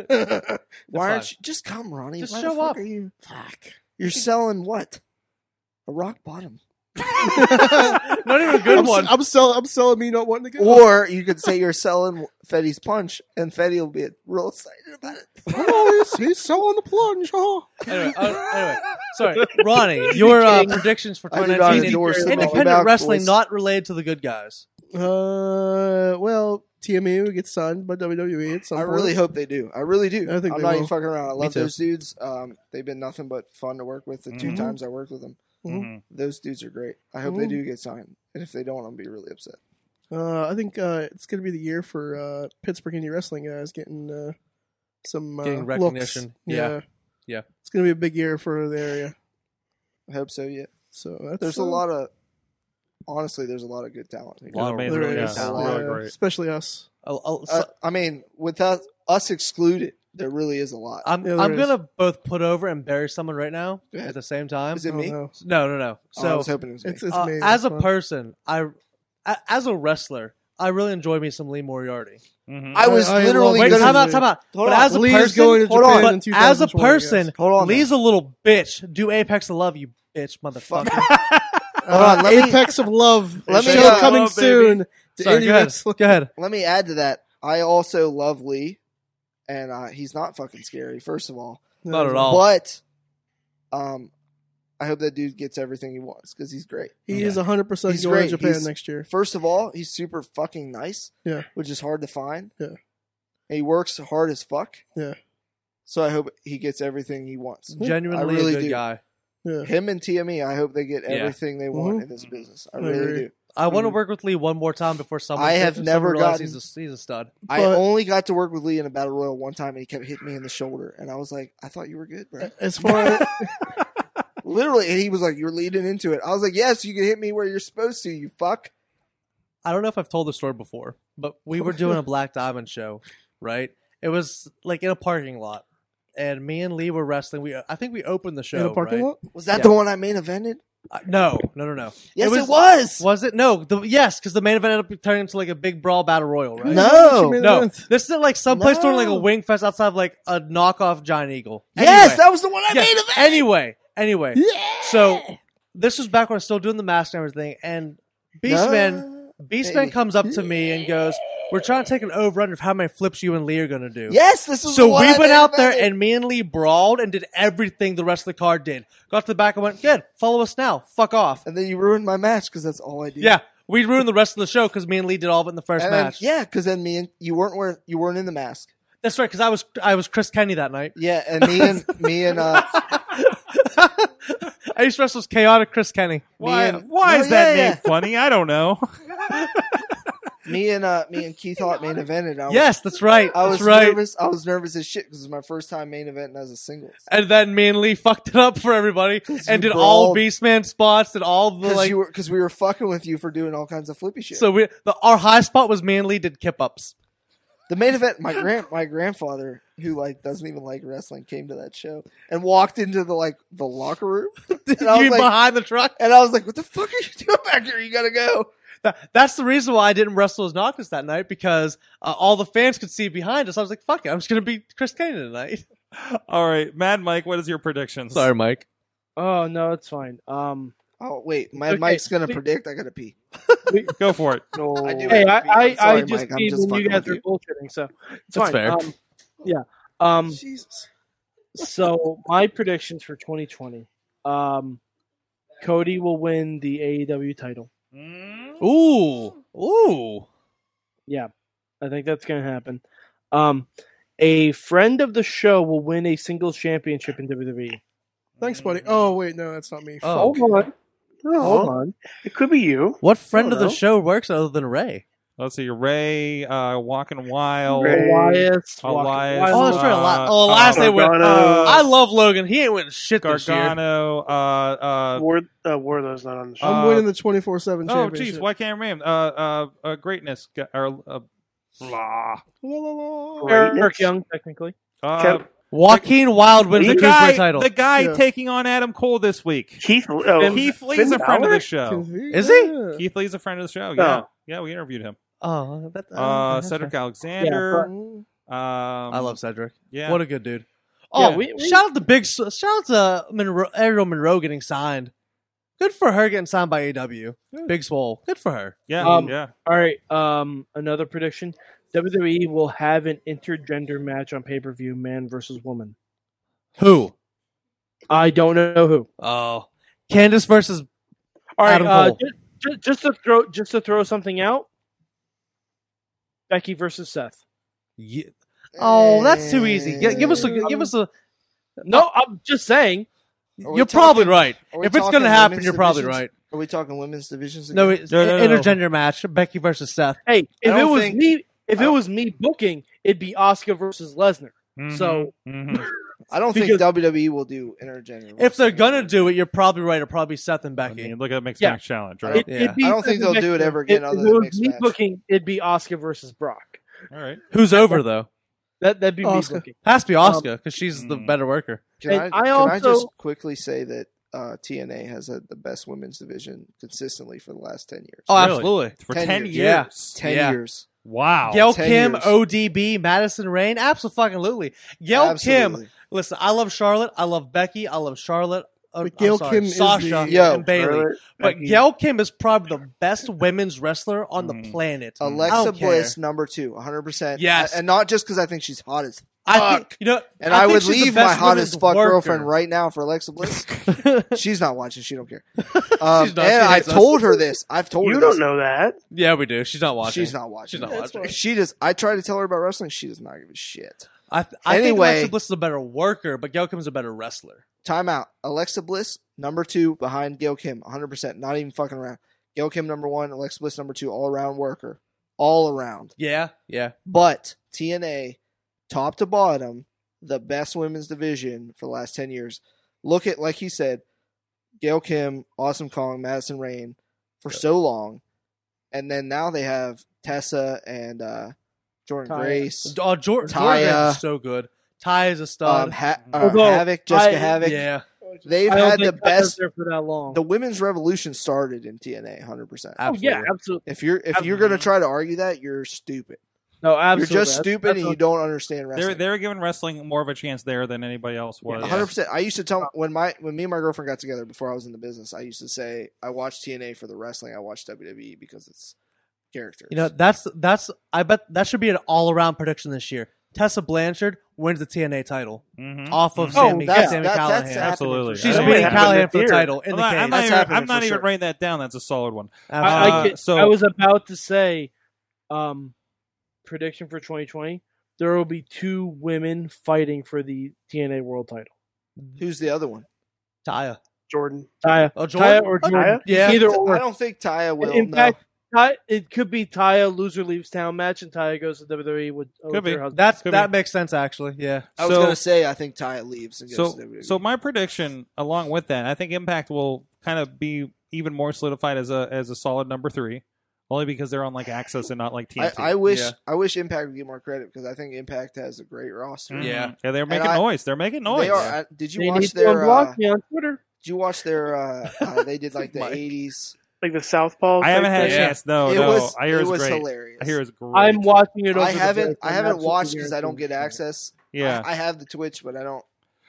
S6: Why aren't
S7: fine.
S6: you just come, Ronnie?
S7: Just
S6: Why
S7: show
S6: the fuck
S7: up.
S6: Are you? Fuck. You're selling what? A rock bottom.
S7: Not even a good
S8: I'm,
S7: one.
S8: I'm selling. I'm selling me not wanting to go.
S6: Or you could say you're selling Fetty's punch, and Fetty will be real excited about it.
S8: oh, he's, he's selling the plunge. Huh?
S7: anyway, uh, anyway, sorry, Ronnie. Your uh, predictions for
S6: I did not
S7: 2019
S6: endorse
S7: in
S6: them all.
S7: independent
S6: Mouth
S7: wrestling,
S6: voice.
S7: not related to the good guys.
S8: Uh, well, TMU gets signed by WWE. At some
S6: I
S8: point.
S6: really hope they do. I really do.
S8: I think
S6: I'm
S8: they
S6: not even
S8: will.
S6: fucking around. I love
S8: too.
S6: those dudes. Um, they've been nothing but fun to work with. The two
S2: Mhm.
S6: times I worked with them,
S2: Mhm.
S6: those dudes are great. I hope they do get signed. And if they don't, I'll be really upset.
S8: Uh, I think uh, it's going to be the year for uh, Pittsburgh indie wrestling guys getting uh, some uh,
S7: Getting
S8: looks.
S7: recognition. Yeah. Yeah.
S8: It's going to be a big year for the area.
S6: I hope so. Yeah.
S8: So that's,
S6: There's a
S8: uh,
S6: lot of, honestly, there's a lot of good talent.
S7: A lot of
S2: Amazing.
S8: There
S7: really
S8: is,
S7: good
S6: talent.
S8: yeah,
S2: Really great.
S8: especially us.
S7: I'll- I'll-
S6: Uh,
S7: so-
S6: I mean, without us excluded, there really is a lot.
S7: I'm
S8: yeah, there
S7: I'm
S8: is.
S7: gonna both put over and bury someone right now at the same time.
S6: Is it
S8: I
S6: me?
S8: don't know.
S7: No, no, no.
S6: Oh, I was
S7: So
S6: hoping it was me.
S8: It's, it's
S7: uh,
S8: me.
S7: as a
S8: It's fun.
S7: person, I a- as a wrestler, I really enjoy me some Lee Moriarty.
S2: Mhm.
S6: I was
S8: I- I love-
S6: literally
S7: Wait,
S6: gonna.
S7: time out, time out.
S6: Hold
S7: but
S6: on.
S7: as a
S8: Lee's
S7: person,
S8: going to
S7: hold on,
S8: Japan in
S7: but as
S8: 2020,
S7: a
S8: I
S7: person,
S8: guess.
S6: Hold on
S7: Lee's a little bitch. Do Apex to love you, bitch, motherfucker.
S6: Hold on, let me-
S8: Uh, Apex of Love
S6: Let me,
S8: show
S6: uh,
S8: coming
S2: Love, baby.
S8: soon to
S7: Sorry,
S8: indie
S7: go ahead.
S8: wrestling.
S7: Go ahead.
S6: Let me add to that. I also love Lee, and uh, he's not fucking scary. First of all,
S7: Not at all.
S6: but um, I hope that dude gets everything he wants because he's great.
S8: He is 100 percent
S6: He's
S8: going
S6: great.
S8: to Japan
S6: He's-
S8: next year.
S6: First of all, he's super fucking nice.
S8: Yeah.
S6: which is hard to find.
S8: Yeah.
S6: he works hard as fuck.
S8: Yeah.
S6: so I hope he gets everything he wants.
S7: Genuinely
S6: I really
S7: a good
S6: do.
S7: guy.
S8: Yeah. Mm-hmm.
S6: Him and TME, I hope they get
S7: Yeah. Mm-hmm.
S6: everything they want in this business. I
S8: I
S6: really
S8: agree.
S6: do.
S7: I
S8: Mm.
S7: want to work with Lee one more time before someone.
S6: I have
S7: someone
S6: never
S7: realizes
S6: gotten-
S7: he's a, he's a stud.
S6: I
S8: But-
S6: only got to work with Lee in a battle royal one time, and he kept hitting me in the shoulder, and I was like, "I thought you were good, bro."
S8: As far as
S6: Literally, and he was like, "You're leading into it." I was like, "Yes, you can hit me where you're supposed to, you fuck."
S7: I don't know if I've told the story before, but we were doing a Black Diamond show, right? It was like in a parking lot, and me and Lee were wrestling. We I think we opened the show
S8: in a parking
S7: right?
S8: lot,
S6: Was that
S7: Yeah.
S6: the one I main evented?
S7: Uh, no, no, no, no.
S6: Yes, it was.
S7: was- Was it? No. The, yes, because the main event ended up turning into like a big brawl battle royal, right?
S8: She
S6: no.
S8: made-
S7: No, this is at, like someplace during like a
S6: No.
S7: wing fest outside of like a knockoff Giant Eagle.
S6: Yes,
S7: Anyway.
S6: that was the one I
S7: Yeah,
S6: made evented.
S7: Anyway, anyway. So this was back when I was still doing the mask and everything, and Beastman Beastman
S6: Maybe.
S7: comes up to me and goes, "We're trying to take an over under of how many flips you and Lee are gonna do."
S6: Yes, this is.
S7: So
S6: the one
S7: we
S6: I made
S7: went out there
S6: evented.
S7: and me and Lee brawled and did everything the rest of the card did. Got to the back and went, "Good, follow us now. Fuck off."
S6: and then you ruined my match because that's all I did.
S7: Yeah, we ruined the rest of the show because me and Lee did all of it in the first
S6: And then,
S7: match.
S6: yeah, because then me and you weren't wearing, you weren't in the mask.
S7: that's right. Because I was I was Chris Kenny that night.
S6: Yeah, and me and me and uh,
S7: I used to wrestle as chaotic Chris Kenny.
S2: Why?
S6: and-
S2: why
S6: No,
S2: is that
S6: yeah,
S2: name
S6: yeah.
S2: funny? I don't know.
S6: me and uh, me and Keith Hart main evented. I was
S7: Yes, that's right.
S6: I was
S7: that's right.
S6: nervous. I was nervous as shit because it was my first time main event and as a singles.
S7: And then me and Lee fucked it up for everybody and
S6: you
S7: did all
S6: brawled.
S7: Beastman spots and all the
S6: Because
S7: like.
S6: you were because we were fucking with you for doing all kinds of flippy shit.
S7: So we the, our high spot was me and Lee did kip ups.
S6: the main event, my grand my grandfather who like doesn't even like wrestling came to that show and walked into the like the locker room
S7: you
S6: I was
S7: mean
S6: like-
S7: behind the truck?
S6: and I was like, "What the fuck are you doing back here? You gotta go."
S7: That, that's the reason why I didn't wrestle as Noctis that night because uh, all the fans could see behind us. I was like, "Fuck it, I'm just gonna be Chris Kenny tonight."
S2: All right, Mad Mike, what is your predictions?
S7: Sorry, Mike.
S3: Oh no, it's fine. Um,
S6: Oh wait, my
S3: Okay,
S6: mic's gonna
S3: we-
S6: predict. I gotta pee.
S2: Go for it.
S5: No,
S6: I do.
S3: Hey,
S6: have
S3: I,
S6: to pee. I'm
S3: I, I
S6: sorry,
S3: just
S6: Mike, I'm
S3: peed
S6: just
S3: when
S6: fucking
S3: you guys
S6: with
S3: are bullshitting, so it's
S7: That's
S3: fine.
S7: fair.
S3: Um, yeah. Um,
S6: Jesus.
S3: so my predictions for 2020: um, Cody will win the AEW title.
S7: Ooh, ooh.
S3: Yeah, I think that's going to happen. Um, a friend of the show will win a singles championship in E. WWE.
S8: Thanks, buddy. Oh wait, no, that's not me.
S7: Oh,
S3: Hold on, hold on.
S5: it could be you.
S7: what friend of
S3: know.
S7: the show works other than Ray?
S2: Let's see. Ray, uh, Walking Wild.
S5: Ray.
S3: Elias,
S2: Elias,
S3: Walker-
S7: Oh, that's right.
S2: Uh,
S7: Eli- oh, Elias
S2: uh,
S7: ain't win.
S5: Gargano.
S7: Uh, I love Logan. He ain't winning shit this year.
S2: Gargano. Uh, uh,
S5: Ward, uh, Wardlow's not on the show.
S8: I'm
S2: Uh,
S8: winning the 24 seven
S2: oh,
S8: championship.
S2: jeez. Why can't I remember? Uh, uh, uh, greatness. g- Or, uh, blah. La, la, la.
S3: Eric Young, technically.
S2: Uh,
S5: Kev-
S7: Joaquin Wild wins the,
S2: the guy,
S7: Cruiserweight title.
S2: the guy
S8: Yeah.
S2: taking on Adam Cole this week.
S5: Keith, oh,
S2: Keith Lee's a
S5: Finn
S2: friend of
S5: Balor?
S2: the show.
S7: Oh. Is he?
S8: Yeah.
S2: Keith Lee's a friend of the show. Yeah, yeah, we interviewed him.
S7: oh, that,
S2: Uh,
S7: okay.
S2: Cedric Alexander. um,
S7: I love Cedric.
S2: Yeah,
S7: What a good dude.
S3: Yeah,
S7: Oh,
S3: we- we-
S7: shout out the big shout out to Monroe, Ariel Monroe getting signed. Good for her getting signed by AW. Big Swole. Good for her.
S2: yeah,
S3: Um,
S2: yeah.
S3: All right. Um, another prediction: WWE will have an intergender match on pay per view, man versus woman.
S7: Who?
S3: I don't know who.
S7: Oh, Candace versus
S3: All right.
S7: Adam
S3: Uh,
S7: Cole.
S3: just, just, just to throw, just to throw something out. Becky versus Seth.
S7: Ye- Oh, that's too easy. Gi- Give us a give us a.
S6: Uh,
S3: No, I'm just saying.
S6: Are we
S7: You're probably
S6: talking-
S7: right.
S6: are we
S7: If it's
S6: talking
S7: gonna happen,
S6: women's
S7: you're probably
S6: divisions?
S7: right.
S6: Are we talking women's divisions?
S7: No,
S6: again?
S7: it's
S2: No, no, no.
S7: intergender match. Becky versus Seth.
S3: Hey, if
S6: I
S3: it
S6: don't
S3: was
S6: think-
S3: me, if
S6: I
S3: it
S6: don't-
S3: was me booking, it'd be Oscar versus Lesnar. So-
S2: Mhm, mhm.
S6: I don't
S3: because-
S6: think WWE will do intergender.
S7: If they're
S6: wrestling.
S7: gonna do it, you're probably right. It'll probably be Seth and
S2: I
S7: Becky.
S2: mean, look at Mixed
S3: Yeah.
S2: Match Challenge,
S6: I
S2: right?
S3: It-
S7: Yeah.
S3: it'd be
S6: I don't think they'll
S3: Becky
S6: do it
S3: versus-
S6: ever again
S3: if-
S6: other
S3: if
S6: than
S3: it was
S6: mixed
S3: me
S6: match.
S3: booking, it'd be Oscar versus Brock.
S2: All right.
S7: Who's over though?
S3: That that'd be
S8: Asuka.
S3: me booking.
S7: Has to be Oscar because she's the
S2: Mm.
S7: better worker.
S6: Can
S3: And
S6: I,
S3: I
S6: can I just
S3: also-
S6: quickly say that uh, TNA has had the best women's division consistently for the last ten years.
S7: Oh,
S2: Really?
S7: absolutely.
S2: For
S6: Ten
S2: 10,
S6: years.
S2: years.
S7: Yeah.
S6: Ten
S7: yeah.
S6: years.
S2: Wow.
S7: Gail
S6: 10
S7: Kim,
S6: years.
S7: ODB, Madison Rain, absolutely. Gail Kim,
S6: Absolutely.
S7: listen, I love Charlotte, I love Becky, I love Charlotte. Uh,
S8: But
S7: I'm
S8: Gail
S7: sorry,
S8: Kim is
S7: Sasha,
S8: the-
S6: Yo.
S7: and Bailey.
S5: Charlotte,
S7: But
S5: Becky.
S7: Gail Kim is probably the best women's wrestler on the
S2: Mm.
S7: planet. I
S6: Alexa
S7: don't care.
S6: Bliss, number two, 100. percent
S7: Yes.
S6: and not just because I think she's hot as.
S7: I think you know,
S6: And I,
S7: think
S6: would
S7: she's the
S6: leave
S7: best
S6: my hottest
S7: women's
S6: fuck
S7: worker.
S6: girlfriend right now for Alexa Bliss. she's not watching. She don't care. Um,
S7: She's
S6: and
S7: not, she
S6: I
S7: hates us.
S6: told her this. I've told
S5: you
S6: her.
S5: don't
S6: this.
S5: know that.
S7: Yeah, we do. She's not watching.
S6: She's not watching.
S7: She's not
S8: That's
S7: watching.
S8: fine.
S6: She does. I try to tell her about wrestling. She does not give a shit.
S7: I, th- I think
S6: Anyway.
S7: Alexa Bliss is a better worker, but Gail Kim's a better wrestler.
S6: Time out. Alexa Bliss, number two, behind Gail Kim, 100%. Not even fucking around. Gail Kim, number one. Alexa Bliss, number two. All around worker. All around.
S7: Yeah, yeah.
S6: But TNA, top to bottom, the best women's division for the last 10 years. Look at, like he said, Gail Kim, Awesome Kong, Madison Rain for so long. And then now they have Tessa and uh, Jordan
S3: Taya.
S6: Grace.
S7: Oh, Jor- Jordan
S6: Taya.
S7: is so good. Ty is a stud.
S6: Um, ha- uh,
S3: Although,
S6: Havoc, Jessica
S3: I-
S6: Havoc.
S7: yeah,
S6: They've
S3: I don't
S6: had the
S3: think Seth was
S6: best.
S3: there for that long.
S6: The women's revolution started in TNA, hundred percent.
S3: oh
S7: absolutely.
S3: yeah, absolutely.
S6: If you're if you're gonna try to argue that, you're stupid.
S3: No, absolutely.
S6: You're just
S3: That's-
S6: stupid
S3: that's
S6: and
S3: what-
S6: you don't understand
S2: They're
S6: wrestling.
S2: they're giving wrestling more of a chance there than anybody else was.
S6: One hundred percent. I used to tell when my when me and my girlfriend got together before I was in the business, I used to say I watch TNA for the wrestling. I watch WWE E because it's characters.
S7: You know, that's that's I bet that should be an all around prediction this year. Tessa Blanchard wins the TNA title
S6: Hmm?
S2: Mhm.
S7: off of
S2: Mhm.
S7: Sammy,
S6: that's,
S7: Sammy
S6: that-
S7: Callahan.
S6: that's happening
S2: Absolutely.
S6: for
S7: She's
S6: sure.
S5: That
S7: beating
S5: happened
S7: Callahan
S5: this
S7: for the
S5: year.
S7: title in
S2: Oh, I'm
S7: the
S2: not, I'm
S7: cage.
S2: not
S6: That's
S2: even,
S6: happening
S2: I'm
S6: for
S2: not even
S6: sure.
S2: writing that down. That's a solid one.
S3: I,
S2: Uh,
S3: I, could-
S2: so-
S3: I was about to say, um, prediction for 2020: there will be two women fighting for the TNA World Title.
S6: Who's the other one?
S7: Taya.
S5: Jordan.
S3: Taya,
S7: Oh,
S3: Taya
S7: Jordan.
S3: or Jordan.
S7: Yeah.
S3: either
S6: I
S3: or.
S6: don't think Taya will.
S3: In
S6: no.
S3: fact, Ty- it could be Taya loser leaves town match, and Taya goes to WWE with, with
S2: be.
S3: her husband.
S7: That's
S2: Could
S7: that makes sense actually. Yeah.
S6: I was
S2: so-
S6: gonna say I think Taya leaves and goes
S2: So
S6: to E. WWE.
S2: so my prediction, along with that, I think Impact will kind of be even more solidified as a as a solid number three, only because they're on like Access and not like
S6: I,
S2: TNT.
S6: I wish
S7: Yeah.
S6: I wish Impact would get more credit because I think Impact has a great roster.
S2: Mhm.
S7: Yeah.
S2: yeah, they're making
S6: I-
S2: noise. They're making noise.
S6: They are. I- did you
S3: They need
S6: watch
S3: to
S6: their? Uh,
S3: unblock
S6: did
S3: me on Twitter.
S6: you watch their? Uh, uh, they did like the
S7: Mike.
S6: '80s.
S5: Like the Southpaw.
S2: I haven't had a
S7: Yeah.
S2: chance. No,
S6: it
S2: Oh, no.
S6: was.
S2: I hear
S6: it
S2: it's
S6: was
S2: great.
S6: hilarious.
S2: I hear it's great.
S3: I'm watching it. Over
S6: I
S3: the
S6: haven't.
S3: break.
S6: I
S3: I'm
S6: haven't
S3: absolutely
S6: watched because I don't
S3: guaranteed
S6: get access.
S2: Yeah,
S6: I, I have the Twitch, but I don't.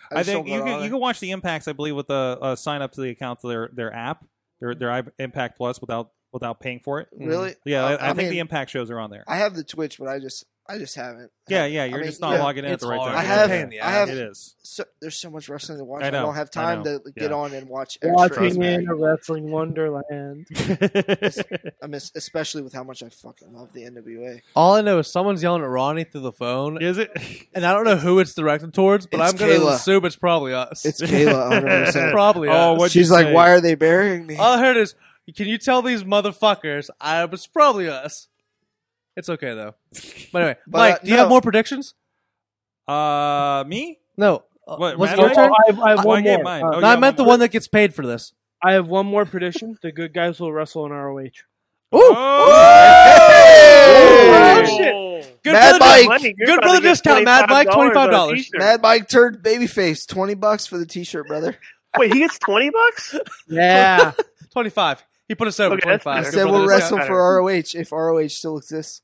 S6: I,
S2: I,
S6: just
S2: think
S6: don't
S2: you
S6: go
S2: can
S6: on
S2: you
S6: it.
S2: can watch the impacts. I believe with the uh, sign up to the account to their their app. their their I- Impact Plus without without paying for it.
S6: Really?
S2: Yeah,
S6: Uh,
S2: I, I, think
S6: mean,
S2: the Impact shows are on there.
S6: I have the Twitch, but I just I just haven't.
S2: yeah, yeah, you're
S6: mean,
S2: just not
S6: yeah,
S2: logging in at
S7: it's
S2: the right
S7: hard.
S2: time.
S6: I
S2: It's a
S6: have-
S2: pain in the
S6: I
S2: ass.
S6: have-
S2: it is.
S6: So, there's so much wrestling to watch.
S2: I
S6: I,
S2: know,
S6: don't have
S2: I
S6: time
S2: know,
S6: to get
S2: yeah.
S6: on and watch extras.
S2: Trust
S3: Watching
S2: me.
S3: in a wrestling wonderland.
S6: I miss, especially with how much I fucking love the NWA.
S7: All I know is someone's yelling at Ronnie through the phone,
S2: is it?
S7: and I don't know who it's directed towards, but
S6: It's
S7: I'm gonna
S6: Kayla.
S7: assume it's probably us.
S6: It's Kayla, 100%.
S7: It's probably
S2: Oh,
S7: us.
S2: what'd
S6: She's
S2: you
S6: like,
S2: say?
S6: why are they burying me?
S7: All I heard Oh, is, can you tell these motherfuckers I was probably us? It's okay though. But anyway,
S6: But, uh,
S7: Mike, do you have
S6: no.
S7: more predictions?
S2: Uh, me?
S7: No. Uh,
S2: What,
S7: was it
S2: Matt?
S7: your turn?
S3: Oh, I have, I have
S7: I-
S2: I
S3: one
S2: gave
S3: more.
S2: mine.
S3: Uh,
S2: Oh,
S7: no,
S2: yeah,
S7: I meant the
S2: one
S7: one that gets paid for this.
S3: I have one more prediction. The good guys will wrestle in ROH.
S7: Ooh!
S6: Hey!
S7: Oh, shit. Good
S6: Mad
S7: brother,
S6: Mike.
S5: Money, you're
S7: Good
S5: about
S7: brother
S5: to get
S7: discount, Mad Mike,
S5: $25 on a
S7: $25.
S5: t-shirt.
S6: Mad Mike turned babyface. 20 bucks for the t shirt, brother.
S5: Wait, he gets twenty bucks?
S3: Yeah.
S7: 25. He put us over
S5: Okay, that's
S7: 25.
S5: better.
S6: He
S7: Good
S6: said
S7: brother
S6: we'll
S7: discount.
S6: wrestle for ROH if ROH still exists.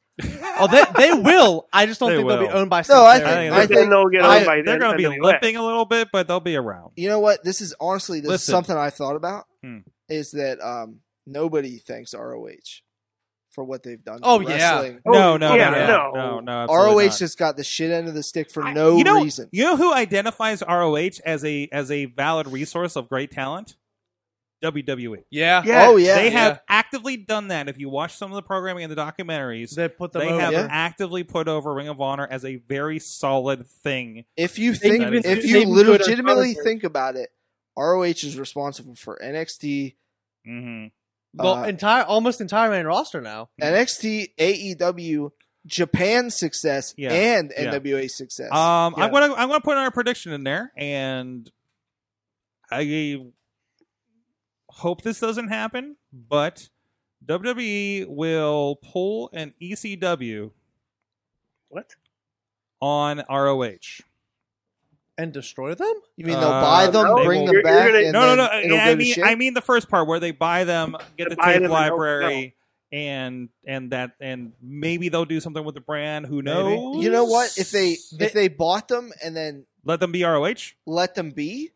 S7: Oh, they, they will. I just don't
S2: They
S7: think they'll be
S2: will.
S7: owned by
S6: No, I
S7: Sinclair.
S6: think,
S2: I
S6: I
S2: think
S5: Then
S6: think
S5: they'll get
S6: I-
S5: owned by
S2: They're going to be
S5: NWA.
S2: limping a little bit, but they'll be around.
S6: You know what? This is honestly this is
S2: Listen.
S6: something I thought about
S2: Hmm.
S6: is that um, nobody thanks ROH for what they've done. to
S7: Oh, yeah.
S6: wrestling.
S5: Oh,
S2: No, no,
S5: yeah,
S2: no, no,
S5: no.
S2: no, no.
S6: ROH
S2: absolutely not.
S6: just got the shit end of the stick for
S2: I-
S6: no
S2: you know,
S6: reason.
S2: You know who identifies ROH as a as a valid resource of great talent? E. WWE.
S7: Yeah.
S5: Yeah.
S6: Oh yeah,
S2: they have
S7: yeah.
S2: actively done that. If you watch some of the programming and the documentaries,
S7: They put them
S2: they
S7: over.
S2: have
S6: Yeah.
S2: actively put over Ring of Honor as a very solid thing.
S6: if you
S3: They
S6: think
S2: even-
S6: if
S3: they
S6: you
S3: even do it on
S6: legitimately
S3: commentary.
S6: think about it, ROH is responsible for NXT,
S2: hmm
S7: the
S6: uh,
S7: entire, almost entire main roster now.
S6: NXT, AEW, E Japan success,
S2: Yeah.
S6: and
S2: Yeah.
S6: NWA success.
S2: Um,
S5: Yeah.
S2: I'm gonna I'm gonna put our prediction in there, and I hope this doesn't happen, but WWE will pull an E ECW
S5: What?
S2: on ROH.
S7: And destroy them?
S6: you mean they'll
S2: uh,
S6: buy them,
S2: no,
S6: bring
S2: they-
S6: them
S5: you're- you're
S6: back,
S5: gonna-
S6: and
S2: no, no,
S6: then
S2: no.
S6: it'll
S2: I
S6: go to
S2: mean,
S6: shit?
S2: I mean the first part where they buy them, get the
S5: Buy them
S2: tape
S5: and hope
S2: library, and and that, and maybe they'll do something with the brand. Who
S7: Maybe.
S2: knows?
S6: you know what? If they if they bought them and then
S2: let them be ROH,
S6: let them be,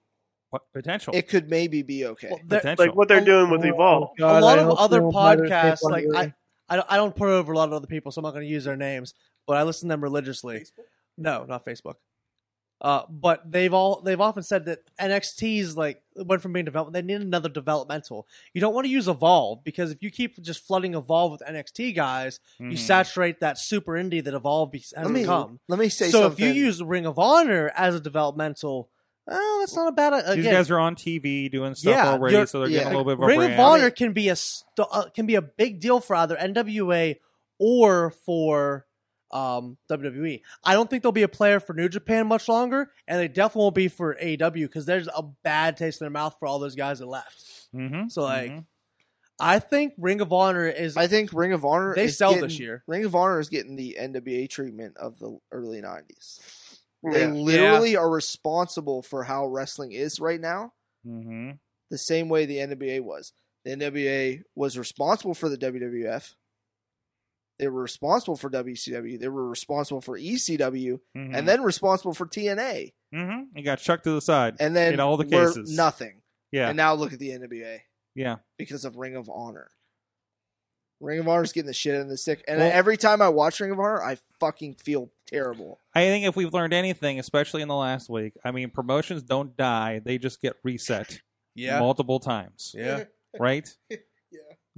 S2: what potential?
S6: it could maybe be okay.
S7: Well, they're-
S2: potential.
S5: Like what they're doing with
S3: Oh,
S5: Evolve.
S3: God,
S7: a lot
S3: I
S7: of
S3: hope
S7: other
S3: they don't buy their tape
S7: podcasts,
S3: on
S7: like
S3: the-
S7: I, I, don't, I don't put over a lot of other people, so I'm not going to use their names, but I listen to them religiously. No, not Facebook. Uh, but they've all they've often said that NXT's like went from being development. They need another developmental. You don't want to use Evolve because if you keep just flooding Evolve with NXT guys, you
S3: Mm-hmm.
S2: Mhm.
S7: saturate that super indie that Evolve be- has
S6: Let me
S7: become.
S6: let me say
S7: So
S6: something.
S7: if you use Ring of Honor as a developmental, oh, that's not a bad again.
S2: These guys are on TV doing stuff
S7: Yeah,
S2: already,
S7: you're-
S2: so they're
S6: yeah.
S2: getting a little bit of a
S7: Ring of
S2: brand.
S7: Honor can be a st- uh, can be a big deal for either NWA or for um, WWE. I don't think there'll be a player for New Japan much longer, and they definitely won't be for AEW because there's a bad taste in their mouth for all those guys that left.
S2: Mhm,
S7: So, like,
S2: mhm.
S7: I think Ring of Honor is
S6: I think Ring of Honor
S7: they
S6: is
S7: sell
S6: getting,
S7: this year.
S6: Ring of Honor is getting the NWA treatment of the early '90s. They
S5: Yeah.
S6: literally are responsible for how wrestling is right now,
S2: Mhm.
S6: the same way the NWA was. The NWA was responsible for the WWF. They were responsible for WCW. They were responsible for ECW,
S2: Mhm.
S6: and then responsible for TNA,
S2: Mhm. you got chucked to the side.
S6: and then
S2: In all the
S6: were
S2: cases.
S6: nothing.
S2: Yeah,
S6: And now look at the NWA
S2: yeah.
S6: because of Ring of Honor. Ring of Honor's getting the shit in the stick, and
S2: Well-
S6: every time I watch Ring of Honor, I fucking feel terrible.
S2: I think if we've learned anything, especially in the last week, I mean, promotions don't die; they just get reset
S7: yeah,
S2: multiple times,
S7: yeah,
S2: right?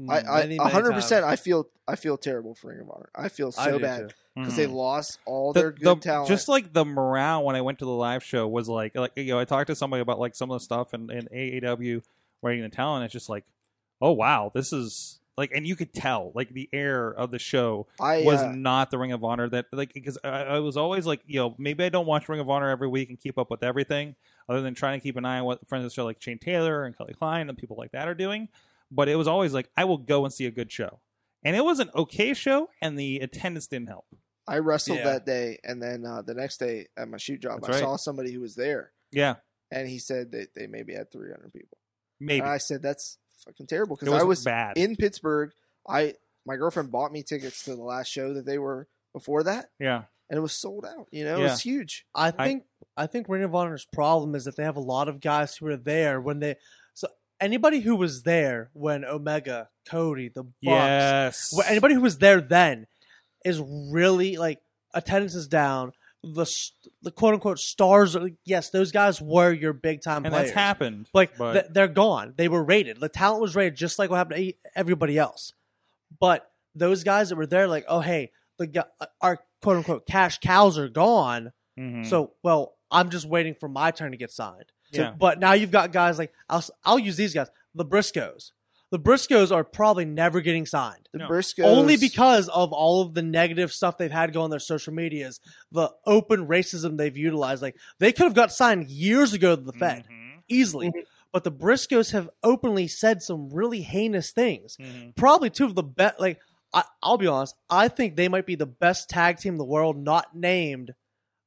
S6: I, I
S7: Many, many
S6: 100. percent
S7: times.
S6: I feel I feel terrible for Ring of Honor. I feel
S7: I
S6: so
S7: do
S6: bad
S7: too.
S6: because
S2: Mhm.
S6: they lost all
S2: The-
S6: their good
S2: the-
S6: talent.
S2: Just like the morale when I went to the live show was like, like you know, I talked to somebody about like some of the stuff and in AAW writing the talent. It's just like, oh wow, this is like, and you could tell like the air of the show
S6: I
S2: was
S6: uh,
S2: not the Ring of Honor that like because I, I was always like you know maybe I don't watch Ring of Honor every week and keep up with everything other than trying to keep an eye on what friends of the show like Shane Taylor and Kelly Klein and people like that are doing. But it was always like I will go and see a good show, and it was an okay show, and the attendance didn't help.
S6: I wrestled
S7: Yeah.
S6: that day, and then uh, the next day at my shoot job,
S2: That's
S6: I
S2: right.
S6: saw somebody who was there,
S2: Yeah,
S6: and he said that they maybe had 300 people.
S2: maybe
S6: And I said that's fucking terrible
S2: it
S6: because I was
S2: bad.
S6: in Pittsburgh. I my girlfriend bought me tickets to the last show that they were before that,
S2: yeah,
S6: and it was sold out. You know,
S2: Yeah.
S6: it's huge.
S7: I
S2: I-
S7: think I think Ring of Honor's problem is that they have a lot of guys who are there when they so anybody who was there when Omega, Cody, the Bucks,
S2: Yes.
S7: wh- anybody who was there then is really like attendance is down. The s- the quote unquote stars, are, yes, those guys were your big time
S2: and
S7: players.
S2: that's happened.
S7: Like
S2: but-
S7: th- they're gone. They were rated. The talent was rated just like what happened to e- everybody else. But those guys that were there, like, oh hey, the gu- our quote unquote cash cows are gone.
S2: Mhm.
S7: So well, I'm just waiting for my turn to get signed. So-
S2: Yeah.
S7: But now you've got guys like I'll s- I'll use these guys. The Briscoes. The Briscoes are probably never getting signed.
S6: The
S2: No.
S6: Briscoes.
S7: Only because of all of the negative stuff they've had go on their social medias, the open racism they've utilized. Like they could have got signed years ago to the Fed
S2: Mhm.
S7: easily. But the Briscoes have openly said some really heinous things.
S2: Mhm.
S7: Probably two of the best. Like I, I'll be honest, I think they might be the best tag team in the world, not named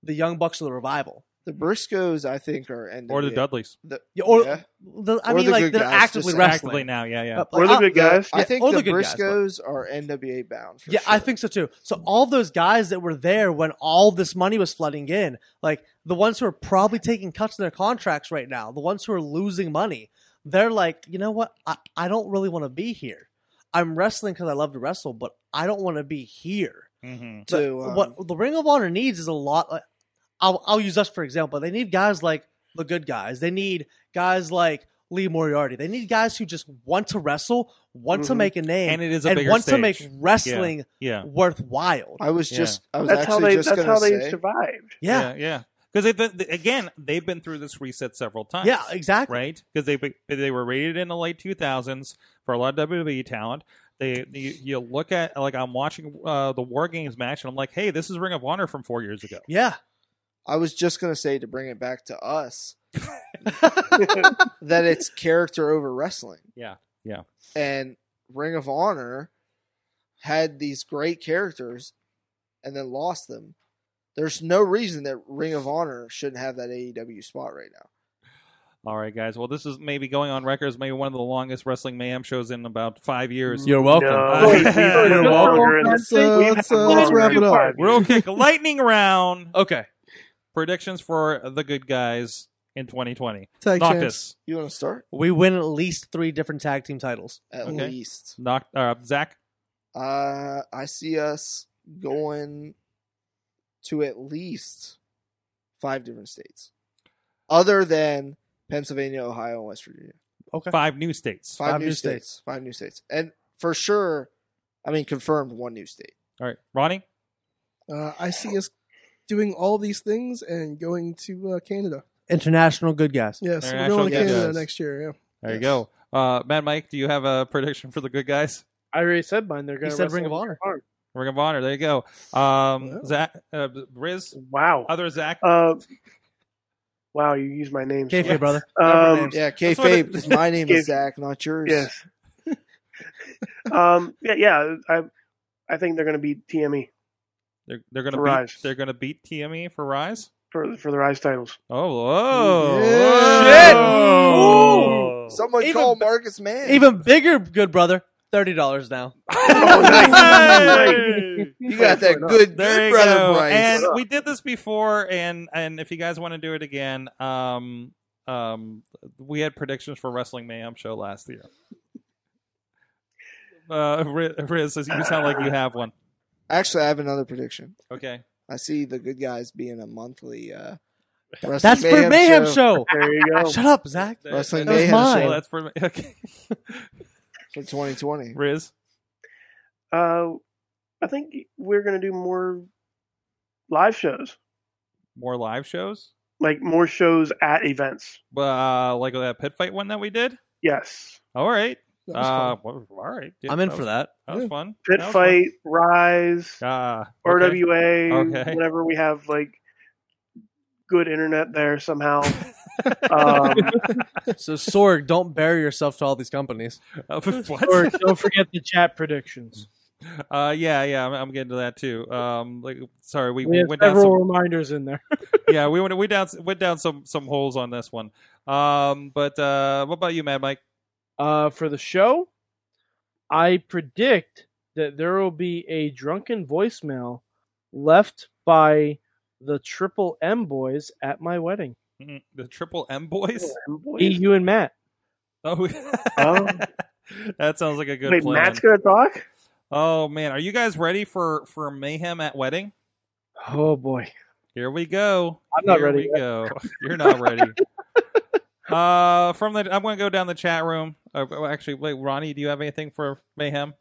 S7: the Young Bucks of the Revival.
S6: the Briscoes, I think, are NWA.
S2: Or the Dudleys.
S7: Yeah, Or
S6: Yeah.
S7: the, I
S6: Or
S7: mean,
S6: the
S7: like
S6: good
S7: they're
S6: guys,
S7: actively
S6: just
S2: Actively
S7: wrestling.
S2: now, yeah, yeah.
S7: Uh,
S5: We're the
S7: I-
S5: good guys.
S6: I
S7: Yeah,
S6: think
S7: or
S6: the,
S7: the good guys, but-
S6: Briscoes are NWA bound. for
S7: yeah, I
S6: sure.
S7: think so too. So all those guys that were there when all this money was flooding in, like the ones who are probably taking cuts in their contracts right now, the ones who are losing money, they're like, you know what? I, I don't really want to be here. I'm wrestling because I love to wrestle, but I don't want to be here.
S2: Mhm.
S7: The-
S6: To, um,
S7: what the Ring of Honor needs is a lot. Like, I'll, I'll use us for example. They need guys like the good guys. They need guys like Lee Moriarty. They need guys who just want to wrestle, want
S6: Mm-hmm.
S7: to
S5: Mhm.
S7: make a name,
S2: And it is a bigger
S7: want to
S2: stage.
S7: make wrestling
S2: Yeah.
S7: worthwhile.
S6: I was
S2: Yeah.
S6: just. I was
S5: That's how
S6: actually
S5: they.
S6: just
S5: That's
S6: gonna
S5: how they
S6: say,
S5: survived.
S7: Yeah.
S2: Yeah, yeah. Because they've been, th- again, they've been through this reset several
S7: Yeah,
S2: times.
S7: exactly.
S2: right? Because they they were rated in the late 2000s for a lot of WWE talent. They you, you look at like I'm watching uh, the War Games match and I'm like, hey, this is Ring of Honor from four years ago.
S7: Yeah.
S6: I was just gonna say to bring it back to us that it's character over wrestling.
S2: Yeah, yeah.
S6: And Ring of Honor had these great characters and then lost them. There's no reason that Ring of Honor shouldn't have that AEW spot right now.
S2: All right, guys. Well, this is maybe going on records, maybe one of the longest wrestling mayhem shows in about five years.
S7: You're welcome.
S5: No. Wait, we've
S2: You're
S5: been
S2: welcome.
S5: longer in
S8: Let's,
S5: this-
S8: uh,
S5: we've
S8: let's,
S5: had
S8: uh, let's
S5: longer
S8: wrap
S5: than
S8: it up.
S5: five
S2: We'll
S5: years.
S2: kick lightning round
S7: Okay.
S2: predictions for the good guys in 2020.
S8: Tag champs.
S2: Noctis,
S6: You want to start?
S7: We win at least three different tag team titles.
S6: At
S2: Okay.
S6: least.
S2: Noct- uh, Zach.
S6: Uh, I see us going to at least five different states, other than Pennsylvania, Ohio, and West Virginia.
S2: Five new states.
S6: Five,
S7: Five
S6: new
S7: new
S6: states. Five new states, and for sure, I mean, confirmed one new state.
S2: All right, Ronnie.
S8: Uh, I see us doing all these things and going to uh, Canada.
S7: International good guys.
S8: Yes, we're
S2: International
S8: going to
S6: guest.
S8: Canada
S2: Yes.
S8: next year. Yeah.
S2: There you go. Uh, Mad Mike, do you have a prediction for the good guys?
S4: I already said mine. They're
S7: He
S4: going to
S7: said Ring of Honor.
S2: Ring of Honor. There you go.
S8: Wow.
S2: Um, Zach, uh, Riz,
S5: Wow.
S2: other Zach.
S5: Uh, wow, you used my name.
S7: KFA, brother.
S5: Um,
S7: Different names.
S6: Yeah, K
S2: what it-
S6: Fabe, because my name is
S5: If-
S6: Zach, not yours.
S5: Yes. um. Yeah. Yeah. I. I think they're going to be TME
S2: They're, they're gonna
S5: For
S2: beat,
S5: Rise.
S2: they're gonna beat TME for Rise.
S5: for for the Rise titles.
S2: Oh, whoa!
S6: Yeah.
S2: Whoa.
S6: Someone
S7: Even
S6: call
S7: be-
S6: Marcus Mann.
S7: Even bigger, good brother. Thirty dollars now.
S2: Hey!
S6: you got that
S5: Why not?
S6: good,
S2: There
S6: good
S2: you
S6: brother
S2: go.
S6: Bryce.
S2: And we did this before, and and if you guys want to do it again, um, um, we had predictions for Wrestling Mayhem show last year. Uh, Riz, Riz, you sound like you have one.
S6: Actually, I have another prediction.
S2: Okay.
S6: I see the good guys being a monthly. Uh,
S7: That's
S6: Wrestling
S7: for Mayhem show.
S5: There you
S6: Oh.
S5: go.
S7: Shut up, Zach.
S6: Wrestling
S7: That was
S6: Mayhem
S7: mine.
S2: Well,
S6: show
S2: that's for okay.
S6: for 2020.
S2: Riz.
S5: Uh, I think we're going to do more live shows,
S2: more live shows,
S5: like more shows at events.
S2: uh, like that pit fight one that we did.
S5: Yes.
S2: All right,
S8: That was
S2: uh,
S8: fun.
S2: well, all right, yeah,
S7: I'm in for
S2: was-
S7: that.
S2: That was fun.
S5: Pit
S2: That was
S5: fight, Rise,
S2: fun. Uh, okay.
S5: RWA,
S2: Okay.
S5: whenever we have like good internet there somehow. um,
S7: So Sorg, don't bury yourself to all these companies.
S4: Or
S2: what?
S4: don't forget the chat predictions.
S2: Uh, yeah, yeah, I'm, I'm getting to that too. Um, like, sorry, we,
S4: We
S2: we
S4: have
S2: went down
S4: several
S2: some.
S4: reminders in there.
S2: Yeah, we went we down went down some some holes on this one. Um, but uh, what about you, Mad Mike?
S4: Uh, for the show, I predict that there will be a drunken voicemail left by the Triple M boys at my wedding.
S2: Mm, The Triple M boys.
S4: E, you, and Matt.
S2: Oh,
S5: Oh.
S2: that sounds like a good
S5: Wait,
S2: plan.
S5: Matt's gonna talk.
S2: oh man, are you guys ready for for mayhem at wedding?
S3: Oh boy.
S2: Here we go.
S3: I'm not
S2: Here
S3: ready
S2: We go. You're not ready. uh, from the I'm going to go down the chat room. Uh, well, actually, wait, Ronnie, do you have anything for mayhem?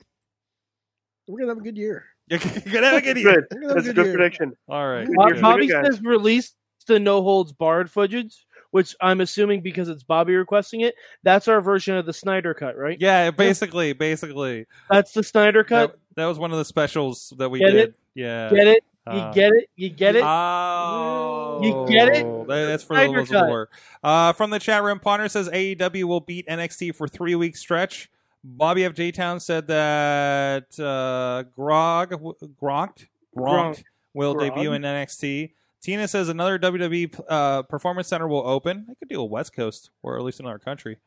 S8: We're gonna have a good year.
S2: You're gonna have a good year.
S5: Good.
S8: We're gonna have
S5: That's a good
S8: year.
S5: prediction.
S2: All right.
S5: Good
S3: Bob-
S5: year.
S3: Uh, Bobby
S5: Good guy.
S3: says release the no holds barred footage, which I'm assuming because it's Bobby requesting it. That's our version of the Snyder cut, right?
S2: Yeah, basically, basically.
S3: That's the Snyder cut.
S2: That, that was one of the specials that we
S3: Get
S2: did.
S3: it?
S2: Yeah.
S3: Get it? You
S2: Uh,
S3: get it? You get it?
S2: Oh,
S3: You get it?
S2: That- that's for
S3: Snyder
S2: the Lizard
S3: cut.
S2: War. Uh, from the chat room, Ponder says AEW will beat NXT for three week stretch. Bobby F. J. Town said that uh, Grog Gronk Gronk
S3: Gronk.
S2: will
S3: Gronk.
S2: debut in NXT. Tina says another WWE uh, Performance Center will open. They could do a West Coast or at least another country.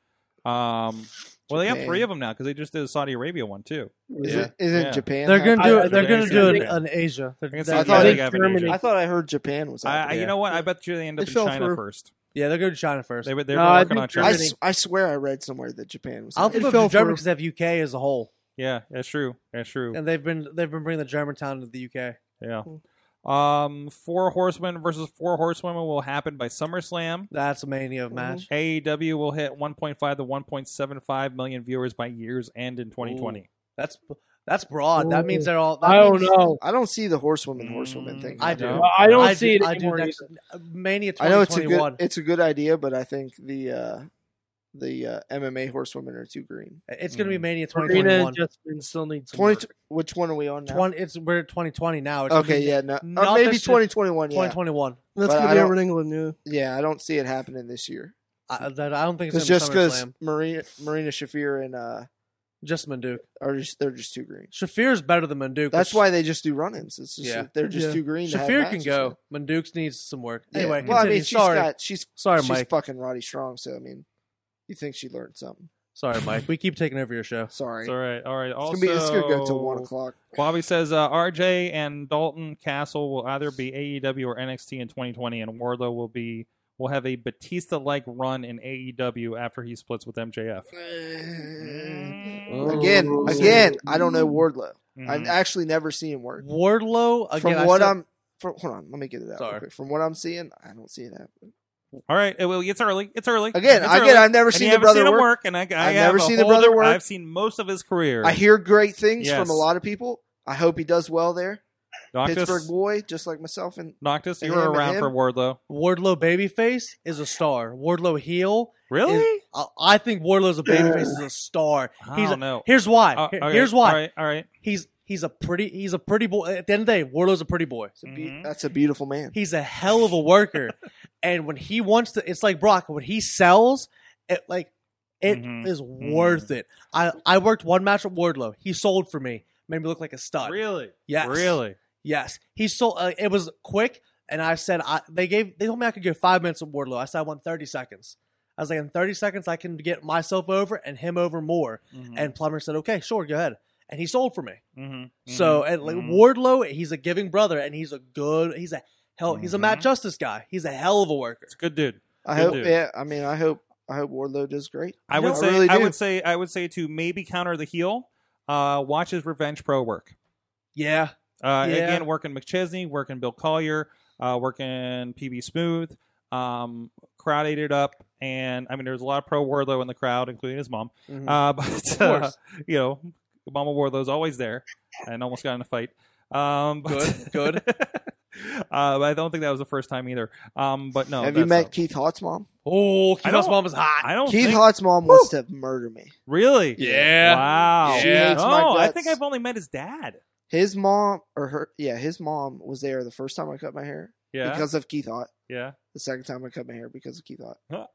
S2: Um, well, they have
S6: Japan.
S2: three of them now because they just did a Saudi Arabia one too.
S6: Is
S2: Yeah.
S6: it, isn't
S2: Yeah.
S6: Japan?
S7: They're gonna
S6: happening?
S7: do
S3: I-
S7: it. They're
S2: I
S7: gonna
S2: think
S7: do it
S2: so.
S7: in Asia. They're,
S2: I can
S7: they
S2: see
S6: I thought
S2: they
S6: they-
S2: have
S3: Germany.
S6: I thought I heard Japan was.
S2: I, I,
S6: happening.
S2: you know what? I bet you they end up
S8: They
S2: in
S8: fell
S2: China
S8: through.
S2: first.
S7: yeah, they're going to China first.
S2: They, were- they were
S3: No, I
S2: working
S3: think
S2: on
S6: I,
S2: China.
S6: s- I swear I read somewhere that Japan was.
S7: I'll
S6: happening.
S7: flip
S8: fell
S7: to Germany
S8: through.
S7: because they have UK as a whole,
S2: Yeah, that's true. That's true.
S7: and they've been they've been bringing the Germantown to the UK.
S2: Yeah. Um, four horsemen versus four horsewomen will happen by SummerSlam.
S7: That's a mania
S6: Mm-hmm.
S7: match.
S2: AEW will hit 1.5 to 1.75 million viewers by year's end in 2020.
S7: That's that's broad. That
S6: Mm-hmm.
S7: means they're all. That
S3: I don't
S7: means-
S3: know.
S6: I don't see the horsewoman horsewoman thing.
S7: Mm, I do.
S2: No.
S3: Well, I don't
S7: I
S3: see
S7: do,
S3: it
S7: I do
S3: anymore
S7: next, uh, Mania
S6: I know it's a
S7: 2021.
S6: good it's a good idea, but I think the uh, the uh, MMA horsewomen are too green.
S7: It's going to be
S2: Mm.
S7: Mania
S3: Marina
S7: 2021.
S3: and Justin still need some
S6: Twenty.
S3: work.
S6: Which one are we on now?
S7: 20, it's we're at 2020 now. It's gonna
S6: okay,
S7: be
S6: yeah, no,
S7: not
S6: or maybe
S7: this year.
S6: twenty twenty one. Yeah,
S7: 2021.
S8: That's
S6: But I
S8: gonna be
S6: don't-
S8: over in England, yeah.
S6: yeah, I don't see it happening this year.
S7: I, that, I don't think
S6: It's
S7: it's going
S6: just because
S7: to be SummerSlam.
S6: Marina Marina Shafir and uh
S7: Just Manduke.
S6: are just they're just too green.
S7: Shafir's better than Manduke.
S6: That's why they just do run-ins. It's just
S7: Yeah.
S6: that they're just
S8: Yeah.
S6: too green. to have
S7: Shafir can
S6: matches
S7: go.
S6: with.
S7: Manduke needs some work.
S6: Yeah.
S7: Anyway,
S6: well, I
S7: continue.
S6: mean, she's
S7: sorry,
S6: got she's
S7: sorry,
S6: she's
S7: Mike.
S6: fucking Roddy Strong. So I mean, you think she learned something?
S7: sorry, Mike. We keep taking over your show.
S6: Sorry,
S2: It's all right. All right. Also,
S6: it's, gonna be, it's gonna go till one o'clock.
S2: Bobby says uh, RJ and Dalton Castle will either be AEW or NXT in 2020, and Wardlow will be will have a Batista-like run in AEW after he splits with MJF.
S6: Uh, Oh. Again, again, I don't know Wardlow. I've
S2: Mhm.
S6: actually never seen him work.
S7: Wardlow again.
S6: From
S7: I
S6: what
S7: said-
S6: I'm, from, hold on, let me get it out. real
S7: Sorry.
S6: quick. From what I'm seeing, I don't see it happen.
S2: All right. Well, it's early. It's early.
S6: Again,
S2: It's
S6: again,
S2: early.
S6: I've never
S2: And
S6: seen
S2: you
S6: the
S2: haven't
S6: brother
S2: seen him
S6: work.
S2: work, and I, I
S6: I've
S2: have
S6: never
S2: a
S6: seen the
S2: whole
S6: brother
S2: other-
S6: work.
S2: I've seen most of his career.
S6: I hear great things
S2: Yes.
S6: from a lot of people. I hope he does well there. Pittsburgh
S2: Noctis,
S6: boy, just like myself. And
S2: Noctis, you
S6: and
S2: were
S6: him and
S2: around for
S6: him.
S2: Wardlow.
S7: Wardlow babyface is a star. Wardlow heel.
S2: Really?
S7: Is, I, I think Wardlow's a babyface is a star.
S2: I
S7: He's
S2: don't
S7: a-
S2: know.
S7: Here's why.
S2: Uh,
S7: Here-
S2: Oh, okay,
S7: Here's why.
S2: All right. All right.
S7: He's he's a pretty he's a pretty boy. At the end of the day, Wardlow's a pretty boy.
S6: it's a be-
S2: Mhm.
S6: that's a beautiful man.
S7: He's a hell of a worker, and when he wants to, it's like Brock. When he sells, it like it is
S2: Mhm.
S7: worth it. I I worked one match with Wardlow. He sold for me, made me look like a stud.
S2: Really?
S7: Yes.
S2: Really?
S7: Yes, he sold. Uh, it was quick, and I said I, they gave they told me I could give five minutes of Wardlow. I said I want thirty seconds. I was like in thirty seconds I can get myself over and him over more.
S2: Mm.
S7: And Plummer said okay, sure, go ahead, and he sold for me.
S2: Mhm.
S6: Mm-hmm.
S7: So
S2: Mhm.
S7: and like
S2: Mhm.
S7: Wardlow, he's a giving brother, and he's a good. He's a hell. He's a
S6: Mm-hmm.
S7: Matt
S2: Mhm.
S7: Justice guy. He's a hell of a worker.
S2: It's a good dude.
S6: I
S2: Good
S6: hope.
S2: dude.
S6: Yeah, I mean, I hope. I hope Wardlow does great.
S2: I would
S6: I
S2: say.
S6: really
S2: I
S6: do.
S2: would say. I would say to maybe counter the heel. Uh, watch his revenge pro work.
S7: Yeah,
S2: Uh,
S7: Yeah.
S2: Again, working McChesney, working Bill Collier, uh, working PB Smooth. Um, crowd ate it up, and I mean, there's a lot of pro Wardlow in the crowd, including his mom.
S6: Mm-hmm.
S7: Mhm.
S2: Uh, but
S7: of course.
S2: uh, you know, Mama Wardlow's always there, and almost got in a fight. Um, but-
S7: Good, good.
S2: uh, but I don't think that was the first time either. Um, but no,
S6: Have you
S2: that's
S6: met
S2: not-
S6: Keith Hart's mom?
S7: oh,
S2: I
S7: Keith's
S2: don't-
S7: mom is hot.
S2: I don't
S6: Keith
S2: think
S6: Hart's mom wants to murder me.
S2: really.
S7: Yeah.
S2: Wow.
S6: She hates my
S2: No, I
S6: guts.
S2: think I've only met his dad.
S6: His mom or her, yeah, his mom was there the first time I cut my hair
S2: Yeah.
S6: because of Keith Hart.
S2: yeah.
S6: The second time I cut my hair because of Keith Hart.
S2: Huh.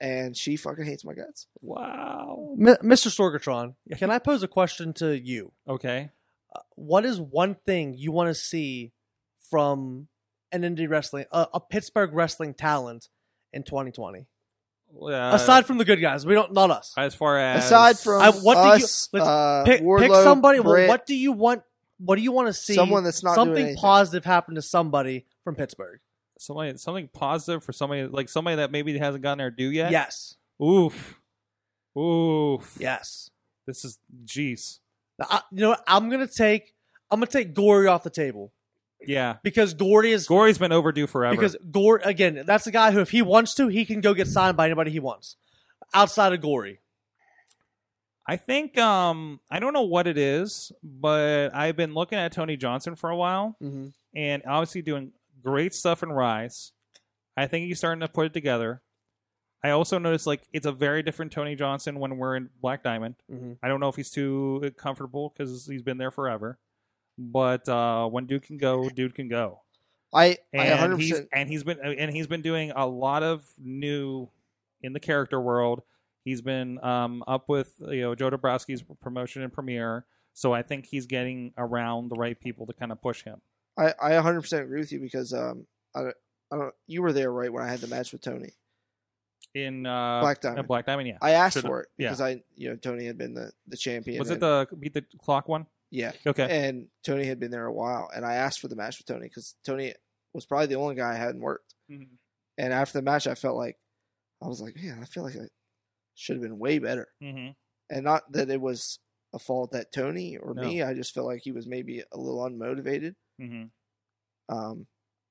S6: And she fucking hates my guts.
S2: Wow.
S7: M- Mr. Sorgatron, can I pose a question to you?
S2: Okay.
S7: Uh, What is one thing you want to see from an indie wrestling, a, a Pittsburgh wrestling talent in 2020?
S2: Uh,
S7: Aside from the good guys, we don't, not us.
S2: as far as
S6: Aside from
S7: I- what do you-
S6: us,
S7: let's
S6: uh,
S7: pick,
S6: Wardlow,
S7: pick somebody. well,
S6: Britt,
S7: what do you want? What do you want to see?
S6: someone that's not doing
S7: something
S6: anything.
S7: positive happen to somebody from Pittsburgh.
S2: somebody, something positive for somebody like somebody that maybe hasn't gotten their due yet.
S7: Yes.
S2: Oof. Oof.
S7: Yes.
S2: This is jeez.
S7: I, you know what? I'm gonna take I'm gonna take Gory off the table
S2: Yeah.
S7: because Gory is
S2: Gory's been overdue forever.
S7: because Gore again. That's a guy who, if he wants to, he can go get signed by anybody he wants outside of Gory.
S2: I think um I don't know what it is, but I've been looking at Tony Johnson for a while
S6: Mhm.
S2: and obviously doing great stuff in Rise. I think he's starting to put it together. I also noticed like it's a very different Tony Johnson when we're in Black Diamond.
S7: Mhm.
S2: I don't know if he's too comfortable because he's been there forever, but uh, when dude can go, dude can go.
S6: I, I
S2: and he's
S6: 100%.
S2: and he's been uh, and he's been doing a lot of new in the character world. He's been um, up with you know Joe Dabrowski's promotion and premiere, so I think he's getting around the right people to kind of push him.
S6: I, I 100% agree with you because um I don't, I don't you were there right when I had the match with Tony.
S2: In uh,
S6: Black
S2: in
S6: Diamond.
S2: Black Diamond, yeah.
S6: I asked
S2: Should've-
S6: for it
S2: yeah.
S6: because I you know Tony had been the, the champion.
S2: Was it
S6: and-
S2: the beat the clock one?
S6: yeah?
S2: Okay,
S6: And Tony had been there a while, and I asked for the match with Tony because Tony was probably the only guy I hadn't worked.
S2: Mhm.
S6: And after the match, I felt like I was like, man, I feel like I should have been way better.
S2: hmm
S6: and not that it was a fault at Tony or
S2: No.
S6: me. I just felt like he was maybe a little unmotivated.
S2: hmm
S6: Um,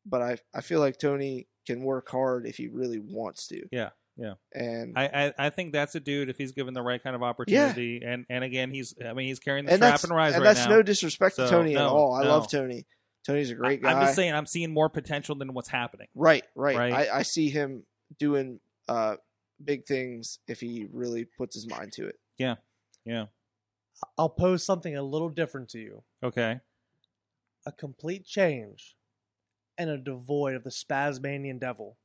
S6: but I I feel like Tony can work hard if he really wants to.
S2: Yeah, yeah.
S6: And
S2: I, I I think that's a dude if he's given the right kind of opportunity. And and again, he's I mean he's carrying the
S6: and
S2: strap
S6: that's
S2: and rise
S6: and
S2: right
S6: that's
S2: now.
S6: no disrespect to
S2: So,
S6: Tony at
S2: no,
S6: all. I love
S2: no.
S6: Tony. Tony's a great
S2: I-
S6: guy.
S2: I'm just saying I'm seeing more potential than what's happening.
S6: right, right.
S2: Right.
S6: I, I see him doing uh big things if he really puts his mind to it.
S7: I'll pose something a little different to you:
S2: Okay.
S7: a complete change and a devoid of the Spasmanian devil.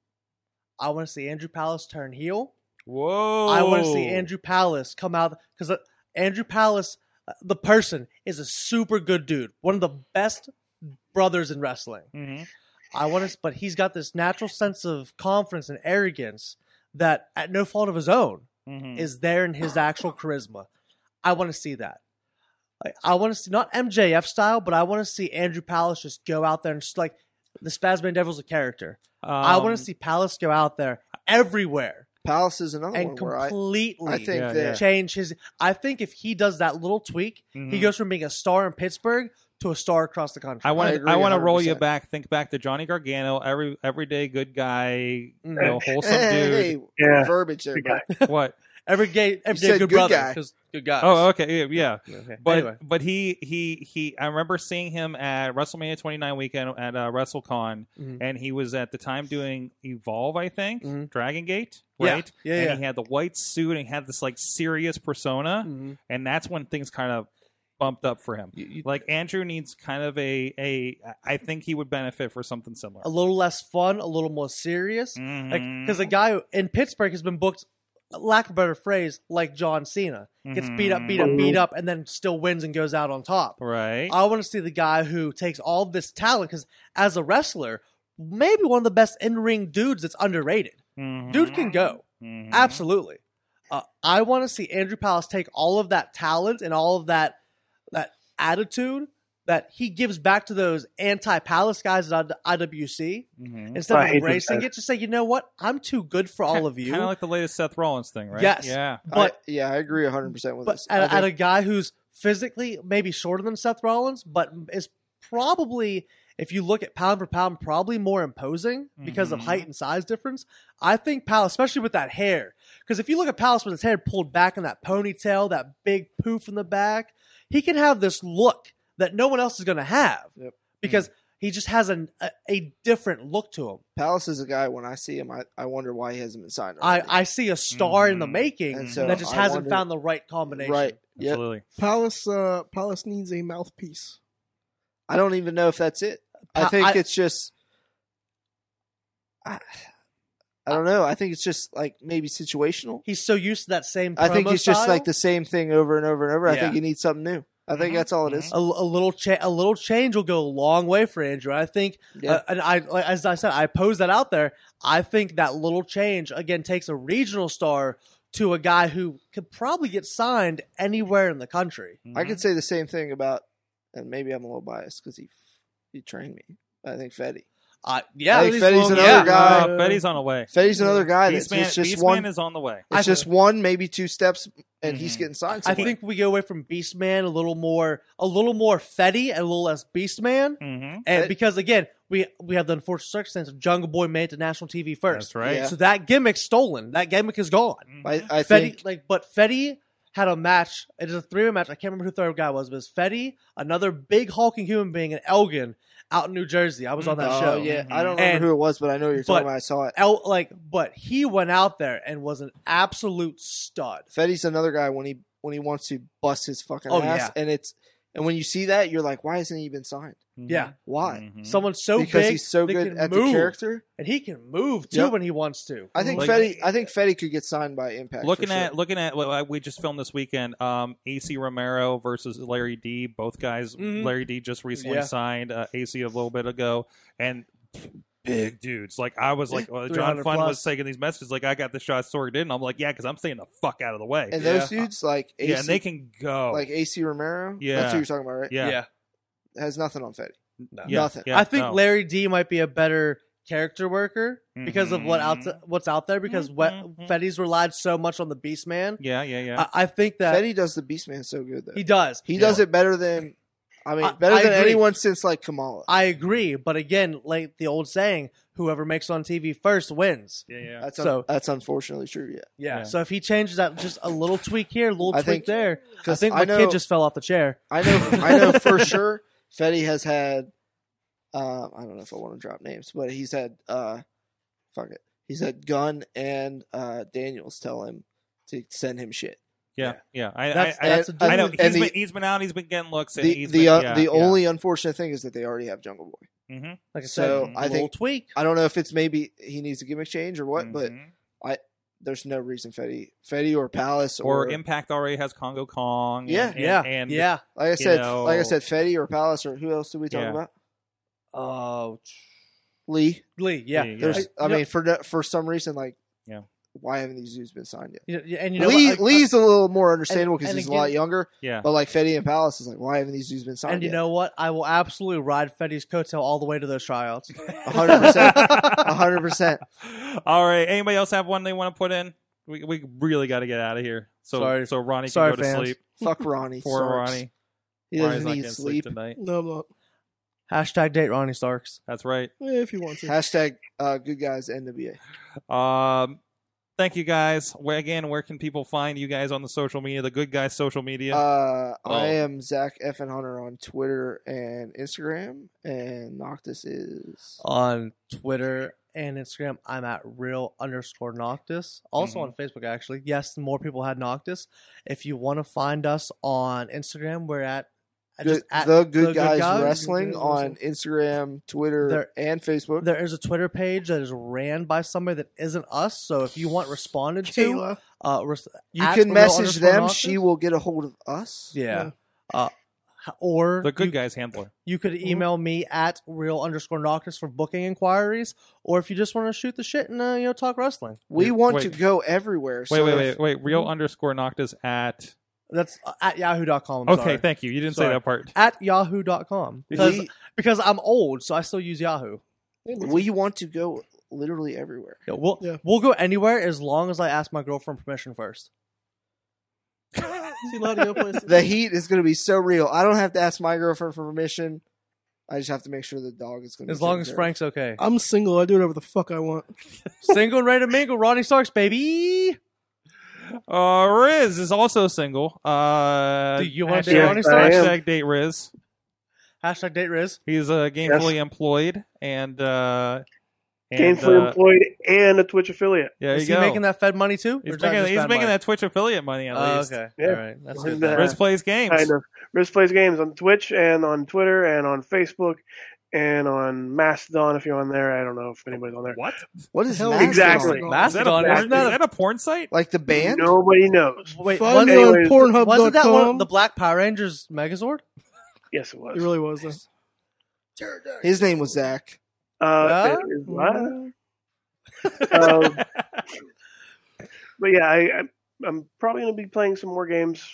S7: I want to see Andrew Palace turn heel.
S2: Whoa.
S7: I want to see
S2: Oh.
S7: Andrew Palace come out because Andrew Palace, uh, the person, is a super good dude, one of the best brothers in wrestling.
S2: hmm
S7: I want to, but he's got this natural sense of confidence and arrogance that, at no fault of his own,
S2: hmm
S7: is there in his actual charisma. I want to see that. Like, I want to see not MJF style, but I want to see Andrew Palace just go out there and just like the Spasman Devil's a character. I
S2: Um.
S7: want to see Palace go out there everywhere
S6: Palace is another
S7: and
S6: one where Oh, I,
S7: completely
S6: I think
S2: Yeah,
S6: that
S7: change his. I think if he does that little tweak, he goes from being a star in Pittsburgh to a star across the country.
S2: mm-hmm. Mm. I want to.
S6: agree
S2: I, want to roll you
S6: 100%.
S2: back. Think back to Johnny Gargano, every everyday good guy, you know, wholesome
S6: hey,
S2: dude.
S5: Yeah.
S6: verbiage there,
S5: Good
S6: bro.
S5: guy.
S2: What?
S7: every gay, every
S6: said
S7: gay good,
S6: good
S7: brother,
S6: guy.
S7: because good guys.
S2: Oh, okay, yeah, yeah.
S7: okay.
S2: But
S7: anyway,
S2: but he he he. I remember seeing him at WrestleMania 29 weekend at uh, WrestleCon,
S7: Mhm.
S2: and he was at the time doing Evolve, I think,
S7: Mhm.
S2: Dragon Gate,
S7: Yeah,
S2: right?
S7: yeah,
S2: and
S7: yeah.
S2: he had the white suit and he had this like serious persona,
S7: Mhm.
S2: and that's when things kind of bumped up for him.
S7: You- you-
S2: Like Andrew needs kind of a a. I think he would benefit for something similar.
S7: a little less fun, a little more serious. Like
S2: Mhm.
S7: because the guy who, in Pittsburgh has been booked, lack of a better phrase, like John Cena gets beat up, Uh, beat up, beat up, and then still wins and goes out on top.
S2: Mm-hmm. right?
S7: I want to see the guy who takes all this talent because as a wrestler, maybe one of the best in ring dudes that's underrated.
S2: Mm-hmm.
S7: Dude can go.
S2: Mhm.
S7: Absolutely. Uh, I want to see Andrew Palace take all of that talent and all of that that attitude that he gives back to those anti Palace guys at I- IWC
S2: Mhm.
S7: instead
S5: I
S7: of
S5: hate those
S7: embracing
S5: guys.
S7: it, just say, you know what? I'm too good for all of you.
S2: Kind of like the latest Seth Rollins thing, right?
S7: Yes.
S2: Yeah.
S7: but
S6: I- yeah, I agree 100 percent with
S7: but
S6: this. I
S7: at, at
S6: think-
S7: a guy who's physically maybe shorter than Seth Rollins, but is probably, if you look at pound for pound, probably more imposing because of
S2: Mhm.
S7: height and size difference. I think Palace, especially with that hair, because if you look at Palace with his hair pulled back in that ponytail, that big poof in the back, he can have this look that no one else is going to have
S6: Yep.
S7: because he just has an, a, a different look to him.
S6: Palace is a guy when I see him, I, I wonder why he hasn't been signed.
S7: I,
S6: already.
S7: I see a star in the
S2: Mhm.
S7: making
S6: And so
S7: that just
S6: I
S7: hasn't
S6: wonder-
S7: found the right combination.
S6: right. Yeah,
S2: Absolutely.
S8: Palace, uh, Palace needs a mouthpiece.
S6: I don't even know if that's it. I
S7: Pa-
S6: think
S7: I-
S6: it's just. I, I don't know. I think it's just like maybe situational.
S7: He's so used to that same.
S6: I think
S7: promo
S6: it's just
S7: style.
S6: like the same thing over and over and over. I think
S7: Yeah. Mm-hmm.
S6: you need something new. I think
S2: Mhm,
S6: that's all it is.
S7: a, a little cha- a little change will go a long way for Andrew. I think,
S6: Yeah.
S7: uh, and I like, as I said, I pose that out there. I think that little change again takes a regional star to a guy who could probably get signed anywhere in the country.
S6: I could say the same thing about, and maybe I'm a little biased because he he trained me. but I think Fetty.
S7: Uh, yeah,
S6: Hey,
S7: these
S6: Fetty's
S7: little-
S6: another
S7: yeah.
S6: guy.
S2: Uh, Fetty's on the way.
S6: Fetty's another guy that's
S2: Beastman,
S6: just, just
S2: Beastman
S6: one.
S2: is on the way.
S6: it's
S7: I-
S6: just one, maybe two steps, and he's
S2: Mhm.
S6: getting signed.
S7: Mm-hmm. I
S6: somewhere.
S7: think we go away from Beastman a little more, a little more Fetty and a little less Beastman,
S2: Mm-hmm.
S7: and
S6: That-
S7: because again, we we have the unfortunate circumstance of Jungle Boy made it to national TV first,
S2: That's right.
S6: Yeah.
S7: so that gimmick's stolen. That gimmick is gone.
S6: I, I
S7: Fetty,
S6: think
S7: like, but Fetty had a match. It is a three-way match. I can't remember who the third guy was, but it was Fetty, another big hulking human being, and Elgin out in New Jersey. I was on that
S6: Oh,
S7: show.
S6: Yeah, I don't
S7: Mhm.
S6: remember
S7: And-
S6: who it was, but I know what you're talking
S7: but-
S6: about. I saw it.
S7: El, like, but he went out there and was an absolute stud.
S2: Mm-hmm.
S6: Fetty's another guy when he when he wants to bust his fucking
S7: Oh,
S6: ass,
S7: yeah.
S6: and it's and when you see that, you're like, why hasn't he been signed?
S2: Mm-hmm.
S7: Yeah.
S6: Why?
S2: Mhm.
S7: Someone Mm-hmm. so
S6: because
S7: big,
S6: he's so
S7: they
S6: good
S7: can
S6: at
S7: move.
S6: the character.
S7: and he can move too
S6: Yep.
S7: when he wants to.
S6: I think
S2: Like-
S6: Fetty. I think Fetty could get signed by Impact. for
S2: Looking
S6: sure.
S2: at looking at what I- we just filmed this weekend, um, AC Romero versus Larry D. Both guys,
S6: Mm-hmm.
S7: Mhm.
S2: Larry D. just recently
S7: Yeah.
S2: signed uh, AC a little bit ago, and big dudes. Like I was like, uh, John
S7: 300
S2: Fun
S7: plus.
S2: was taking these messages. Like I got the shot, Sorg didn't. I'm like, yeah, because I'm staying the fuck out of the way.
S6: and
S7: Yeah.
S6: those dudes like AC,
S2: yeah, and they can go.
S6: like AC Romero.
S2: Yeah.
S6: that's who you're talking about, right?
S2: yeah, yeah,
S6: Has nothing on Fetty.
S7: No.
S2: yeah,
S6: Nothing.
S2: yeah,
S7: I think
S2: no.
S7: Larry D might be a better character worker because of what
S2: Mm-hmm.
S7: out what's out there because
S2: Mhm, mhm.
S7: what Fetty's relied so much on the Beast Man.
S2: Yeah, yeah, yeah.
S7: I, I think that
S6: Fetty does the Beastman so good though.
S7: he
S6: He,
S7: does.
S6: does it better than I mean,
S7: I-
S6: better
S7: I
S6: than
S7: agree.
S6: anyone since like Kamala.
S7: I agree, but again, like the old saying, whoever makes it on TV first wins.
S2: yeah, yeah.
S6: that's un-
S7: so-
S6: that's unfortunately true. Yeah,
S7: Yeah.
S2: Yeah.
S7: So if he changes that just a little tweak here, a little
S6: I
S7: tweak
S6: think-
S7: there, I
S6: 'Cause
S7: think my
S6: I know-
S7: kid just fell off the chair.
S6: I know. I know for sure. Fetty has had. Uh, I don't know if I want to drop names, but he's had. Uh, fuck it. He's had Gunn and uh, Daniels tell him to send him shit.
S2: Yeah, yeah. I,
S7: That's-
S2: I, I,
S7: that's
S2: I know.
S6: and
S2: He's
S6: the-
S2: been he's been out. He's been getting looks. and
S6: the
S2: he's
S6: the
S2: been,
S6: uh,
S2: yeah,
S6: the
S2: yeah.
S6: only unfortunate thing is that they already have Jungle Boy.
S2: Mhm,
S7: Like I
S6: So,
S7: said,
S6: I
S7: a little
S6: think-
S7: tweak.
S6: I don't know if it's maybe he needs a gimmick change or what, but
S2: mhm.
S6: there's no reason Fetty, Fetty or Palace or,
S2: or Impact already has Congo Kong. and-
S6: Yeah.
S2: and,
S7: yeah.
S2: and
S7: yeah.
S6: like I
S2: you
S6: said,
S2: know-
S6: like I said, Fetty or Palace or who else did we talk
S2: Yeah.
S6: about?
S7: Oh,
S6: Lee.
S7: Lee. Yeah.
S2: Yeah.
S6: There's, I,
S7: You know-
S6: mean, for no- for some reason, like,
S2: Yeah.
S6: why haven't these dudes been signed yet?
S7: You know, and you know,
S6: Lee
S7: what? I-
S6: Lee's a little more understandable because
S7: and
S6: he's
S7: again-
S6: a lot younger,
S2: yeah.
S6: but like Fetty and Palace is like, why haven't these dudes been signed?
S7: And you know what? I will absolutely ride Fetty's coattail all the way to those tryouts.
S6: hundred percent, hundred percent.
S2: All right. Anybody else have one they want to put in? We, we really got to get out of here. So
S7: Sorry.
S2: so Ronnie
S7: Sorry,
S2: can go
S7: fans.
S2: to sleep.
S6: Fuck Ronnie,
S2: Poor
S6: Sarks.
S2: Ronnie.
S6: He
S2: Ronnie's
S6: doesn't
S2: not
S6: need
S2: getting
S6: sleep.
S2: tonight.
S8: No, I'm not.
S7: Hashtag date Ronnie Starks.
S2: That's right.
S8: Eh, if you want to.
S6: Hashtag uh, good guys NWA.
S2: Um, thank you guys. Where, again, where can people find you guys on the social media? The good guys social media.
S6: Uh, I
S2: Oh.
S6: am Zach F and Hunter on Twitter and Instagram, and Noctis is
S7: on Twitter and Instagram. I'm at real underscore Noctis.
S6: Mm-hmm.
S7: Also
S2: Mhm.
S7: on Facebook, actually. Yes, more people had Noctis. If you want to find us on Instagram, we're at, I
S6: good,
S7: just at
S6: the Good Guys
S7: Good
S6: Wrestling
S7: Guys
S6: on Instagram, Twitter,
S7: There-
S6: and Facebook.
S7: There is a Twitter page that is ran by somebody that isn't us. So if you want responded to,
S8: Kayla.
S7: uh, res-
S6: you
S7: at
S6: can
S7: real
S6: message
S7: underscore
S6: them;
S7: Noctis.
S6: she will get a hold of us.
S7: Yeah. Uh, h- or
S2: the good
S7: you,
S2: guys handler.
S7: you could
S6: Mm-hmm.
S7: email me at real underscore Noctis for booking inquiries, or if you just want to shoot the shit and uh, you know talk wrestling.
S2: Wait,
S6: We want
S2: wait.
S6: to go everywhere.
S2: Wait,
S6: so
S2: wait, wait,
S6: if-
S2: wait.
S7: Mm-hmm.
S2: Real underscore Noctis at.
S7: That's uh, at yahoo.com. I'm
S2: okay,
S7: sorry.
S2: thank you. You didn't say
S7: Sorry.
S2: that part.
S7: at yahoo.com. Because,
S6: We,
S7: because I'm old, so I still use Yahoo.
S6: we want to go literally everywhere.
S7: Yeah, we'll,
S8: Yeah.
S7: we'll go anywhere as long as I ask my girlfriend permission first.
S8: Is he allowed to go places?
S6: The heat is going to be so real. I don't have to ask my girlfriend for permission. I just have to make sure the dog is going to.
S7: As long as Frank's okay.
S8: I'm single. I do whatever the fuck I want.
S7: Single and ready to mingle, Ronnie Starks, baby.
S2: Uh, Riz is also single. Uh,
S7: Do you wanna
S2: hashtag-
S7: date
S5: Ronnie Starks? I am.
S2: Hashtag date Riz.
S7: Hashtag date Riz.
S2: He's uh, gainfully employed and uh, and
S5: Gainfully
S2: uh,
S5: employed and a Twitch affiliate.
S2: yeah,
S7: Is
S2: you
S7: he
S2: go.
S7: making that Fed money too?
S2: he's
S7: Or is that
S2: making,
S7: just
S2: he's
S7: Fed
S2: making
S7: money?
S2: that Twitch affiliate money at
S7: Oh,
S2: least.
S7: okay.
S5: Yeah.
S7: All right. That's
S5: Where's
S7: good.
S5: that?
S7: then.
S2: Riz plays games.
S5: Kind of. Riz plays games on Twitch and on Twitter and on Facebook and on Mastodon if you're on there. I don't know if anybody's on there.
S2: What?
S6: What is
S8: Hell,
S6: Mastodon?
S5: Exactly.
S2: Is that, a
S7: Mastodon,
S2: porn,
S7: isn't that
S2: is
S7: a-
S2: that a porn site?
S6: Like the band?
S5: Nobody knows.
S7: Wait,
S8: Find
S7: wasn't,
S8: me on
S5: anyways,
S8: Pornhub.com.
S7: wasn't that one of the Black Power Rangers Megazord?
S5: Yes, it was.
S8: It really was. Though.
S6: His name was Zach.
S5: Uh, it is live. um, but yeah, I, I, I'm probably going to be playing some more games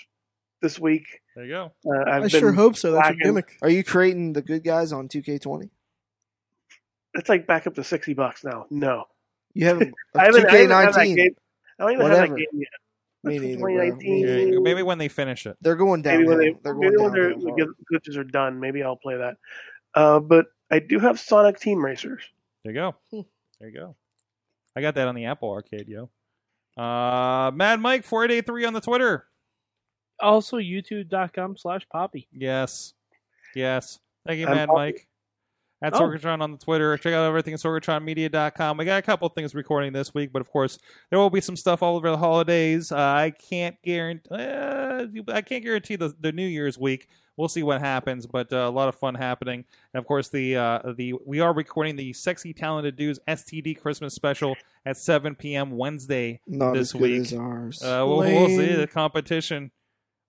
S5: this week.
S2: There you go.
S5: Uh, I've
S8: I
S5: been
S8: sure hope so. That's your
S5: lacking.
S8: gimmick.
S6: Are you creating the good guys on 2K20?
S5: It's like back up to sixty bucks now. No,
S6: You have a
S5: I haven't. I haven't had that
S6: 2K19.
S5: game. I don't even have
S6: Whatever.
S5: that game yet.
S6: Me
S5: That's
S6: neither, bro.
S5: 2019.
S2: Yeah, maybe when they finish it.
S6: They're going down.
S5: Maybe when they
S6: they're going
S5: maybe when
S6: down.
S5: their the glitches are done, maybe I'll play that. Uh, but I do have Sonic Team Racers.
S2: There you go.
S7: Hmm.
S2: There you go. I got that on the Apple Arcade, yo. Uh, Mad Mike four eight eight three on the Twitter.
S3: Also, youtube.com slash poppy.
S2: Yes. Yes. Thank you,
S5: I'm
S2: Mad
S5: happy.
S2: Mike. At
S3: Oh.
S2: Sorgatron on the Twitter. Check out everything at sorgatronmedia.com. We got a couple things recording this week, but of course there will be some stuff all over the holidays. Uh, I can't guarantee. Uh, I can't guarantee the, the New Year's week. We'll see what happens, but uh, a lot of fun happening. And of course, the uh, the we are recording the sexy talented dudes STD Christmas special at 7 p.m. Wednesday.
S6: Not
S2: this
S6: as good
S2: week.
S6: as ours.
S2: Uh, we'll, we'll see
S3: Lame.
S2: the competition.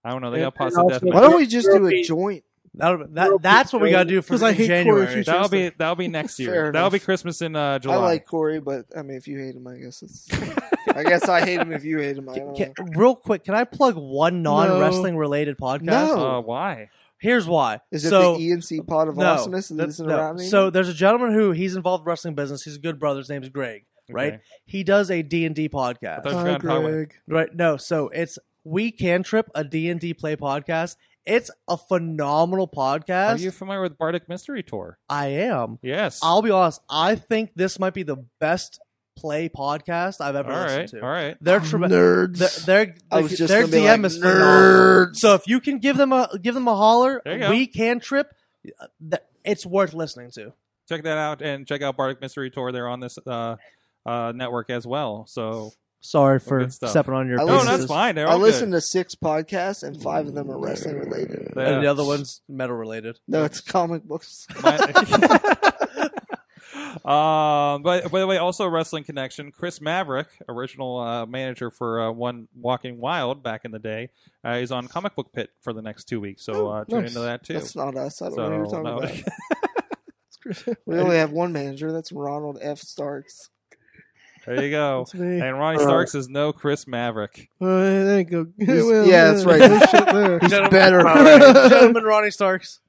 S2: I don't know. They
S3: And-
S2: got pots
S3: and
S2: of death.
S3: also-
S6: Why don't we just do a
S3: European-
S6: joint?
S7: That'll, that, that's what we gotta do for
S8: 'Cause I hate
S7: January.
S8: Corey Fuchs.
S2: That'll be that'll be next year.
S6: Fair
S2: that'll
S6: enough.
S2: be Christmas in uh, July.
S6: I like Corey, but I mean, if you hate him, I guess it's. I guess I hate him if you hate him. I don't
S7: Can-
S6: know.
S7: real quick, can I plug one non-wrestling related podcast?
S6: No.
S2: Uh, why?
S7: Here's why.
S6: Is it
S7: so,
S6: the E ENC pot of
S7: no,
S6: awesomeness that
S7: that's-
S6: isn't
S7: no.
S6: around me?
S7: So there's a gentleman who he's involved in wrestling business. He's a good brother. His name's Greg. Right?
S2: Okay.
S7: He does a D and D
S2: I
S7: podcast.
S2: thought you were
S8: Hi,
S2: gonna talk about-
S8: Greg.
S7: Right? No. So it's we can trip a D and D play podcast. It's a phenomenal
S2: Are
S7: podcast.
S2: you familiar with Bardic Mystery Tour?
S7: I am.
S2: Yes.
S7: I'll be honest. I think this might be the best play podcast I've ever
S2: all
S7: listened
S2: right.
S7: to.
S2: All right.
S7: They're tremendous.
S8: Nerds.
S7: Their
S6: I was
S7: their,
S6: just
S7: their
S6: gonna be
S7: DM
S6: like,
S7: is phenomenal.
S6: nerds.
S7: So if you can give them a give them a holler,
S2: There you go.
S7: we can trip. uh, th- It's worth listening to.
S2: Check that out and check out Bardic Mystery Tour. They're on this uh, uh, network as well. So
S7: Sorry
S2: for
S7: for
S2: Good stuff.
S7: stepping on your.
S6: I
S2: no,
S6: listen-
S2: that's fine. They're
S6: I
S2: all good.
S6: listen to six podcasts, and five of them are wrestling related.
S2: Yeah.
S7: And the other one's metal related.
S6: No, it's comic books.
S2: um, but by the way, also a wrestling connection. Chris Maverick, original uh, manager for uh, One Walking Wild back in the day, uh, is on Comic Book Pit for the next two weeks. So uh, tune
S8: nice.
S2: into that too.
S6: Oh, That's not us. I don't
S2: so,
S6: know who you're talking
S2: no.
S6: about. We only have one manager. That's Ronald F. Starks.
S2: there you go.
S8: That's me.
S2: And Ronnie Starks is no Chris Maverick.
S8: Uh, there you go.
S6: He's-
S8: Well,
S6: yeah, that's right.
S8: there's shit there.
S6: He's
S7: Gentlemen-
S6: better.
S7: All right. Gentleman Ronnie Starks.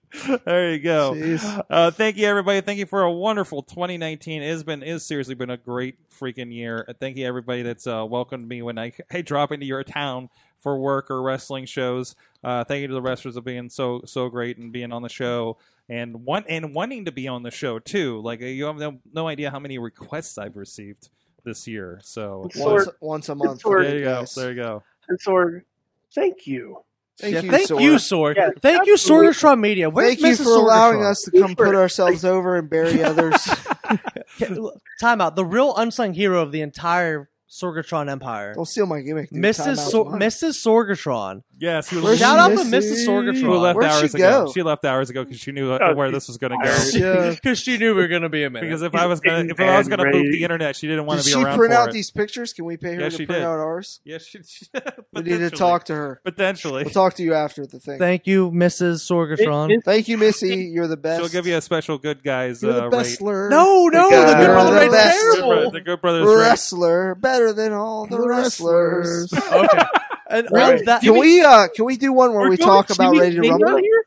S2: there you go.
S8: Jeez.
S2: Uh, thank you, everybody. Thank you for a wonderful 2019. It's been is seriously been a great freaking year. Uh, Thank you, everybody that's uh, welcomed me when I, I drop into your town for work or wrestling shows. Uh, thank you to the wrestlers of being so so great and being on the show and want and wanting to be on the show too. Like uh, you have no, no idea how many requests I've received this year. So
S5: It's
S6: Once,
S5: Sorg.
S6: once a month.
S5: Sorg.
S2: there you go.
S6: guys.
S2: There you go.
S5: And Sorg, thank you.
S6: Thank
S7: Yeah,
S6: you,
S7: thank
S6: Sorg.
S7: you, Sorg.
S5: Yes,
S7: thank you,
S5: absolutely.
S7: Sorgatron Media. Where's
S6: Thank you
S7: Mrs.
S6: for allowing
S7: Sorgatron?
S6: us to come put
S5: Sorgatron.
S6: ourselves over and bury others.
S7: Okay, look, Time out. The real unsung hero of the entire Sorgatron Empire,
S6: Don't steal my gimmick. Dude.
S7: Mrs.
S6: Timeout's
S7: Sor-
S6: mine.
S7: Mrs. Sorgatron.
S2: Yes, who
S6: Where's
S7: Shout out to
S6: Missy?
S7: Mrs. Sorgatron.
S2: who left
S6: Where'd she
S2: hours ago?
S6: go?
S2: She left hours ago because she knew uh,
S5: Oh,
S2: where
S5: she-
S2: this was going to go.
S5: Oh,
S6: Yeah.
S7: because she knew we were gonna be a minute.
S2: Because if I was gonna, if I
S5: And
S2: was gonna boop the
S5: Ray-
S2: internet, she didn't want
S6: Did
S2: to be
S6: she
S2: around
S6: print
S2: for
S6: out
S2: it.
S6: these pictures? Can we pay her
S2: Yeah,
S6: to
S2: she
S6: print
S2: did.
S6: out ours?
S2: Yeah, she. she
S6: We need to talk to her.
S2: Potentially,
S6: We'll talk to you after the thing.
S7: Thank you, Mrs. Sorgatron.
S3: It- it-
S6: Thank you, Missy. You're the best.
S2: she'll give you a special good guys
S6: You're the
S2: uh,
S6: best
S2: rate.
S6: slur.
S7: no, no,
S6: You're
S7: the good brother
S6: the
S7: rate's
S6: best.
S2: Good bro-
S7: terrible.
S2: the good brothers. rate.
S6: wrestler, better than all the, wrestlers.
S7: okay, and
S6: Really?
S7: on that,
S6: Can we uh can we do one where
S3: We're
S6: we
S3: doing
S6: talk about
S3: Jimmy
S6: Ready to
S3: Jimmy
S6: Rumble?
S3: out here?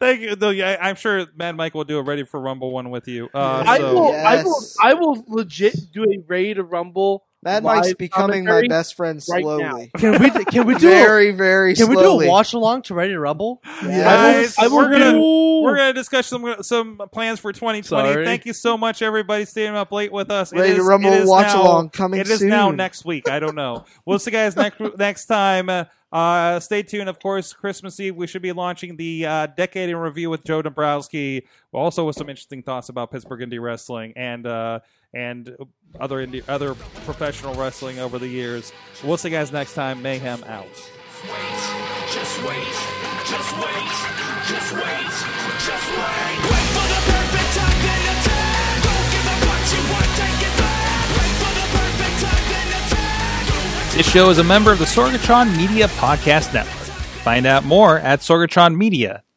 S2: Thank you. Though, yeah, I'm sure Mad Mike will do a ready for Rumble one with you. Uh,
S3: I
S2: so-
S3: will, I will,
S6: Yes.
S3: I will legit do a raid to Rumble.
S6: Mad
S3: live
S6: Mike's becoming my
S3: commentary.
S6: best friend
S3: right now.
S6: slowly.
S7: can we can we do a,
S6: Very, very
S7: can we do
S6: slowly.
S7: a watch along to Ready to Rumble?
S2: Guys,
S3: I will
S2: we're gonna
S3: do-
S2: we're gonna discuss some some plans for 2020.
S7: Sorry.
S2: Thank you so much, everybody, staying up late with us. It
S6: Ready to
S2: is-
S6: Rumble
S2: it is
S6: watch
S2: now-
S6: along coming
S2: It is now
S6: soon.
S2: next week. I don't know. we'll see you guys next next time. Uh, stay tuned. Of course, Christmas Eve we should be launching the uh, decade in review with Joe Dombrowski, also with some interesting thoughts about Pittsburgh indie wrestling and uh, and other indie other professional wrestling over the years. We'll see you guys next time. Mayhem out.
S1: Just wait, just wait, just wait, just wait. Wait for the perfect time, then attack. Don't give up what you want, take it back. Wait for the perfect time, then attack. Do what you
S2: This show is a member of the Sorgatron Media Podcast Network. Find out more at sorgatronmedia.com.